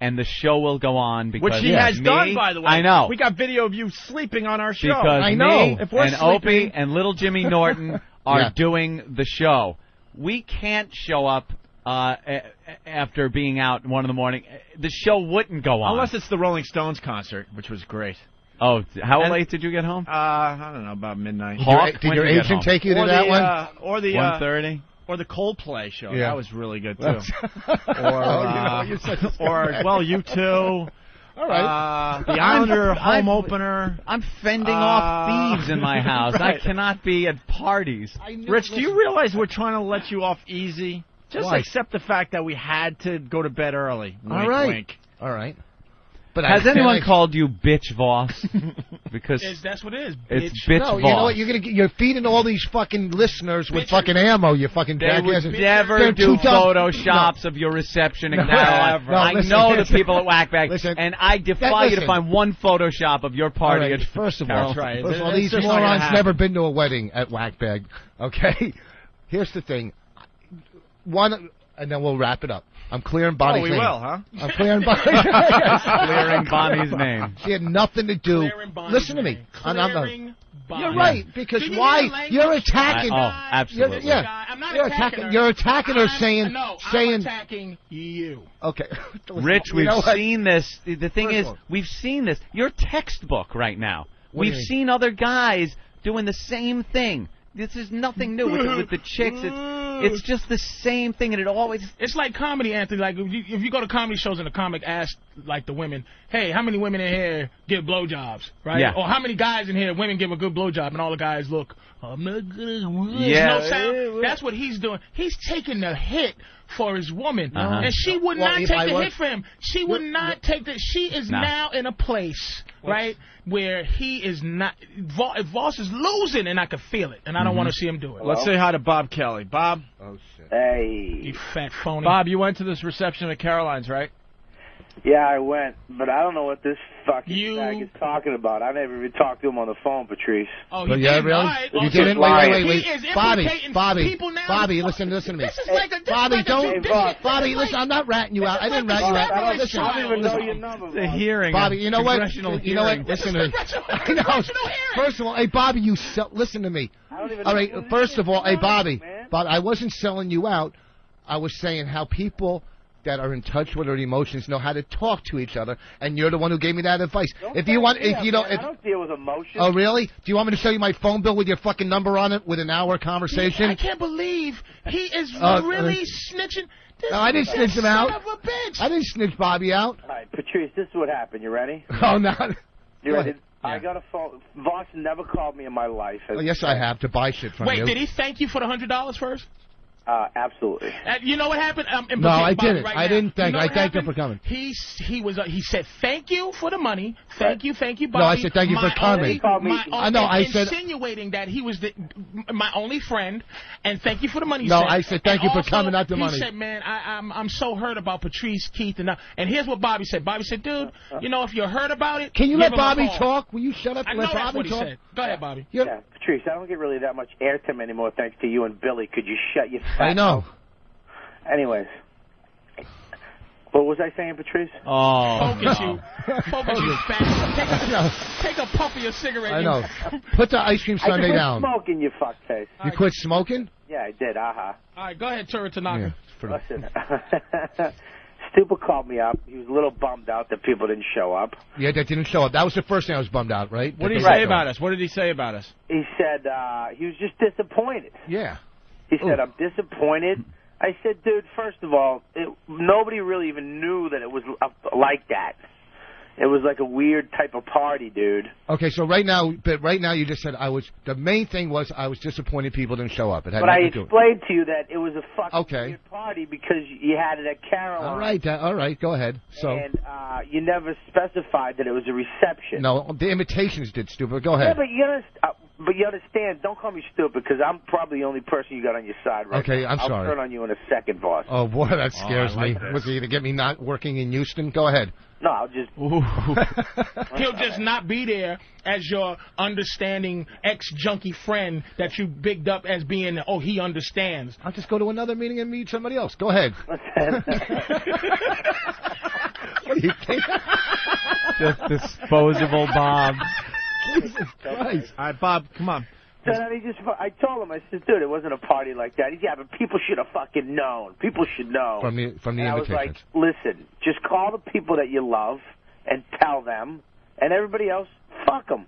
Speaker 1: and the show will go on because
Speaker 2: Which he has
Speaker 1: me-
Speaker 2: done, by the way.
Speaker 1: I know.
Speaker 2: We got video of you sleeping on our show.
Speaker 1: Because
Speaker 2: I know.
Speaker 1: me
Speaker 2: If we're
Speaker 1: and Opie
Speaker 2: sleeping,
Speaker 1: and little Jimmy Norton are
Speaker 2: Yeah.
Speaker 1: doing the show. We can't show up uh, a- a- after being out one in the morning. The show wouldn't go on.
Speaker 2: unless it's the Rolling Stones concert, which was great.
Speaker 1: oh, how
Speaker 2: And-
Speaker 1: late did you get home?
Speaker 2: Uh, I don't know, about midnight.
Speaker 1: Did your- Hawk, did when your did you get agent home? take you to
Speaker 2: Or
Speaker 1: that
Speaker 2: the,
Speaker 1: one?
Speaker 2: Uh, or the uh,
Speaker 1: 1:30?
Speaker 2: or the Coldplay show.
Speaker 1: Yeah.
Speaker 2: That was really good too. or
Speaker 1: [LAUGHS] That's-
Speaker 2: uh,
Speaker 1: You know, you're such a [LAUGHS]
Speaker 2: or
Speaker 1: scumbag.
Speaker 2: well, you too.
Speaker 1: All right.
Speaker 2: Uh, the Islander
Speaker 1: I'm-
Speaker 2: home opener. Uh,
Speaker 1: I'm fending off thieves
Speaker 2: [LAUGHS]
Speaker 1: in my house.
Speaker 2: right.
Speaker 1: I cannot be at parties.
Speaker 2: Rich, do you realize we're trying to let you off easy? Just
Speaker 1: Why?
Speaker 2: accept the fact that we had to go to bed early. Wink,
Speaker 1: All right.
Speaker 2: Wink.
Speaker 7: All right.
Speaker 2: But
Speaker 1: has
Speaker 2: I-
Speaker 1: anyone
Speaker 2: I-
Speaker 1: called you bitch Voss? Because
Speaker 3: It's- that's what it is.
Speaker 1: It's bitch
Speaker 7: no,
Speaker 1: Voss.
Speaker 7: you know what? You're gonna get, you're feeding all these fucking listeners with fucking ammo. You fucking
Speaker 1: they
Speaker 7: jackasses.
Speaker 1: would never
Speaker 7: They're too
Speaker 1: do
Speaker 7: dumb.
Speaker 1: photoshops of your reception in
Speaker 7: No,
Speaker 1: Caroline.
Speaker 7: no,
Speaker 1: I
Speaker 7: listen,
Speaker 1: know the
Speaker 7: listen.
Speaker 1: people at Whackback, and I defy
Speaker 7: That-
Speaker 1: you to
Speaker 7: listen.
Speaker 1: find one photoshop of your party
Speaker 7: All right,
Speaker 1: at
Speaker 2: [LAUGHS]
Speaker 7: first of all,
Speaker 1: Caroline's.
Speaker 7: first of all, these morons never been to a wedding at Whackbag. Okay, [LAUGHS] here's the thing. One, and then we'll wrap it up. I'm clearing Bonnie's
Speaker 2: Oh, we
Speaker 7: name.
Speaker 2: will, huh? [LAUGHS]
Speaker 7: I'm clearing Bonnie's
Speaker 2: Clearing Bonnie's
Speaker 1: name.
Speaker 7: [LAUGHS] She had nothing to do. Listen to me. I'm- I'm- You're right because
Speaker 3: Did you hear
Speaker 7: why?
Speaker 3: that
Speaker 7: You're attacking.
Speaker 1: I- oh, absolutely.
Speaker 7: You're, yeah.
Speaker 3: Guy, I'm not
Speaker 7: you're
Speaker 3: attacking
Speaker 7: attacking.
Speaker 3: her.
Speaker 7: You're attacking her,
Speaker 3: I'm-
Speaker 7: saying,
Speaker 3: no, I'm
Speaker 7: saying.
Speaker 3: attacking you.
Speaker 7: [LAUGHS] Okay.
Speaker 1: Rich,
Speaker 7: You
Speaker 1: we've
Speaker 7: know what?
Speaker 1: seen this. The- The thing
Speaker 7: First of
Speaker 1: is,
Speaker 7: all-
Speaker 1: we've seen this. Your textbook right now.
Speaker 7: What do you
Speaker 1: we've
Speaker 7: mean?
Speaker 1: seen other guys doing the same thing. This is nothing new with
Speaker 3: [LAUGHS]
Speaker 1: the, with the chicks. It's, it's just the same thing, and it always.
Speaker 3: It's like comedy, Anthony. Like if you, if you go to comedy shows and a comic asks like the women, "Hey, how many women in here give blowjobs?" Right?
Speaker 1: Yeah.
Speaker 3: Or how many guys in here women give a good blowjob? And all the guys look, "I'm not gonna." There's
Speaker 1: Yeah.
Speaker 3: No sound. That's what he's doing. He's taking the hit for his woman,
Speaker 1: Uh-huh.
Speaker 3: and she would
Speaker 1: Well,
Speaker 3: not
Speaker 1: if
Speaker 3: take
Speaker 1: I
Speaker 3: the
Speaker 1: was-
Speaker 3: hit for him. She would not take the. She is
Speaker 1: Nah.
Speaker 3: now in a place. Right where he is not, Vo- Voss is losing, and I can feel it, and I don't
Speaker 1: Mm-hmm.
Speaker 2: Mhm.
Speaker 3: want to see him do it.
Speaker 2: Let's say hi to Bob Kelly. Bob.
Speaker 7: Oh shit.
Speaker 27: Hey.
Speaker 3: You fat phony.
Speaker 2: Bob, you went to this reception at Caroline's, right?
Speaker 27: Yeah, I went, but I don't know what this fucking fag is talking about. I never even talked to him on the phone, Patrice.
Speaker 3: Oh,
Speaker 7: But yeah, really? you didn't? Wait, wait, wait, wait. Bobby, Bobby, Bobby, listen, listen to me.
Speaker 27: is like a- this
Speaker 7: Bobby,
Speaker 27: is like a
Speaker 7: don't,
Speaker 27: judicial- Hey, Bob.
Speaker 7: Bobby, listen. I'm not ratting you out. I didn't rat you out.
Speaker 27: I don't,
Speaker 7: listen,
Speaker 27: I don't even know your number.
Speaker 1: The hearing.
Speaker 7: Bobby, you know what?
Speaker 1: Congressional
Speaker 7: You know what?
Speaker 1: hearing.
Speaker 7: Listen
Speaker 1: [LAUGHS]
Speaker 7: to me. I know. First of all, hey Bobby, you sell. Listen to me.
Speaker 27: even
Speaker 7: All
Speaker 27: know
Speaker 7: right.
Speaker 27: what this
Speaker 7: First of all, hey
Speaker 27: is,
Speaker 7: Bobby,
Speaker 27: man.
Speaker 7: Bob, I wasn't selling you out. I was saying how people that are in touch with their emotions know how to talk to each other, and you're the one who gave me that advice. if you want, if you
Speaker 27: know,
Speaker 7: don't, if,
Speaker 27: I don't deal with emotions.
Speaker 7: Oh, really? Do you want me to show you my phone bill with your fucking number on it with an hour conversation?
Speaker 3: I can't believe he is
Speaker 7: Uh,
Speaker 3: really
Speaker 7: uh,
Speaker 3: snitching. This
Speaker 7: No, I didn't
Speaker 3: this
Speaker 7: snitch him
Speaker 3: son
Speaker 7: out.
Speaker 3: of a bitch.
Speaker 7: I didn't snitch Bobby out.
Speaker 27: All right, Patrice, this is what happened. You ready?
Speaker 7: [LAUGHS] Oh, no.
Speaker 27: You
Speaker 7: Go
Speaker 27: ready?
Speaker 7: ahead.
Speaker 27: I got a phone. Voss never called me in my life.
Speaker 7: Oh, yes, I have to buy shit from
Speaker 3: Wait,
Speaker 7: you.
Speaker 3: did he thank you for the hundred dollars first?
Speaker 27: Uh, absolutely.
Speaker 3: Uh, you know what happened? Um, and
Speaker 7: No,
Speaker 3: Bobby,
Speaker 7: I didn't.
Speaker 3: right
Speaker 7: I
Speaker 3: now,
Speaker 7: didn't thank-
Speaker 3: you know
Speaker 7: I
Speaker 3: what
Speaker 7: thanked him
Speaker 3: happened?
Speaker 7: for coming.
Speaker 3: He s- he was uh, he said thank you for the money. Thank you, thank you,
Speaker 7: No,
Speaker 3: Bobby.
Speaker 7: I said thank you for
Speaker 3: My
Speaker 7: coming.
Speaker 3: only-
Speaker 7: He called me-
Speaker 3: my
Speaker 7: I know, I
Speaker 3: only-
Speaker 7: said-
Speaker 3: insinuating that he was the, m- my only friend, and thank you for the money.
Speaker 7: No,
Speaker 3: you sent.
Speaker 7: I said thank
Speaker 3: And
Speaker 7: you for
Speaker 3: also,
Speaker 7: coming, not the
Speaker 3: he
Speaker 7: money.
Speaker 3: said, man, I, I'm I'm so hurt about Patrice Keith and uh, and here's what Bobby said. Bobby said, dude,
Speaker 27: Uh,
Speaker 3: you know if you're hurt about it,
Speaker 7: Can you let
Speaker 3: give him a
Speaker 7: Bobby
Speaker 3: call.
Speaker 7: talk? Will you shut up
Speaker 3: I
Speaker 7: and
Speaker 3: know
Speaker 7: let
Speaker 3: that's
Speaker 7: Bobby
Speaker 3: what he
Speaker 7: talk?
Speaker 3: said. Go ahead, Bobby.
Speaker 27: Yeah, Patrice, I don't get really that much airtime anymore thanks to you and Billy. Could you shut your fat
Speaker 7: I know.
Speaker 27: Anyways, what was I saying, Patrice?
Speaker 1: Oh.
Speaker 3: Focus you, focus you,
Speaker 27: [LAUGHS]
Speaker 3: fat. Take a, take a puff of your cigarette.
Speaker 7: Oh, I
Speaker 3: you
Speaker 7: know. [LAUGHS] Put the ice cream
Speaker 27: I
Speaker 7: sundae
Speaker 27: quit
Speaker 7: down.
Speaker 27: smoking, you fuckface.
Speaker 7: You quit smoking?
Speaker 27: Yeah, I did. Aha.
Speaker 3: All right, go ahead, Tura Tanaka.
Speaker 27: Listen, [LAUGHS] Stupa called me up. He was a little bummed out that people didn't show up.
Speaker 7: Yeah, that didn't show up. That was the first thing I was bummed out, right?
Speaker 28: What
Speaker 7: That
Speaker 28: did he
Speaker 7: they didn't
Speaker 28: say
Speaker 7: show
Speaker 28: about
Speaker 7: up.
Speaker 28: us? What did he say about us?
Speaker 27: He said uh, he was just disappointed.
Speaker 7: Yeah.
Speaker 27: He said, "I'm disappointed." I said, "Dude, first of all, it, nobody really even knew that it was uh, like that. It was like a weird type of party, dude."
Speaker 7: Okay, so right now, but right now you just said I was. The main thing was I was disappointed people didn't show up. It had
Speaker 27: But I
Speaker 7: nothing to do. with-
Speaker 27: explained to you that it was a fucking
Speaker 7: Okay.
Speaker 27: weird party because you had it at Caroline.
Speaker 7: All right, that, all right, go ahead. So
Speaker 27: And uh, you never specified that it was a reception.
Speaker 7: no, the imitations did stupid. Go
Speaker 27: Yeah,
Speaker 7: ahead.
Speaker 27: but you understand. Uh, but you understand. Don't call me stupid because I'm probably the only person you got on your side right
Speaker 7: Okay,
Speaker 27: now.
Speaker 7: I'm
Speaker 27: I'll
Speaker 7: sorry.
Speaker 27: turn on you in a second, boss.
Speaker 7: Oh boy, that
Speaker 27: Oh, I
Speaker 7: scares
Speaker 27: like
Speaker 7: me.
Speaker 27: this.
Speaker 7: Was he to get me not working in Houston? Go ahead.
Speaker 27: No, I'll just. [LAUGHS]
Speaker 7: [LAUGHS]
Speaker 3: [LAUGHS] He'll just not be there as your understanding ex junkie friend that you bigged up as being, oh, he understands.
Speaker 7: I'll just go to another meeting and meet somebody else. Go ahead. what do you think?
Speaker 1: Just disposable
Speaker 27: [LAUGHS]
Speaker 1: Bob.
Speaker 7: [LAUGHS] Jesus Christ.
Speaker 2: All right, Bob, come on.
Speaker 27: So then he just, I told him, I said, dude, it wasn't a party like that. He said, yeah, but people should have fucking known. People should know.
Speaker 7: From the from the
Speaker 27: and I was like,
Speaker 7: invitations.
Speaker 27: listen, just call the people that you love and tell them, and everybody else, fuck
Speaker 7: [LAUGHS]
Speaker 27: them.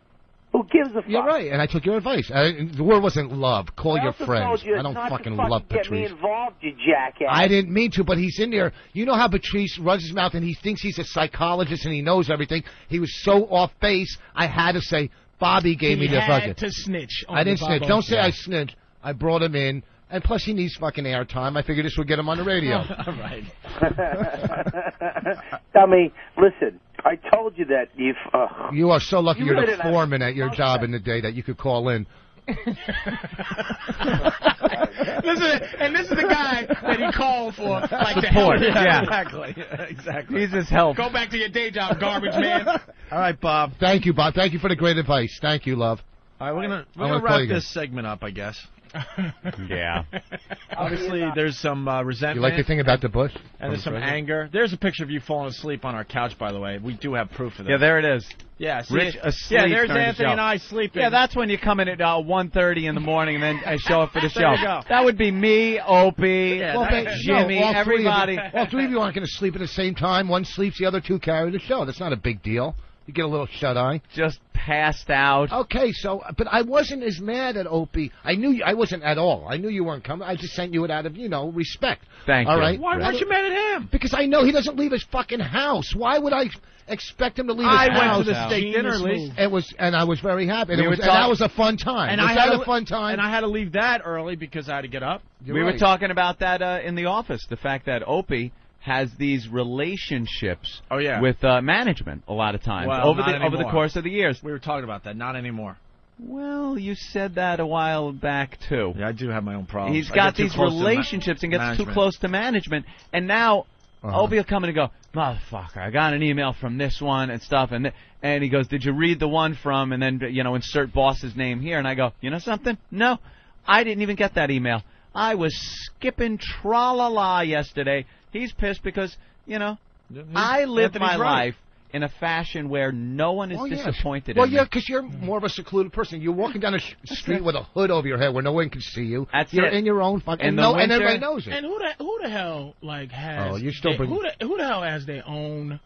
Speaker 27: Who gives a fuck?
Speaker 7: You're right, and I took your advice. I, the word wasn't love. Call
Speaker 27: I
Speaker 7: your
Speaker 27: also
Speaker 7: friends.
Speaker 27: told you
Speaker 7: I don't
Speaker 27: not to
Speaker 7: fucking,
Speaker 27: fucking
Speaker 7: love
Speaker 27: get
Speaker 7: Patrice.
Speaker 27: me involved, you jackass.
Speaker 7: I didn't mean to, but he's in there. You know how Patrice runs his mouth and he thinks he's a psychologist and he knows everything. He was so off base, I had to say, Bobby gave
Speaker 3: he
Speaker 7: me the
Speaker 3: had
Speaker 7: fucking.
Speaker 3: to snitch. On
Speaker 7: I didn't
Speaker 3: Babo.
Speaker 7: snitch. Don't say I snitched. I brought him in, and plus he needs fucking airtime. I figured this would get him on the [LAUGHS] radio.
Speaker 3: [LAUGHS] All right.
Speaker 27: [LAUGHS] Tell me, listen, I told you that you. Uh,
Speaker 7: you are so lucky
Speaker 27: You
Speaker 7: you are
Speaker 27: really
Speaker 7: the
Speaker 27: didn't have-
Speaker 7: foreman at your job in the day that you could call in.
Speaker 3: Listen, and this is the guy that he called for, like to help.
Speaker 2: Support,
Speaker 3: him.
Speaker 2: yeah.
Speaker 7: [LAUGHS]
Speaker 2: Exactly. Exactly.
Speaker 1: He's his help.
Speaker 3: Go back to your day job, garbage
Speaker 7: [LAUGHS]
Speaker 3: man.
Speaker 2: All right, Bob.
Speaker 7: Thank you, Bob. Thank you for the great advice. Thank you, love.
Speaker 2: All right, we're gonna we're
Speaker 7: I'm
Speaker 2: gonna
Speaker 7: gonna call
Speaker 2: wrap
Speaker 7: you
Speaker 2: this segment up, I guess.
Speaker 1: Yeah.
Speaker 2: Obviously, there's some uh, resentment.
Speaker 7: You like the thing about the bush?
Speaker 2: And there's some
Speaker 7: From the president?
Speaker 2: anger. There's a picture of you falling asleep on our couch, by the way. We do have proof of that.
Speaker 1: Yeah, there it is.
Speaker 2: Yeah, see,
Speaker 1: Rich asleep
Speaker 2: yeah, there's
Speaker 1: during the
Speaker 2: Anthony
Speaker 1: show.
Speaker 2: and I sleeping.
Speaker 1: Yeah, that's when you come in at uh, 1.30 in the morning and then
Speaker 7: uh,
Speaker 1: I show up for [LAUGHS] the show.
Speaker 2: There you go.
Speaker 1: That would be me, Opie,
Speaker 7: Well, thank- no,
Speaker 1: Jimmy,
Speaker 7: all three of you-
Speaker 1: everybody.
Speaker 7: all three of you aren't going to sleep at the same time. One sleeps, the other two carry the show. That's not a big deal. You get a little shut eye.
Speaker 1: Just passed out.
Speaker 7: Okay, so but I wasn't as mad at Opie. I knew you, I wasn't at all. I knew you weren't coming. I just sent you it out of you know respect.
Speaker 1: Thank
Speaker 7: All
Speaker 1: you.
Speaker 7: right.
Speaker 2: Why weren't you mad at him?
Speaker 7: Because I know he doesn't leave his fucking house. Why would I expect him to leave his
Speaker 1: I
Speaker 7: house?
Speaker 1: went to the steak dinner, Lee.
Speaker 7: It was, and I was very happy. And,
Speaker 1: We
Speaker 7: it
Speaker 1: were
Speaker 7: was, and that
Speaker 1: talk-
Speaker 7: was a fun time.
Speaker 2: And
Speaker 7: was
Speaker 2: I
Speaker 7: that
Speaker 2: had
Speaker 7: a fun time.
Speaker 2: And I had to leave that early because I had to get up.
Speaker 1: we were talking about that uh, in the office, the fact that Opie has these relationships
Speaker 2: Oh, yeah.
Speaker 1: with uh, management a lot of times
Speaker 2: Well,
Speaker 1: over
Speaker 2: not
Speaker 1: the over the
Speaker 2: anymore.
Speaker 1: course of the years.
Speaker 2: We were talking about that. Not anymore.
Speaker 1: Well, you said that a while back too.
Speaker 2: Yeah, I do have my own problems.
Speaker 1: He's
Speaker 2: I
Speaker 1: got
Speaker 2: get too
Speaker 1: these
Speaker 2: close to ma-
Speaker 1: relationships and gets too
Speaker 2: management. Uh-huh.
Speaker 1: close to management, and now Opie will come in and go, motherfucker, I got an email from this one and stuff, and th- and he goes, did you read the one from? And then you know, insert boss's name here, and I go, you know something? No, I didn't even get that email. I was skipping tra la la yesterday. He's pissed because you know I live
Speaker 7: Anthony's
Speaker 1: my
Speaker 7: right.
Speaker 1: life in a fashion where no one is
Speaker 7: Oh, yes.
Speaker 1: disappointed.
Speaker 7: Well,
Speaker 1: in
Speaker 7: yeah,
Speaker 1: me.
Speaker 7: because you're more of a secluded person. You're walking down a sh- street with a hood over your head where no one can see you.
Speaker 1: That's
Speaker 7: you're
Speaker 1: it.
Speaker 7: in your own fucking.
Speaker 1: In the
Speaker 7: no, and
Speaker 1: winter-
Speaker 7: everybody knows it.
Speaker 3: And who the who the hell like has?
Speaker 7: Oh, you're still
Speaker 3: they-
Speaker 7: bring-
Speaker 3: who the who the hell has their own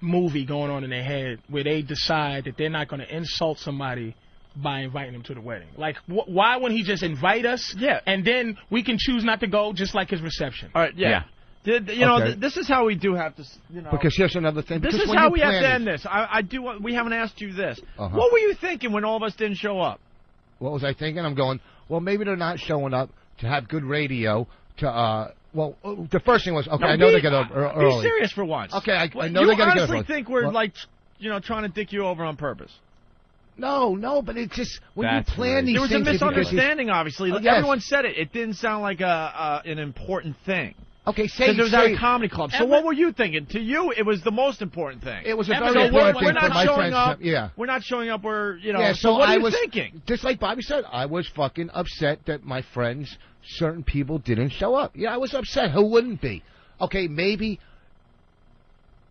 Speaker 3: movie going on in their head where they decide that they're not going to insult somebody by inviting them to the wedding? Like, wh- why wouldn't he just invite us? Yeah. And then we can choose not to go, just like his reception.
Speaker 2: All right. Yeah. Did- you know,
Speaker 7: Okay.
Speaker 2: th- this is how we do have to. s- You know,
Speaker 7: because here's another thing.
Speaker 2: this
Speaker 7: because
Speaker 2: is
Speaker 7: when
Speaker 2: how
Speaker 7: you
Speaker 2: we have
Speaker 7: plan
Speaker 2: to
Speaker 7: it-
Speaker 2: end this. I, I do. want- We haven't asked you this.
Speaker 7: Uh-huh.
Speaker 2: What were you thinking when all of us didn't show up?
Speaker 7: What was I thinking? I'm going. Well, maybe they're not showing up to have good radio to uh, well, uh, the first thing was okay. I know
Speaker 2: be,
Speaker 7: they get up ear- early.
Speaker 2: Be serious for once.
Speaker 7: Okay, I, I
Speaker 2: Well,
Speaker 7: know
Speaker 2: you
Speaker 7: they got to get up
Speaker 2: honestly
Speaker 7: early.
Speaker 2: think we're
Speaker 7: Well,
Speaker 2: like, you know, trying to dick you over on purpose?
Speaker 7: No, no, but it just when you plan these
Speaker 2: There was a
Speaker 7: things, if you-
Speaker 2: misunderstanding, obviously.
Speaker 7: Oh,
Speaker 2: Look,
Speaker 7: yes.
Speaker 2: Everyone said it. It didn't sound like a uh, an important thing.
Speaker 7: Okay, say-
Speaker 2: because it was at
Speaker 7: say-
Speaker 2: a comedy club. So
Speaker 7: Every-
Speaker 2: what were you thinking? To you, it was the most important thing.
Speaker 7: It was a
Speaker 2: Every-
Speaker 7: very
Speaker 2: so
Speaker 7: important
Speaker 2: we're, we're
Speaker 7: thing for
Speaker 2: not
Speaker 7: my
Speaker 2: showing
Speaker 7: friends
Speaker 2: Up,
Speaker 7: to- yeah.
Speaker 2: we're not showing up. We're you know.
Speaker 7: yeah, so,
Speaker 2: what
Speaker 7: I
Speaker 2: are you
Speaker 7: was
Speaker 2: thinking?
Speaker 7: just like Bobby said. I was fucking upset that my friends, certain people, didn't show up. Yeah, I was upset. Who wouldn't be? Okay, maybe.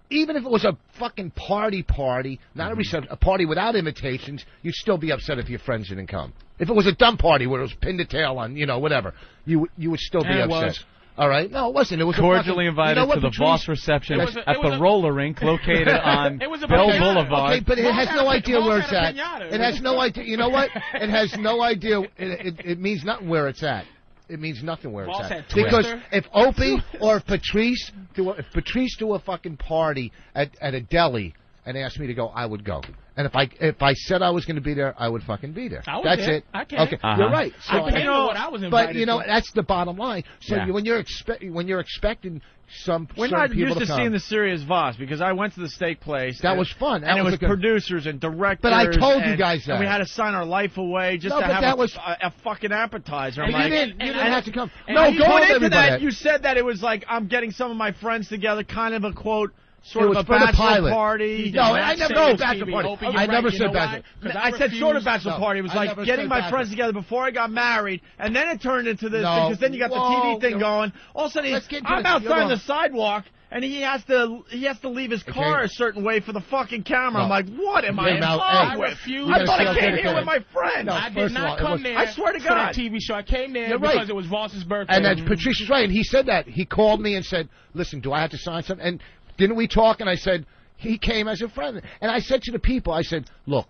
Speaker 7: Even if it was a fucking party party, not
Speaker 1: Mm-hmm.
Speaker 7: a reception, a party without invitations, you'd still be upset if your friends didn't come. If it was a dumb party where it was pinned to tail on, you know, whatever, you would- you would still be
Speaker 1: Yeah, it
Speaker 7: upset.
Speaker 1: was.
Speaker 7: All right, no, it wasn't. It was a fucking-
Speaker 1: cordially
Speaker 7: you
Speaker 1: invited
Speaker 7: know what,
Speaker 1: to the
Speaker 7: Patrice?
Speaker 1: boss reception
Speaker 7: It was a-
Speaker 1: at
Speaker 7: it was
Speaker 1: the
Speaker 7: a-
Speaker 1: roller
Speaker 7: [LAUGHS]
Speaker 1: rink [LAUGHS] located on
Speaker 7: It was a
Speaker 1: Bell
Speaker 7: piñata.
Speaker 1: Boulevard.
Speaker 7: Okay, but it has no idea where it's at.
Speaker 3: piñata.
Speaker 7: It has no idea. You know what? It has no idea. It, it, it means nothing where it's at. It means nothing where
Speaker 3: Boss
Speaker 7: it's at.
Speaker 3: had
Speaker 7: Because
Speaker 3: Twister.
Speaker 7: if Opie or if Patrice do a, if Patrice do a fucking party at, at a deli and asked me to go, I would go. And if I if I said I was going to be there, I would fucking be there.
Speaker 3: I was
Speaker 7: that's
Speaker 3: there.
Speaker 7: it.
Speaker 3: I came.
Speaker 7: Okay,
Speaker 3: Uh-huh.
Speaker 7: you're right.
Speaker 3: I
Speaker 7: So
Speaker 3: came to what I was
Speaker 7: but
Speaker 3: invited
Speaker 7: you know
Speaker 3: to.
Speaker 7: that's the bottom line. So
Speaker 2: Yeah.
Speaker 7: you, when you're expect when you're expecting some
Speaker 2: We're
Speaker 7: certain
Speaker 2: not
Speaker 7: people
Speaker 2: used to,
Speaker 7: come,
Speaker 2: seeing the serious Voss because I went to the steak place.
Speaker 7: That
Speaker 2: and-
Speaker 7: was fun. That
Speaker 2: and it was
Speaker 7: was a good-
Speaker 2: producers and directors.
Speaker 7: But I told you
Speaker 2: and-
Speaker 7: guys
Speaker 2: and we
Speaker 7: that.
Speaker 2: had to sign our life away just
Speaker 7: No,
Speaker 2: to
Speaker 7: but
Speaker 2: have
Speaker 7: that
Speaker 2: a,
Speaker 7: was-
Speaker 2: a, a fucking appetizer. I'm
Speaker 7: But you
Speaker 2: like-
Speaker 7: didn't- you
Speaker 2: and-
Speaker 7: didn't
Speaker 2: and-
Speaker 7: have to come.
Speaker 2: and
Speaker 7: No,
Speaker 2: you
Speaker 7: go
Speaker 2: going
Speaker 7: with
Speaker 2: into that,
Speaker 7: everybody.
Speaker 2: you said that it was like I'm getting some of my friends together, kind of a quote. Sort
Speaker 7: It
Speaker 2: of
Speaker 7: was
Speaker 2: a
Speaker 7: for the
Speaker 2: bachelor
Speaker 7: pilot.
Speaker 2: party.
Speaker 7: No, I never- no bachelor party.
Speaker 2: Opie,
Speaker 7: I
Speaker 2: you're
Speaker 7: never
Speaker 2: you know
Speaker 7: said
Speaker 2: why?
Speaker 7: bachelor.
Speaker 2: 'Cause
Speaker 7: No,
Speaker 2: I, said sort of bachelor
Speaker 7: no,
Speaker 2: party. It was
Speaker 7: I
Speaker 2: like
Speaker 7: never
Speaker 2: getting
Speaker 7: said
Speaker 2: my
Speaker 7: bachelor.
Speaker 2: friends together before I got married, and then it turned into this
Speaker 7: No.
Speaker 2: because then you got
Speaker 7: Whoa,
Speaker 2: the TV thing going. All of a sudden,
Speaker 7: Let's get into
Speaker 2: I'm
Speaker 7: this. You're
Speaker 2: outside on the
Speaker 7: wrong.
Speaker 2: sidewalk, and he has to he has to leave his car a certain way for the fucking camera. I'm
Speaker 7: No.
Speaker 2: like, what am I
Speaker 7: Hey, Mal,
Speaker 2: involved
Speaker 7: hey,
Speaker 2: with?
Speaker 7: I refuse.
Speaker 2: I thought
Speaker 7: You
Speaker 2: I
Speaker 7: gotta
Speaker 2: came
Speaker 7: stay
Speaker 2: here with my
Speaker 7: dedicated.
Speaker 2: friends.
Speaker 7: No,
Speaker 3: I did not come there.
Speaker 2: I swear to
Speaker 3: for
Speaker 2: God.
Speaker 3: that TV show. I came there
Speaker 7: You're
Speaker 3: because
Speaker 7: right.
Speaker 3: it was Voss's birthday.
Speaker 7: And then Patrice is right, and he said that. He called me and said, "Listen, do I have to sign something?" And didn't we talk? And I said he came as a friend, and I said to the people, I said, "Look."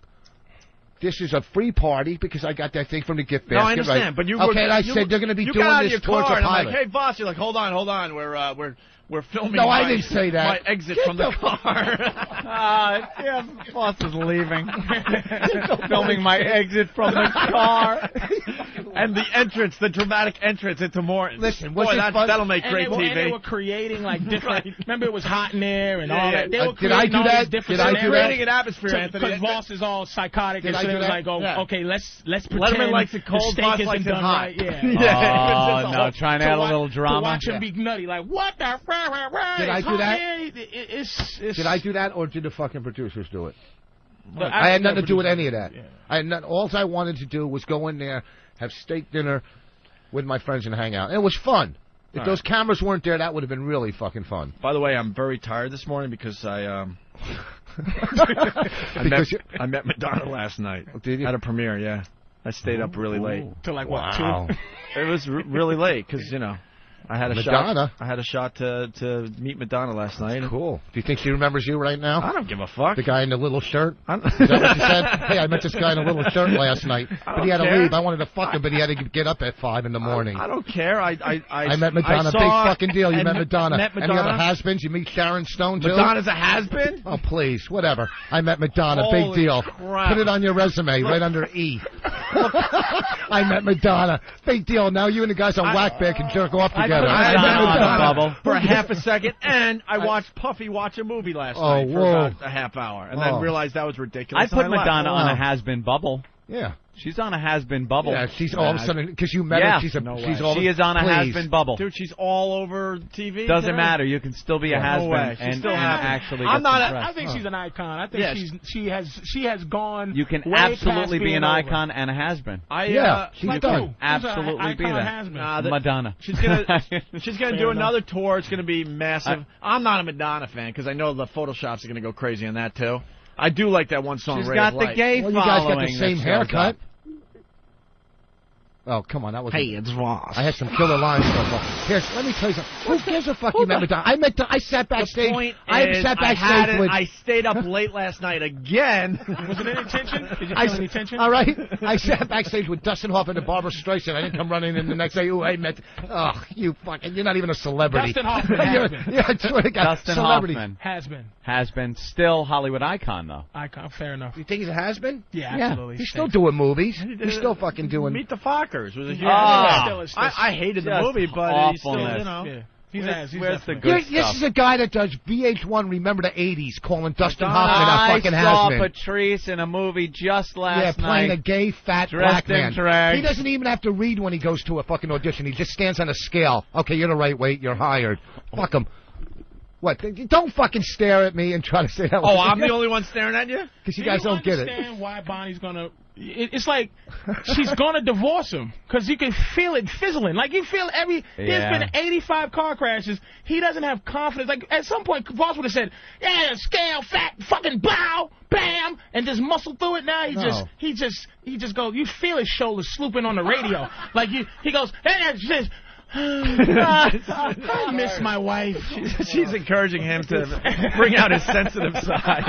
Speaker 7: This is a free party because I got that thing from the gift basket.
Speaker 2: No, I understand,
Speaker 7: right?
Speaker 2: but you
Speaker 7: okay?
Speaker 2: were,
Speaker 7: and I
Speaker 2: you,
Speaker 7: said they're going to be
Speaker 2: you
Speaker 7: doing
Speaker 2: got out
Speaker 7: this
Speaker 2: of your
Speaker 7: towards
Speaker 2: car,
Speaker 7: a
Speaker 2: and I'm
Speaker 7: pilot.
Speaker 2: like, hey, Voss, you're like, hold on, hold on, we're uh, we're we're filming.
Speaker 7: No, I
Speaker 2: my-
Speaker 7: didn't say that.
Speaker 2: My exit
Speaker 7: Get
Speaker 2: from the,
Speaker 7: the-
Speaker 2: car. [LAUGHS]
Speaker 1: Ah, yeah, boss
Speaker 7: [LAUGHS]
Speaker 1: is leaving. Filming my exit from the car.
Speaker 2: and the entrance, the dramatic entrance into Morton.
Speaker 7: Listen,
Speaker 2: boy,
Speaker 7: was it
Speaker 2: that,
Speaker 7: fun?
Speaker 2: that'll make
Speaker 3: and
Speaker 2: great
Speaker 3: they were,
Speaker 2: TV.
Speaker 3: And they were
Speaker 2: [LAUGHS]
Speaker 3: creating like different.
Speaker 2: Right.
Speaker 3: Remember, it was hot in there and
Speaker 2: Yeah,
Speaker 3: all
Speaker 2: yeah.
Speaker 3: that. They
Speaker 2: Uh,
Speaker 3: were
Speaker 2: did
Speaker 3: creating
Speaker 2: I do
Speaker 3: all these
Speaker 2: that?
Speaker 3: different
Speaker 2: Did I do
Speaker 3: scenarios.
Speaker 2: that? Creating an atmosphere, Anthony.
Speaker 3: Because Voss is all psychotic,
Speaker 2: Did
Speaker 3: and
Speaker 2: I
Speaker 3: so
Speaker 2: do
Speaker 3: they was
Speaker 2: that?
Speaker 3: like, oh,
Speaker 2: Yeah.
Speaker 3: okay, let's let's
Speaker 2: Let's
Speaker 3: pretend
Speaker 2: likes it cold,
Speaker 3: the steak
Speaker 2: Voss
Speaker 3: isn't
Speaker 2: likes it
Speaker 3: done
Speaker 2: hot.
Speaker 3: right.
Speaker 2: [LAUGHS]
Speaker 3: Yeah.
Speaker 1: Yeah. Oh,
Speaker 3: It's
Speaker 1: no,
Speaker 3: all-
Speaker 1: trying to add a
Speaker 3: watch-
Speaker 1: little drama.
Speaker 3: To watch him
Speaker 1: Yeah.
Speaker 3: be nutty, like what the? Rah, rah, rah,
Speaker 7: Did I
Speaker 3: it's
Speaker 7: do
Speaker 3: hot
Speaker 7: that?
Speaker 3: here, it- it- it's, it's,
Speaker 7: Did I do that, or did the fucking producers do it?
Speaker 3: Look,
Speaker 7: I, had
Speaker 3: don't
Speaker 7: nothing to
Speaker 3: know
Speaker 7: do with any
Speaker 3: producers.
Speaker 7: of that. I had not, all I wanted to do was go in there, have steak dinner with my friends and hang out. And it was fun. If
Speaker 2: All
Speaker 7: those cameras weren't there, that would have been really fucking fun.
Speaker 2: By the way, I'm very tired this morning because I
Speaker 7: [LAUGHS]
Speaker 2: um I, met,
Speaker 7: Because you- Oh,
Speaker 2: I met Madonna last night. Did you? At a premiere, yeah. I [LAUGHS] stayed up really late.
Speaker 3: Till like what?
Speaker 2: Wow.
Speaker 3: Two?
Speaker 7: [LAUGHS]
Speaker 2: it was [LAUGHS] r- really late because you know I had a
Speaker 7: Madonna.
Speaker 2: shot. I had a shot to to meet Madonna last night.
Speaker 7: Cool. Do you think she remembers you right now?
Speaker 2: I don't give a fuck.
Speaker 7: The guy in the little shirt. Is that what
Speaker 2: [LAUGHS]
Speaker 7: you said? hey, I met this guy in a little shirt last night, but he had to
Speaker 2: care.
Speaker 7: leave. I wanted to fuck him, but he had to get up at five in the morning.
Speaker 2: I don't care. I I I,
Speaker 7: I met Madonna.
Speaker 2: I saw,
Speaker 7: Big fucking deal. You
Speaker 2: I
Speaker 7: met
Speaker 2: met
Speaker 7: Madonna.
Speaker 2: Met
Speaker 7: Any
Speaker 2: Madonna.
Speaker 7: other has-beens? You meet Sharon Stone too.
Speaker 2: Madonna's a has-been?
Speaker 7: Oh please, whatever. I met Madonna. Big
Speaker 2: Holy
Speaker 7: deal.
Speaker 2: crap.
Speaker 7: Put it on your resume, right under E. [LAUGHS] I met Madonna. Big deal. Now you and the guys on Whack Bear can jerk off together.
Speaker 2: I
Speaker 7: met
Speaker 2: met Madonna
Speaker 7: Madonna.
Speaker 2: for
Speaker 1: [LAUGHS]
Speaker 2: a half a second, and I watched Puffy watch a movie last
Speaker 7: Oh,
Speaker 2: night for
Speaker 7: whoa.
Speaker 2: about a half hour, and
Speaker 7: Oh.
Speaker 2: then realized that was
Speaker 1: I
Speaker 2: ridiculous.
Speaker 1: put
Speaker 2: and left.
Speaker 1: Madonna on a has-been bubble.
Speaker 7: Yeah.
Speaker 1: She's on a has-been bubble. Uh,
Speaker 7: Yeah, she's all of a sudden because you met
Speaker 1: yeah.
Speaker 7: her. She's a
Speaker 1: No
Speaker 7: she's
Speaker 1: way.
Speaker 7: all.
Speaker 1: She is on a
Speaker 7: please.
Speaker 1: has-been bubble.
Speaker 2: Dude, she's all over TV.
Speaker 1: Doesn't
Speaker 2: today.
Speaker 1: matter. You can still be a
Speaker 2: No
Speaker 1: has-been
Speaker 2: way. She's
Speaker 1: and,
Speaker 2: still
Speaker 1: and
Speaker 2: happening.
Speaker 1: actually.
Speaker 2: I'm
Speaker 1: get
Speaker 2: not a-
Speaker 1: compressed.
Speaker 3: I think she's an icon. I think
Speaker 2: Yeah.
Speaker 3: she's she has she has gone.
Speaker 1: You can
Speaker 3: way past
Speaker 1: absolutely be
Speaker 3: being
Speaker 1: an
Speaker 3: over.
Speaker 1: icon and a has-been.
Speaker 2: I,
Speaker 7: Yeah,
Speaker 2: uh,
Speaker 7: she's
Speaker 2: like
Speaker 7: done.
Speaker 2: who?
Speaker 7: Who's
Speaker 1: absolutely be
Speaker 3: icon
Speaker 1: that.
Speaker 3: has-been?
Speaker 2: Nah, that-
Speaker 1: Madonna.
Speaker 2: [LAUGHS] She's
Speaker 1: [LAUGHS]
Speaker 2: gonna she's gonna
Speaker 3: Fair
Speaker 2: do
Speaker 3: enough.
Speaker 2: another tour. It's gonna be massive.
Speaker 1: I-
Speaker 2: I, am not a Madonna fan because I know the photoshops are gonna go crazy on that too. I do like that one song.
Speaker 1: She's
Speaker 2: Ray
Speaker 1: got
Speaker 2: of
Speaker 1: the
Speaker 2: Light.
Speaker 1: gay
Speaker 7: Well, you guys got
Speaker 1: following.
Speaker 7: the same
Speaker 1: that shows
Speaker 7: haircut.
Speaker 1: up.
Speaker 7: Oh come on, that was.
Speaker 3: it's Voss.
Speaker 7: I had some killer lines. So far. Here, let me tell you something. Who gives a fuck? You met Madonna. I met. I sat backstage.
Speaker 2: Point
Speaker 7: I
Speaker 2: is,
Speaker 7: sat
Speaker 2: I had
Speaker 7: backstage
Speaker 2: it.
Speaker 7: with.
Speaker 2: I stayed up late last night again. [LAUGHS]
Speaker 3: Was it any tension? Did you
Speaker 7: I
Speaker 3: feel
Speaker 7: s-
Speaker 3: any tension?
Speaker 7: All right. I sat backstage with Dustin Hoffman and Barbara Streisand. I didn't come running in the next day. Oh, I met. Oh, you fucking. You're not even a celebrity.
Speaker 3: Dustin
Speaker 7: [LAUGHS]
Speaker 3: Hoffman
Speaker 7: You're-
Speaker 3: has been.
Speaker 7: yeah, I swear to God.
Speaker 1: Dustin
Speaker 7: celebrity.
Speaker 1: Hoffman
Speaker 3: Has been
Speaker 1: has been still Hollywood icon though.
Speaker 3: icon. Fair enough.
Speaker 7: You think he's a has been?
Speaker 3: Yeah,
Speaker 7: Yeah.
Speaker 3: absolutely.
Speaker 7: He's still doing movies. He's still fucking doing.
Speaker 2: uh, Meet the Fockers. Suckers was a huge.
Speaker 7: Ah.
Speaker 2: deal. I, I hated the
Speaker 7: Just
Speaker 2: movie, but he's still, you
Speaker 7: awfulness.
Speaker 2: know.
Speaker 7: Yeah.
Speaker 3: He's
Speaker 2: Where's-
Speaker 3: ass, he's
Speaker 2: where's the
Speaker 3: definitely-
Speaker 2: good
Speaker 7: This- This
Speaker 2: stuff?
Speaker 7: is a guy that does VH1 Remember the 80s calling Dustin
Speaker 1: I
Speaker 7: Hoffman a fucking
Speaker 1: saw
Speaker 7: has-been.
Speaker 1: Patrice in a movie just
Speaker 7: Yeah,
Speaker 1: last
Speaker 7: playing a
Speaker 1: night.
Speaker 7: gay fat
Speaker 1: Dressed
Speaker 7: black
Speaker 1: in
Speaker 7: man.
Speaker 1: drag.
Speaker 7: He doesn't even have to read when he goes to a fucking audition. He just stands on a scale. Okay, you're the right weight. You're hired. Fuck him. What? Don't fucking stare at me and try to [LAUGHS] say that.
Speaker 2: Oh, I'm the only one staring at
Speaker 7: [LAUGHS]
Speaker 2: you.
Speaker 7: Because you guys don't get it.
Speaker 3: understand why Bonnie's gonna? it- It's like
Speaker 7: [LAUGHS]
Speaker 3: she's gonna divorce him because you can feel it fizzling. Like you feel every.
Speaker 1: Yeah.
Speaker 3: There's been 85 car crashes. He doesn't have confidence. Like at some point, Voss would have said, "Yeah, scale, fat, fucking bow, bam," and just muscle through it. Now he
Speaker 7: No.
Speaker 3: just he just he just goes. You feel his shoulders slooping on the
Speaker 7: [LAUGHS]
Speaker 3: radio. like you, he goes, "Hey, that's just." [SIGHS] I miss
Speaker 7: [LAUGHS]
Speaker 3: my wife.
Speaker 2: [LAUGHS] She's encouraging him to bring out his sensitive side.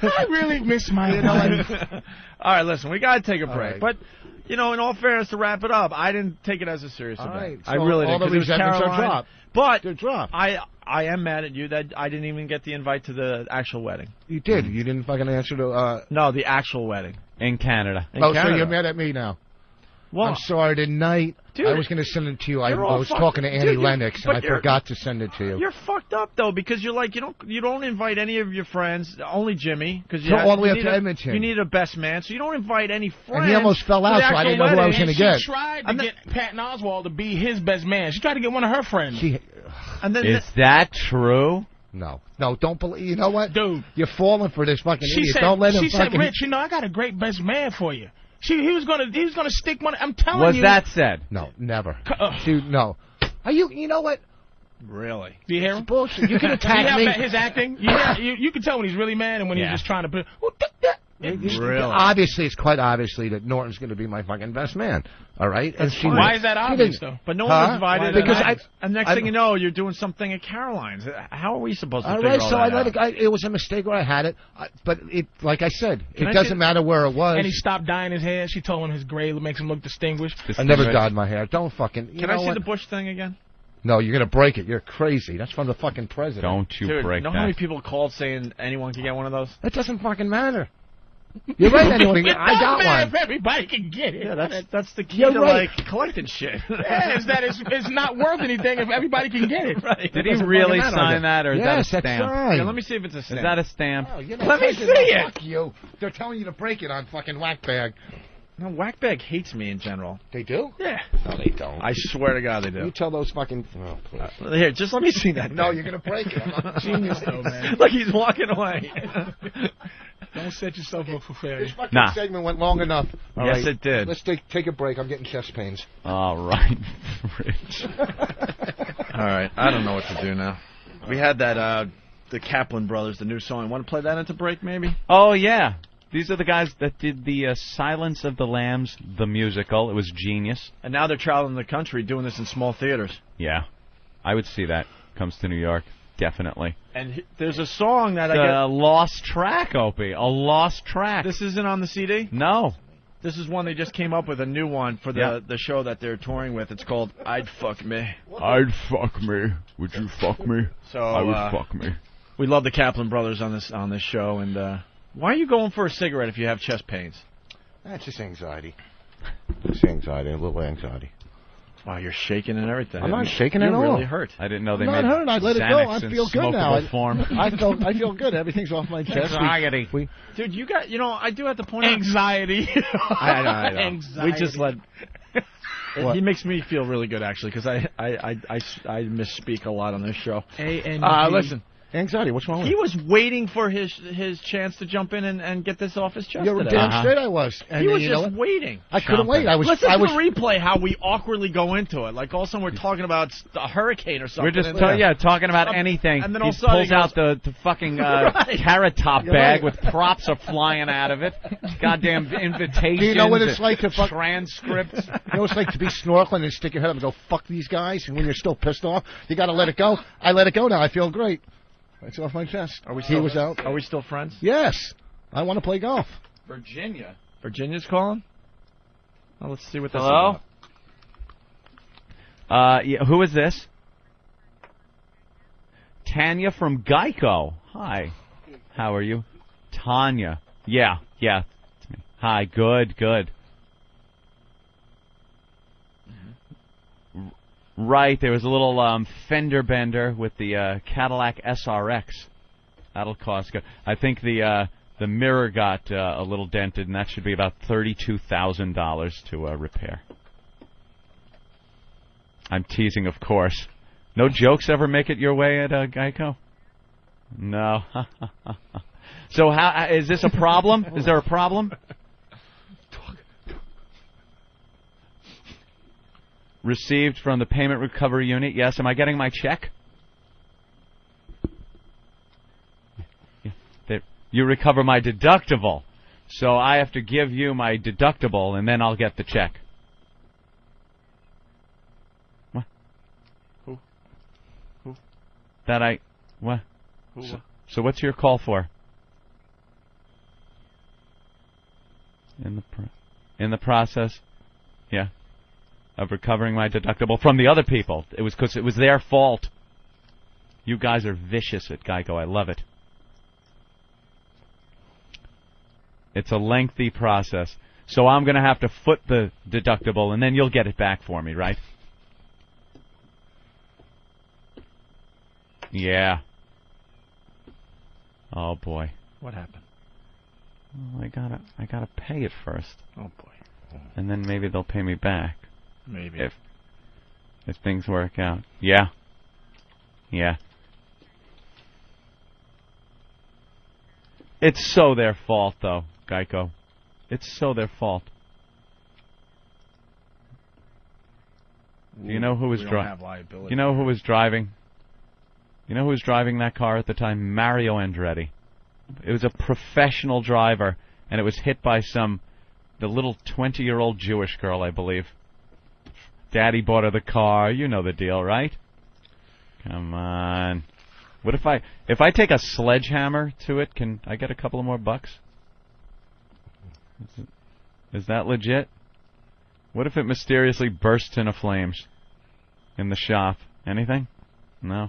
Speaker 3: I really miss my
Speaker 2: wife. [LAUGHS] all right, listen, we gotta take a break,
Speaker 7: right.
Speaker 2: but. You know, in all fairness, to wrap it up, I didn't take it as a serious event.
Speaker 7: right,
Speaker 2: I
Speaker 7: so
Speaker 2: really
Speaker 7: all
Speaker 2: didn't.
Speaker 7: the
Speaker 2: 'cause it was
Speaker 7: resentments are
Speaker 2: Caroline.
Speaker 7: dropped.
Speaker 2: But
Speaker 7: dropped.
Speaker 2: I I am mad at you that I didn't even get the invite to the actual wedding.
Speaker 7: You did. You didn't fucking answer the. Uh,
Speaker 2: No, the actual wedding.
Speaker 1: In Canada.
Speaker 2: In
Speaker 7: oh, so
Speaker 2: Canada.
Speaker 7: you're mad at me now?
Speaker 2: Why?
Speaker 7: I'm sorry. Tonight, I was going to send it to you. I, I
Speaker 2: you're all
Speaker 7: was
Speaker 2: fuck-
Speaker 7: talking to Annie
Speaker 2: Dude, you-
Speaker 7: Lennox,
Speaker 2: but
Speaker 7: and I
Speaker 2: you're-
Speaker 7: forgot to send it to you.
Speaker 2: You're fucked up though because you're like you don't you don't invite any of your friends, only Jimmy because you
Speaker 7: So
Speaker 2: had-
Speaker 7: all the way
Speaker 2: you
Speaker 7: up
Speaker 2: need
Speaker 7: to
Speaker 2: a-
Speaker 7: Edmonton.
Speaker 2: You need a best man, so you don't invite any friends.
Speaker 7: And he almost fell
Speaker 2: to the
Speaker 7: out, so I
Speaker 2: actual
Speaker 7: didn't know who I was
Speaker 2: wedding.
Speaker 7: gonna
Speaker 3: She
Speaker 7: get.
Speaker 3: tried to get Patton Oswald to be his best man. She tried to get one of her friends.
Speaker 2: and then
Speaker 1: Is that true?
Speaker 7: No, no, don't believe. You know what,
Speaker 3: dude?
Speaker 7: You're falling for this fucking
Speaker 3: she
Speaker 7: idiot.
Speaker 3: said,
Speaker 7: don't let him
Speaker 3: she said,
Speaker 7: fucking.
Speaker 3: Rich, you know, I got a great best man for you. She, he was gonna, he was gonna stick money. I'm telling you.
Speaker 1: said?
Speaker 7: No, never. Dude, no. Are you? You know what?
Speaker 2: Really?
Speaker 3: Do you hear him?
Speaker 7: bullshit. You can attack
Speaker 3: [LAUGHS] you hear
Speaker 7: me.
Speaker 3: about His acting, you, hear- you, you can tell when he's really mad and when
Speaker 7: Yeah.
Speaker 3: he's just trying to put.
Speaker 7: It's Obviously, it's quite obviously that Norton's going to be my fucking best man. All right. And she-
Speaker 3: Why is that
Speaker 7: she
Speaker 3: obvious
Speaker 7: didn't-
Speaker 3: though?
Speaker 2: But no
Speaker 7: Huh?
Speaker 2: one was invited.
Speaker 7: Because
Speaker 2: and,
Speaker 7: I-
Speaker 2: and next
Speaker 7: I-
Speaker 2: thing you know, you're doing something at Caroline's. How are we supposed to
Speaker 7: All
Speaker 2: figure
Speaker 7: right,
Speaker 2: all
Speaker 7: so
Speaker 2: that
Speaker 7: I
Speaker 2: out?
Speaker 7: let it. I, it was a mistake where I had it, I, but it, like I said,
Speaker 3: Can
Speaker 7: it
Speaker 3: I
Speaker 7: doesn't
Speaker 3: get-
Speaker 7: matter where it was.
Speaker 3: And he stopped dyeing his hair. She told him his gray makes him look distinguished.
Speaker 7: I never dyed my hair. Don't fucking. You
Speaker 2: Can
Speaker 7: know
Speaker 2: I see
Speaker 7: what?
Speaker 2: the Bush thing again?
Speaker 7: No, you're gonna break it. You're crazy. That's from the fucking president.
Speaker 2: Dude, know how many people called saying anyone can get one of those?
Speaker 7: That doesn't fucking matter. You're right,
Speaker 1: [LAUGHS]
Speaker 7: anyway.
Speaker 3: It
Speaker 7: I got
Speaker 3: doesn't matter
Speaker 7: one.
Speaker 3: If everybody can get it.
Speaker 2: Yeah, that's that's the key
Speaker 7: You're
Speaker 2: to
Speaker 7: right.
Speaker 2: like collecting shit.
Speaker 3: Yeah, it's that it's, it's not worth anything if everybody can get it.
Speaker 2: Right.
Speaker 1: Did he really sign that, or is that a
Speaker 7: Yes, that's
Speaker 1: stamp?
Speaker 7: signed.
Speaker 2: Yeah, let me see if it's a stamp.
Speaker 1: Is that a stamp?
Speaker 7: Oh, you're not
Speaker 2: Let me
Speaker 7: taking
Speaker 2: see
Speaker 7: it.
Speaker 2: it.
Speaker 7: Fuck you. They're telling you to break it on fucking whack bag.
Speaker 2: No, whackbag hates me in general.
Speaker 7: They do?
Speaker 2: Yeah.
Speaker 7: No, they don't.
Speaker 2: I swear to God, they
Speaker 7: You
Speaker 2: do. Uh,
Speaker 7: tell those fucking. Oh, please.
Speaker 2: Here, just let me see that.
Speaker 7: no,
Speaker 2: thing.
Speaker 7: you're gonna break it.
Speaker 2: [LAUGHS]
Speaker 7: I'm not
Speaker 3: Genius though, man.
Speaker 2: Like he's walking away.
Speaker 3: [LAUGHS] Don't set yourself up for failure.
Speaker 7: This fucking
Speaker 1: Nah.
Speaker 7: segment went long enough. All
Speaker 1: Yes,
Speaker 7: right.
Speaker 1: it did.
Speaker 7: Let's take take a break. I'm getting chest pains.
Speaker 1: All right, [LAUGHS] Rich.
Speaker 2: All right, I don't know what to do now. We had that uh the Kaplan brothers, the new song. Want to play that into break, maybe?
Speaker 1: Oh yeah, these are the guys that did the uh, Silence of the Lambs, the musical. It was genius.
Speaker 2: And now they're traveling the country doing this in small theaters.
Speaker 1: Yeah, I would see that. Comes to New York, definitely.
Speaker 2: And he- there's a song that
Speaker 1: The
Speaker 2: I
Speaker 1: lost track, Opie. A lost track.
Speaker 2: get. This isn't on the CD.
Speaker 1: No.
Speaker 2: This is one they just came up with a new one for the
Speaker 1: Yeah.
Speaker 2: the show that they're touring with. It's called "I'd Fuck Me."
Speaker 1: I'd fuck me. Would you fuck me?
Speaker 2: So uh,
Speaker 1: me.
Speaker 2: we love the Kaplan brothers on this on this show. And uh, why are you going for a cigarette if you have chest pains?
Speaker 29: That's just anxiety. Just anxiety, a little anxiety.
Speaker 2: Wow, you're shaking and everything.
Speaker 29: I'm not
Speaker 2: You're-
Speaker 29: shaking
Speaker 2: you're
Speaker 29: at all.
Speaker 2: really hurt.
Speaker 1: I didn't know they
Speaker 7: I'm not
Speaker 1: made
Speaker 7: hurt. I let it go. I
Speaker 1: Xanax in
Speaker 7: feel good now.
Speaker 1: smokable Form.
Speaker 7: [LAUGHS] I, I feel I feel good. Everything's off
Speaker 1: [LAUGHS]
Speaker 7: my chest. We-
Speaker 1: Anxiety.
Speaker 7: We,
Speaker 2: Dude, you got you know I
Speaker 7: [LAUGHS]
Speaker 2: do have to point out.
Speaker 1: [LAUGHS]
Speaker 3: Anxiety.
Speaker 2: I know, I know. We
Speaker 3: Anxiety.
Speaker 2: just [LAUGHS] let.
Speaker 7: What?
Speaker 2: He makes me feel really good actually because I, I I I s- I misspeak a lot on this show.
Speaker 3: A and
Speaker 2: Uh,
Speaker 3: B.
Speaker 2: listen,
Speaker 7: anxiety. What's wrong with
Speaker 2: he was waiting for his his chance to jump in and, and get this off his chest
Speaker 7: You're
Speaker 2: today.
Speaker 7: damn straight. I was. And
Speaker 2: He was
Speaker 7: you know
Speaker 2: just
Speaker 7: what?
Speaker 2: waiting.
Speaker 7: I couldn't wait. I was.
Speaker 2: Listen
Speaker 7: I was.
Speaker 2: to the replay how we awkwardly go into it. Like all of a sudden we're talking about s- a hurricane or something.
Speaker 1: We're just
Speaker 2: and-
Speaker 1: ta- yeah talking about
Speaker 2: Up-
Speaker 1: anything.
Speaker 2: and then all of a
Speaker 1: he
Speaker 2: sudden
Speaker 1: pulls
Speaker 2: he
Speaker 1: out
Speaker 2: goes-
Speaker 1: the, the
Speaker 2: [LAUGHS]
Speaker 1: fucking uh,
Speaker 2: Right.
Speaker 1: carrot top
Speaker 7: You're right.
Speaker 1: bag with props are flying
Speaker 2: [LAUGHS]
Speaker 1: out of it. Goddamn
Speaker 7: [LAUGHS]
Speaker 1: invitations.
Speaker 7: Do you know what it's like to fuck-
Speaker 1: transcripts?
Speaker 7: [LAUGHS] You know what it's like to be snorkeling and stick your head up and go fuck these guys, and when you're still pissed off, you got to let it go. I let it go now. I feel great. It's off my chest.
Speaker 2: Are we
Speaker 7: he
Speaker 2: still
Speaker 7: was out.
Speaker 2: Are we still friends?
Speaker 7: Yes, I want to play golf.
Speaker 1: Virginia.
Speaker 2: Virginia's calling. Well, let's see what this is.
Speaker 1: Hello.
Speaker 2: about.
Speaker 1: Uh, yeah, who is this? Tanya from Geico. Hi. How are you? Tanya. Yeah, yeah. It's me. Hi. Good, good. right. There was a little um, fender bender with the uh, Cadillac SRX. That'll cost. go- I think the uh, the mirror got uh, a little dented, and that should be about thirty-two thousand dollars to uh, repair. I'm teasing, of course. No jokes ever make it your way at uh, Geico. No. [LAUGHS] so how Uh, is this a problem? Is there a problem? Received from the payment recovery unit. Yes. Am I getting my check? Yeah. They- You recover my deductible. So I have to give you my deductible and then I'll get the check. That I what?
Speaker 3: Who
Speaker 1: So,
Speaker 3: wha-
Speaker 1: so what's your call for? In the pro- in the process, yeah, of recovering my deductible from the other people. It was because it was their fault. You guys are vicious at Geico. I love it. It's a lengthy process. So I'm going to have to foot the deductible and then you'll get it back for me, right? Yeah. Oh boy.
Speaker 2: What happened?
Speaker 1: Well, Oh, I gotta, I gotta pay it first.
Speaker 2: Oh boy.
Speaker 1: And then maybe they'll pay me back.
Speaker 2: Maybe.
Speaker 1: If, if things work out. Yeah. Yeah. It's so their fault though, Geico. It's so their fault. Do you know who was
Speaker 2: We don't
Speaker 1: driving?
Speaker 2: have liability
Speaker 1: You know who was driving? You know who was driving that car at the time? Mario Andretti. It was a professional driver, and it was hit by some the little twenty-year-old Jewish girl, I believe. Daddy bought her the car. You know the deal, right? Come on. What if I if I take a sledgehammer to it? Can I get a couple of more bucks? Is, it, is that legit? What if it mysteriously bursts into flames in the shop? Anything? No.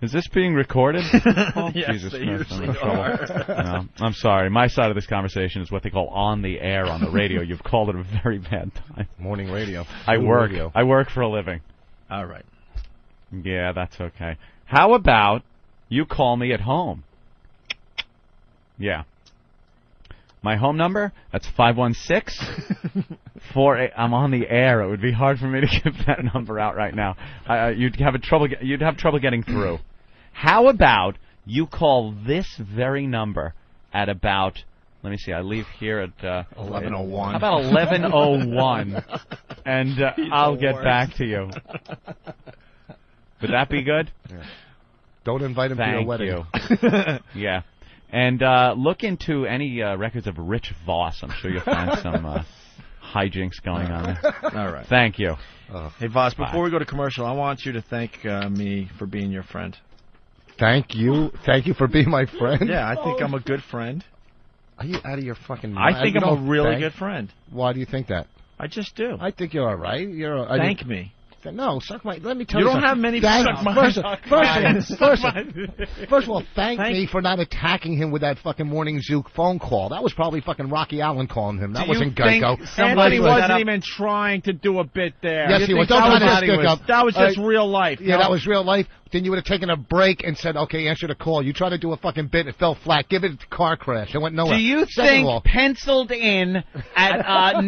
Speaker 1: Is this
Speaker 2: [LAUGHS]
Speaker 1: being recorded? Oh,
Speaker 2: Yes,
Speaker 1: Jesus
Speaker 2: they
Speaker 1: Christ, I'm in
Speaker 2: usually
Speaker 1: trouble.
Speaker 2: are.
Speaker 1: No, I'm sorry. My side of this conversation is what they call on the air on the
Speaker 2: [LAUGHS]
Speaker 1: radio. You've called it a very bad time.
Speaker 7: Morning radio.
Speaker 1: I
Speaker 7: School
Speaker 1: work.
Speaker 7: radio.
Speaker 1: I work for a living.
Speaker 2: All right.
Speaker 1: Yeah, that's okay. How about you call me at home? Yeah. My home number? That's 516 four eight. I'm on the air. It would be hard for me to [LAUGHS] give that number out right now. Uh, you'd have a trouble ge- you'd have trouble getting through. How about you call this very number at about let me see. I leave here at uh,
Speaker 2: 11:01.
Speaker 1: How about
Speaker 7: [LAUGHS]
Speaker 1: 11:01 and uh,
Speaker 2: He's the
Speaker 1: I'll get
Speaker 2: worst.
Speaker 1: back to you. Would that be good?
Speaker 7: Don't invite him
Speaker 1: Thank
Speaker 7: to your wedding. [LAUGHS]
Speaker 1: you. [LAUGHS] yeah. And uh, look into any uh, records of Rich Voss. I'm sure you'll find some uh, hijinks going on. there.
Speaker 2: [LAUGHS] All right. Uh,
Speaker 1: Thank you.
Speaker 2: [LAUGHS] Hey Voss,
Speaker 1: Bye.
Speaker 2: before we go to commercial, I want you to thank uh, me for being your friend.
Speaker 7: Thank you. Thank you for being my friend. Oh.
Speaker 2: Yeah, I think I'm a good friend.
Speaker 7: Are you out of your fucking mind?
Speaker 2: I think I'm
Speaker 7: You
Speaker 2: a
Speaker 7: don't
Speaker 2: really
Speaker 7: thank-
Speaker 2: good friend.
Speaker 7: Why do you think that?
Speaker 2: I just do.
Speaker 7: I think you're all right. You're. all- I
Speaker 2: Thank
Speaker 7: didn't-
Speaker 2: me.
Speaker 7: No, suck my. Let me tell
Speaker 2: You
Speaker 7: you.
Speaker 2: don't
Speaker 7: something.
Speaker 2: have many-
Speaker 7: Thank-
Speaker 2: Suck my-
Speaker 7: [LAUGHS] first, of-
Speaker 2: suck mine.
Speaker 7: first, of-
Speaker 2: [LAUGHS]
Speaker 7: first,
Speaker 2: Suck
Speaker 7: of- first of all, thank,
Speaker 2: Thank-
Speaker 7: me for not attacking him with that fucking morning Zook phone call. That was probably fucking Rocky Allen calling him. That
Speaker 2: Do
Speaker 7: wasn't
Speaker 2: you think
Speaker 7: Geico.
Speaker 2: Somebody
Speaker 7: Yes,
Speaker 2: wasn't even trying to do a bit there.
Speaker 7: Yes,
Speaker 2: You
Speaker 7: he was.
Speaker 2: think
Speaker 7: Don't try to
Speaker 2: somebody
Speaker 7: stick
Speaker 2: was-
Speaker 7: up.
Speaker 2: That was
Speaker 7: All
Speaker 2: just
Speaker 7: right.
Speaker 2: real life.
Speaker 7: Yeah,
Speaker 2: No.
Speaker 7: that was real life. Then you would have taken a break and said, "Okay, answer the call." You tried to do a fucking bit. It fell flat. Give it a car crash. It went nowhere.
Speaker 1: Do you
Speaker 7: Second of
Speaker 1: think
Speaker 7: all-
Speaker 1: penciled in at
Speaker 7: [LAUGHS]
Speaker 1: uh,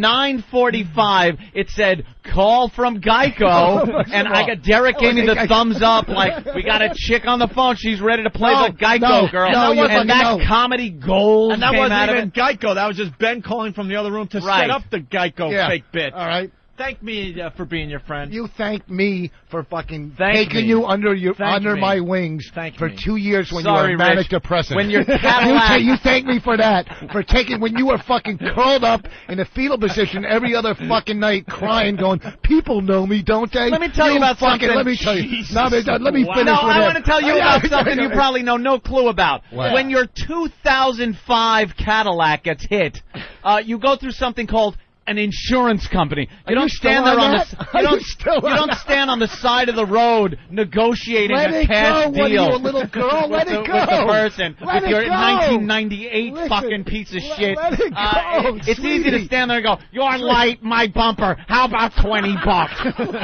Speaker 1: 9:45 it said call from
Speaker 2: [LAUGHS] Oh
Speaker 1: Geico, and I got Derek gave me the thumbs up like we got a chick on the phone, she's ready to play
Speaker 2: No,
Speaker 1: the Geico
Speaker 2: no,
Speaker 1: girl,
Speaker 2: no, you fucking
Speaker 1: and that
Speaker 2: no.
Speaker 1: comedy gold
Speaker 2: And that
Speaker 1: came
Speaker 2: wasn't
Speaker 1: out of
Speaker 2: even
Speaker 1: it.
Speaker 2: Geico. That was just Ben calling from the other room to
Speaker 1: Right.
Speaker 2: set up the Geico
Speaker 7: Yeah.
Speaker 2: fake bit.
Speaker 7: All right.
Speaker 2: Thank me uh, for being your friend.
Speaker 7: You thank me for fucking
Speaker 2: Thank
Speaker 7: taking
Speaker 2: me.
Speaker 7: you under your
Speaker 2: Thank
Speaker 7: under
Speaker 2: me.
Speaker 7: my wings
Speaker 2: Thank
Speaker 7: for
Speaker 2: me.
Speaker 7: two years when
Speaker 2: Sorry,
Speaker 7: you were manic
Speaker 2: Rich.
Speaker 7: depressive.
Speaker 2: When your
Speaker 7: [LAUGHS] you,
Speaker 2: Cadillac-
Speaker 7: you thank me for that for taking when you were fucking curled up in a fetal position every other fucking night, crying, going, "People know me, don't they?"
Speaker 1: Let me tell you about
Speaker 7: fucking,
Speaker 1: something.
Speaker 7: Let me tell you. No, but, uh, let me
Speaker 1: Wow.
Speaker 7: finish.
Speaker 1: No,
Speaker 7: with
Speaker 1: I
Speaker 7: him.
Speaker 1: want to tell you
Speaker 7: Oh, [LAUGHS] yeah,
Speaker 1: about something you probably know no clue about.
Speaker 7: What?
Speaker 1: When your 2005 Cadillac gets hit, uh, you go through something called an insurance company. You
Speaker 6: Are
Speaker 1: don't
Speaker 6: you
Speaker 1: stand
Speaker 6: still
Speaker 1: there
Speaker 6: on
Speaker 1: on the
Speaker 6: that?
Speaker 1: s-
Speaker 6: Are
Speaker 1: you
Speaker 6: you
Speaker 1: don't
Speaker 6: still
Speaker 1: you
Speaker 6: on
Speaker 1: don't
Speaker 6: that?
Speaker 1: stand on the side of the road negotiating
Speaker 6: Let
Speaker 1: a
Speaker 6: it
Speaker 1: cash
Speaker 6: go.
Speaker 1: deal.
Speaker 6: What are you, a little girl?
Speaker 1: [LAUGHS] with
Speaker 6: Let
Speaker 1: the,
Speaker 6: it
Speaker 1: With
Speaker 6: go.
Speaker 1: the person
Speaker 6: Let
Speaker 1: with
Speaker 6: it
Speaker 1: your
Speaker 6: go.
Speaker 1: 1998
Speaker 6: Listen,
Speaker 1: fucking piece of
Speaker 6: let-
Speaker 1: shit.
Speaker 6: let it
Speaker 1: Uh,
Speaker 6: go,
Speaker 1: it's easy to
Speaker 6: sweetie.
Speaker 1: stand there and go, "Your light, my bumper. How about
Speaker 2: [LAUGHS]
Speaker 1: 20 bucks?"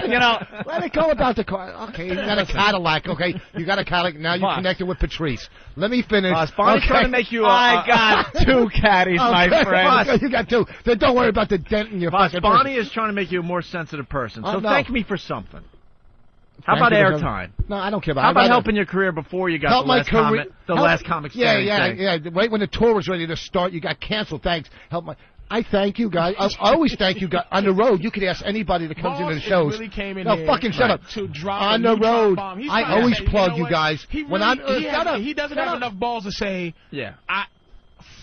Speaker 1: you know.
Speaker 7: Let it go about the car. [LAUGHS] Okay, you got a Cadillac. Okay, you got a Cadillac. Now you connected with Patrice. Let me finish.
Speaker 2: Boss, Bonnie's Uh,
Speaker 7: okay.
Speaker 2: trying to make you a- I a- got [LAUGHS] two caddies, my
Speaker 7: [LAUGHS] Okay,
Speaker 2: friend.
Speaker 7: Boss, you got two. So don't worry about the dent in your fucking.
Speaker 2: Bonnie is trying to make you a more sensitive person, so
Speaker 7: Oh, no.
Speaker 2: thank me for something. How
Speaker 7: Thank
Speaker 2: about
Speaker 7: you because-
Speaker 2: airtime?
Speaker 7: No, I don't care about.
Speaker 2: How
Speaker 7: I'd
Speaker 2: about
Speaker 7: rather-
Speaker 2: helping your career before you got
Speaker 7: help
Speaker 2: the
Speaker 7: my
Speaker 2: last
Speaker 7: career-
Speaker 2: comment, the
Speaker 7: help-
Speaker 2: last comic
Speaker 7: Yeah,
Speaker 2: standing
Speaker 7: yeah,
Speaker 2: thing?
Speaker 7: yeah. Right when the tour was ready to start, you got canceled. Thanks. Help my. I thank you guys. I, I always thank you guys. On the road, you could ask anybody that comes
Speaker 3: Boss
Speaker 7: into the
Speaker 3: is
Speaker 7: shows.
Speaker 3: really came in
Speaker 7: no,
Speaker 3: here
Speaker 7: fucking shut
Speaker 3: right,
Speaker 7: up.
Speaker 3: to drop
Speaker 7: On
Speaker 3: a
Speaker 7: the
Speaker 3: new drop
Speaker 7: road,
Speaker 3: bomb. He's trying
Speaker 7: I
Speaker 3: to
Speaker 7: always
Speaker 3: say, you
Speaker 7: plug
Speaker 3: know
Speaker 7: you,
Speaker 3: what?
Speaker 7: guys.
Speaker 3: He
Speaker 7: when
Speaker 3: really-
Speaker 7: I'm uh,
Speaker 3: he,
Speaker 7: shut
Speaker 3: has-
Speaker 7: up.
Speaker 3: he doesn't
Speaker 7: shut
Speaker 3: have
Speaker 7: up.
Speaker 3: enough balls to say,
Speaker 2: yeah,
Speaker 3: I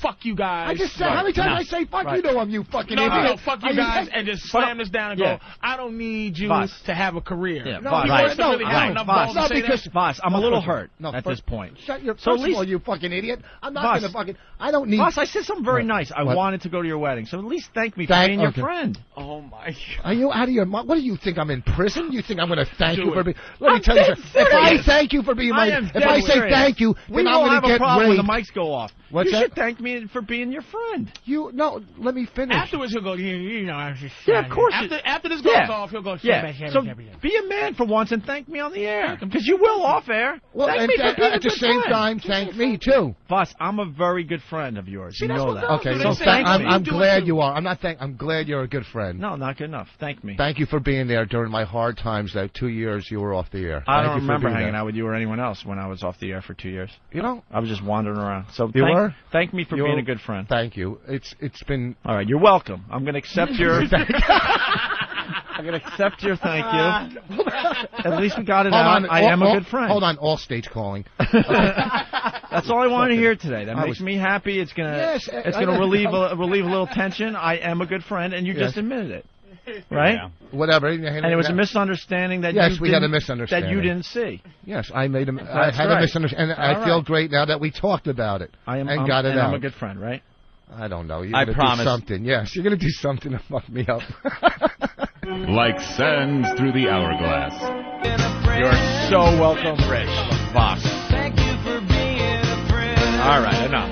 Speaker 3: fuck you guys.
Speaker 7: I just said how many times I say fuck you know I'm you fucking
Speaker 3: No,
Speaker 7: idiot.
Speaker 3: no, fuck
Speaker 7: Are
Speaker 3: you guys, and just slam this down and
Speaker 2: Yeah.
Speaker 3: go. I don't need you
Speaker 2: Boss.
Speaker 3: to have a career.
Speaker 2: Yeah,
Speaker 3: no,
Speaker 2: Boss.
Speaker 3: he
Speaker 2: Right.
Speaker 3: doesn't really
Speaker 2: No,
Speaker 3: have
Speaker 2: right.
Speaker 3: enough
Speaker 2: Boss.
Speaker 3: balls
Speaker 2: Not
Speaker 3: to say
Speaker 2: because-
Speaker 3: that.
Speaker 2: Boss, I'm a
Speaker 7: No,
Speaker 2: little
Speaker 7: first of all-
Speaker 2: hurt
Speaker 7: no,
Speaker 2: at
Speaker 7: first-
Speaker 2: this point.
Speaker 7: Shut your. First
Speaker 2: So at
Speaker 7: of all,
Speaker 2: least-
Speaker 7: you fucking idiot. I'm not
Speaker 2: Boss.
Speaker 7: gonna fucking. I don't need.
Speaker 2: Boss, I said something very
Speaker 7: What?
Speaker 2: nice. I
Speaker 7: What?
Speaker 2: wanted to go to your wedding, so at least thank me for
Speaker 7: Thank-
Speaker 2: being your
Speaker 7: okay.
Speaker 2: friend.
Speaker 1: Oh my
Speaker 7: Are you out of your mind? What do you think? I'm in prison? You think I'm going to thank
Speaker 2: [LAUGHS] Do
Speaker 7: you for
Speaker 2: it.
Speaker 7: being? Let me
Speaker 2: I'm
Speaker 7: tell you,
Speaker 2: dead
Speaker 7: something. if I
Speaker 2: serious.
Speaker 7: thank you for being my,
Speaker 2: I am
Speaker 7: if
Speaker 2: dead
Speaker 7: I say
Speaker 2: serious.
Speaker 7: thank you,
Speaker 2: we
Speaker 7: then I'm
Speaker 2: will
Speaker 7: going
Speaker 2: have
Speaker 7: to
Speaker 2: a
Speaker 7: get
Speaker 2: problem
Speaker 7: raped.
Speaker 2: when the mics go off.
Speaker 7: What's
Speaker 2: you
Speaker 7: that?
Speaker 2: should thank me for being your friend.
Speaker 7: You no, let me finish.
Speaker 3: Afterwards, he'll go. You, you know, I was just
Speaker 2: Yeah, of course.
Speaker 3: After,
Speaker 2: it-
Speaker 3: after this goes
Speaker 2: yeah.
Speaker 3: off, he'll go.
Speaker 2: Yeah.
Speaker 3: "Shabba, shabba,
Speaker 2: so
Speaker 3: shabba,
Speaker 2: be a man for once and thank me on the air because you will off air.
Speaker 7: Well,
Speaker 2: thank
Speaker 7: and
Speaker 2: me for
Speaker 7: at,
Speaker 2: being
Speaker 7: at
Speaker 2: a
Speaker 7: the
Speaker 2: good
Speaker 7: same
Speaker 2: friend.
Speaker 7: time, thank me too.
Speaker 2: Boss, I'm a very good friend of yours. you
Speaker 7: that's
Speaker 2: know
Speaker 7: what
Speaker 2: that.
Speaker 7: girls Okay, do. They so say, thank-
Speaker 2: thank
Speaker 7: I'm,
Speaker 2: me.
Speaker 7: I'm glad you are. I'm not thank. I'm glad you're a good friend.
Speaker 2: No, not good enough. Thank me.
Speaker 7: Thank you for being there during my hard times. That two years you were off the air.
Speaker 2: I don't
Speaker 7: Thank you for
Speaker 2: remember
Speaker 7: being
Speaker 2: hanging
Speaker 7: there.
Speaker 2: out with you or anyone else when I was off the air for two years.
Speaker 7: You know,
Speaker 2: I was just wandering around. So
Speaker 7: You
Speaker 2: thank,
Speaker 7: were?
Speaker 2: thank me for
Speaker 7: You
Speaker 2: being
Speaker 7: were?
Speaker 2: a good friend.
Speaker 7: Thank you. It's it's been.
Speaker 2: All right, you're welcome. I'm going to accept
Speaker 7: [LAUGHS]
Speaker 2: your. I'm going to accept your thank you.
Speaker 7: [LAUGHS]
Speaker 2: At least we got it
Speaker 7: Hold
Speaker 2: out.
Speaker 7: on.
Speaker 2: I
Speaker 7: all-
Speaker 2: am a
Speaker 7: all-
Speaker 2: good friend.
Speaker 7: Hold on, all states calling.
Speaker 2: [LAUGHS] That's all I want to hear today. That
Speaker 7: I
Speaker 2: makes
Speaker 7: was-
Speaker 2: me happy. It's gonna
Speaker 7: Yes, I-
Speaker 2: it's
Speaker 7: I
Speaker 2: gonna
Speaker 7: know.
Speaker 2: relieve a, relieve a little tension. I am a good friend, and you
Speaker 7: Yes.
Speaker 2: just admitted it,
Speaker 7: [LAUGHS]
Speaker 2: right?
Speaker 7: Yeah. Whatever.
Speaker 2: And it was a misunderstanding that
Speaker 7: Yes,
Speaker 2: you
Speaker 7: we had a
Speaker 2: didn't-
Speaker 7: misunderstanding.
Speaker 2: that you didn't see.
Speaker 7: Yes, I made him. I
Speaker 2: That's
Speaker 7: had
Speaker 2: right.
Speaker 7: a misunderstanding, and I
Speaker 2: All
Speaker 7: feel
Speaker 2: right.
Speaker 7: great now that we talked about it.
Speaker 2: I am
Speaker 7: and
Speaker 2: I'm-
Speaker 7: got it
Speaker 2: and
Speaker 7: out.
Speaker 2: I'm a good friend, right?
Speaker 7: I don't know. You're
Speaker 2: I
Speaker 7: gonna
Speaker 2: promise.
Speaker 7: do something. Yes, you're gonna do something to fuck me up.
Speaker 30: Like sands through the hourglass.
Speaker 2: You're so welcome, Rich Voss. All right, enough.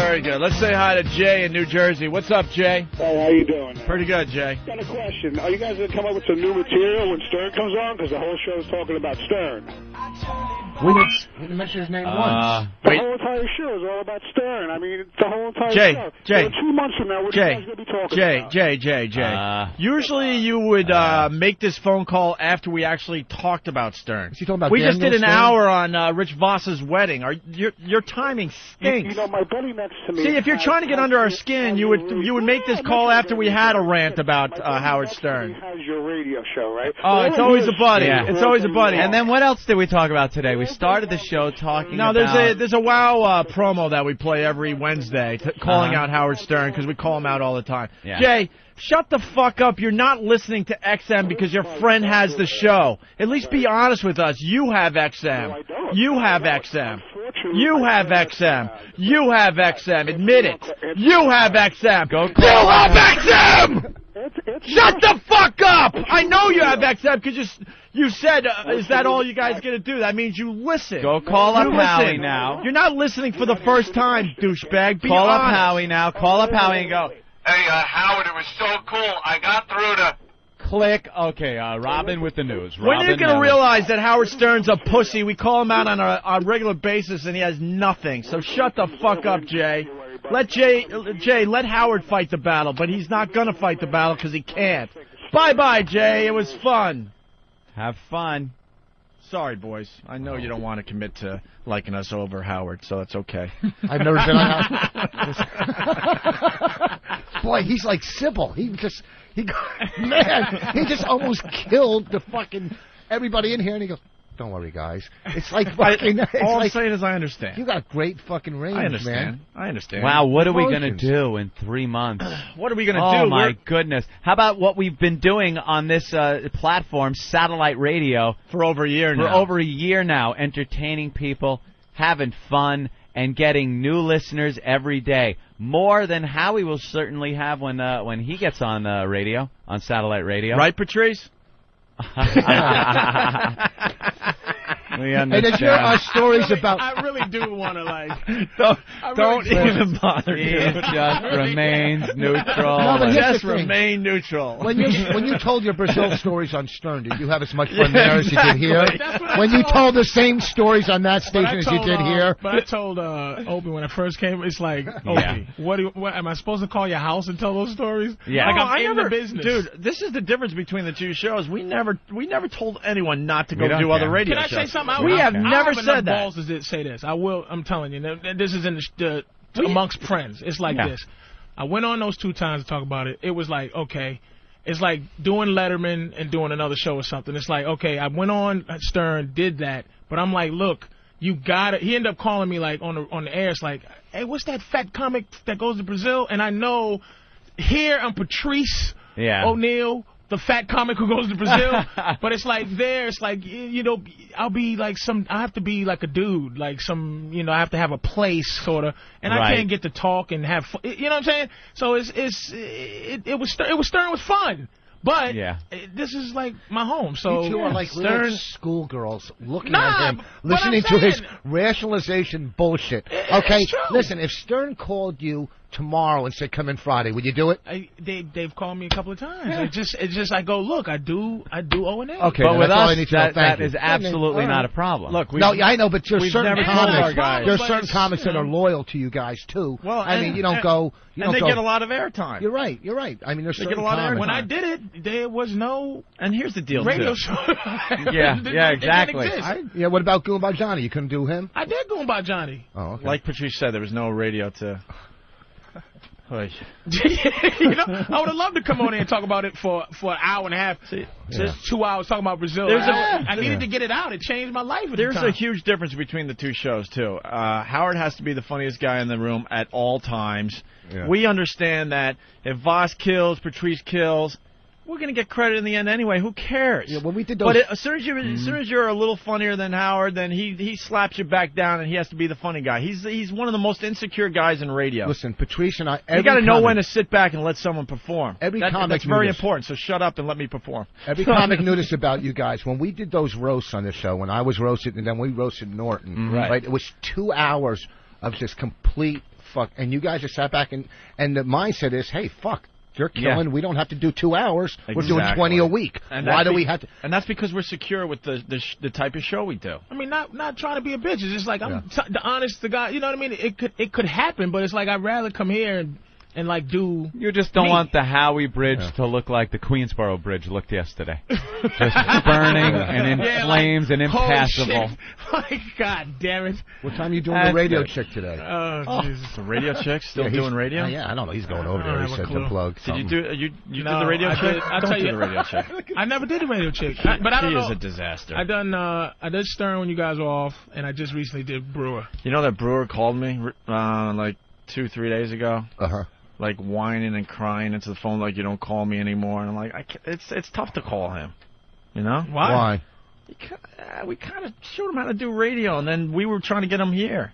Speaker 2: Very good. Let's say hi to Jay in New Jersey. What's up, Jay?
Speaker 9: Hey, how you doing?
Speaker 2: Pretty good, Jay.
Speaker 9: Got a question. Are you guys going to come up with some new material when Stern comes on? Because the whole show's talking about Stern.
Speaker 7: [LAUGHS] we didn't, we didn't mention his name
Speaker 2: Uh,
Speaker 7: once.
Speaker 9: The
Speaker 2: wait.
Speaker 9: whole entire show is all about Stern. I mean, the whole entire
Speaker 2: Jay,
Speaker 9: show.
Speaker 2: Jay,
Speaker 9: So two months from now, what are
Speaker 2: Jay,
Speaker 9: you guys going to be talking
Speaker 2: Jay,
Speaker 9: about?
Speaker 2: Jay, Jay, Jay. Usually you would uh, make this phone call after we actually talked about Stern.
Speaker 7: Is he talking about
Speaker 2: we just
Speaker 7: Daniel
Speaker 2: did an
Speaker 7: Stern?
Speaker 2: hour on uh, Rich Voss's wedding. Are, your, your timing
Speaker 9: You, [LAUGHS]
Speaker 2: stinks.
Speaker 9: you know, my buddy next to me.
Speaker 2: See, if you're
Speaker 9: has-
Speaker 2: trying to get under our skin, you would you would make this call after we had a rant about uh, Howard Stern.
Speaker 9: has your radio show, right?
Speaker 2: Oh, it's always a buddy. It's always a buddy.
Speaker 1: And then what else did we talk about today? We started the show talking
Speaker 2: No, there's
Speaker 1: about
Speaker 2: a there's a WoW uh, promo that we play every Wednesday, t- calling
Speaker 1: Uh-huh.
Speaker 2: out Howard Stern because we call him out all the time.
Speaker 1: Yeah.
Speaker 2: Jay, shut the fuck up. You're not listening to XM because your friend has the show. At least be honest with us. You have XM. You have XM. You have XM. You have XM. Admit it. You have XM. Go you have XM. Shut the fuck up! I know you have XM because you s- you said, uh, "Is that all you guys gonna do?" That means you listen.
Speaker 1: Go call up
Speaker 2: You listen.
Speaker 1: Howie now.
Speaker 2: You're not listening for the first time, douchebag. Be
Speaker 1: Call up
Speaker 2: honest.
Speaker 1: Howie now. Call up Howie and go.
Speaker 31: Hey, uh, Howard, it was so cool. I got through to
Speaker 1: Click. Okay, uh, Robin with the news.
Speaker 2: When are you
Speaker 1: Robin
Speaker 2: gonna
Speaker 1: Miller.
Speaker 2: realize that Howard Stern's a pussy? We call him out on a, a regular basis, and he has nothing. So shut the fuck up, Jay. Let Jay, uh, Jay, let Howard fight the battle, but he's not gonna fight the battle because he can't. Bye, bye, Jay. It was [LAUGHS] fun.
Speaker 1: Have fun.
Speaker 2: Sorry, boys. I know you don't want to commit to liking us over Howard, so that's okay.
Speaker 7: I've never been
Speaker 2: [LAUGHS]
Speaker 7: on. Boy, he's [LAUGHS] like Sybil. He just he got- man, he just almost killed the fucking everybody in here, and he goes. Don't worry, guys. It's like fucking. it's
Speaker 2: all I'm
Speaker 7: like,
Speaker 2: saying is I understand.
Speaker 7: You got great fucking range,
Speaker 2: I understand.
Speaker 7: man.
Speaker 2: I understand.
Speaker 1: Wow, what are we going to
Speaker 7: Emotions.
Speaker 1: do in three months?
Speaker 2: [SIGHS] What are we gonna
Speaker 1: oh
Speaker 2: do?
Speaker 1: my
Speaker 2: We're-
Speaker 1: goodness. How about what we've been doing on this uh, platform, satellite radio,
Speaker 2: for over a year
Speaker 1: for
Speaker 2: now.
Speaker 1: over a year now, entertaining people, having fun, and getting new listeners every day, more than Howie will certainly have when uh, when he gets on uh, radio on satellite radio.
Speaker 32: Right,
Speaker 1: [LAUGHS]
Speaker 32: Patrice?
Speaker 1: we
Speaker 7: And then hear our stories about.
Speaker 3: I really do want to like.
Speaker 2: uh, [LAUGHS] Don't,
Speaker 3: don't even
Speaker 2: bother.
Speaker 1: It just remains neutral.
Speaker 7: No, but here's
Speaker 2: Just
Speaker 7: the thing.
Speaker 2: remain neutral.
Speaker 7: When you when you told
Speaker 2: [LAUGHS]
Speaker 7: your Brazil stories on Stern, did you have as much fun there as you did here?
Speaker 2: exactly. That's what I
Speaker 7: When you
Speaker 3: told-
Speaker 7: told the same stories on that station as you
Speaker 3: told,
Speaker 7: did
Speaker 3: uh,
Speaker 7: here,
Speaker 3: But I told uh, Opie when I first came, it's like, Opie,
Speaker 7: Yeah.
Speaker 3: what, do you, what am I supposed to call your house and tell those stories? like
Speaker 2: No,
Speaker 3: I'm
Speaker 2: Oh, I
Speaker 3: in
Speaker 2: never,
Speaker 3: the business,
Speaker 2: dude. This is the difference between the two shows. We never, we never told anyone not to
Speaker 3: We
Speaker 2: go do
Speaker 3: don't
Speaker 2: other
Speaker 3: care.
Speaker 2: radio
Speaker 3: Can I
Speaker 2: shows.
Speaker 3: say something? I-
Speaker 2: We
Speaker 3: I
Speaker 2: have
Speaker 3: I
Speaker 2: never
Speaker 3: have enough
Speaker 2: said that.
Speaker 3: Balls to say this. I will. I'm telling you. th- th- This is in the, sh- the t- amongst friends. It's like
Speaker 2: Yeah.
Speaker 3: this. I went on those two times to talk about it. It was like okay. It's like doing Letterman and doing another show or something. It's like okay, I went on uh, Stern, did that, but I'm like, look, you gotta. He ended up calling me like on the on the air. It's like, hey, what's that fat comic that goes to Brazil? And I know here I'm Patrice
Speaker 1: Yeah.
Speaker 3: O'Neill, the fat comic who goes to Brazil. but it's like there, it's like y- you know, I'll be like some. I have to be like a dude, like some. You know, I have to have a place, sort of, and
Speaker 2: Right.
Speaker 3: I can't get to talk and have. Fun, you know what I'm saying? So it's it's it, it was Stern- it was Stern was fun, but
Speaker 7: Yeah.
Speaker 3: it- this is like my home. So
Speaker 7: you two are like
Speaker 3: Stern.
Speaker 7: little schoolgirls looking
Speaker 3: Nah,
Speaker 7: at him,
Speaker 3: but I'm
Speaker 7: listening to his
Speaker 3: saying-
Speaker 7: rationalization bullshit. Okay, listen, if Stern called you tomorrow and said, "Come in Friday," would you do it?
Speaker 3: I, they they've called me a couple of times. It just it's just I go look I do I do O and A.
Speaker 7: Okay, then that's all I need to know. Thank you.
Speaker 2: Look,
Speaker 7: no, yeah, I know, but there's
Speaker 2: we've
Speaker 7: certain
Speaker 2: never told our
Speaker 7: comics.
Speaker 2: guys.
Speaker 7: There's
Speaker 2: But
Speaker 7: certain
Speaker 2: it's,
Speaker 7: comics
Speaker 2: you
Speaker 7: that are
Speaker 2: know-
Speaker 7: loyal to you guys too.
Speaker 6: Oh,
Speaker 2: Well,
Speaker 7: I mean,
Speaker 2: and-
Speaker 7: you don't
Speaker 2: and-
Speaker 7: go.
Speaker 2: and
Speaker 7: You don't
Speaker 2: they
Speaker 7: go-
Speaker 2: get a lot of airtime.
Speaker 7: You're right. You're right. I mean, there's
Speaker 2: They
Speaker 7: certain
Speaker 2: get a lot of
Speaker 7: comics.
Speaker 2: airtime.
Speaker 3: When I did it, there was no
Speaker 2: and here's
Speaker 3: [LAUGHS]
Speaker 2: the deal.
Speaker 3: radio
Speaker 2: too.
Speaker 3: show. [LAUGHS]
Speaker 2: Yeah,
Speaker 3: It didn't-
Speaker 2: yeah,
Speaker 3: it didn't
Speaker 2: exactly.
Speaker 3: exist.
Speaker 2: I-
Speaker 7: Yeah, what about Goomba Johnny? You couldn't do him.
Speaker 3: I did Goomba Johnny. [LAUGHS]
Speaker 7: Oh, okay.
Speaker 2: Like Patrice said, there was no radio
Speaker 7: [SIGHS]
Speaker 2: to. Oy.
Speaker 3: you know, I would have loved to come on here and talk about it for for an hour and a half, just two hours talking about Brazil.
Speaker 2: There's a-
Speaker 3: I, I needed
Speaker 2: Yeah.
Speaker 3: to get it out. It changed my life. At the
Speaker 2: There's
Speaker 3: time.
Speaker 2: a huge difference between the two shows too. Uh, Howard has to be the funniest guy in the room at all times. We understand that if Voss kills, Patrice kills, we're gonna get credit in the end anyway. Who cares? Yeah,
Speaker 7: when we did
Speaker 2: But
Speaker 7: those- Mm-hmm.
Speaker 2: it, as soon as you as soon as you're a little funnier than Howard, then he he slaps you back down and he has to be the funny guy. He's he's one of the most insecure guys in radio.
Speaker 7: Listen, Patrice and I.
Speaker 2: you
Speaker 7: every
Speaker 2: got to know
Speaker 7: comic-
Speaker 2: when to sit back and let someone perform.
Speaker 7: Every
Speaker 2: That-
Speaker 7: comic
Speaker 2: that's
Speaker 7: knew
Speaker 2: very
Speaker 7: this.
Speaker 2: important. So shut up and let me perform. [LAUGHS]
Speaker 7: Every comic knew this about you guys. When we did those roasts on the show, when I was roasted and then we roasted Norton,
Speaker 2: Mm-hmm. right.
Speaker 7: It was two hours of just complete fuck. And you guys just sat back and and the mindset is, hey, fuck, you're
Speaker 2: Yeah.
Speaker 7: killing. We don't have to do two hours. We're doing
Speaker 2: Exactly.
Speaker 7: twenty a week.
Speaker 2: And
Speaker 7: Why
Speaker 2: that's
Speaker 7: do
Speaker 2: be-
Speaker 7: we have to?
Speaker 2: And that's because we're secure with the the, sh- the type of show we do.
Speaker 3: I mean, not not trying to be a bitch. It's just like I'm t- the honest to God. You know what I mean? It could it could happen, but it's like I'd rather come here and, and like do.
Speaker 1: You just don't
Speaker 3: me.
Speaker 1: want the Howie Bridge to look like the Queensboro Bridge
Speaker 3: [LAUGHS]
Speaker 1: looked yesterday. just burning and in
Speaker 3: Yeah, like,
Speaker 1: flames and
Speaker 3: holy
Speaker 1: impassable.
Speaker 3: shit.
Speaker 2: [LAUGHS]
Speaker 3: [LAUGHS] Like God damn it!
Speaker 7: What time you doing
Speaker 1: That's
Speaker 7: the radio
Speaker 1: it.
Speaker 7: chick today?
Speaker 3: Oh, Jesus.
Speaker 2: The radio chick still
Speaker 7: Yeah, he's-
Speaker 2: doing radio?
Speaker 7: Oh, yeah, I don't know. He's going over
Speaker 2: I don't have
Speaker 7: there. He
Speaker 2: a
Speaker 7: said
Speaker 2: clue.
Speaker 7: to plug.
Speaker 2: Did you
Speaker 7: something.
Speaker 2: do uh, you you
Speaker 3: No,
Speaker 2: did the radio
Speaker 3: I
Speaker 2: check?
Speaker 3: did- I
Speaker 2: don't
Speaker 3: tell
Speaker 2: do
Speaker 3: you- [LAUGHS]
Speaker 2: the radio check.
Speaker 3: I never did a radio chick, I- but I
Speaker 2: she
Speaker 3: don't
Speaker 2: is
Speaker 3: know.
Speaker 2: a disaster.
Speaker 3: I done uh I did Stern when you guys were off, and I just recently did Brewer.
Speaker 2: you know that Brewer called me uh, like two three days ago.
Speaker 7: Uh huh.
Speaker 2: Like whining and crying into the phone, like you don't call me anymore. And I'm like, I ca it's it's tough to call him. You know
Speaker 7: Why?
Speaker 2: Uh, we kind of showed him how to do radio, and then we were trying to get him here.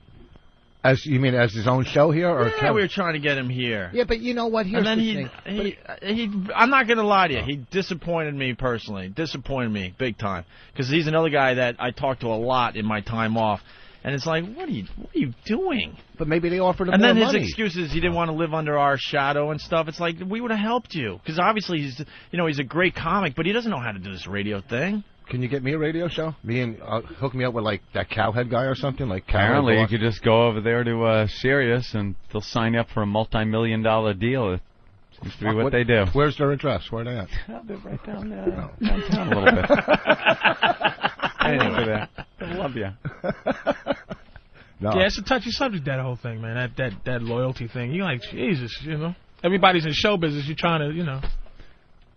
Speaker 7: As you mean, as his own show here, or
Speaker 2: yeah,
Speaker 7: Kevin?
Speaker 2: we were trying to get him here.
Speaker 7: [LAUGHS] Yeah, but you know what?
Speaker 2: and
Speaker 7: Here's
Speaker 2: then
Speaker 7: the
Speaker 2: he,
Speaker 7: thing. But Oh.
Speaker 2: He, uh, he, I'm not gonna lie to you. He disappointed me personally. Disappointed me big time because he's another guy that I talk to a lot in my time off, and it's like, what are you, what are you doing?
Speaker 7: But maybe they offered him
Speaker 2: And
Speaker 7: more
Speaker 2: then his
Speaker 7: money.
Speaker 2: excuse is he didn't want to live under our shadow and stuff. It's like we would have helped you because obviously he's, you know, he's a great comic, but he doesn't know how to do this radio thing.
Speaker 7: Can you get me a radio show? Me and uh, hook me up with like that cowhead guy or something like. Cowhead
Speaker 1: Apparently, you
Speaker 7: Boss?
Speaker 1: could just go over there to uh, Sirius and they'll sign you up for a multi-million dollar deal. It seems to be
Speaker 7: Fuck,
Speaker 1: what, they do.
Speaker 7: Where's their address? Where are they at?
Speaker 1: right down there,
Speaker 7: downtown
Speaker 1: Oh. a little bit.
Speaker 7: Anyway.
Speaker 1: I love you.
Speaker 7: No.
Speaker 3: Yeah, it's a touchy subject that whole thing, man. That that that loyalty thing. You like Jesus, you know. Everybody's in show business. You're trying to, you know.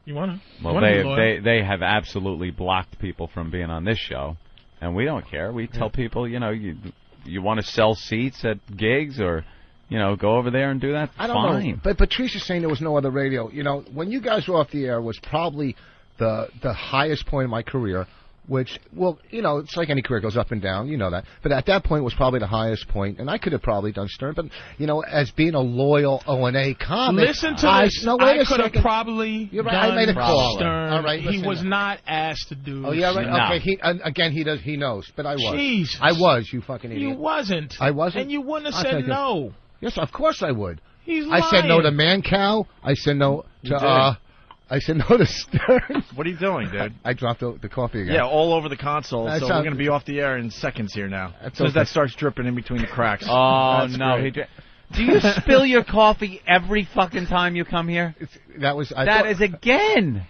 Speaker 3: You wanna. you
Speaker 1: Well,
Speaker 3: wanna be
Speaker 1: they
Speaker 3: loyal.
Speaker 1: they they have absolutely blocked people from being on this show, and we don't care. We tell people, you know, you you want to sell seats at gigs or, you know, go over there and do that.
Speaker 7: I don't
Speaker 1: Fine.
Speaker 7: know. But Patrice is saying there was no other radio. You know, when you guys were off the air was probably the the highest point of my career. which, well, you know, it's like any career it goes up and down. You know that. But at that point was probably the highest point, and I could have probably done Stern. But you know, as being a loyal O and A comic,
Speaker 3: Listen to
Speaker 7: I,
Speaker 3: this.
Speaker 7: No, wait
Speaker 3: I
Speaker 7: a
Speaker 3: could have
Speaker 7: second.
Speaker 3: probably
Speaker 7: You're right, I
Speaker 3: done
Speaker 7: made a call.
Speaker 3: Stern.
Speaker 7: All right,
Speaker 3: he
Speaker 7: listen.
Speaker 3: was not asked to do.
Speaker 7: Oh yeah, right.
Speaker 3: No.
Speaker 7: Okay, he and again he does he knows, but I was.
Speaker 3: Jesus.
Speaker 7: I was, you fucking idiot.
Speaker 3: You wasn't.
Speaker 7: I wasn't.
Speaker 3: And you wouldn't have
Speaker 7: I'll
Speaker 3: said
Speaker 7: take it.
Speaker 3: no.
Speaker 7: Yes, of course I would.
Speaker 3: He's
Speaker 7: I said no
Speaker 3: lying.
Speaker 7: to Man Cow. I said no
Speaker 3: You
Speaker 7: to
Speaker 3: did.
Speaker 7: uh I said no to
Speaker 1: [LAUGHS]
Speaker 7: Stern.
Speaker 2: What are you
Speaker 7: [LAUGHS]
Speaker 2: doing, dude?
Speaker 7: I dropped the, the coffee again.
Speaker 2: Yeah, all over the console.
Speaker 7: That
Speaker 2: so
Speaker 7: sounds-
Speaker 2: we're going to be off the air in seconds here now. As
Speaker 7: That's
Speaker 2: soon as that
Speaker 7: okay.
Speaker 2: starts dripping in between the cracks.
Speaker 1: Oh
Speaker 2: That's
Speaker 1: no!
Speaker 2: great.
Speaker 1: He dri- Do [LAUGHS] you spill your coffee every fucking time you come here?
Speaker 7: that was I
Speaker 1: That
Speaker 7: thought- [LAUGHS]
Speaker 1: is again.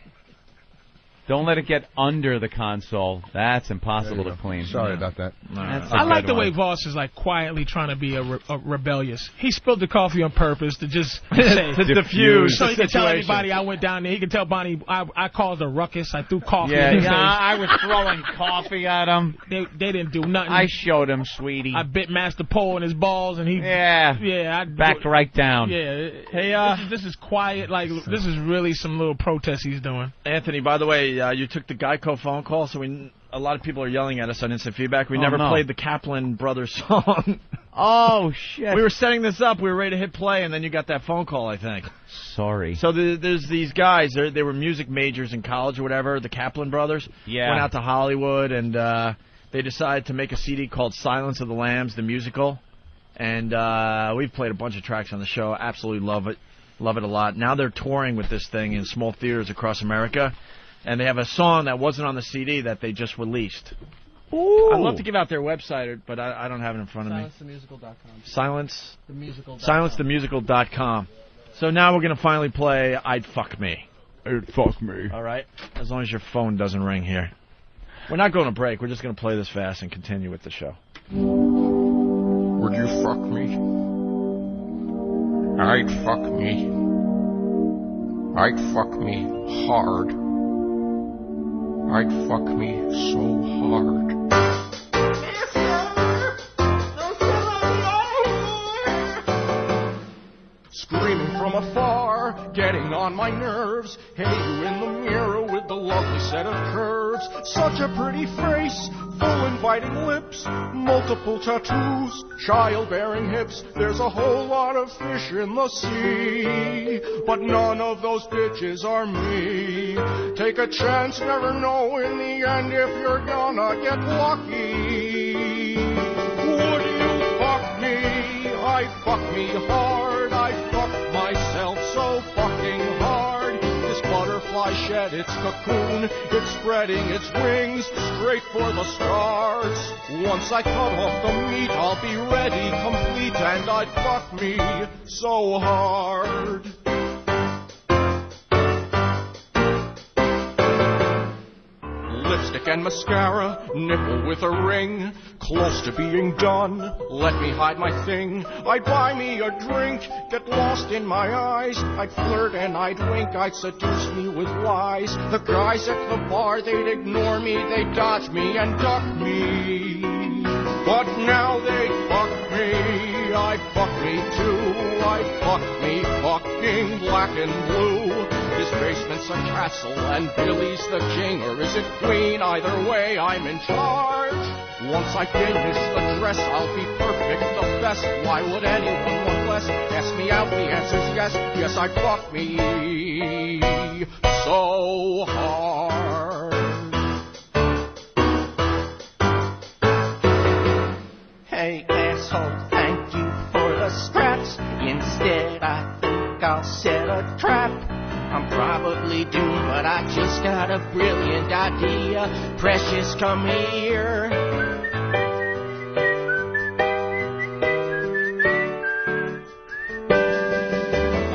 Speaker 1: Don't let it get under the console. That's impossible to clean.
Speaker 7: Sorry about that.
Speaker 1: That's a
Speaker 3: I like
Speaker 1: good
Speaker 3: the
Speaker 1: one.
Speaker 3: way Voss is like quietly trying to be a, re- a rebellious. He spilled the coffee on purpose to just say,
Speaker 1: [LAUGHS] To diffuse
Speaker 3: so
Speaker 1: the
Speaker 3: he could tell
Speaker 1: situation.
Speaker 3: anybody I went down there. He could tell Bonnie I, I caused a ruckus. I threw coffee.
Speaker 1: Yeah,
Speaker 3: in his
Speaker 1: yeah,
Speaker 3: face.
Speaker 1: I
Speaker 7: [LAUGHS]
Speaker 3: [LAUGHS]
Speaker 1: was throwing coffee at him.
Speaker 3: They they didn't do nothing.
Speaker 1: I showed him, sweetie.
Speaker 3: I bit Master Pole in his balls, and he
Speaker 1: Yeah.
Speaker 3: yeah I
Speaker 1: Backed right down. uh,
Speaker 3: Yeah, hey, this, is, this is quiet. Like this is really some little protest he's doing.
Speaker 2: Anthony, by the way, uh, you took the Geico phone call, so we a lot of people are yelling at us on instant feedback. We
Speaker 1: Oh,
Speaker 2: never
Speaker 1: no.
Speaker 2: played the Kaplan Brothers [LAUGHS] song.
Speaker 1: Oh shit!
Speaker 2: We were setting this up. We were ready to hit play, and then you got that phone call. I think.
Speaker 1: Sorry.
Speaker 2: So the, there's these guys. They're, they were music majors in college or whatever. The Kaplan brothers.
Speaker 1: Yeah.
Speaker 2: Went out to Hollywood and uh, they decided to make a CD called Silence of the Lambs, the musical. And uh, we've played a bunch of tracks on the show. Absolutely love it. Love it a lot. Now they're touring with this thing in small theaters across America. And they have a song that wasn't on the CD that they just released. I'd love to give out their website, but I, I don't have it in front of me.
Speaker 12: SilenceTheMusical.com.
Speaker 2: Silence.
Speaker 12: TheMusical.com.
Speaker 2: SilenceTheMusical.com. So now we're gonna finally play "I'd Fuck Me." I'd fuck me. All right. As long as your phone doesn't ring here. We're not going to break. We're just gonna play this fast and continue with the show.
Speaker 14: Would you fuck me? I'd fuck me. I'd fuck me hard. I'd fuck me so hard.
Speaker 15: Screaming from afar, getting on my nerves. Hey, you in the mirror with the lovely set of curves. Such a pretty face, full inviting lips, multiple tattoos, childbearing hips. There's a whole lot of fish in the sea, but none of those bitches are me. Take a chance, never know in the end if you're gonna get lucky. Would you fuck me? I fuck me hard, I fuck myself so fucking hard. This butterfly shed its cocoon, it's spreading its wings straight for the stars. Once I cut off the meat, I'll be ready, complete, and I'd fuck me so hard. Lipstick and mascara, nipple with a ring, close to being done. Let me hide my thing. I'd buy me a drink, get lost in my eyes. I'd flirt and I'd wink, I'd seduce me with lies. The guys at the bar, they'd ignore me, they'd dodge me and duck me. But now they fuck me, I fuck me too, I fuck me fucking black and blue. His basement's a castle and Billy's the king, or is it queen? Either way, I'm in charge. Once I finish the dress, I'll be perfect, the best. Why would anyone want less? Ask me out, the answer's yes. Yes, I fuck me so hard.
Speaker 33: Hey, asshole, thank you for the scraps. Instead, I think I'll set a trap. I'm probably doomed, but I just got a brilliant idea. Precious, come here.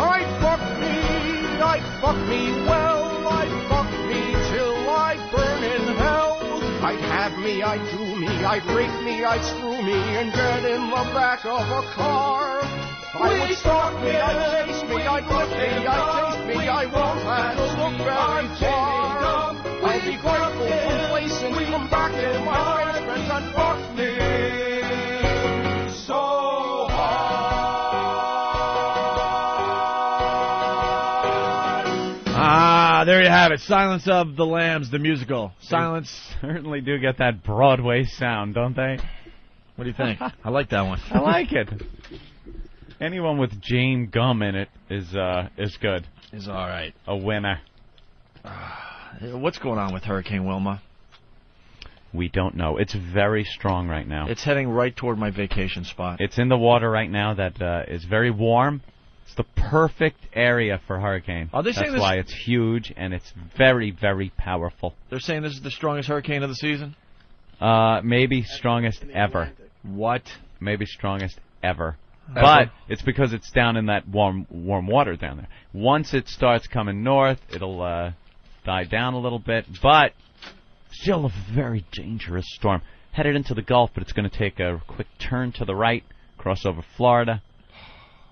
Speaker 15: I fuck me, I fuck me well, I fuck me till I burn in hell. I'd have me, I'd do me, I'd rape me, I'd screw me, and get in the back of a car. I would stalk me, I'd chase me, I'd lick me, I'd taste me, I won't have to look very far. I'd be grateful for placing me back in my basement and fuck me so hard.
Speaker 2: Ah, Ah, there you have it. Silence of the Lambs, the musical. Silence.
Speaker 1: certainly do get that Broadway sound, don't they?
Speaker 2: What do you
Speaker 1: [LAUGHS]
Speaker 2: think? I like that one.
Speaker 1: I like it. Anyone with Jane Gum in it is uh is good.
Speaker 2: Is all right.
Speaker 1: A winner.
Speaker 2: What's going on with Hurricane Wilma?
Speaker 1: We don't know. It's very strong right now.
Speaker 2: It's heading right toward my vacation spot.
Speaker 1: It's in the water right now that uh, is very warm. It's the perfect area for hurricane.
Speaker 2: Are they
Speaker 1: That's
Speaker 2: saying this-
Speaker 1: why it's huge and it's very very powerful.
Speaker 2: They're saying this is the strongest hurricane of the season.
Speaker 1: Uh, maybe strongest ever.
Speaker 2: What?
Speaker 1: Maybe strongest ever.
Speaker 2: Ever?
Speaker 1: But it's because it's down in that warm warm water down there. Once it starts coming north, it'll uh, die down a little bit, but still a very dangerous storm. Headed into the Gulf, but it's going to take a quick turn to the right, cross over Florida.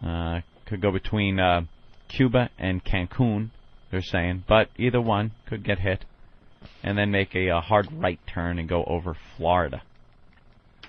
Speaker 1: Uh, could go between uh, Cuba and Cancun, they're saying, but either one could get hit, and then make a, uh hard right turn and go over Florida.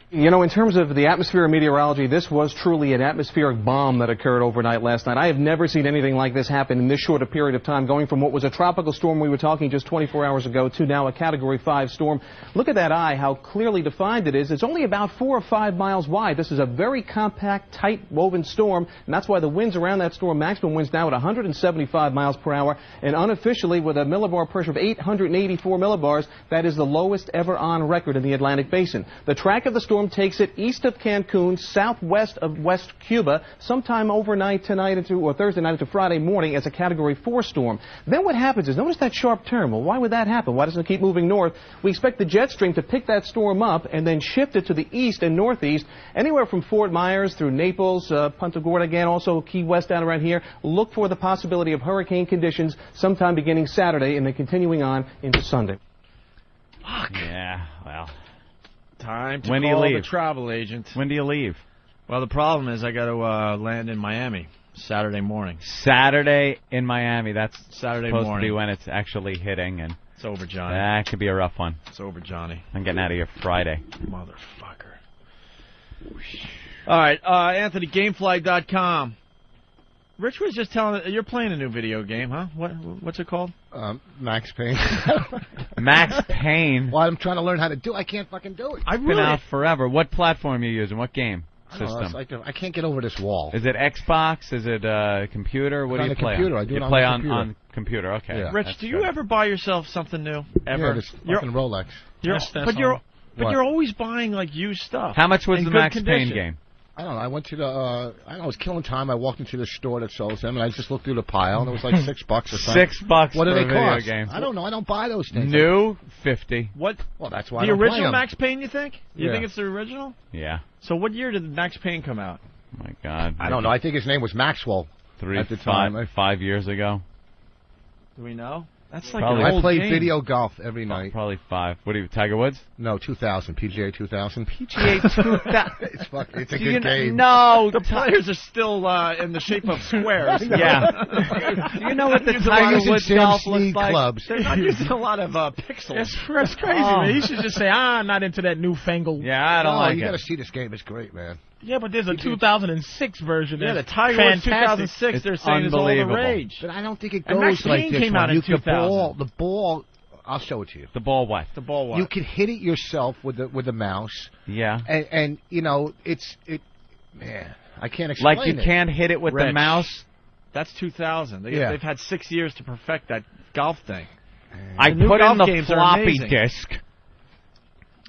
Speaker 12: You know, in terms of the atmosphere and meteorology, this was truly an atmospheric bomb that occurred overnight last night. I have never seen anything like this happen in this short a period of time, going from what was a tropical storm we were talking just 24 hours ago to now a Category 5 storm. Look at that eye, how clearly defined it is. It's only about four or five miles wide. This is a very compact, tight woven storm, and that's why the winds around that storm, maximum winds now at 175 miles per hour, and unofficially with a millibar pressure of 884 millibars, that is the lowest ever on record in the Atlantic Basin. The track of the storm takes it east of Cancun, southwest of West Cuba, sometime overnight tonight into or Thursday night into Friday morning as a Category 4 storm. Then what happens is notice that sharp turn. Well, why would that happen? Why doesn't it keep moving north? We expect the jet stream to pick that storm up and then shift it to the east and northeast, anywhere from Fort Myers through Naples, uh, Punta Gorda again, also Key West down around here. Look for the possibility of hurricane conditions sometime beginning Saturday and then continuing on into Sunday.
Speaker 1: Yeah, well.
Speaker 2: Time to
Speaker 1: When do you
Speaker 2: call
Speaker 1: leave?
Speaker 2: the travel agent.
Speaker 1: When do you leave?
Speaker 2: Well, the problem is I got to uh, land in Miami Saturday morning.
Speaker 1: Saturday in Miami. That's
Speaker 2: Saturday
Speaker 1: supposed
Speaker 2: morning.
Speaker 1: to be when it's actually hitting, and
Speaker 2: It's over, Johnny.
Speaker 1: that could be a rough one.
Speaker 2: It's over, Johnny.
Speaker 1: I'm getting out of here Friday.
Speaker 2: Motherfucker. All right, uh, Anthony, GameFly.com. Rich was just telling you're playing a new video game, huh? What what's it called?
Speaker 7: Um, Max
Speaker 2: [LAUGHS]
Speaker 7: Payne. [LAUGHS]
Speaker 1: Max Payne.
Speaker 7: Well, I'm trying to learn how to do. I can't fucking do it.
Speaker 1: I've been out forever. What platform are you using? What game
Speaker 7: I don't know,
Speaker 1: system?
Speaker 7: it's like a- I can't get over this wall.
Speaker 1: Is it Xbox? Is it uh, computer? What
Speaker 7: It's
Speaker 1: do
Speaker 7: on
Speaker 1: you
Speaker 7: the
Speaker 1: play
Speaker 7: computer.
Speaker 1: on?
Speaker 7: I do
Speaker 1: you
Speaker 7: it on
Speaker 1: play
Speaker 7: the
Speaker 1: on
Speaker 7: computer.
Speaker 1: on computer. Okay.
Speaker 7: Yeah.
Speaker 2: Rich,
Speaker 1: That's
Speaker 2: do you ever buy yourself something new? Ever?
Speaker 7: Yeah, this
Speaker 2: You're-
Speaker 7: fucking Rolex.
Speaker 2: you're-
Speaker 7: Yes, that's
Speaker 2: but you're
Speaker 7: all.
Speaker 2: but
Speaker 7: What?
Speaker 2: you're always buying like used stuff.
Speaker 1: How much was
Speaker 2: in
Speaker 1: the
Speaker 2: good
Speaker 1: Max Payne
Speaker 2: condition.
Speaker 1: game?
Speaker 7: I don't know. I went to the. Uh, I don't know. I was killing time. I walked into the store that sells them, and I just looked through the pile, and it was
Speaker 3: [LAUGHS]
Speaker 7: like six bucks or something.
Speaker 1: Six bucks
Speaker 7: What do
Speaker 1: for
Speaker 7: they
Speaker 1: a video
Speaker 7: cost?
Speaker 1: game.
Speaker 7: I don't know. I don't buy those things.
Speaker 1: New fifty.
Speaker 2: What?
Speaker 7: Well, that's why I
Speaker 2: the
Speaker 7: don't play
Speaker 2: original
Speaker 7: 'em.
Speaker 2: Max Payne, you think? You
Speaker 7: Yeah.
Speaker 2: think it's the original?
Speaker 1: Yeah.
Speaker 2: So what year did Max Payne come out?
Speaker 1: My God.
Speaker 7: I don't know. I think his name was Maxwell.
Speaker 1: Three,
Speaker 7: at the
Speaker 1: five-
Speaker 7: time.
Speaker 1: five years ago.
Speaker 2: Do we know? That's like
Speaker 1: Probably.
Speaker 2: an
Speaker 7: I
Speaker 2: old
Speaker 7: played
Speaker 2: game. [LAUGHS]
Speaker 7: video golf every night.
Speaker 1: Probably five. What are you, Tiger Woods?
Speaker 7: No, 2000. PGA 2000. [LAUGHS]
Speaker 1: PGA 2000.
Speaker 7: it's fuck, it's a
Speaker 2: Do
Speaker 7: good
Speaker 2: you kn-
Speaker 7: game. [LAUGHS]
Speaker 1: No,
Speaker 2: the players are still uh, in the shape of squares. [LAUGHS]
Speaker 1: Yeah. Do you know what the
Speaker 2: Use a lot
Speaker 1: Tiger
Speaker 2: of-
Speaker 1: Woods golf looks like?
Speaker 2: They're not using a lot of uh, pixels.
Speaker 3: That's,
Speaker 2: [LAUGHS]
Speaker 3: that's crazy,
Speaker 2: Oh.
Speaker 3: man. He should just say, ah, I'm not into that newfangled.
Speaker 1: Yeah,
Speaker 7: no, you gotta see this game. It's great, man.
Speaker 3: Yeah, but there's a 2006 version.
Speaker 2: Yeah,
Speaker 3: that's
Speaker 2: the Tiger Woods
Speaker 3: fantastic.
Speaker 2: 2006, It's they're saying, is all the unbelievable. rage.
Speaker 7: But I don't think it goes
Speaker 2: And Max
Speaker 7: like
Speaker 2: Payne
Speaker 7: this.
Speaker 2: came
Speaker 7: one.
Speaker 2: out in
Speaker 7: you could
Speaker 2: 2000.
Speaker 7: ball, the ball. I'll show it to you.
Speaker 1: The ball what?
Speaker 2: The ball
Speaker 7: You can hit it yourself with the with the mouse,
Speaker 1: Yeah.
Speaker 7: and and you know it's it. Man, I can't explain.
Speaker 1: Like you
Speaker 7: it.
Speaker 1: can't hit it with the
Speaker 7: Rich.
Speaker 1: mouse.
Speaker 2: That's 2000. They,
Speaker 7: Yeah.
Speaker 2: They've had six years to perfect that golf thing.
Speaker 1: I
Speaker 2: The new
Speaker 1: put in
Speaker 2: golf
Speaker 1: the
Speaker 2: games are
Speaker 1: floppy
Speaker 2: amazing.
Speaker 1: disk.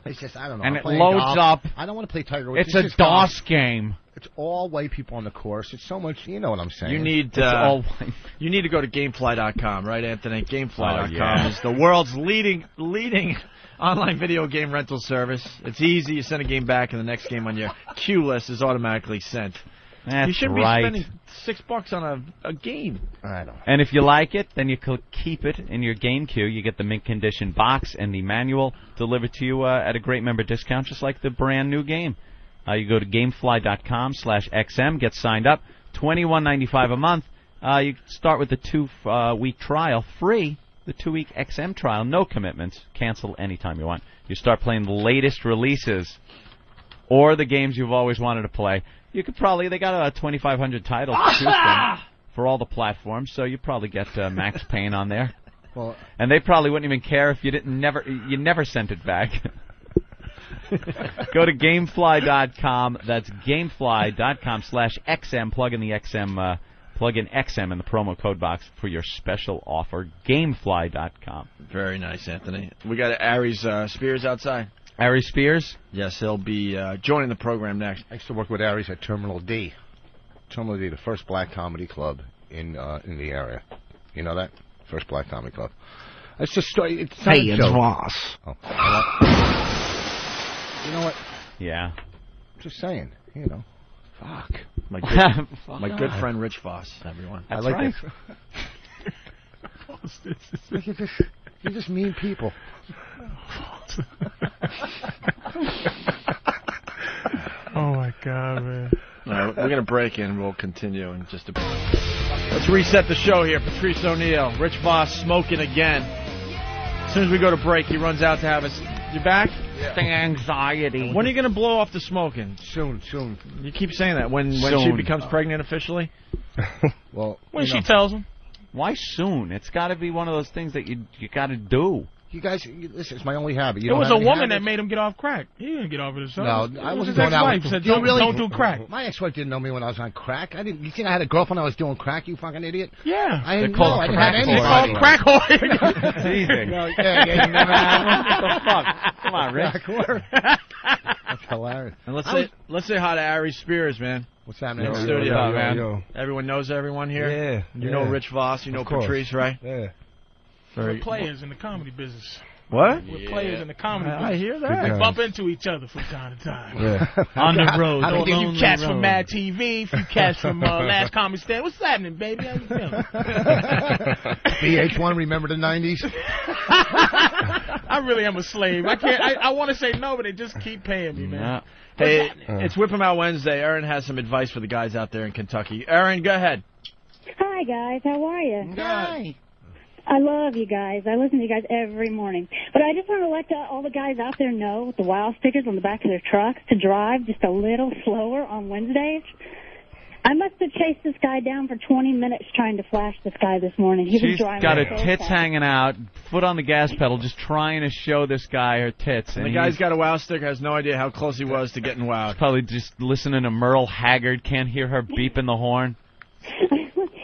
Speaker 7: It's just I don't know.
Speaker 1: And
Speaker 7: I'm
Speaker 1: it
Speaker 7: playing
Speaker 1: loads
Speaker 7: golf.
Speaker 1: up.
Speaker 7: I don't want to play Tiger Woods.
Speaker 1: It's a
Speaker 7: just golf.
Speaker 1: DOS game.
Speaker 7: It's all white people on the course. It's so much. You know what I'm saying.
Speaker 2: You need
Speaker 7: It's
Speaker 2: uh,
Speaker 7: all-
Speaker 2: [LAUGHS] you need to go to GameFly.com, right, Anthony? GameFly.com
Speaker 7: Oh, yeah.
Speaker 2: is the world's leading leading online video game rental service. It's easy. You send a game back, and the next game on your [LAUGHS] queue list is automatically sent.
Speaker 1: That's
Speaker 2: you shouldn't
Speaker 1: right.
Speaker 2: be spending six bucks on a, a game.
Speaker 7: I don't.
Speaker 1: And if you like it, then you could keep it in your game queue. You get the mint condition box and the manual delivered to you uh, at a great member discount, just like the brand new game. Uh, you go to gamefly.com slash XM, get signed up, twenty one ninety five a month. Uh, you start with the two uh, week trial free, the two week XM trial, no commitments, cancel anytime you want. You start playing the latest releases or the games you've always wanted to play. You could probably they got about 2,500 titles to choose from for all the platforms, so you probably get uh, Max Payne on there.
Speaker 34: Well,
Speaker 1: and they probably wouldn't even care if you didn't never you never sent it back. [LAUGHS] Go to gamefly.com. That's gamefly.com slash XM. Plug in the XM, uh, plug in XM in the promo code box for your special offer. Gamefly.com.
Speaker 2: Very nice, Anthony. We got Aries uh, Spears outside.
Speaker 1: Ari Spears?
Speaker 2: Yes, he'll be uh, joining the program next.
Speaker 7: I used to work with Aries at Terminal D. Terminal D, the first black comedy club in uh, in the area. You know that? First black comedy club. It's just story. It's not
Speaker 34: Hey,
Speaker 7: a
Speaker 34: it's
Speaker 7: joke.
Speaker 34: Ross.
Speaker 7: Oh. You know what?
Speaker 1: Yeah.
Speaker 7: Just saying. You know. Fuck.
Speaker 2: My good,
Speaker 7: [LAUGHS] Fuck
Speaker 2: my good
Speaker 7: off.
Speaker 2: friend Rich Foss, everyone.
Speaker 7: I like
Speaker 3: [LAUGHS]
Speaker 7: this. You're just, you're just mean people.
Speaker 3: Oh my god, man.
Speaker 2: All right, we're gonna break and we'll continue in just a bit. Let's reset the show here. Patrice O'Neill, Rich Voss smoking again. As soon as we go to break, he runs out to have us. You back?
Speaker 1: anxiety.
Speaker 2: When are you gonna blow off the smoking?
Speaker 7: Soon, soon.
Speaker 2: You keep saying that. When when she
Speaker 1: Soon.
Speaker 2: becomes pregnant officially?
Speaker 7: well,
Speaker 1: When
Speaker 2: she tells him.
Speaker 1: Why soon? It's got to be one of those things that you you got to do.
Speaker 7: You guys, you, listen. It's my only habit. You
Speaker 3: it
Speaker 7: don't
Speaker 3: was
Speaker 7: have
Speaker 3: a
Speaker 7: any
Speaker 3: woman
Speaker 7: habits?
Speaker 3: that made him get off crack. He didn't get off it himself.
Speaker 7: No,
Speaker 3: It
Speaker 7: I wasn't
Speaker 3: was his
Speaker 7: going out.
Speaker 3: ex-wife
Speaker 7: with-
Speaker 3: Said,
Speaker 7: You
Speaker 3: don't,
Speaker 7: really-
Speaker 3: don't do crack.
Speaker 7: My ex-wife didn't know me when I was on crack. I didn't. You think I had a girlfriend when I was doing crack? You fucking idiot.
Speaker 3: Yeah.
Speaker 7: I didn't
Speaker 1: They're called
Speaker 7: know. I didn't
Speaker 1: crack
Speaker 7: have
Speaker 1: whores.
Speaker 7: anybody.
Speaker 1: They're called
Speaker 7: crack [LAUGHS]
Speaker 3: [LAUGHS]
Speaker 1: whores. Teasing.
Speaker 7: no, yeah, yeah, you never had one.
Speaker 1: What the fuck? Come on, Rick.
Speaker 7: Crack whore. That's hilarious.
Speaker 2: And let's
Speaker 7: I
Speaker 2: say
Speaker 7: was-
Speaker 2: let's say hi to Ari Spears, man.
Speaker 7: What's happening?
Speaker 2: In the
Speaker 7: Yo, yo,
Speaker 2: studio,
Speaker 7: yo, yo,
Speaker 2: man.
Speaker 7: yo.
Speaker 2: Everyone knows everyone here.
Speaker 7: Yeah,
Speaker 2: You know
Speaker 7: yeah.
Speaker 2: Rich Voss. You know
Speaker 7: Of course.
Speaker 2: Patrice, right?
Speaker 7: Yeah.
Speaker 3: We're players in the comedy business.
Speaker 2: What?
Speaker 3: We're players in the comedy
Speaker 2: I
Speaker 3: business.
Speaker 2: hear that.
Speaker 3: We bump into each other from time to time. [LAUGHS]
Speaker 2: Yeah. On the road,
Speaker 3: So
Speaker 2: the
Speaker 3: if you
Speaker 2: lonely
Speaker 3: cats from
Speaker 2: road.
Speaker 3: Mad TV, if you cats from [LAUGHS] uh, Last Comedy Stand, what's happening, baby? How you feeling? [LAUGHS]
Speaker 7: VH1. Remember the '90s?
Speaker 3: I really am a slave. I can't. I, I want to say no, but they just keep paying me, man. What's
Speaker 2: Hey,
Speaker 3: happening?
Speaker 7: Uh.
Speaker 2: it's Whip 'em Out Wednesday. Aaron has some advice for the guys out there in Kentucky. Aaron, go ahead.
Speaker 14: Hi guys, how are you? Hi. I love you guys. I listen to you guys every morning. But I just want to let uh all the guys out there know with the wow stickers on the back of their trucks to drive just a little slower on Wednesdays. I must have chased this guy down for 20 minutes trying to flash this guy this morning. He was
Speaker 1: She's
Speaker 14: driving
Speaker 1: got
Speaker 14: so
Speaker 1: her tits
Speaker 14: fast.
Speaker 1: hanging out, foot on the gas pedal, just trying to show this guy her tits. And,
Speaker 2: the
Speaker 1: he's
Speaker 2: guy's got a wow sticker, has no idea how close he was to getting wowed.
Speaker 1: probably just listening to Merle Haggard, can't hear her beeping
Speaker 14: [LAUGHS]
Speaker 1: the horn.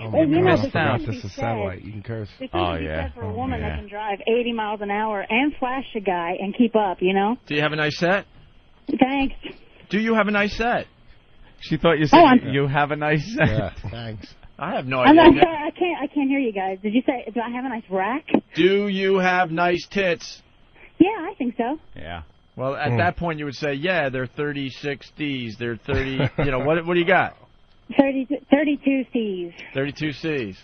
Speaker 14: Oh, my you know,
Speaker 1: God.
Speaker 14: there's
Speaker 1: Sound.
Speaker 14: something to be
Speaker 1: This is
Speaker 14: said-
Speaker 1: satellite.
Speaker 14: there's
Speaker 1: You can curse.
Speaker 14: something
Speaker 1: Oh,
Speaker 14: to be
Speaker 1: yeah.
Speaker 14: said For a
Speaker 1: Oh,
Speaker 14: woman
Speaker 2: yeah.
Speaker 14: that can drive 80 miles an hour and flash a guy and keep up, you know?
Speaker 2: Do you have a nice set?
Speaker 14: Thanks.
Speaker 2: Do you have a nice set?
Speaker 1: She thought you
Speaker 14: said Oh, I'm-
Speaker 1: you have a nice set. [LAUGHS]
Speaker 7: thanks.
Speaker 2: I
Speaker 1: Oh,
Speaker 2: have no
Speaker 14: I'm, I'm
Speaker 2: idea.
Speaker 14: sorry, I can't. I can't hear you guys. Did you say? Do I have a nice rack?
Speaker 2: Do you have nice tits?
Speaker 14: Yeah, I think so.
Speaker 1: Yeah.
Speaker 2: Well, at
Speaker 14: Hmm.
Speaker 2: that point, you would say, yeah, they're 36 Ds. They're 30, you know, what What do you got?
Speaker 14: 30, 32 C's,
Speaker 2: 32 Cs.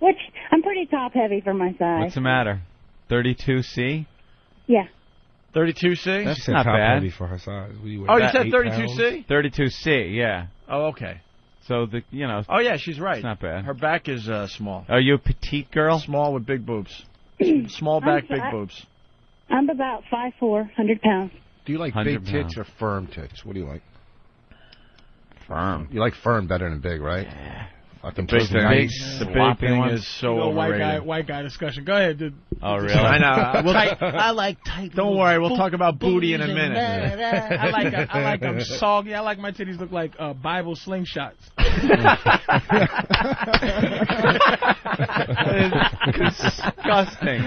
Speaker 14: which I'm pretty top heavy for my size.
Speaker 1: What's the matter? 32C?
Speaker 14: yeah.
Speaker 2: 32C?
Speaker 1: That's not bad. for her size.
Speaker 2: Oh, you said 32C?
Speaker 1: 32C, yeah.
Speaker 2: Oh, okay.
Speaker 1: So, the you know,
Speaker 2: Oh, yeah, she's right.
Speaker 1: It's
Speaker 2: [LAUGHS]
Speaker 1: not bad.
Speaker 2: Her back is uh, small.
Speaker 1: are you a petite girl?
Speaker 2: Small with big
Speaker 14: [CLEARS THROAT]
Speaker 2: boobs. Small
Speaker 14: I'm
Speaker 2: back,
Speaker 14: sorry.
Speaker 2: big boobs.
Speaker 14: I'm about five four, hundred pounds.
Speaker 7: Do you like
Speaker 1: 100
Speaker 7: big tits
Speaker 1: pounds.
Speaker 7: or firm tits? What do you like?
Speaker 1: Firm.
Speaker 7: You like firm better than big, right? Yeah. Fucking
Speaker 2: The big
Speaker 7: pussy
Speaker 2: thing-
Speaker 7: nice.
Speaker 2: the big Sloppy thing ones. is so
Speaker 3: You know, white guy,
Speaker 2: overrated.
Speaker 3: white guy discussion. Go ahead, dude.
Speaker 1: Oh, really?
Speaker 2: I know. We'll- [LAUGHS]
Speaker 3: Tight- I like tight.
Speaker 2: Don't
Speaker 3: little
Speaker 2: worry, we'll
Speaker 3: boot-
Speaker 2: talk about booty in a
Speaker 3: booties and
Speaker 2: minute.
Speaker 3: da- da- da. I like I
Speaker 2: [LAUGHS]
Speaker 3: like them soggy. I like my titties look like uh, Bible slingshots. [LAUGHS]
Speaker 9: [LAUGHS]
Speaker 1: disgusting.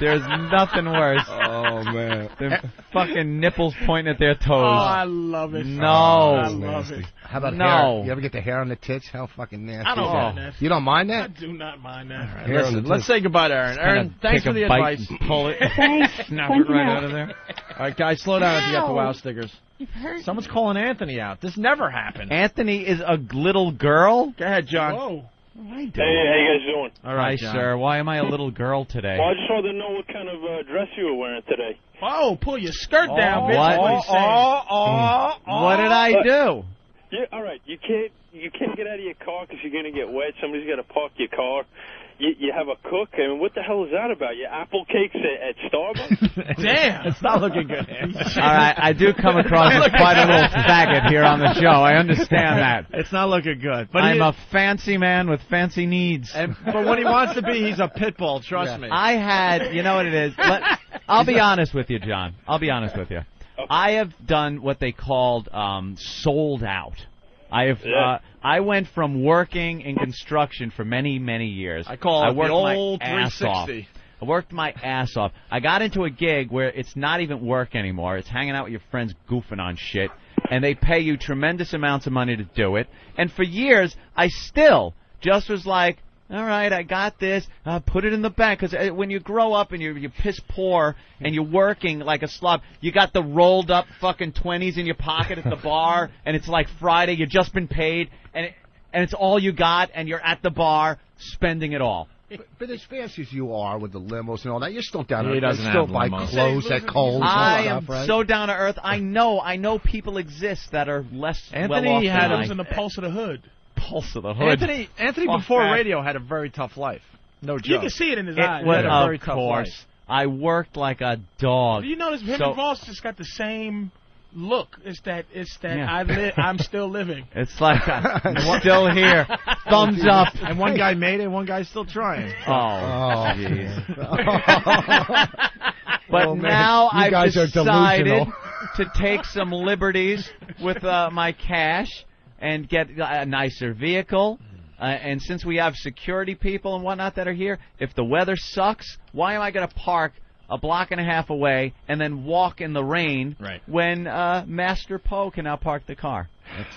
Speaker 1: There's nothing worse.
Speaker 7: [LAUGHS] Oh man,
Speaker 1: their fucking nipples pointing at their toes.
Speaker 3: Oh, I love it.
Speaker 1: No,
Speaker 3: I
Speaker 7: Oh,
Speaker 3: love it.
Speaker 7: How about
Speaker 1: No.
Speaker 7: hair? You ever get the hair on the tits? How fucking nasty.
Speaker 3: I don't
Speaker 7: is
Speaker 3: mind
Speaker 7: that?
Speaker 3: that.
Speaker 7: You don't mind
Speaker 3: I
Speaker 7: that?
Speaker 3: do not mind that.
Speaker 7: Hair on the
Speaker 2: Listen, let's
Speaker 7: tits.
Speaker 2: say goodbye to Aaron.
Speaker 7: Just kinda
Speaker 2: Aaron, thanks
Speaker 7: take
Speaker 2: for
Speaker 7: a
Speaker 2: the
Speaker 7: bite
Speaker 2: advice.
Speaker 7: and
Speaker 1: Pull it. [LAUGHS]
Speaker 14: Thanks.
Speaker 2: Snap
Speaker 14: Thank
Speaker 2: it right
Speaker 14: you.
Speaker 2: out of there. All right, guys, slow down if you got the wow stickers. Someone's calling Anthony out. This never
Speaker 1: [LAUGHS]
Speaker 2: happened.
Speaker 1: Anthony is a little girl?
Speaker 2: Go ahead, John.
Speaker 1: [LAUGHS]
Speaker 3: Whoa.
Speaker 1: Hey,
Speaker 9: Hey, how you guys doing?
Speaker 1: All right,
Speaker 9: Hi, John.
Speaker 1: sir. Why am I a little girl today?
Speaker 9: Well, I just wanted to know what kind of uh, dress you were wearing today.
Speaker 3: Oh, pull your skirt down,
Speaker 1: Oh,
Speaker 3: bitch.
Speaker 1: what?
Speaker 3: What are you Hmm. saying?
Speaker 1: Oh, oh, oh. What did I do?
Speaker 9: Yeah, all right. You can't you can't get out of your car because you're gonna get wet. Somebody's got to park your car.
Speaker 18: You, you have a cook, I mean, what the hell is that about? Your apple cakes at, at [LAUGHS] Starbucks?
Speaker 3: Damn, it's not looking good.
Speaker 2: [LAUGHS]
Speaker 1: All right, I do come across as quite a little faggot here on the show. I understand that.
Speaker 2: It's not looking good. But
Speaker 1: I'm
Speaker 2: he,
Speaker 1: a fancy man with fancy needs.
Speaker 2: and, but when he wants to be, he's a pit bull. Trust me.
Speaker 1: I had, you know what it is. Let, I'll be honest with you, John. I'll be honest with you. I have done what they called um, sold out. I have. Uh,
Speaker 3: Yeah.
Speaker 1: I went from working in construction for many, many years. I
Speaker 2: call it
Speaker 1: I
Speaker 2: the
Speaker 1: worked
Speaker 2: old
Speaker 1: my ass off.
Speaker 2: 360.
Speaker 1: I worked my ass off. I got into a gig where it's not even work anymore. It's hanging out with your friends, goofing on shit, and they pay you tremendous amounts of money to do it. And for years, I still just was like, all right, I got this. Uh, put it in the bank because when you grow up and you're, you're piss poor and you're working like a slob, you got the rolled up fucking twenties in your pocket at the bar, and it's like Friday. You just been paid, and it, and it's all you got, and you're at the bar spending it all.
Speaker 7: But, but as fancy as you are with the limos and all that, you're still down
Speaker 1: He
Speaker 7: there. You
Speaker 1: doesn't
Speaker 7: still
Speaker 1: have
Speaker 7: buy
Speaker 1: limos.
Speaker 7: clothes at Kohl's. and all
Speaker 1: I
Speaker 7: that
Speaker 1: am
Speaker 7: stuff, right?
Speaker 1: so down to earth. I know. I know people exist that are less
Speaker 3: Anthony
Speaker 1: well off
Speaker 3: had
Speaker 1: than
Speaker 3: it was in
Speaker 1: I.
Speaker 3: the pulse of the hood.
Speaker 1: Pulse of the hood.
Speaker 2: Anthony, Anthony
Speaker 1: Fuck
Speaker 2: before
Speaker 1: that.
Speaker 2: radio had a very tough life. No joke.
Speaker 3: You can see it in his eyes.
Speaker 1: Well,
Speaker 2: He had a
Speaker 1: of
Speaker 2: very tough
Speaker 1: course.
Speaker 2: life.
Speaker 1: I worked like a dog.
Speaker 3: Do you notice him
Speaker 1: So-
Speaker 3: and Voss just got the same look? It's that it's that
Speaker 1: Yeah.
Speaker 3: I li- I'm still
Speaker 1: [LAUGHS]
Speaker 3: living.
Speaker 1: It's like [LAUGHS] I'm still here. Thumbs up.
Speaker 2: And one guy made it, one guy's still trying.
Speaker 1: Oh, jeez.
Speaker 2: [LAUGHS]
Speaker 7: [LAUGHS]
Speaker 1: [LAUGHS] But
Speaker 2: Oh, man.
Speaker 1: now
Speaker 2: You
Speaker 1: I've
Speaker 2: guys are
Speaker 1: decided
Speaker 2: delusional.
Speaker 1: to take some liberties with uh, my cash and get a nicer vehicle. Uh, and since we have security people and whatnot that are here, if the weather sucks, why am I going to park a block and a half away and then walk in the rain when uh, Master Poe can now park the car?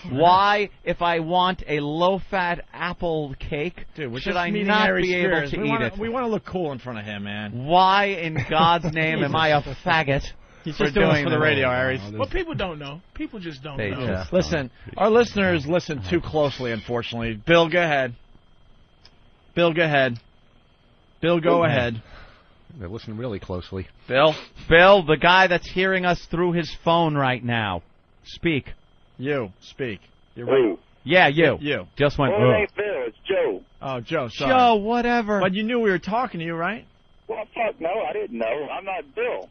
Speaker 1: Why, if I want a low-fat apple cake,
Speaker 2: We're
Speaker 1: should
Speaker 2: just
Speaker 1: I
Speaker 2: meeting
Speaker 1: not
Speaker 2: Harry
Speaker 1: be
Speaker 2: Spears.
Speaker 1: able to
Speaker 2: we
Speaker 1: eat
Speaker 2: wanna,
Speaker 1: it?
Speaker 2: We want to look cool in front of him, man.
Speaker 1: Why in
Speaker 2: [LAUGHS]
Speaker 1: God's name am I a faggot
Speaker 2: He's
Speaker 1: for
Speaker 2: just doing this
Speaker 1: doing Oh,
Speaker 2: for the
Speaker 1: that?
Speaker 2: radio, Aries.
Speaker 3: Well, people don't know. People just don't
Speaker 1: They
Speaker 3: know.
Speaker 1: just-
Speaker 2: Listen, our listeners listen too closely, unfortunately. Bill, go ahead. Bill, go ahead. Bill, go ahead.
Speaker 7: They're listening really closely.
Speaker 2: Bill?
Speaker 1: Bill, the guy that's hearing us through his phone right now. Speak.
Speaker 2: You, speak. You're
Speaker 1: Who?
Speaker 2: right.
Speaker 1: Yeah, you.
Speaker 2: You.
Speaker 1: Just went, "Whoa."
Speaker 2: Bill. It's Joe. Oh, Joe, sorry.
Speaker 1: Joe, whatever.
Speaker 2: But you knew we were talking to you, right?
Speaker 18: Well, fuck no, I didn't know. I'm not Bill.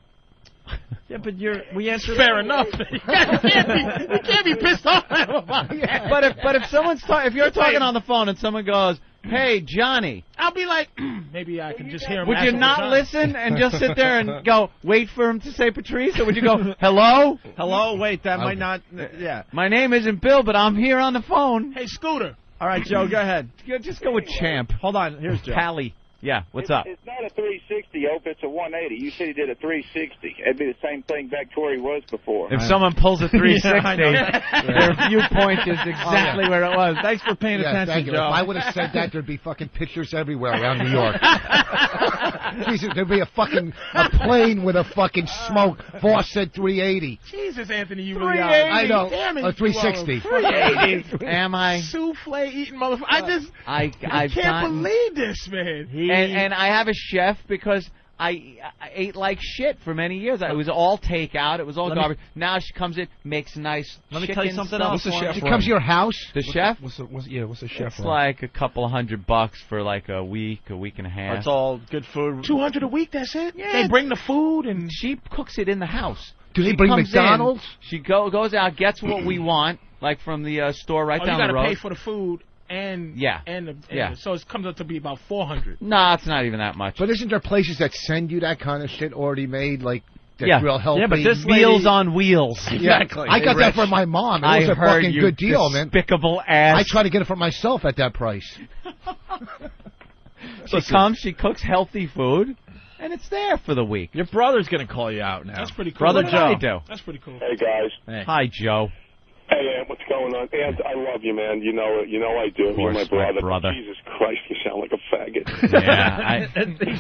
Speaker 2: Yeah, but you're. We answered.
Speaker 3: Fair
Speaker 2: [LAUGHS]
Speaker 3: enough. you, can't be, you can't be pissed off [LAUGHS]
Speaker 1: [LAUGHS]
Speaker 3: about that.
Speaker 1: But if but if someone's ta- if you're talking
Speaker 3: Wait.
Speaker 1: on the phone and someone goes, "Hey, Johnny,
Speaker 3: I'll be
Speaker 1: [CLEARS THROAT]
Speaker 3: like, [CLEARS THROAT] maybe I can just hear him.
Speaker 1: would you
Speaker 3: actually
Speaker 1: not
Speaker 3: talk.
Speaker 1: listen and just sit there and
Speaker 3: [LAUGHS]
Speaker 1: go wait for him to say Patrice, or would you go, "Hello,
Speaker 2: Hello? Wait, that might not. Yeah.
Speaker 1: My name isn't Bill, but I'm here on the phone."
Speaker 3: Hey, Scooter.
Speaker 2: All right, Joe, go ahead.
Speaker 1: Yeah, just go with Champ.
Speaker 2: Hold on. Here's Joe.
Speaker 1: Pally. Yeah, what's up?
Speaker 18: It's not a 360, Ope. It's a 180. You said he did a 360. It'd be the same thing back to where he was before.
Speaker 1: If someone pulls
Speaker 18: [LAUGHS]
Speaker 1: a 360,
Speaker 2: Yeah, I know.
Speaker 1: their viewpoint is exactly
Speaker 2: Oh, yeah.
Speaker 1: where it was.
Speaker 2: Thanks for paying
Speaker 7: Yeah,
Speaker 2: attention,
Speaker 7: thank you. If
Speaker 2: Joe.
Speaker 7: I would have said that, there'd be fucking pictures everywhere around New
Speaker 1: [LAUGHS]
Speaker 7: York. Jesus, there'd be a fucking a plane with a fucking smoke. Voss said 380.
Speaker 3: Jesus, Anthony, you really are.
Speaker 7: 380. I know.
Speaker 3: Damn it,
Speaker 7: Or
Speaker 3: you
Speaker 7: 360.
Speaker 3: are a 380.
Speaker 1: [LAUGHS] Am I?
Speaker 3: Souffle eating motherfucker. I just
Speaker 1: I I've
Speaker 3: can't
Speaker 1: gotten-
Speaker 3: believe this, man.
Speaker 1: and and I have a chef because I, I ate like shit for many years. I, it was all takeout. It was all
Speaker 2: Let me-
Speaker 1: garbage. now she comes in, makes nice.
Speaker 2: Let me
Speaker 1: chicken
Speaker 2: tell you something
Speaker 1: stuff
Speaker 2: else.
Speaker 1: for me.
Speaker 7: She comes to your house.
Speaker 1: The chef?
Speaker 13: What's, the, what's yeah? What's the chef?
Speaker 1: It's like a couple hundred bucks for like a week, a week and a half.
Speaker 2: It's all good food.
Speaker 3: Two hundred a week. That's it.
Speaker 1: Yeah.
Speaker 3: They bring the food and
Speaker 1: she cooks it in the house.
Speaker 7: Do they
Speaker 1: She
Speaker 7: bring
Speaker 1: comes in,
Speaker 7: McDonald's?
Speaker 1: she go goes out, gets what we want, like from the uh, store right
Speaker 3: oh, you
Speaker 1: down the
Speaker 3: gotta
Speaker 1: road.
Speaker 3: pay for the food and
Speaker 1: Yeah.
Speaker 3: and, the, and
Speaker 1: Yeah.
Speaker 3: the- so it comes up to be about four hundred.
Speaker 1: nah, it's not even that much.
Speaker 7: But isn't there places that send you that kind of shit already made, like that's
Speaker 1: yeah,
Speaker 7: real healthy?
Speaker 1: yeah, but this meals on wheels.
Speaker 7: Yeah. I got that for my mom. It
Speaker 1: I
Speaker 7: was a
Speaker 1: heard
Speaker 7: fucking
Speaker 1: you
Speaker 7: good deal, man.
Speaker 1: Despicable ass.
Speaker 7: I try to get it for myself at that price.
Speaker 1: She comes, she cooks healthy food, and it's there for the week.
Speaker 2: Your brother's gonna call you out now.
Speaker 3: That's pretty cool.
Speaker 1: Brother
Speaker 3: What
Speaker 1: Joe.
Speaker 3: did I do? That's pretty cool.
Speaker 19: Hey guys.
Speaker 1: Hi, Joe.
Speaker 19: Hey, Ant, what's going on? Ant, I love you, man. You know it. You know I do.
Speaker 1: Of
Speaker 19: You're
Speaker 1: course,
Speaker 19: my
Speaker 1: my
Speaker 19: brother.
Speaker 1: brother.
Speaker 19: Jesus Christ, you sound like a faggot. [LAUGHS]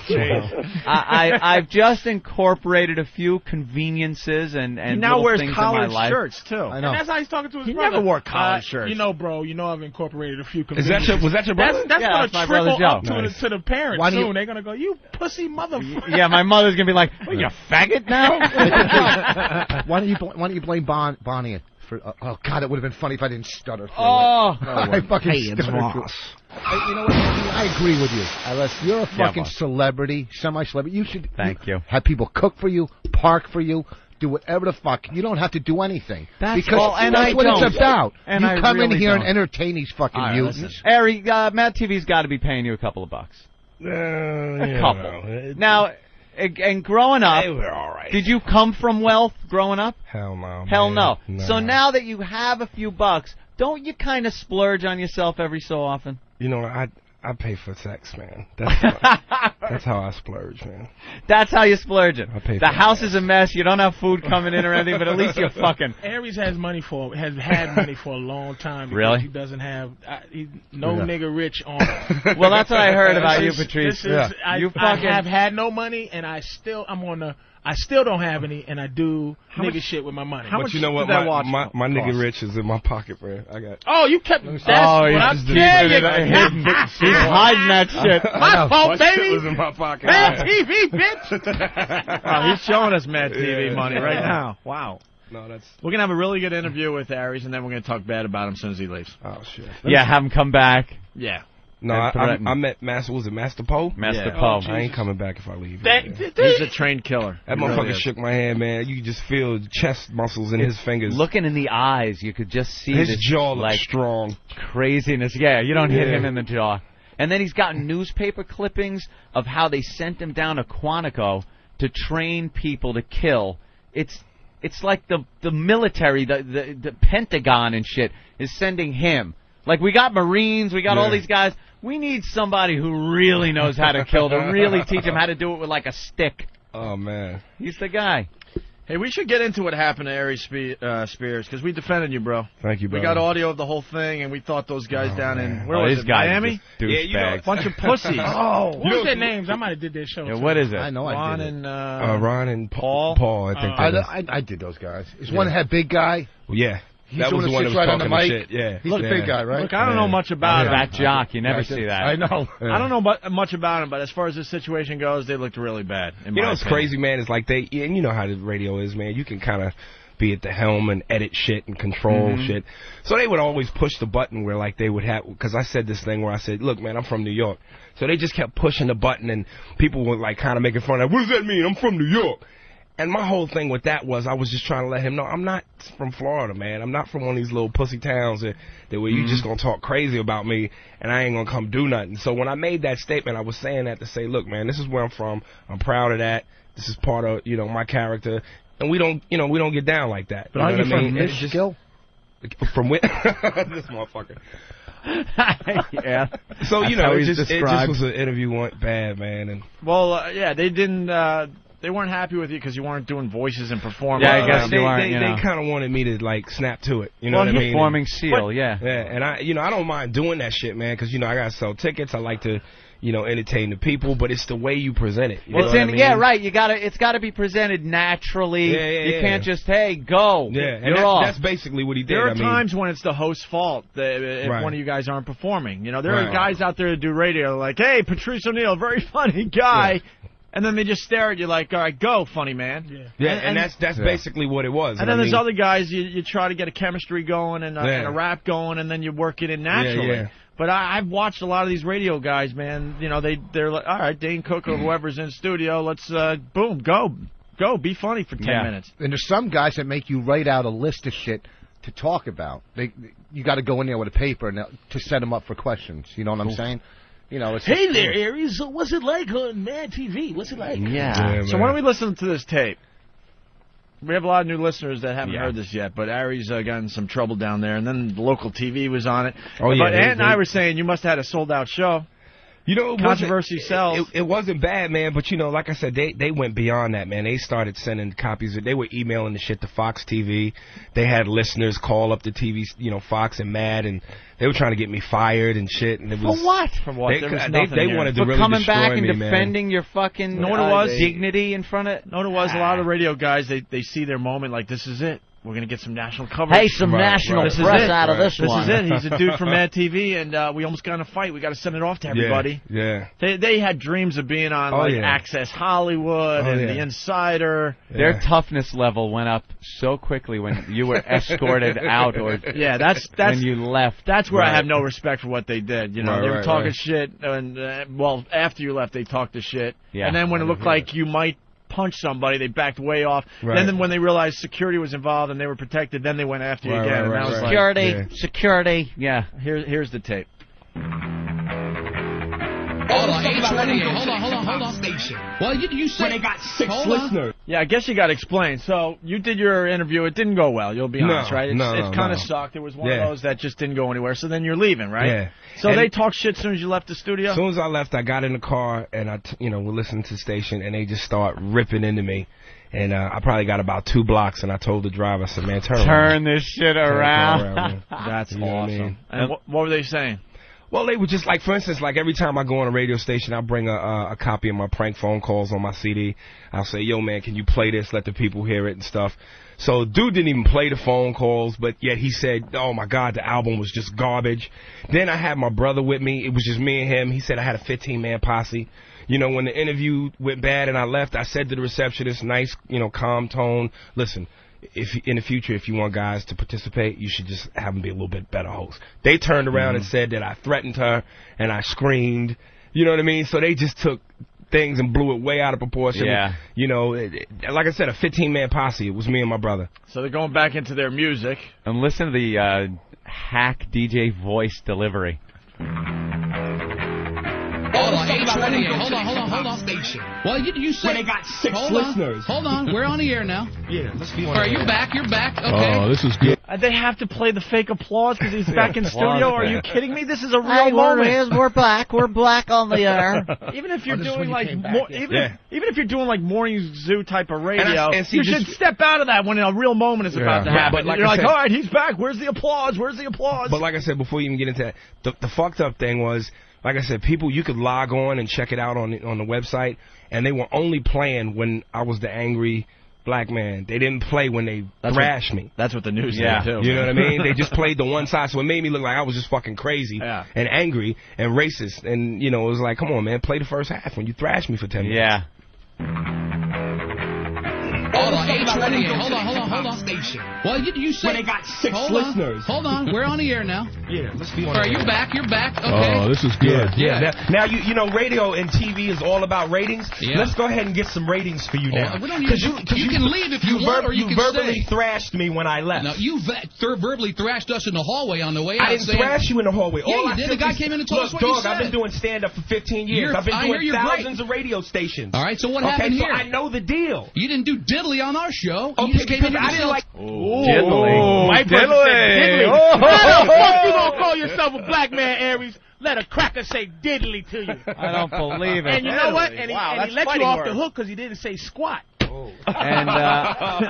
Speaker 1: Yeah,
Speaker 2: [LAUGHS]
Speaker 1: I- I, I I've just incorporated a few conveniences and and
Speaker 2: He now
Speaker 1: little
Speaker 2: wears
Speaker 1: things in my
Speaker 2: collared
Speaker 1: life.
Speaker 2: shirts too. I
Speaker 3: And that's how he's talking to his
Speaker 2: He
Speaker 3: brother.
Speaker 2: never wore collared
Speaker 3: Uh,
Speaker 2: shirts.
Speaker 3: You know, bro. You know, I've incorporated a few.
Speaker 2: Is that your- was that your brother?
Speaker 3: That's, that's
Speaker 2: Yeah,
Speaker 3: gonna
Speaker 2: that's my brother
Speaker 3: trickle up
Speaker 2: Joe.
Speaker 3: to,
Speaker 2: Nice.
Speaker 3: the, to the parents
Speaker 2: Why do
Speaker 3: soon.
Speaker 2: you-
Speaker 3: They're gonna go, you pussy motherfucker.
Speaker 1: Yeah, my mother's gonna be like, "What, you faggot
Speaker 6: [LAUGHS]
Speaker 1: now."
Speaker 7: why don't you bl- Why don't you blame bon-
Speaker 6: uh,
Speaker 7: Bonnie for? oh God, it would have been funny if I didn't stutter. through it.
Speaker 1: Oh.
Speaker 7: I fucking
Speaker 13: Hey, it's
Speaker 7: stuttered through-
Speaker 13: Ross.
Speaker 6: I, you know what? I agree with you. You're a fucking
Speaker 7: boss.
Speaker 6: celebrity, semi-celebrity. You should
Speaker 7: Thank you.
Speaker 6: have people cook for you, park for you, do whatever the fuck. You don't have to do anything.
Speaker 1: That's
Speaker 6: because
Speaker 1: all- and
Speaker 6: that's
Speaker 1: I
Speaker 6: what
Speaker 1: don't.
Speaker 6: it's about.
Speaker 1: And
Speaker 6: you
Speaker 1: I
Speaker 6: come
Speaker 1: really
Speaker 6: in here
Speaker 1: don't.
Speaker 6: and entertain these fucking
Speaker 1: All right, listen.
Speaker 6: mutants.
Speaker 1: Ari, uh, Matt TV's got to be paying you a couple of bucks.
Speaker 3: Uh,
Speaker 6: yeah,
Speaker 1: a couple. Now, and and growing up,
Speaker 13: They were all right.
Speaker 1: Did you come from wealth growing up?
Speaker 13: Hell no.
Speaker 1: Hell
Speaker 13: man.
Speaker 1: no. So now that you have a few bucks, don't you kind of splurge on yourself every so often?
Speaker 13: you know, I I pay for sex, man. That's how, that's how I splurge, man.
Speaker 1: That's how you splurge it.
Speaker 13: pay
Speaker 1: The
Speaker 13: for
Speaker 1: house is a mess. You don't have food coming in or anything, but at
Speaker 6: [LAUGHS]
Speaker 1: least you're fucking.
Speaker 3: Aries has money for has had money for a long time. because
Speaker 1: Really?
Speaker 3: He doesn't have I, he, no
Speaker 1: Yeah.
Speaker 3: nigga rich
Speaker 1: [LAUGHS]
Speaker 3: on. him.
Speaker 1: Well, that's what I heard
Speaker 3: This
Speaker 1: about you,
Speaker 3: is-
Speaker 1: Patrice.
Speaker 3: This is,
Speaker 1: Yeah.
Speaker 3: I,
Speaker 1: You
Speaker 3: I
Speaker 1: fucking-
Speaker 3: have had no money, and I still I'm on the. I still don't have any, and I do nigga shit with my money.
Speaker 13: but you know what? my my, my nigga rich is in my pocket, man. I got.
Speaker 3: Oh, you kept. That's what I'm
Speaker 13: just
Speaker 3: saying.
Speaker 13: keeping it in his big shit.
Speaker 3: [LAUGHS] My fault,
Speaker 13: That shit
Speaker 3: baby.
Speaker 13: was in my pocket.
Speaker 3: Mad
Speaker 13: man.
Speaker 3: TV,
Speaker 2: [LAUGHS]
Speaker 3: bitch.
Speaker 1: uh,
Speaker 2: Wow,
Speaker 3: [LAUGHS]
Speaker 2: he's showing us Mad TV
Speaker 13: Yeah.
Speaker 2: money right now. Wow.
Speaker 13: No, that's
Speaker 2: We're gonna have a really good interview with Aries, and then we're gonna talk bad about him as soon as he leaves.
Speaker 13: Oh shit.
Speaker 1: Yeah, have him come back.
Speaker 2: Yeah.
Speaker 13: No,
Speaker 2: And
Speaker 13: I,
Speaker 2: threaten.
Speaker 13: I, I met Master. Was it Master Poe?
Speaker 2: Master Yeah. Poe.
Speaker 13: I ain't coming back if I leave.
Speaker 2: he's a trained killer.
Speaker 13: That
Speaker 2: He
Speaker 13: motherfucker
Speaker 2: really is.
Speaker 13: shook my hand, man. You could just feel the chest muscles in his fingers.
Speaker 1: Looking in the eyes, you could just see
Speaker 13: His
Speaker 1: this,
Speaker 13: jaw looks
Speaker 1: like
Speaker 13: strong
Speaker 1: craziness. Yeah, you don't hit
Speaker 13: Yeah.
Speaker 1: him in the jaw. And then he's gotten newspaper clippings of how they sent him down to Quantico to train people to kill. It's it's like the the military, the the, the Pentagon and shit is sending him. Like we got Marines, we got all
Speaker 13: Yeah.
Speaker 1: these guys. We need somebody who really knows how to kill to really teach him how to do it with like a stick.
Speaker 13: Oh man,
Speaker 1: he's the guy.
Speaker 2: Hey, we should get into what happened to Aries Spe- uh, Spears because we defended you, bro.
Speaker 13: Thank you,
Speaker 2: We
Speaker 13: brother.
Speaker 2: got audio of the whole thing, and we thought those guys down in where
Speaker 1: Oh,
Speaker 2: was
Speaker 1: these
Speaker 2: it,
Speaker 1: guys are
Speaker 2: Miami?
Speaker 1: just Yeah, you know- douchebags.
Speaker 2: bunch of pussies.
Speaker 3: Oh, what was their names? I might have did their show. too.
Speaker 2: Ron and uh,
Speaker 13: Uh, Ron and Paul. Paul, I think.
Speaker 6: I,
Speaker 13: that is.
Speaker 6: I, I did those guys. Is
Speaker 13: Yeah.
Speaker 6: one had big guy?
Speaker 13: yeah.
Speaker 6: He's
Speaker 13: that
Speaker 6: the one
Speaker 13: was
Speaker 6: that
Speaker 13: the one that was
Speaker 6: sits right on
Speaker 13: talking
Speaker 6: the
Speaker 13: the
Speaker 6: mic?
Speaker 13: shit. Yeah.
Speaker 6: He's the
Speaker 13: yeah.
Speaker 6: big guy, right?
Speaker 2: Look, I don't know much about
Speaker 1: Yeah.
Speaker 2: him.
Speaker 1: Fat jock, you never see that.
Speaker 2: I know.
Speaker 13: Yeah.
Speaker 2: I don't know mu- much about him, but as far as this situation goes, they looked really bad. in my
Speaker 13: You know what's
Speaker 2: opinion.
Speaker 13: crazy, man? It's like they, and you know how the radio is, man. You can kind of be at the helm and edit shit and control
Speaker 2: Mm-hmm.
Speaker 21: Mhm.
Speaker 13: shit. So they would always push the button where like they would have, because I said this thing where I said, look, man, I'm from New York. So they just kept pushing the button and people were like kind of making fun of, what does that mean? I'm from New York. And my whole thing with that was I was just trying to let him know I'm not from Florida, man. I'm not from one of these little pussy towns that, that where you just gonna talk crazy about me and I ain't gonna come do nothing. So when I made that statement, I was saying that to say, look, man, this is where I'm from. I'm proud of that. This is part of you know my character, and we don't you know we don't get down like that.
Speaker 6: But
Speaker 13: you
Speaker 6: aren't
Speaker 13: know
Speaker 6: you
Speaker 13: what I
Speaker 6: from
Speaker 13: mean? It's just-
Speaker 6: Michigan?
Speaker 13: From where? [LAUGHS] [LAUGHS] this motherfucker.
Speaker 1: yeah.
Speaker 13: So you
Speaker 2: That's how
Speaker 13: know, it
Speaker 2: he's
Speaker 13: just, it just
Speaker 2: described.
Speaker 13: was an interview went bad, man, and
Speaker 2: Well, uh, yeah, they didn't. Uh, they weren't happy with you because you weren't doing voices and performing.
Speaker 13: Well, they, They, they kind of wanted me to like snap to it. You know
Speaker 1: Well,
Speaker 13: what I
Speaker 1: he's
Speaker 13: mean?
Speaker 1: forming seal, yeah.
Speaker 13: Yeah, and I, you know, I don't mind doing that shit, man, because you know I gotta sell tickets. I like to, you know, entertain the people, but it's the way you present it. [LAUGHS] You know
Speaker 1: it's
Speaker 13: what
Speaker 1: in,
Speaker 13: I mean?
Speaker 1: yeah, right. You gotta, it's gotta be presented naturally.
Speaker 13: Yeah, yeah,
Speaker 1: you
Speaker 13: yeah.
Speaker 1: can't just, hey, go.
Speaker 13: Yeah, and
Speaker 1: you're
Speaker 13: that's,
Speaker 1: off.
Speaker 13: that's basically what he did.
Speaker 2: There are
Speaker 13: I mean,
Speaker 2: times when it's the host's fault that uh, if
Speaker 13: Right.
Speaker 2: one of you guys aren't performing. You know, there
Speaker 13: Right.
Speaker 2: are guys out there that do radio like, "Hey, Patrice O'Neill, very funny guy," and then they just stare at you like, "All right, go, funny man." Yeah,
Speaker 13: yeah, and, that's that's basically what it was.
Speaker 2: And, then
Speaker 13: I
Speaker 2: there's
Speaker 13: mean-
Speaker 2: other guys you, you try to get a chemistry going and a,
Speaker 13: Yeah.
Speaker 2: and a rap going, and then you work it in naturally.
Speaker 13: yeah.
Speaker 2: But I, I've watched a lot of these radio guys, man. You know, they they're like, "All right, Dane Cook
Speaker 13: Mm-hmm.
Speaker 2: or whoever's in studio, let's uh, boom, go, go, be funny for ten minutes."
Speaker 6: And there's some guys that make you write out a list of shit to talk about. They, you got to go in there with a paper and they'll- to set them up for questions. You know what I'm saying? You know, it's
Speaker 3: Hey
Speaker 6: just-
Speaker 3: there, Aries. So what's it like on Mad TV? What's it like?
Speaker 2: so why don't we listen to this tape? We have a lot of new listeners that haven't heard this yet, but Ari's uh, gotten some trouble down there, and then the local TV was on it.
Speaker 13: Oh, yeah,
Speaker 2: But
Speaker 13: they-
Speaker 2: Ant and I
Speaker 13: they-
Speaker 2: were saying you must have had a sold out show.
Speaker 13: You know,
Speaker 2: controversy
Speaker 13: sells. It, it wasn't bad, man. But you know, like I said, they they went beyond that, man. They started sending copies. Of, they were emailing the shit to Fox TV. They had listeners call up the TV, you know, Fox and Mad, and they were trying to get me fired and shit. And it was
Speaker 2: For what?
Speaker 13: They,
Speaker 2: There was
Speaker 13: they-
Speaker 2: nothing
Speaker 13: they
Speaker 2: here.
Speaker 13: wanted to really
Speaker 1: coming
Speaker 13: destroy
Speaker 1: back and
Speaker 13: me, man.
Speaker 1: defending your fucking
Speaker 2: No one
Speaker 1: uh,
Speaker 2: was
Speaker 1: dignity in front of. Ah.
Speaker 2: No one was a lot of radio guys. They they see their moment like this is it. We're gonna get some national coverage.
Speaker 35: Hey, some Right, national right.
Speaker 2: This is
Speaker 35: press
Speaker 2: it.
Speaker 35: out of this
Speaker 2: This
Speaker 35: one.
Speaker 2: is it. He's a dude
Speaker 1: [LAUGHS]
Speaker 2: from Mad TV, and uh, we almost got in a fight. We got to send it off to everybody.
Speaker 13: Yeah. yeah.
Speaker 2: They they had dreams of being on
Speaker 1: Oh,
Speaker 2: like
Speaker 1: yeah.
Speaker 2: Access Hollywood
Speaker 1: Oh,
Speaker 2: and
Speaker 1: yeah.
Speaker 2: The Insider.
Speaker 1: Their toughness level went up so quickly when you were escorted out, or
Speaker 2: yeah, that's that's
Speaker 1: when you left.
Speaker 2: That's where I have
Speaker 1: Right.
Speaker 2: no respect for what they did. You know,
Speaker 1: Right,
Speaker 2: they were
Speaker 1: right,
Speaker 2: talking
Speaker 1: right.
Speaker 2: shit, and uh, well, after you left, they talked the shit.
Speaker 1: Yeah.
Speaker 2: And then when it
Speaker 1: I
Speaker 2: looked
Speaker 1: hear
Speaker 2: like you might punch somebody, they backed way off.
Speaker 35: Right.
Speaker 2: Then, then when they realized security was involved and they were protected, then they went after you
Speaker 35: Right,
Speaker 2: again.
Speaker 35: right,
Speaker 2: and
Speaker 35: right,
Speaker 2: that was
Speaker 35: right.
Speaker 2: like-
Speaker 35: Security, Yeah. security.
Speaker 2: Yeah. Here, here's the tape.
Speaker 6: Hold on, hold on, hold on, hold on. Station. Well, you, you said they got six
Speaker 2: Yeah, I guess you got to explain. So you did your interview. It didn't go well. You'll be
Speaker 13: No,
Speaker 2: honest, right? It's,
Speaker 13: no,
Speaker 2: it
Speaker 13: no,
Speaker 2: kind
Speaker 13: no.
Speaker 2: of sucked. It was one
Speaker 13: Yeah.
Speaker 2: of those that just didn't go anywhere. So then you're leaving, right?
Speaker 13: Yeah.
Speaker 2: So
Speaker 13: And-
Speaker 2: they talked shit as soon as you left the studio.
Speaker 13: As soon as I left, I got in the car and I, t- you know, we listened to the station and they just start ripping into me. And uh, I probably got about two blocks and I told the driver, I said, man, turn around.
Speaker 1: Turn this shit
Speaker 13: Turn the car
Speaker 1: around.
Speaker 13: man.
Speaker 2: That's
Speaker 13: You know what I mean?
Speaker 2: And what, what were they saying?
Speaker 13: Well, they were just like, for instance, like every time I go on a radio station, I bring a, a, a copy of my prank phone calls on my CD. I'll say, yo, man, can you play this? Let the people hear it and stuff. So dude didn't even play the phone calls, but yet he said, oh my God, the album was just garbage. Then I had my brother with me. It was just me and him. He said I had a 15 man posse. You know, when the interview went bad and I left, I said to the receptionist, nice, you know, calm tone, listen, if in the future, if you want guys to participate, you should just have them be a little bit better hosts. They turned around and
Speaker 2: Mm-hmm.
Speaker 11: Mhm.
Speaker 13: said that I threatened her and I screamed. You know what I mean? So they just took things and blew it way out of proportion.
Speaker 1: Yeah.
Speaker 13: You know, it, it- like I said, a 15 man posse. It was me and my brother.
Speaker 2: So they're going back into their music.
Speaker 1: And listen to the uh, hack DJ voice delivery.
Speaker 6: Hold on, 828. Hold on, hold on, hold on. Station. Well, you, you said
Speaker 11: When they got six
Speaker 6: hold
Speaker 11: listeners.
Speaker 6: On, hold on, we're on the air now.
Speaker 13: Yeah, let's
Speaker 6: All right, you're back. You're back. Okay.
Speaker 11: Oh, this is good.
Speaker 2: Uh, They have to play the fake applause because he's back in
Speaker 6: Applause,
Speaker 2: studio. Are
Speaker 6: yeah.
Speaker 2: you kidding me? This is a real
Speaker 6: Hey, we're-
Speaker 2: moment.
Speaker 6: here's- we're
Speaker 35: black. We're black on the
Speaker 13: [LAUGHS]
Speaker 35: air.
Speaker 2: [LAUGHS] Even if you're
Speaker 6: Oh, this is
Speaker 2: doing
Speaker 6: when you
Speaker 2: like
Speaker 6: came back,
Speaker 2: mor-
Speaker 6: yeah.
Speaker 2: even
Speaker 6: Yeah.
Speaker 2: if, even if you're doing like morning zoo type of radio,
Speaker 6: and see,
Speaker 2: you
Speaker 6: just-
Speaker 2: should step out of that when a real moment is about to
Speaker 13: But-
Speaker 2: happen.
Speaker 13: but like
Speaker 2: you're
Speaker 13: I
Speaker 2: like,
Speaker 13: said-
Speaker 2: all right, he's back. Where's the applause? Where's the applause?
Speaker 13: But like I said, before you even get into that, the, the fucked up thing was, like I said, people you could log on and check it out on the, on the website, and they were only playing when I was the angry black man. They didn't play when they
Speaker 2: That's what-
Speaker 13: thrashed me.
Speaker 2: That's what the news
Speaker 13: yeah.
Speaker 2: said too.
Speaker 13: You know what I mean?
Speaker 2: [LAUGHS]
Speaker 13: They just played the one side, so it made me look like I was just fucking crazy and angry and racist. And you know, it was like, come on, man, play the first half when you thrashed me for ten minutes.
Speaker 1: Yeah.
Speaker 13: [LAUGHS]
Speaker 6: Hold on, 828. Hold on, hold on, hold on. Station. Well, you, you said
Speaker 11: When they got six
Speaker 6: hold
Speaker 11: listeners.
Speaker 6: On, hold on, we're on the air now.
Speaker 13: Yeah, let's
Speaker 6: All right, you're back. You're back. Okay.
Speaker 11: Oh, this is good.
Speaker 13: Yeah. Now, now you you know radio and TV is all about ratings.
Speaker 11: Yeah.
Speaker 13: Let's go ahead and get some ratings for you
Speaker 6: Oh,
Speaker 13: now.
Speaker 6: we don't need-
Speaker 13: 'Cause
Speaker 6: you
Speaker 13: 'cause
Speaker 6: can leave if you want, or you can
Speaker 13: verbally
Speaker 6: stay.
Speaker 13: thrashed me when I left.
Speaker 6: Now, you ve- thir- verbally thrashed us in the hallway on the way out.
Speaker 13: I didn't
Speaker 6: saying,
Speaker 13: thrash you in the hallway.
Speaker 6: Yeah,
Speaker 13: All
Speaker 6: you
Speaker 13: I
Speaker 6: did. The
Speaker 13: said
Speaker 6: guy
Speaker 13: was,
Speaker 6: came in and told
Speaker 13: look,
Speaker 6: us what you
Speaker 13: dog, I've been
Speaker 6: said.
Speaker 13: doing stand up for 15 years.
Speaker 6: You're-
Speaker 13: I've been
Speaker 6: I hear
Speaker 13: doing
Speaker 6: you're great.
Speaker 13: thousands of radio stations.
Speaker 6: All right, so what
Speaker 13: okay,
Speaker 6: happened
Speaker 13: so
Speaker 6: here?
Speaker 13: I know the deal.
Speaker 6: You didn't do diddly on our show.
Speaker 13: Okay,
Speaker 6: you just came in
Speaker 13: because I
Speaker 6: here to
Speaker 13: didn't
Speaker 6: tell us-
Speaker 13: like-
Speaker 6: Ooh,
Speaker 3: White person
Speaker 6: diddly.
Speaker 3: said diddly.
Speaker 6: Oh.
Speaker 3: How the fuck you gonna
Speaker 6: [LAUGHS]
Speaker 3: call yourself a black man, Aries? Let a cracker say diddly to you.
Speaker 1: [LAUGHS] I don't believe it.
Speaker 3: And you know what? And he,
Speaker 1: Wow,
Speaker 3: and he
Speaker 1: that's
Speaker 3: let you
Speaker 1: fighting
Speaker 3: off the
Speaker 1: words.
Speaker 3: hook because he didn't say squat. [LAUGHS]
Speaker 1: And uh,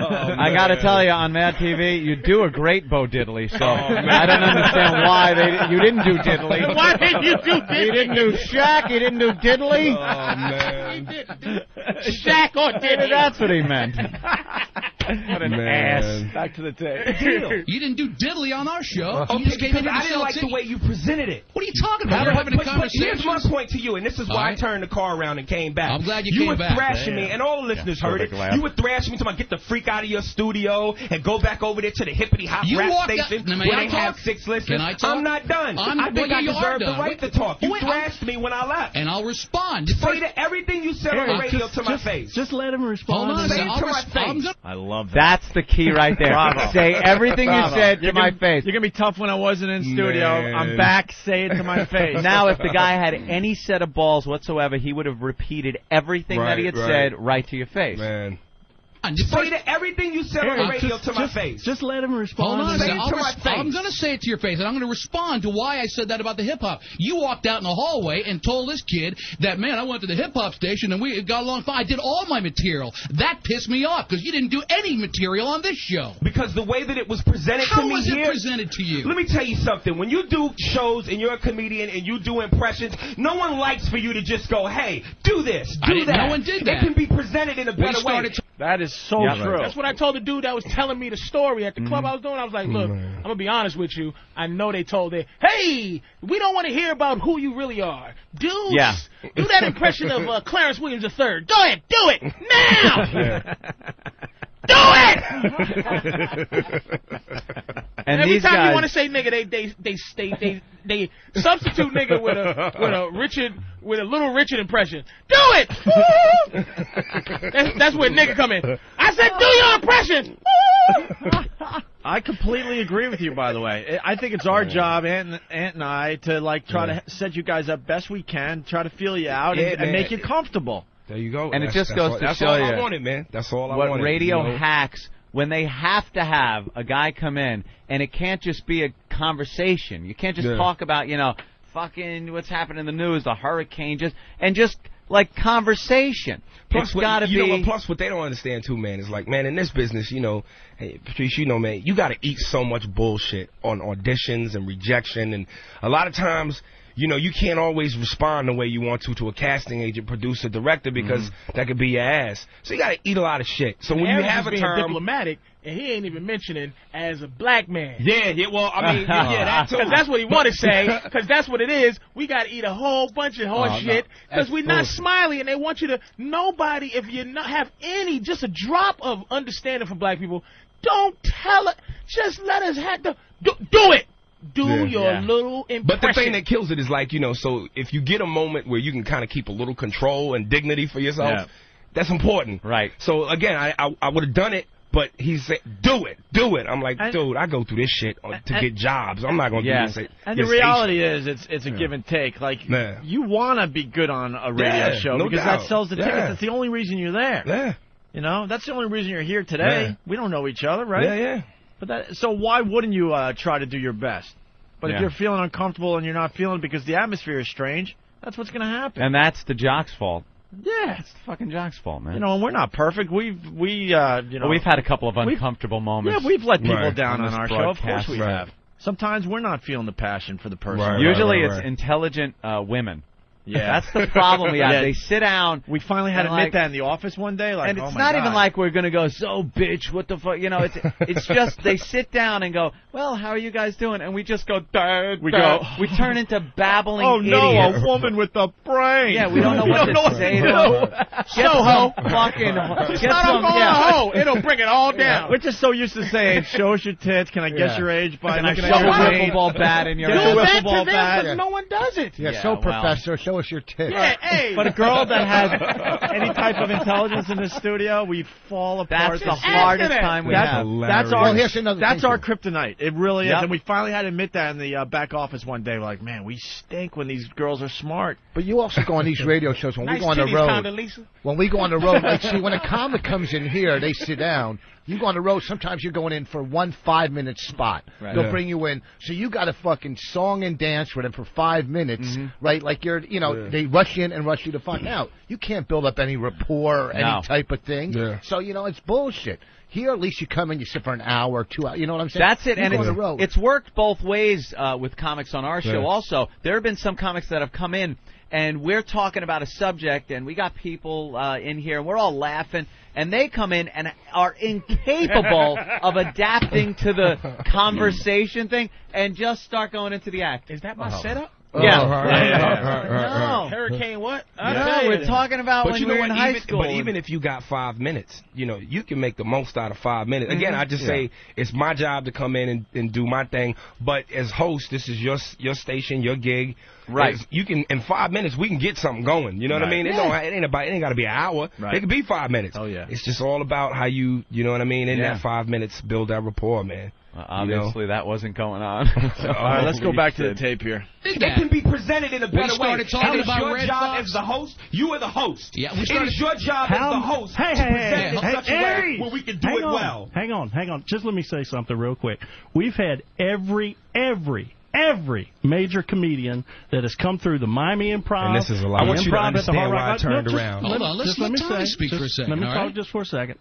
Speaker 6: Oh, [LAUGHS]
Speaker 1: [LAUGHS] I got to tell you, on Mad TV, you do a great Bo Diddley. So
Speaker 6: man.
Speaker 1: I don't understand why they you didn't do Diddley.
Speaker 6: [LAUGHS] Why didn't you do
Speaker 1: You
Speaker 6: diddly?
Speaker 1: didn't do Shaq. You didn't do Diddley.
Speaker 6: Oh,
Speaker 13: man.
Speaker 6: Shaq or diddly?
Speaker 1: Maybe that's what he [LAUGHS] meant.
Speaker 2: what
Speaker 1: an Man. ass.
Speaker 2: Back to the tape.
Speaker 6: You didn't do diddly on our show.
Speaker 13: Okay,
Speaker 6: you just came in
Speaker 13: Uh, because I
Speaker 6: and
Speaker 13: didn't
Speaker 6: said-
Speaker 13: like the way you presented it.
Speaker 6: What are you talking about? We're having a
Speaker 13: But- but Here's my
Speaker 6: conversation.
Speaker 13: point to you, and this is
Speaker 6: All
Speaker 13: why I
Speaker 6: right.
Speaker 13: turned the car around and came back.
Speaker 6: I'm glad you came
Speaker 13: were
Speaker 6: back.
Speaker 13: thrashing me,
Speaker 6: Yeah.
Speaker 13: and all the listeners
Speaker 6: Yeah,
Speaker 13: heard it.
Speaker 6: perfect laugh.
Speaker 13: You were thrashing me, talking about get the freak out of your studio and go back over there to the hippity hop
Speaker 6: You
Speaker 13: rap
Speaker 6: walked out-
Speaker 13: station
Speaker 6: Now, may
Speaker 13: where
Speaker 6: I
Speaker 13: they
Speaker 6: talk?
Speaker 13: have six listeners.
Speaker 6: Can I talk?
Speaker 13: am not done.
Speaker 6: I'm-
Speaker 13: I think
Speaker 6: well,
Speaker 13: I
Speaker 6: you are
Speaker 13: deserve the
Speaker 6: done.
Speaker 13: right to
Speaker 6: Wait,
Speaker 13: talk. You
Speaker 6: wait, I'm-
Speaker 13: thrashed me when I left.
Speaker 6: And I'll respond.
Speaker 13: Say to everything you said on the radio to my face.
Speaker 2: Just let him
Speaker 6: respond. Hold on,
Speaker 13: Say it
Speaker 6: I'll
Speaker 13: to my
Speaker 6: res- I'm
Speaker 13: face.
Speaker 6: gonna-
Speaker 2: I love that.
Speaker 1: That's the key right there.
Speaker 2: Bravo.
Speaker 1: [LAUGHS] Say everything you
Speaker 2: Bravo.
Speaker 1: said to
Speaker 2: You're
Speaker 1: my
Speaker 2: gonna-
Speaker 1: face.
Speaker 2: You're gonna be tough when I wasn't in studio. I'm
Speaker 1: Man.
Speaker 2: back. Say it to
Speaker 13: [LAUGHS]
Speaker 2: my face.
Speaker 1: Now, if the guy had any set of balls whatsoever, he would have repeated everything that he
Speaker 13: Right,
Speaker 1: had
Speaker 13: right.
Speaker 1: said right to your face.
Speaker 13: Man.
Speaker 6: Say
Speaker 13: to everything you said on the radio to my face.
Speaker 2: Just let him
Speaker 6: Hold on, a
Speaker 13: Say it
Speaker 6: second. I'll
Speaker 13: to my
Speaker 6: res-
Speaker 13: face.
Speaker 6: I'm going to say it to your face, and I'm going to respond to why I said that about the hip hop. You walked out in the hallway and told this kid that, man, I went to the hip hop station and we got along fine. I did all my material. That pissed me off because you didn't do any material on this show.
Speaker 13: Because the way that it was presented
Speaker 6: How
Speaker 13: to me
Speaker 6: was it
Speaker 13: here,
Speaker 6: presented to you?
Speaker 13: Let me tell you something. When you do shows and you're a comedian and you do impressions, no one likes for you to just go, "Hey, do this,
Speaker 6: I
Speaker 13: do
Speaker 6: didn't-
Speaker 13: that."
Speaker 6: no one did
Speaker 13: It
Speaker 6: that.
Speaker 13: can be presented in a
Speaker 6: We
Speaker 13: better way.
Speaker 6: started t-
Speaker 3: That is so
Speaker 13: Yeah, true. right.
Speaker 3: That's what I told the dude that was telling me the story at the club I was doing. I was like, look, I'm gonna be honest with you. I know they told it. Hey, we don't want to hear about who you really are, dude.
Speaker 1: Yeah.
Speaker 3: Do that impression of uh, Clarence Williams III. Go ahead, do it
Speaker 6: [LAUGHS]
Speaker 3: now. [LAUGHS]
Speaker 1: And
Speaker 3: Every
Speaker 1: these
Speaker 3: time you
Speaker 1: guys-
Speaker 3: want to say nigga, they they they stay they they substitute nigga with a with a Richard with a little Richard impression. Do it. Woo! that's, that's where nigga come in. I said do your impression.
Speaker 2: I completely agree with you. By the way, I I think it's our job, Aunt, Aunt and I, to like try to set you guys up best we can, try to feel you out,
Speaker 13: Yeah,
Speaker 2: and, and
Speaker 13: man.
Speaker 2: make you comfortable.
Speaker 13: There you go.
Speaker 2: And it just
Speaker 13: that's
Speaker 2: goes
Speaker 13: all,
Speaker 2: to
Speaker 13: that's
Speaker 2: show
Speaker 13: all
Speaker 2: you
Speaker 13: I wanted, man. That's all I
Speaker 1: what
Speaker 13: wanted.
Speaker 1: radio
Speaker 13: you know?
Speaker 1: hacks when they have to have a guy come in and it can't just be a conversation. You can't just
Speaker 13: Yeah.
Speaker 1: talk about, you know, fucking what's happening in the news, the hurricane just and just like conversation.
Speaker 13: Plus,
Speaker 1: it's
Speaker 13: what,
Speaker 1: got to
Speaker 13: you know
Speaker 1: be
Speaker 13: what, plus what they don't understand too, man, is like, man, in this business, you know, hey, Patrice, you know, man, you got to eat so much bullshit on auditions and rejection, and a lot of times, you know, you can't always respond the way you want to to a casting agent, producer, director because that could be your ass. So you got to eat a lot of shit. So when you
Speaker 3: Aaron's
Speaker 13: have
Speaker 3: just
Speaker 13: a
Speaker 3: being
Speaker 13: term,
Speaker 3: diplomatic, and he ain't even mentioning as a black man.
Speaker 13: Yeah, yeah, well, I mean, yeah, yeah, that too.
Speaker 3: Because that's what he want to say. Because that's what it is. We got to eat a whole bunch of horse
Speaker 13: Oh, no.
Speaker 3: shit. Because
Speaker 13: That's
Speaker 3: we not
Speaker 13: bullshit.
Speaker 3: smiley, and they want you to. Nobody, if you not have any, just a drop of understanding for black people, don't tell it. Just let us have the do, do it. Do
Speaker 13: Yeah.
Speaker 3: your
Speaker 13: Yeah.
Speaker 3: little impression.
Speaker 13: But the thing that kills it is like, you know, so if you get a moment where you can kind of keep a little control and dignity for yourself,
Speaker 3: Yeah.
Speaker 13: that's important. Right. So again, I I, I would have done it, but he said, "Do it, do it." I'm like, dude, I go through this shit on- to
Speaker 2: and-
Speaker 13: get jobs. I'm not gonna
Speaker 2: Yeah.
Speaker 13: do this. At
Speaker 2: And
Speaker 13: your
Speaker 2: the reality
Speaker 13: station.
Speaker 2: is, it's it's a
Speaker 13: Yeah.
Speaker 2: give and take. Like
Speaker 13: Yeah.
Speaker 2: you want to be good on a radio
Speaker 13: Yeah,
Speaker 2: show
Speaker 13: no
Speaker 2: because that
Speaker 13: doubt.
Speaker 2: sells the tickets.
Speaker 13: Yeah.
Speaker 2: That's the only reason you're there.
Speaker 13: Yeah.
Speaker 2: You know, that's the only reason you're here today.
Speaker 13: Yeah.
Speaker 2: We don't know each other, right?
Speaker 13: Yeah, yeah.
Speaker 2: But that so why wouldn't you uh, try to do your best? But if
Speaker 1: Yeah.
Speaker 2: you're feeling uncomfortable and you're not feeling because the atmosphere is strange, that's what's going to happen.
Speaker 1: and that's the jock's fault.
Speaker 2: yeah, it's
Speaker 1: fucking jock's fault, man.
Speaker 2: You know, and we're not perfect. We've we uh, you know
Speaker 1: Well, we've had a couple of
Speaker 2: we've-
Speaker 1: uncomfortable moments.
Speaker 2: Yeah, we've let people
Speaker 1: Right.
Speaker 2: down on
Speaker 1: this
Speaker 2: our show. Of course
Speaker 1: broadcast.
Speaker 2: we have. Sometimes we're not feeling the passion for the person.
Speaker 1: Usually it's intelligent uh, women.
Speaker 2: Yeah.
Speaker 1: That's the problem we
Speaker 2: [LAUGHS]
Speaker 1: have.
Speaker 2: Yeah.
Speaker 1: They sit down.
Speaker 2: We finally had to admit that in the office one day. Like,
Speaker 1: and
Speaker 2: oh
Speaker 1: it's
Speaker 2: my
Speaker 1: not
Speaker 2: God.
Speaker 1: even like we're gonna go, so bitch, what the fuck, you know? It's it's just they sit down and go, well, how are you guys doing? And we just go, "Duh,
Speaker 2: We
Speaker 1: duh."
Speaker 2: go,
Speaker 1: we turn into [LAUGHS] babbling.
Speaker 2: Oh no,
Speaker 1: idiots.
Speaker 2: a woman with a brain.
Speaker 1: Yeah, we don't know what to say to them.
Speaker 6: [LAUGHS]
Speaker 1: Get
Speaker 2: Show
Speaker 1: some
Speaker 2: ho.
Speaker 1: fucking-
Speaker 2: Just
Speaker 1: get
Speaker 2: start
Speaker 1: some-
Speaker 2: off on
Speaker 1: yeah.
Speaker 2: a hoe. It'll
Speaker 3: bring it all
Speaker 2: down. We're just so used to saying, "Show us your tits." Can I guess
Speaker 1: Yeah.
Speaker 2: your age by
Speaker 1: Can I
Speaker 2: looking
Speaker 1: shove
Speaker 2: at your
Speaker 1: a wiffle
Speaker 2: brain?
Speaker 1: ball bat in your
Speaker 2: Get
Speaker 1: ass?
Speaker 2: the
Speaker 1: Do that
Speaker 2: wiffle
Speaker 1: to
Speaker 2: ball
Speaker 1: them,
Speaker 2: bat.
Speaker 3: but no one does it.
Speaker 6: Yeah, so professor, show us your tits.
Speaker 3: Yeah, hey.
Speaker 2: But a girl that
Speaker 6: [LAUGHS]
Speaker 2: has any type of intelligence in the studio, we fall apart.
Speaker 6: That's the
Speaker 2: Just
Speaker 6: hardest
Speaker 2: answer that.
Speaker 6: time we
Speaker 2: that's,
Speaker 6: have.
Speaker 2: That's our
Speaker 6: Well, here's another
Speaker 2: that's
Speaker 6: thing,
Speaker 2: our kryptonite. It really
Speaker 6: Yep.
Speaker 2: is, and we finally had to admit that in the uh, back office one day. We're like, man, we stink when these girls are smart.
Speaker 6: But you also go on these radio shows when we go on the road. When we go on the road,
Speaker 1: [LAUGHS]
Speaker 6: like see, when a comic comes in here, they sit down. You go on the road. Sometimes you're going in for one five minute spot.
Speaker 7: Right.
Speaker 6: They'll
Speaker 7: Yeah.
Speaker 6: bring you in, so you got to fucking song and dance with them for five minutes,
Speaker 1: Mm-hmm.
Speaker 6: right? Like you're, you know,
Speaker 7: Yeah.
Speaker 6: they rush you in and rush you the fuck out. You can't build up any rapport or any
Speaker 1: No.
Speaker 6: type of thing. So you know it's bullshit. Here, at least you come in, you sit for an hour, two hours. You know what I'm saying?
Speaker 1: That's it,
Speaker 6: You
Speaker 1: and
Speaker 6: go
Speaker 1: it's,
Speaker 6: on the road.
Speaker 1: it's worked both ways uh, with comics on our show.
Speaker 6: Yeah.
Speaker 1: Also, there have been some comics that have come in, and we're talking about a subject, and we got people uh, in here, and we're all laughing, and they come in and are incapable
Speaker 6: [LAUGHS]
Speaker 1: of adapting to the conversation thing, and just start going into the act.
Speaker 3: Is that my setup?
Speaker 1: Yeah.
Speaker 6: Oh,
Speaker 1: No.
Speaker 3: Hurricane what? I
Speaker 1: No,
Speaker 3: tell you
Speaker 1: we're
Speaker 3: then.
Speaker 1: talking about
Speaker 13: But
Speaker 1: when
Speaker 13: you
Speaker 1: we
Speaker 13: know
Speaker 1: were
Speaker 13: what?
Speaker 1: in high
Speaker 13: even,
Speaker 1: school.
Speaker 13: But even if you got five minutes, you know, you can make the most out of five minutes. Again,
Speaker 1: Mhm.
Speaker 13: I just
Speaker 1: Yeah.
Speaker 13: say it's my job to come in and, and do my thing. But as host, this is your your station, your gig.
Speaker 1: Right.
Speaker 13: It's- You can in five minutes we can get something going. You know what I
Speaker 1: Right.
Speaker 13: mean? It,
Speaker 1: Yeah.
Speaker 13: don't, it ain't about it ain't got to be an hour.
Speaker 1: Right.
Speaker 13: It could be five minutes. Oh yeah. It's just all about how you you know what I mean. In
Speaker 1: Yeah.
Speaker 13: that five minutes, build that rapport, man.
Speaker 1: obviously, that wasn't
Speaker 13: [LAUGHS]
Speaker 1: going on. [LAUGHS]
Speaker 13: All right, let's go back to the
Speaker 2: tape here.
Speaker 13: It can be presented in a
Speaker 21: We started talking
Speaker 13: It is
Speaker 21: about Red Fox.
Speaker 13: the host. You are the host.
Speaker 21: Yeah, we started-
Speaker 4: How- Hey, hey, hey, hey, hey, hang on,
Speaker 13: well.
Speaker 4: Hang on, hang on. Just let me say something real quick. We've had every, every, every major comedian that has come through the Miami Improv.
Speaker 13: And this is a lot.
Speaker 4: the
Speaker 13: I want you to
Speaker 4: Improv at the
Speaker 13: understand
Speaker 4: Hard
Speaker 13: why I
Speaker 4: Rock-
Speaker 13: turned
Speaker 4: just-
Speaker 13: around.
Speaker 4: let-
Speaker 21: Hold on, let's
Speaker 4: just
Speaker 21: let
Speaker 4: let me
Speaker 21: Tommy
Speaker 4: say-
Speaker 21: speak for a
Speaker 4: just
Speaker 21: second,
Speaker 4: Let me
Speaker 21: all
Speaker 4: talk
Speaker 21: right?
Speaker 4: just for a second.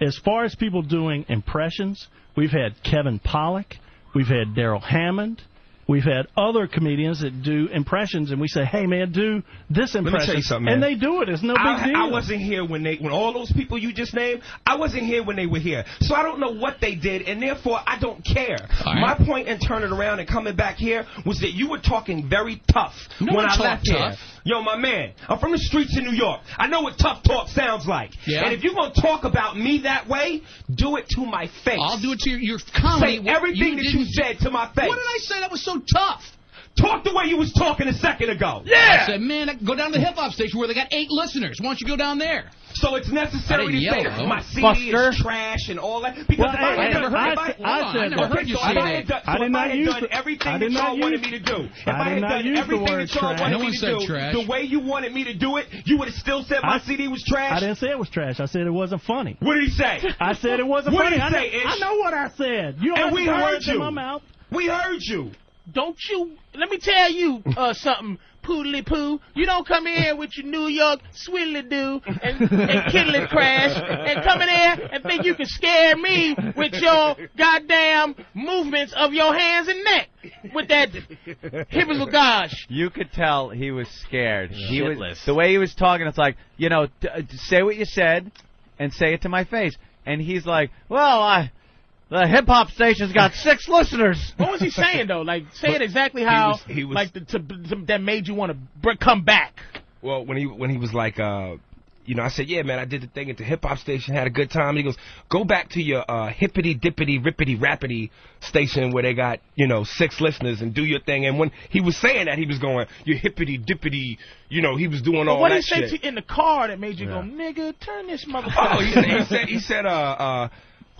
Speaker 4: As far as people doing impressions, we've had Kevin Pollock, we've had Daryl Hammond, We've had other comedians that do impressions, and we say, "Hey, man, do this
Speaker 11: Let me
Speaker 4: impression,"
Speaker 11: tell you something, man.
Speaker 4: and they do it. It's no big
Speaker 11: I,
Speaker 4: deal.
Speaker 11: I wasn't here when they, when all those people you just named, I wasn't here when they were here, so I don't know what they did, and therefore I don't care. My point in turning around and coming back here was that you were talking very tough
Speaker 13: No
Speaker 11: when
Speaker 13: one
Speaker 11: I
Speaker 13: talked
Speaker 11: left here.
Speaker 13: tough.
Speaker 11: Yo, my man, I'm from the streets in New York. I know what tough talk sounds like.
Speaker 13: Yeah.
Speaker 11: And if you're gonna talk about me that way, do it to my face. I'll do
Speaker 13: it to your, your comedy.
Speaker 11: Say everything
Speaker 13: You
Speaker 11: that you
Speaker 13: didn't-
Speaker 11: said to my face.
Speaker 13: What did I say that was so tough?
Speaker 11: Talk the way you was talking a second ago.
Speaker 13: I said, man, I- go down to the hip hop station where they got eight listeners. Why don't you go down there?
Speaker 11: So it's necessary to say that my CD is trash and all that because
Speaker 13: Well,
Speaker 11: if
Speaker 13: hey,
Speaker 11: I
Speaker 13: I
Speaker 11: had done,
Speaker 13: never heard-
Speaker 11: if I,
Speaker 13: I- I said
Speaker 11: okay,
Speaker 13: that. I heard you
Speaker 11: so if
Speaker 13: say
Speaker 11: I had
Speaker 13: that.
Speaker 11: done, so
Speaker 13: I did
Speaker 11: if
Speaker 13: not
Speaker 11: I had
Speaker 13: use
Speaker 11: done
Speaker 13: the-
Speaker 11: everything
Speaker 13: I
Speaker 11: that
Speaker 13: did not
Speaker 11: y'all wanted
Speaker 13: use-
Speaker 11: me to do,
Speaker 13: I
Speaker 11: if I,
Speaker 13: did
Speaker 11: had
Speaker 13: not
Speaker 11: done
Speaker 13: use the
Speaker 11: everything
Speaker 13: word
Speaker 11: that y'all
Speaker 13: trash.
Speaker 11: wanted
Speaker 13: No
Speaker 11: me
Speaker 13: one
Speaker 11: to
Speaker 13: said
Speaker 11: do,
Speaker 13: trash.
Speaker 11: the way you wanted me to do it, you would have still said my CD was trash.
Speaker 4: I didn't say it was trash. I said it wasn't funny.
Speaker 11: What did he say?
Speaker 4: I said it wasn't
Speaker 11: What
Speaker 4: funny.
Speaker 11: did he
Speaker 4: I
Speaker 11: say,
Speaker 4: know-
Speaker 11: Ish?
Speaker 4: I know what I said. You don't
Speaker 11: and
Speaker 4: have
Speaker 11: we
Speaker 4: to put
Speaker 11: heard
Speaker 4: words
Speaker 11: you.
Speaker 4: in my mouth.
Speaker 11: We heard you.
Speaker 6: Don't you? Let me tell you
Speaker 11: [LAUGHS]
Speaker 6: uh, something, poodly poo. You don't come in here with your New York swiddly do and, and kiddly crash and come in here and think you can scare me with your goddamn movements of your hands and neck with that hippies gosh.
Speaker 1: [LAUGHS] You could tell he was scared. He was
Speaker 13: Shitless.
Speaker 1: the way he was talking. It's like you know, d- uh, say what you said, and say it to my face. And he's like, "Well, I, the hip hop station's got six listeners."
Speaker 6: What was he saying though? Like, say
Speaker 1: [LAUGHS]
Speaker 6: it exactly how like the, to, to, that made you want to br- come back.
Speaker 11: Well, when he when he was like, uh, you know, I said, yeah, man, I did the thing at the hip hop station, had a good time. And he goes, go back to your uh, hippity dippity rippity rappity station where they got you know six listeners and do your thing. And when he was saying that, he was going, you hippity dippity, you know, he was doing
Speaker 6: But
Speaker 11: all
Speaker 6: what
Speaker 11: that
Speaker 6: did he say
Speaker 11: shit.
Speaker 6: to you in the car that made you go,
Speaker 11: Yeah.
Speaker 6: nigga,
Speaker 11: [LAUGHS]
Speaker 6: turn this motherfucker?
Speaker 11: Oh, he said, he said, he said, uh, uh,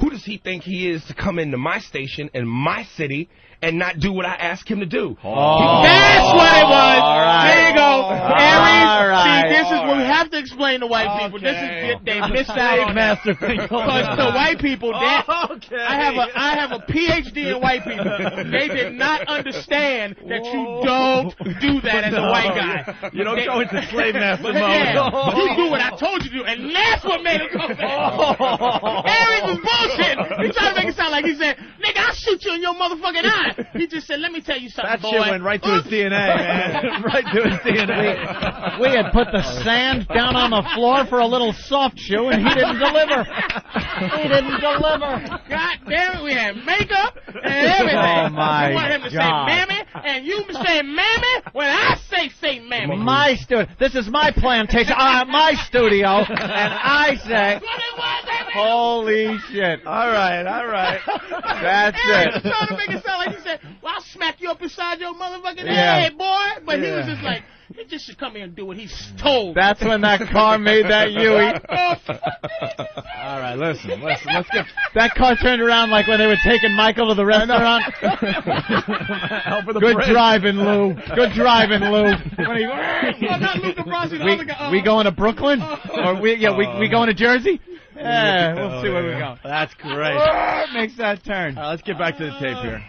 Speaker 11: who does he think he is to come into my station in my city and not do what I ask him to do?
Speaker 13: Oh.
Speaker 6: That's what it was.
Speaker 11: Oh. All right.
Speaker 6: There you go. Aries.
Speaker 11: All right.
Speaker 6: See, this is what we have to explain to white people. This is
Speaker 13: [LAUGHS]
Speaker 6: get they miss out on
Speaker 13: Master.
Speaker 6: Because to white
Speaker 13: [LAUGHS]
Speaker 6: people, that
Speaker 13: Okay.
Speaker 6: I have a I have a PhD in white people. They did not understand that you don't do that as a white guy.
Speaker 13: You don't
Speaker 6: They-
Speaker 13: go into slave master
Speaker 6: Yeah,
Speaker 13: mode.
Speaker 6: you do what I told you to, do, and that's what made him come back.
Speaker 2: Oh.
Speaker 6: Aries was bullshit. He tried to make it sound like he said, "Nigga, I'll shoot you in your motherfucking eye." He just said, "Let me tell you something,
Speaker 2: That
Speaker 6: boy."
Speaker 2: shit went right to his DNA, [LAUGHS]
Speaker 6: [LAUGHS]
Speaker 2: man. right to his DNA.
Speaker 7: We had put the sand down on the floor for a little soft shoe, and he didn't deliver. He didn't deliver.
Speaker 6: God damn it, we had makeup
Speaker 2: [LAUGHS]
Speaker 6: and everything.
Speaker 7: Oh, my
Speaker 6: You want him to
Speaker 7: God.
Speaker 6: say mammy, and you say mammy when I say say mammy.
Speaker 7: My studio. This is my plantation. Uh, my studio, and I say,
Speaker 1: [LAUGHS] "Holy shit!"
Speaker 2: All right, all
Speaker 6: [LAUGHS]
Speaker 2: right.
Speaker 1: That's
Speaker 6: Eric
Speaker 1: it.
Speaker 6: was trying to make it sound like he said, "Well, I'll smack you up inside your motherfucking
Speaker 1: Yeah.
Speaker 6: head, boy." But he was
Speaker 1: Yeah.
Speaker 6: just like, "He just should come here and do what he's told."
Speaker 1: That's
Speaker 3: [LAUGHS]
Speaker 1: when that car made [LAUGHS] that Yui.
Speaker 11: [LAUGHS]
Speaker 2: All right, listen, listen, let's
Speaker 6: [LAUGHS]
Speaker 2: get
Speaker 7: that car turned around like when they were taking Michael to the restaurant.
Speaker 1: [LAUGHS]
Speaker 2: over the
Speaker 7: Good
Speaker 2: bridge.
Speaker 7: driving, Lou. Good driving, Lou.
Speaker 2: When he-
Speaker 6: Well, not Luca Brasi, the
Speaker 7: we,
Speaker 6: other
Speaker 2: Oh.
Speaker 6: guy. uh,
Speaker 7: we going to Brooklyn, or we yeah we
Speaker 2: Uh.
Speaker 7: we going to Jersey? Yeah, we'll see where we go.
Speaker 2: That's great.
Speaker 7: Ah,
Speaker 2: makes that turn. All right, let's get back to the tape here.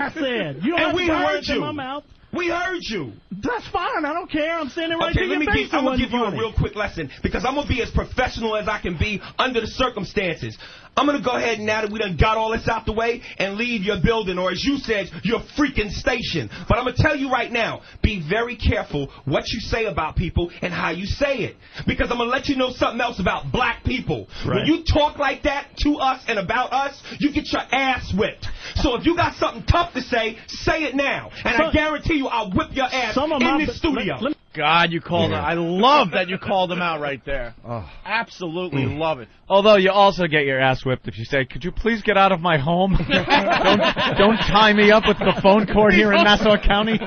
Speaker 4: I said you don't
Speaker 11: And
Speaker 4: have
Speaker 11: we
Speaker 4: to put
Speaker 11: heard
Speaker 4: words in
Speaker 11: you.
Speaker 4: my mouth.
Speaker 11: We heard you.
Speaker 4: That's fine. I don't care. I'm standing right
Speaker 11: Okay,
Speaker 4: to
Speaker 11: let
Speaker 4: your
Speaker 11: me
Speaker 4: face.
Speaker 11: give, I'm
Speaker 4: It
Speaker 11: gonna
Speaker 4: wasn't
Speaker 11: give you a
Speaker 4: funny.
Speaker 11: real quick lesson because I'm gonna be as professional as I can be under the circumstances. I'm gonna go ahead now that we done got all this out the way and leave your building or as you said, your freaking station. But I'm gonna tell you right now, be very careful what you say about people and how you say it because I'm gonna let you know something else about black people. When
Speaker 13: right.
Speaker 11: you talk like that to us and about us, you get your ass whipped. So if you got something tough to say, say it now, and I
Speaker 2: Some-
Speaker 11: guarantee you I'll whip your ass
Speaker 2: Some of
Speaker 11: in
Speaker 2: my-
Speaker 11: this studio.
Speaker 2: let- let- God, you called
Speaker 11: Yeah.
Speaker 2: him. I love that you called him out right there. Absolutely love it.
Speaker 1: Although you also get your ass whipped if you say, "Could you please get out of my [LAUGHS] home? don't don't tie me up with the phone cord here in Nassau County.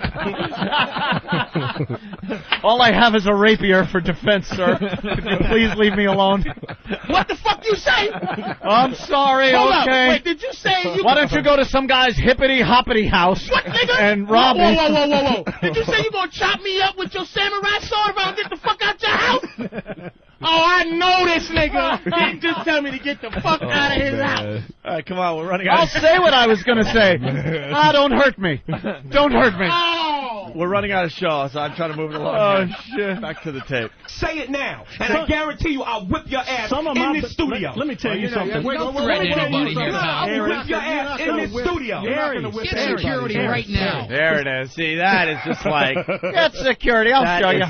Speaker 1: All I have is a rapier for defense, sir. Could you please leave me alone?
Speaker 6: what the fuck
Speaker 4: [LAUGHS]
Speaker 6: you say?
Speaker 1: I'm sorry.
Speaker 6: Hold up.
Speaker 1: okay.
Speaker 6: Wait, did you say you?
Speaker 1: Why don't you go to some guy's hippity hoppity house
Speaker 6: What, nigga?
Speaker 1: and rob
Speaker 6: whoa,
Speaker 1: me?
Speaker 6: whoa, whoa, whoa,
Speaker 1: [LAUGHS]
Speaker 6: whoa, whoa. Did you say you gonna chop me up with your samurai sword if I don't get the fuck out your house?
Speaker 4: [LAUGHS]
Speaker 6: Oh, I know this nigga. He just tell me to get the fuck
Speaker 2: Oh,
Speaker 4: Oh.
Speaker 6: out of his house.
Speaker 2: All right, come
Speaker 11: [LAUGHS]
Speaker 2: on, we're running out. [LAUGHS]
Speaker 1: I'll say what I was gonna say. ah, don't hurt me. Don't hurt me.
Speaker 6: Oh,
Speaker 2: We're running out of show, so I'm trying to move it along.
Speaker 13: Oh,
Speaker 2: shit. Back to the tape.
Speaker 13: Say it now, and I guarantee you I'll whip your ass
Speaker 2: Some of
Speaker 13: in
Speaker 2: my
Speaker 13: this
Speaker 2: b-
Speaker 13: studio.
Speaker 2: let- let me tell Well, you you know, something. wait, wait, wait, wait, wait, wait, wait,
Speaker 13: No,
Speaker 2: wait,
Speaker 13: I'll
Speaker 2: wait,
Speaker 13: whip your
Speaker 2: wait,
Speaker 13: ass
Speaker 2: wait,
Speaker 13: in
Speaker 2: wait,
Speaker 13: this
Speaker 2: wait,
Speaker 13: studio.
Speaker 2: wait, You're not gonna whip
Speaker 16: Get security right now.
Speaker 2: There it is. See, that is just
Speaker 1: [LAUGHS]
Speaker 2: like
Speaker 16: Get security. I'll
Speaker 2: That
Speaker 16: show
Speaker 2: is-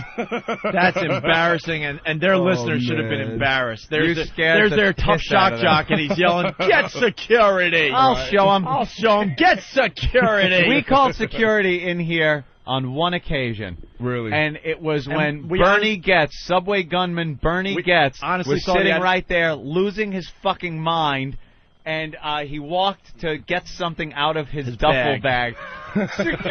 Speaker 16: you.
Speaker 2: That's embarrassing, and, and their
Speaker 16: Oh,
Speaker 2: listeners should have been
Speaker 16: man.
Speaker 2: embarrassed.
Speaker 16: You
Speaker 2: There's, the-
Speaker 16: scared
Speaker 2: there's
Speaker 16: the
Speaker 2: their tough
Speaker 16: piss out
Speaker 2: shock
Speaker 16: of
Speaker 2: jock,
Speaker 16: them.
Speaker 2: and he's yelling,
Speaker 1: [LAUGHS]
Speaker 2: "Get security!"
Speaker 16: I'll show 'em.
Speaker 2: I'll show him. Get security.
Speaker 1: we
Speaker 2: [LAUGHS]
Speaker 1: called security in here on one occasion.
Speaker 13: Really?
Speaker 1: And it was
Speaker 2: And
Speaker 1: when
Speaker 2: we
Speaker 1: Bernie Getz, subway gunman Bernie
Speaker 2: We
Speaker 1: Getz,
Speaker 2: honestly
Speaker 1: was
Speaker 2: thought he
Speaker 1: sitting
Speaker 2: had-
Speaker 1: right there losing his fucking mind. And uh, he walked to get something out of his, duffel
Speaker 2: [LAUGHS]
Speaker 1: bag. security!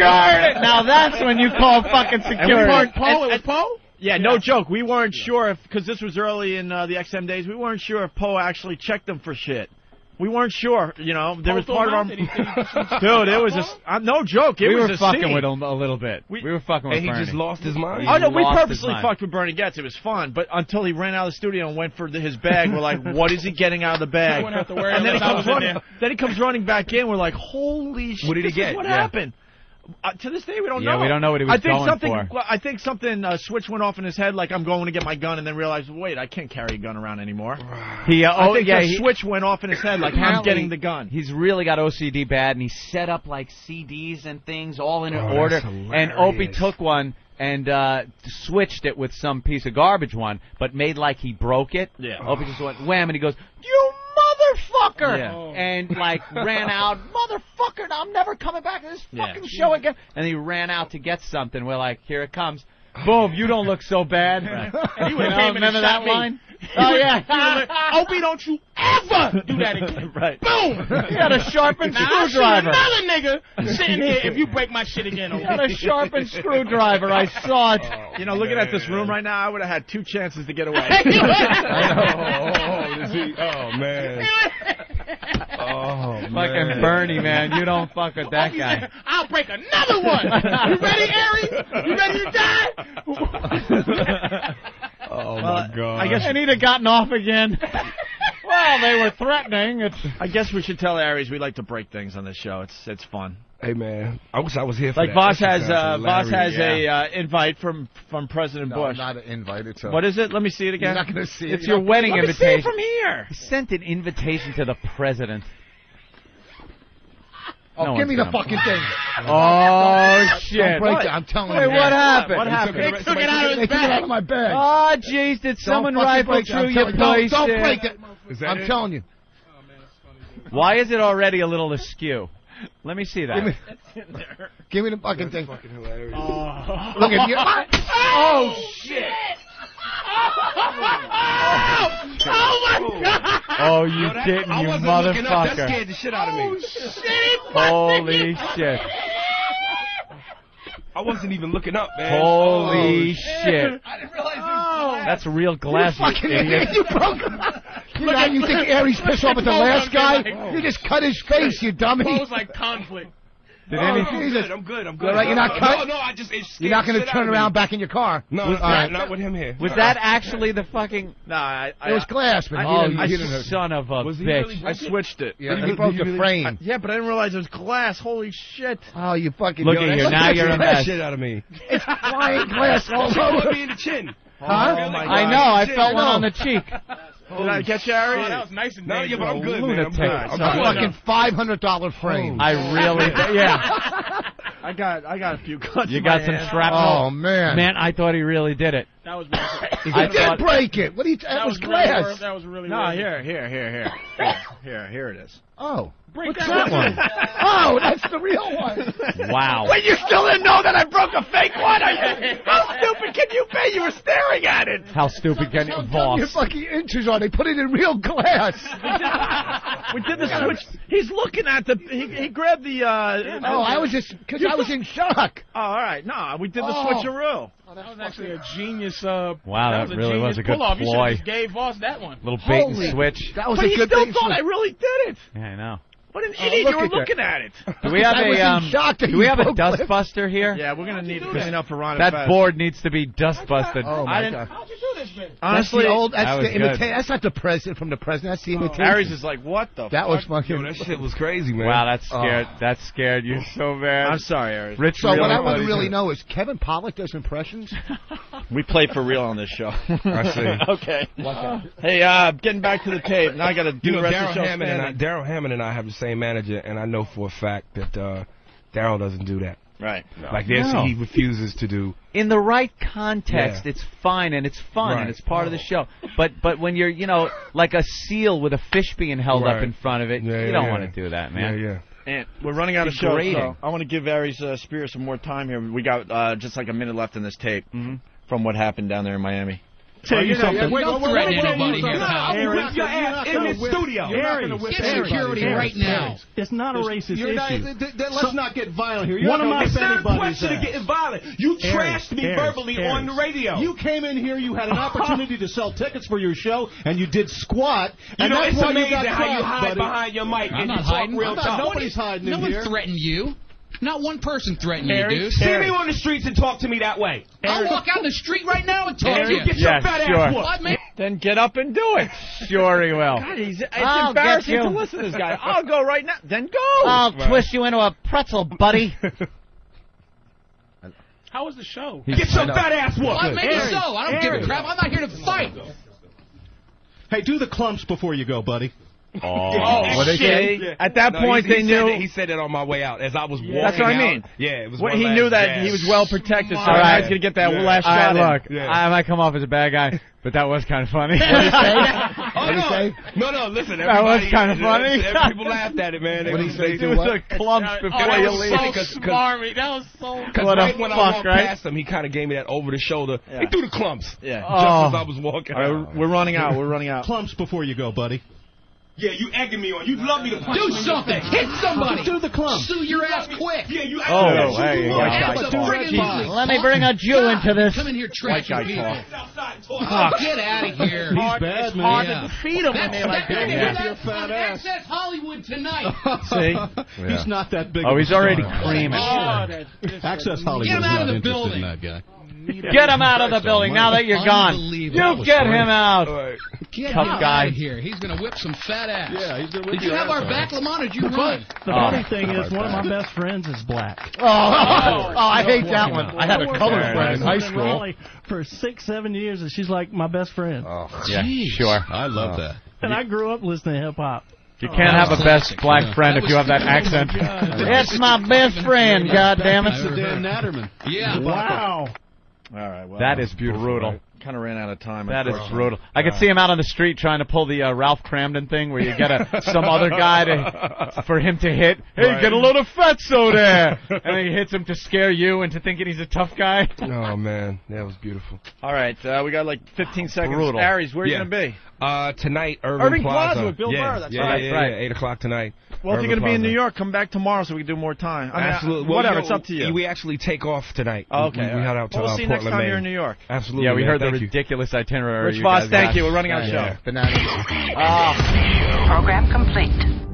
Speaker 1: Now that's when you call fucking
Speaker 2: And we
Speaker 1: security.
Speaker 2: weren't-
Speaker 1: And-
Speaker 2: and-
Speaker 1: and-
Speaker 2: Yeah, no joke. We weren't sure if because this was early in uh, the XM days. We weren't sure if Poe actually checked them for shit. We weren't sure. You know, there
Speaker 1: Poe
Speaker 2: was
Speaker 1: told
Speaker 2: part of our
Speaker 1: Mom that
Speaker 2: [LAUGHS] dude. It was just uh, no joke. It
Speaker 1: we
Speaker 2: was
Speaker 1: were
Speaker 2: a
Speaker 1: fucking
Speaker 2: scene.
Speaker 1: with him a little bit. We, were fucking with
Speaker 2: And he
Speaker 1: Bernie.
Speaker 2: just lost
Speaker 13: his
Speaker 1: He
Speaker 2: Oh no, we
Speaker 1: lost his
Speaker 2: purposely
Speaker 1: mind.
Speaker 2: fucked with Bernie Getz. It was fun, but until he ran out of the studio and went for the, his bag, we're like, what is he getting out of the
Speaker 1: [LAUGHS]
Speaker 2: bag?
Speaker 3: wouldn't have to worry
Speaker 2: and then he
Speaker 3: unless
Speaker 2: comes
Speaker 3: I was in
Speaker 2: running. Then he comes running back in. We're like, holy shit!
Speaker 1: What did he
Speaker 2: this is
Speaker 1: get?
Speaker 2: What
Speaker 1: Yeah.
Speaker 2: happened? Uh, to this day, we don't
Speaker 1: Yeah,
Speaker 2: know.
Speaker 1: we don't know what he was
Speaker 2: I think
Speaker 1: going
Speaker 2: something.
Speaker 1: for.
Speaker 2: well, I think something uh, switch went off in his head. Like I'm going to get my gun, and then realized, wait, I can't carry a gun around anymore.
Speaker 1: He, uh, oh,
Speaker 2: I think
Speaker 1: yeah,
Speaker 2: the
Speaker 1: he-
Speaker 2: switch went off in his head. Like I'm
Speaker 1: Apparently,
Speaker 2: getting the gun.
Speaker 1: He's really got OCD bad, and he set up like CDs and things all in an
Speaker 2: Oh,
Speaker 1: order.
Speaker 2: that's
Speaker 1: And Opie took one and uh switched it with some piece of garbage one, but made like he broke it. Yeah. Opie just went wham, and he goes, "You motherfucker!"
Speaker 16: Yeah. Oh.
Speaker 1: And like ran out, motherfucker! I'm never coming back to this
Speaker 16: Yeah.
Speaker 1: fucking show again. And he ran out to get something. We're like, "Here it comes." Boom! You don't look so bad. [LAUGHS]
Speaker 3: And he
Speaker 1: You
Speaker 3: would've
Speaker 1: know,
Speaker 3: came in and
Speaker 1: remember that
Speaker 3: shot me.
Speaker 1: line?
Speaker 3: He
Speaker 1: Oh
Speaker 3: would've-
Speaker 1: yeah.
Speaker 3: he would've been, Opie, don't you ever do that
Speaker 1: [LAUGHS]
Speaker 3: again.
Speaker 2: right.
Speaker 3: Boom.
Speaker 1: You had a sharpened
Speaker 3: Now, I see
Speaker 1: screwdriver.
Speaker 3: Another nigga sitting here. If [LAUGHS]
Speaker 1: [LAUGHS]
Speaker 3: you break my shit again, Opie.
Speaker 1: You had a sharpened screwdriver. I saw it.
Speaker 2: [LAUGHS] you know, looking at this room right now, I would have had two chances to get away.
Speaker 13: oh, is
Speaker 7: [LAUGHS]
Speaker 13: he- oh, man. Oh,
Speaker 1: Fucking Bernie, man. [LAUGHS] You don't fuck with that guy.
Speaker 3: I'll break another
Speaker 13: [LAUGHS]
Speaker 3: one. You ready, Ari? You ready to
Speaker 7: [LAUGHS]
Speaker 3: die?
Speaker 13: Oh
Speaker 2: my God. I guess
Speaker 16: I
Speaker 1: need to gotten off again. well, they were threatening. It's.
Speaker 2: I guess we should tell Aries we like to break things on this show. It's it's fun.
Speaker 13: Hey man, I wish I was here for
Speaker 2: Like
Speaker 13: that.
Speaker 2: Voss
Speaker 13: That shit
Speaker 2: has uh,
Speaker 13: sounds
Speaker 2: Voss has
Speaker 13: hilarious.
Speaker 2: a uh, invite from from President
Speaker 7: No,
Speaker 2: Bush.
Speaker 7: not an invite. It's a,
Speaker 2: What is it? Let me see it again.
Speaker 7: You're not gonna see it.
Speaker 1: It's your wedding
Speaker 2: Let me see
Speaker 1: invitation.
Speaker 2: it from here.
Speaker 1: He sent an invitation to the president.
Speaker 7: Oh,
Speaker 1: No
Speaker 7: give me the
Speaker 1: one's gonna-
Speaker 7: fucking thing.
Speaker 1: Oh shit!
Speaker 7: Don't break it. I'm telling
Speaker 1: Wait,
Speaker 7: you.
Speaker 1: what happened?
Speaker 7: What happened?
Speaker 1: They took it out of his
Speaker 7: They took it
Speaker 1: bag.
Speaker 7: out of my bag.
Speaker 1: Oh jeez, did someone
Speaker 7: fucking
Speaker 1: rifle
Speaker 7: break it. I'm
Speaker 1: through your
Speaker 7: telling you.
Speaker 1: place?
Speaker 7: Don't, don't break it. I'm telling you.
Speaker 1: Why is it already a little askew? Let me see that.
Speaker 7: Give me- Give me the fucking thing.
Speaker 1: Oh.
Speaker 7: Look
Speaker 16: [LAUGHS]
Speaker 7: at you.
Speaker 16: Oh, shit.
Speaker 6: [LAUGHS]
Speaker 3: Oh, my God.
Speaker 1: Oh, you didn't,
Speaker 16: I
Speaker 1: you
Speaker 16: wasn't looking up. That
Speaker 1: motherfucker. Oh.
Speaker 16: scared the shit out of
Speaker 6: Oh,
Speaker 16: me.
Speaker 1: Holy shit.
Speaker 13: I wasn't even looking up, man.
Speaker 1: Holy
Speaker 13: Oh,
Speaker 1: shit.
Speaker 13: I didn't
Speaker 1: That's real glass, you,
Speaker 13: You fucking
Speaker 6: [LAUGHS]
Speaker 1: idiot.
Speaker 13: idiot, you
Speaker 7: broke You, know,
Speaker 16: [LAUGHS]
Speaker 7: you think Aries pissed off at the last guy? You just cut
Speaker 6: [LAUGHS]
Speaker 7: his face, you dummy.
Speaker 3: It was like conflict.
Speaker 7: Did
Speaker 13: Oh,
Speaker 7: any-
Speaker 13: I'm
Speaker 7: Jesus.
Speaker 13: good. I'm good. I'm good.
Speaker 7: All right, you're not
Speaker 13: No,
Speaker 7: cut?
Speaker 13: No, no, I just. It scared
Speaker 7: You're not
Speaker 13: going to
Speaker 7: turn around back in your car.
Speaker 13: No,
Speaker 7: All
Speaker 13: not,
Speaker 7: right.
Speaker 13: not with him here.
Speaker 1: Was that actually the fucking?
Speaker 2: No, I,
Speaker 7: It was glass, but
Speaker 2: I,
Speaker 7: oh, you
Speaker 2: I,
Speaker 7: didn't hurt.
Speaker 1: son of a
Speaker 2: Was he
Speaker 1: bitch.
Speaker 2: really- I switched it.
Speaker 7: Yeah, he broke the frame.
Speaker 2: I- yeah, but I didn't realize it was glass. Holy shit!
Speaker 7: Oh, you fucking.
Speaker 1: Look at you. Now you're a mess.
Speaker 13: shit out of
Speaker 7: [LAUGHS]
Speaker 13: me.
Speaker 7: It's flying glass all
Speaker 13: She
Speaker 7: over.
Speaker 13: put me in the chin.
Speaker 7: Huh? Oh, my
Speaker 1: I know. I felt one on the cheek.
Speaker 13: [LAUGHS]
Speaker 2: Did I catch you, Ari?
Speaker 3: Oh, that was nice and
Speaker 13: No, yeah, but I'm good, man. I'm
Speaker 1: Lunatic.
Speaker 13: good.
Speaker 2: All right,
Speaker 13: I'm
Speaker 2: so-
Speaker 13: good.
Speaker 7: [LAUGHS] fucking five hundred dollar frame.
Speaker 1: I really, yeah.
Speaker 2: I got I got a few cuts.
Speaker 1: You
Speaker 2: in
Speaker 1: got
Speaker 2: my
Speaker 1: some
Speaker 2: hand.
Speaker 1: shrapnel.
Speaker 7: Oh, man.
Speaker 1: man, I thought he really did it.
Speaker 3: That was
Speaker 1: [LAUGHS]
Speaker 3: really-
Speaker 7: He
Speaker 1: I
Speaker 7: did
Speaker 1: thought-
Speaker 7: break it. What do you? That,
Speaker 3: that
Speaker 7: was
Speaker 3: was really
Speaker 7: glass.
Speaker 3: wor- That was really
Speaker 2: No,
Speaker 3: worth it.
Speaker 2: here, here, here, here,
Speaker 7: [COUGHS]
Speaker 2: here, here, here it is.
Speaker 7: Oh,
Speaker 3: Break
Speaker 7: what's that
Speaker 3: that
Speaker 7: one? oh, that's the real one. [LAUGHS]
Speaker 1: Wow.
Speaker 2: But you still didn't know that I broke a fake one. I, how stupid can you be? You were staring at it.
Speaker 1: How stupid can you, Voss?
Speaker 7: Your fucking inches on. They put it in
Speaker 2: [LAUGHS]
Speaker 7: real glass.
Speaker 2: We did the switch. He's looking at the. He, he grabbed the. Uh,
Speaker 7: Oh, I was just because I was in shock.
Speaker 2: Oh, all right. No, we did the
Speaker 7: Oh.
Speaker 2: switcheroo.
Speaker 3: That was actually a genius. Uh,
Speaker 1: Wow, that
Speaker 3: was a
Speaker 1: really was
Speaker 3: genius
Speaker 1: a good
Speaker 3: pull-off. You
Speaker 1: ploy.
Speaker 3: should just gave Voss that one.
Speaker 1: Little bait
Speaker 7: Holy-
Speaker 1: and switch.
Speaker 7: That was
Speaker 2: but
Speaker 7: a
Speaker 2: he
Speaker 7: good
Speaker 2: still
Speaker 7: thing.
Speaker 2: thought
Speaker 7: for-
Speaker 2: I really did it.
Speaker 1: Yeah, I know.
Speaker 2: What an
Speaker 7: Oh,
Speaker 2: idiot!
Speaker 7: look
Speaker 2: you were
Speaker 7: at that.
Speaker 2: looking at it.
Speaker 1: Do we have
Speaker 7: [LAUGHS] I was
Speaker 1: a
Speaker 7: in
Speaker 1: um?
Speaker 7: shock that
Speaker 1: Do we
Speaker 7: you
Speaker 1: have a
Speaker 7: broke
Speaker 1: dust
Speaker 7: glass.
Speaker 1: buster here?
Speaker 2: Yeah, we're gonna need to clean up for Ron. and
Speaker 1: That
Speaker 2: Fez.
Speaker 1: board needs to be dust busted.
Speaker 7: Oh
Speaker 2: I
Speaker 7: my
Speaker 2: didn't-
Speaker 7: god.
Speaker 3: How'd you do this,
Speaker 7: Honestly, that's the old. That's
Speaker 36: That was
Speaker 7: the imita-
Speaker 36: good.
Speaker 7: That's not the president from the president. That's the imitation.
Speaker 2: Harry's is like, what the?
Speaker 7: That
Speaker 2: fuck?
Speaker 7: was
Speaker 2: [LAUGHS]
Speaker 7: Oh. fucking.
Speaker 1: Wow, that scared that scared you so bad.
Speaker 2: I'm sorry, Eric.
Speaker 1: Rich
Speaker 7: so
Speaker 1: really
Speaker 7: what I want to
Speaker 1: funny
Speaker 7: really
Speaker 1: too.
Speaker 7: know is Kevin Pollock does impressions.
Speaker 2: We play for real on this show.
Speaker 13: I see.
Speaker 2: [LAUGHS] okay.
Speaker 7: What's that?
Speaker 2: [LAUGHS] Hey, uh, getting back to the tape. Now I got to do
Speaker 13: You know,
Speaker 2: the rest of the show.
Speaker 13: Daryl Hammond and I,
Speaker 2: standing.
Speaker 13: Daryl Hammond and I have the same manager, and I know for a fact that uh, Daryl doesn't do that.
Speaker 2: Right.
Speaker 13: Like there's
Speaker 1: No.
Speaker 13: he refuses to do.
Speaker 1: in the right context, it's fine and it's fun
Speaker 13: Right.
Speaker 1: and it's part of
Speaker 2: Oh.
Speaker 1: the show. But but when you're you know like a seal with a fish being held up
Speaker 2: Right.
Speaker 1: in front of it, you
Speaker 2: yeah,
Speaker 1: don't
Speaker 2: yeah.
Speaker 1: want to do that, man.
Speaker 13: Yeah, yeah.
Speaker 2: And we're running out of show,
Speaker 1: Degrading.
Speaker 2: so I want to give Aries uh, Spear some more time here. We got uh, just like a minute left in this tape
Speaker 13: Mm-hmm.
Speaker 2: from what happened down there in Miami.
Speaker 4: Tell you something.
Speaker 6: Don't threaten anybody here, pal.
Speaker 4: Harry, Harry,
Speaker 6: Get security right now.
Speaker 4: It's not a racist
Speaker 6: You're not-
Speaker 4: issue.
Speaker 6: th- th- th-
Speaker 4: So-
Speaker 6: let's not get violent here.
Speaker 4: You're One of my
Speaker 6: It's not a
Speaker 4: anybody's
Speaker 6: question of
Speaker 4: ass.
Speaker 6: getting violent. You
Speaker 4: Harris,
Speaker 6: trashed me
Speaker 4: Harris,
Speaker 6: verbally
Speaker 4: Harris.
Speaker 6: on the radio.
Speaker 11: You came in here, you had
Speaker 6: [LAUGHS]
Speaker 11: an opportunity to sell tickets for your show, and you did squat.
Speaker 6: You
Speaker 11: and
Speaker 6: know,
Speaker 11: that's
Speaker 6: it's
Speaker 11: why
Speaker 6: amazing
Speaker 11: you got
Speaker 6: how you
Speaker 11: caught,
Speaker 6: hide
Speaker 11: buddy.
Speaker 6: behind your mic
Speaker 11: I'm
Speaker 6: and
Speaker 11: not
Speaker 6: you talk
Speaker 11: hiding.
Speaker 6: real
Speaker 11: I'm not-
Speaker 6: talk.
Speaker 11: Nobody's hiding
Speaker 6: no
Speaker 11: in
Speaker 6: one
Speaker 11: here.
Speaker 6: threatened you. Not one person threatened
Speaker 11: you,
Speaker 6: Eric,
Speaker 11: dude.
Speaker 6: See
Speaker 11: Eric.
Speaker 6: me on the streets and talk to me that way.
Speaker 11: Eric.
Speaker 6: I'll walk out in the street right now and talk
Speaker 1: Eric,
Speaker 6: to you.
Speaker 1: get your Yeah, fat ass sure. whooped.
Speaker 6: What, man?
Speaker 2: Then get up and do it.
Speaker 1: [LAUGHS] Sure he will.
Speaker 2: God, he's, it's
Speaker 9: I'll get
Speaker 2: embarrassing
Speaker 9: you.
Speaker 2: to listen to this guy. I'll go right now. Then go.
Speaker 9: I'll twist you into a pretzel, buddy.
Speaker 3: How was the show?
Speaker 11: Get your fat ass whooped.
Speaker 6: I made
Speaker 11: Eric,
Speaker 6: the show. I don't give
Speaker 11: Eric.
Speaker 6: a crap. I'm not here to fight.
Speaker 11: Hey, do the clumps before you go, buddy.
Speaker 1: Oh,
Speaker 13: what
Speaker 2: they say? At that point,
Speaker 13: he,
Speaker 2: they
Speaker 13: he said
Speaker 2: knew-
Speaker 13: it- he said it on my way out as I was walking.
Speaker 2: That's what I
Speaker 13: out.
Speaker 2: mean.
Speaker 13: Yeah, it was.
Speaker 2: Well,
Speaker 13: one
Speaker 2: he
Speaker 13: last
Speaker 2: knew that
Speaker 13: jab.
Speaker 2: he was well protected, so
Speaker 13: Smart.
Speaker 2: I was gonna get that last
Speaker 1: All right,
Speaker 2: shot. in.
Speaker 1: look, I might come off as a bad guy, but that was kind of funny.
Speaker 13: Oh, no. no, no, listen.
Speaker 1: That was
Speaker 13: everybody-
Speaker 1: kinda funny.
Speaker 13: every- People laughed at it, man. They-
Speaker 1: What'd he say,
Speaker 13: they-
Speaker 1: do It was what? a clumps
Speaker 13: Uh,
Speaker 1: before
Speaker 13: that
Speaker 1: you
Speaker 13: was
Speaker 1: leave.
Speaker 13: funny
Speaker 1: Like a
Speaker 13: 'cause- 'cause-
Speaker 3: smarmy. That was so.
Speaker 13: Because
Speaker 1: What a
Speaker 13: right when I
Speaker 1: fuck,
Speaker 13: walked
Speaker 1: right?
Speaker 13: past him, he kind of gave me that over the shoulder.
Speaker 2: Yeah.
Speaker 13: He threw the clumps.
Speaker 2: Yeah.
Speaker 13: Just
Speaker 2: Oh.
Speaker 13: as I was walking.
Speaker 2: All right, we're running out. We're running out.
Speaker 11: Clumps before you go, buddy.
Speaker 13: Yeah, you egging me on. You love me to punch
Speaker 6: Do
Speaker 13: me.
Speaker 6: something. Hit somebody.
Speaker 11: Just do the clumps.
Speaker 6: Sue your ass quick.
Speaker 13: Yeah, you
Speaker 6: act
Speaker 1: Oh,
Speaker 6: like
Speaker 1: there
Speaker 6: you
Speaker 1: you
Speaker 6: want.
Speaker 1: go.
Speaker 6: Act
Speaker 1: White
Speaker 6: like
Speaker 1: guy
Speaker 6: a
Speaker 1: talk.
Speaker 6: friggin' bully.
Speaker 9: Let me bring a Jew into this.
Speaker 6: Come in here,
Speaker 9: White guy
Speaker 6: trashing people.
Speaker 9: talk.
Speaker 6: Oh, get out of here.
Speaker 9: He's Hard- bad, it's man. hard to
Speaker 6: defeat
Speaker 9: when they like that.
Speaker 6: That's,
Speaker 9: Yeah.
Speaker 6: that's on Access Hollywood
Speaker 9: [LAUGHS]
Speaker 6: tonight.
Speaker 11: He's not that big.
Speaker 1: Oh,
Speaker 11: of a
Speaker 1: he's already
Speaker 11: star.
Speaker 1: creaming.
Speaker 6: Oh, that's different.
Speaker 11: Access Hollywood.
Speaker 6: Get him out of the building.
Speaker 11: That guy.
Speaker 1: [LAUGHS] Get him out of the building now that you're gone. You
Speaker 6: Unbelievable. That was
Speaker 1: get
Speaker 6: funny.
Speaker 1: him out.
Speaker 6: Get
Speaker 1: Tough
Speaker 6: him
Speaker 1: guy.
Speaker 6: out of here. He's going to whip some fat ass.
Speaker 11: Yeah, he's gonna whip
Speaker 6: Did you
Speaker 11: your
Speaker 6: have
Speaker 11: ass
Speaker 6: our
Speaker 11: off.
Speaker 6: back, Lamont, or did you
Speaker 4: The
Speaker 6: run?
Speaker 4: funny, the funny thing is, one of my best friends is black.
Speaker 7: Oh, [LAUGHS] oh, I hate that one. I had a
Speaker 4: worked
Speaker 7: colored
Speaker 4: with
Speaker 7: friend in
Speaker 4: woman
Speaker 7: high school.
Speaker 4: Raleigh for six, seven years, and she's like my best friend.
Speaker 7: Oh,
Speaker 1: Yeah, sure.
Speaker 11: I love that.
Speaker 4: And I grew up listening to Oh. hip hop.
Speaker 1: You can't have a best black friend if you have that accent. [LAUGHS]
Speaker 9: That's my best friend,
Speaker 11: That's
Speaker 9: goddammit.
Speaker 11: the Dan Natterman.
Speaker 6: Yeah.
Speaker 4: Wow.
Speaker 2: All right. Well,
Speaker 1: That is brutal.
Speaker 2: Kind of ran out of time.
Speaker 1: That is
Speaker 2: unfortunately.
Speaker 1: brutal. I could see him out on the street trying to pull the uh, Ralph Cramden thing, where you get a, some other
Speaker 2: [LAUGHS]
Speaker 1: guy to for him to hit. Hey,
Speaker 13: Right.
Speaker 1: get a load of fatso there, [LAUGHS] and then he hits him to scare you into thinking he's a tough guy.
Speaker 13: Oh man, that was beautiful.
Speaker 2: All right, uh, we got like 15 seconds.
Speaker 13: Brutal.
Speaker 2: Aries, where are
Speaker 13: Yeah.
Speaker 2: you gonna be?
Speaker 13: Uh, tonight, Irving,
Speaker 2: Irving Plaza with Bill
Speaker 13: yeah,
Speaker 2: Burr, that's
Speaker 13: yeah,
Speaker 2: right.
Speaker 13: Yeah,
Speaker 2: That's right.
Speaker 13: yeah, eight o'clock tonight.
Speaker 2: Well, if
Speaker 13: Irving
Speaker 2: you're gonna be in
Speaker 13: Plaza.
Speaker 2: New York, come back tomorrow so we can do more time. I mean,
Speaker 13: Absolutely.
Speaker 2: I-
Speaker 13: Well,
Speaker 2: whatever,
Speaker 13: you know,
Speaker 2: it's up to you.
Speaker 13: We actually take off tonight.
Speaker 2: Oh, okay,
Speaker 13: We, we
Speaker 2: all right.
Speaker 13: head out to
Speaker 2: Well, we'll
Speaker 13: uh,
Speaker 2: see you next
Speaker 13: Portland,
Speaker 2: time
Speaker 13: Maine.
Speaker 2: you're in New York.
Speaker 13: Absolutely.
Speaker 1: yeah, we
Speaker 13: man.
Speaker 1: heard the
Speaker 13: Thank you.
Speaker 1: ridiculous itinerary.
Speaker 2: Rich
Speaker 1: you
Speaker 2: Voss,
Speaker 1: guys
Speaker 2: thank
Speaker 1: got.
Speaker 2: you. We're running out of show.
Speaker 1: Ah.
Speaker 14: Program complete.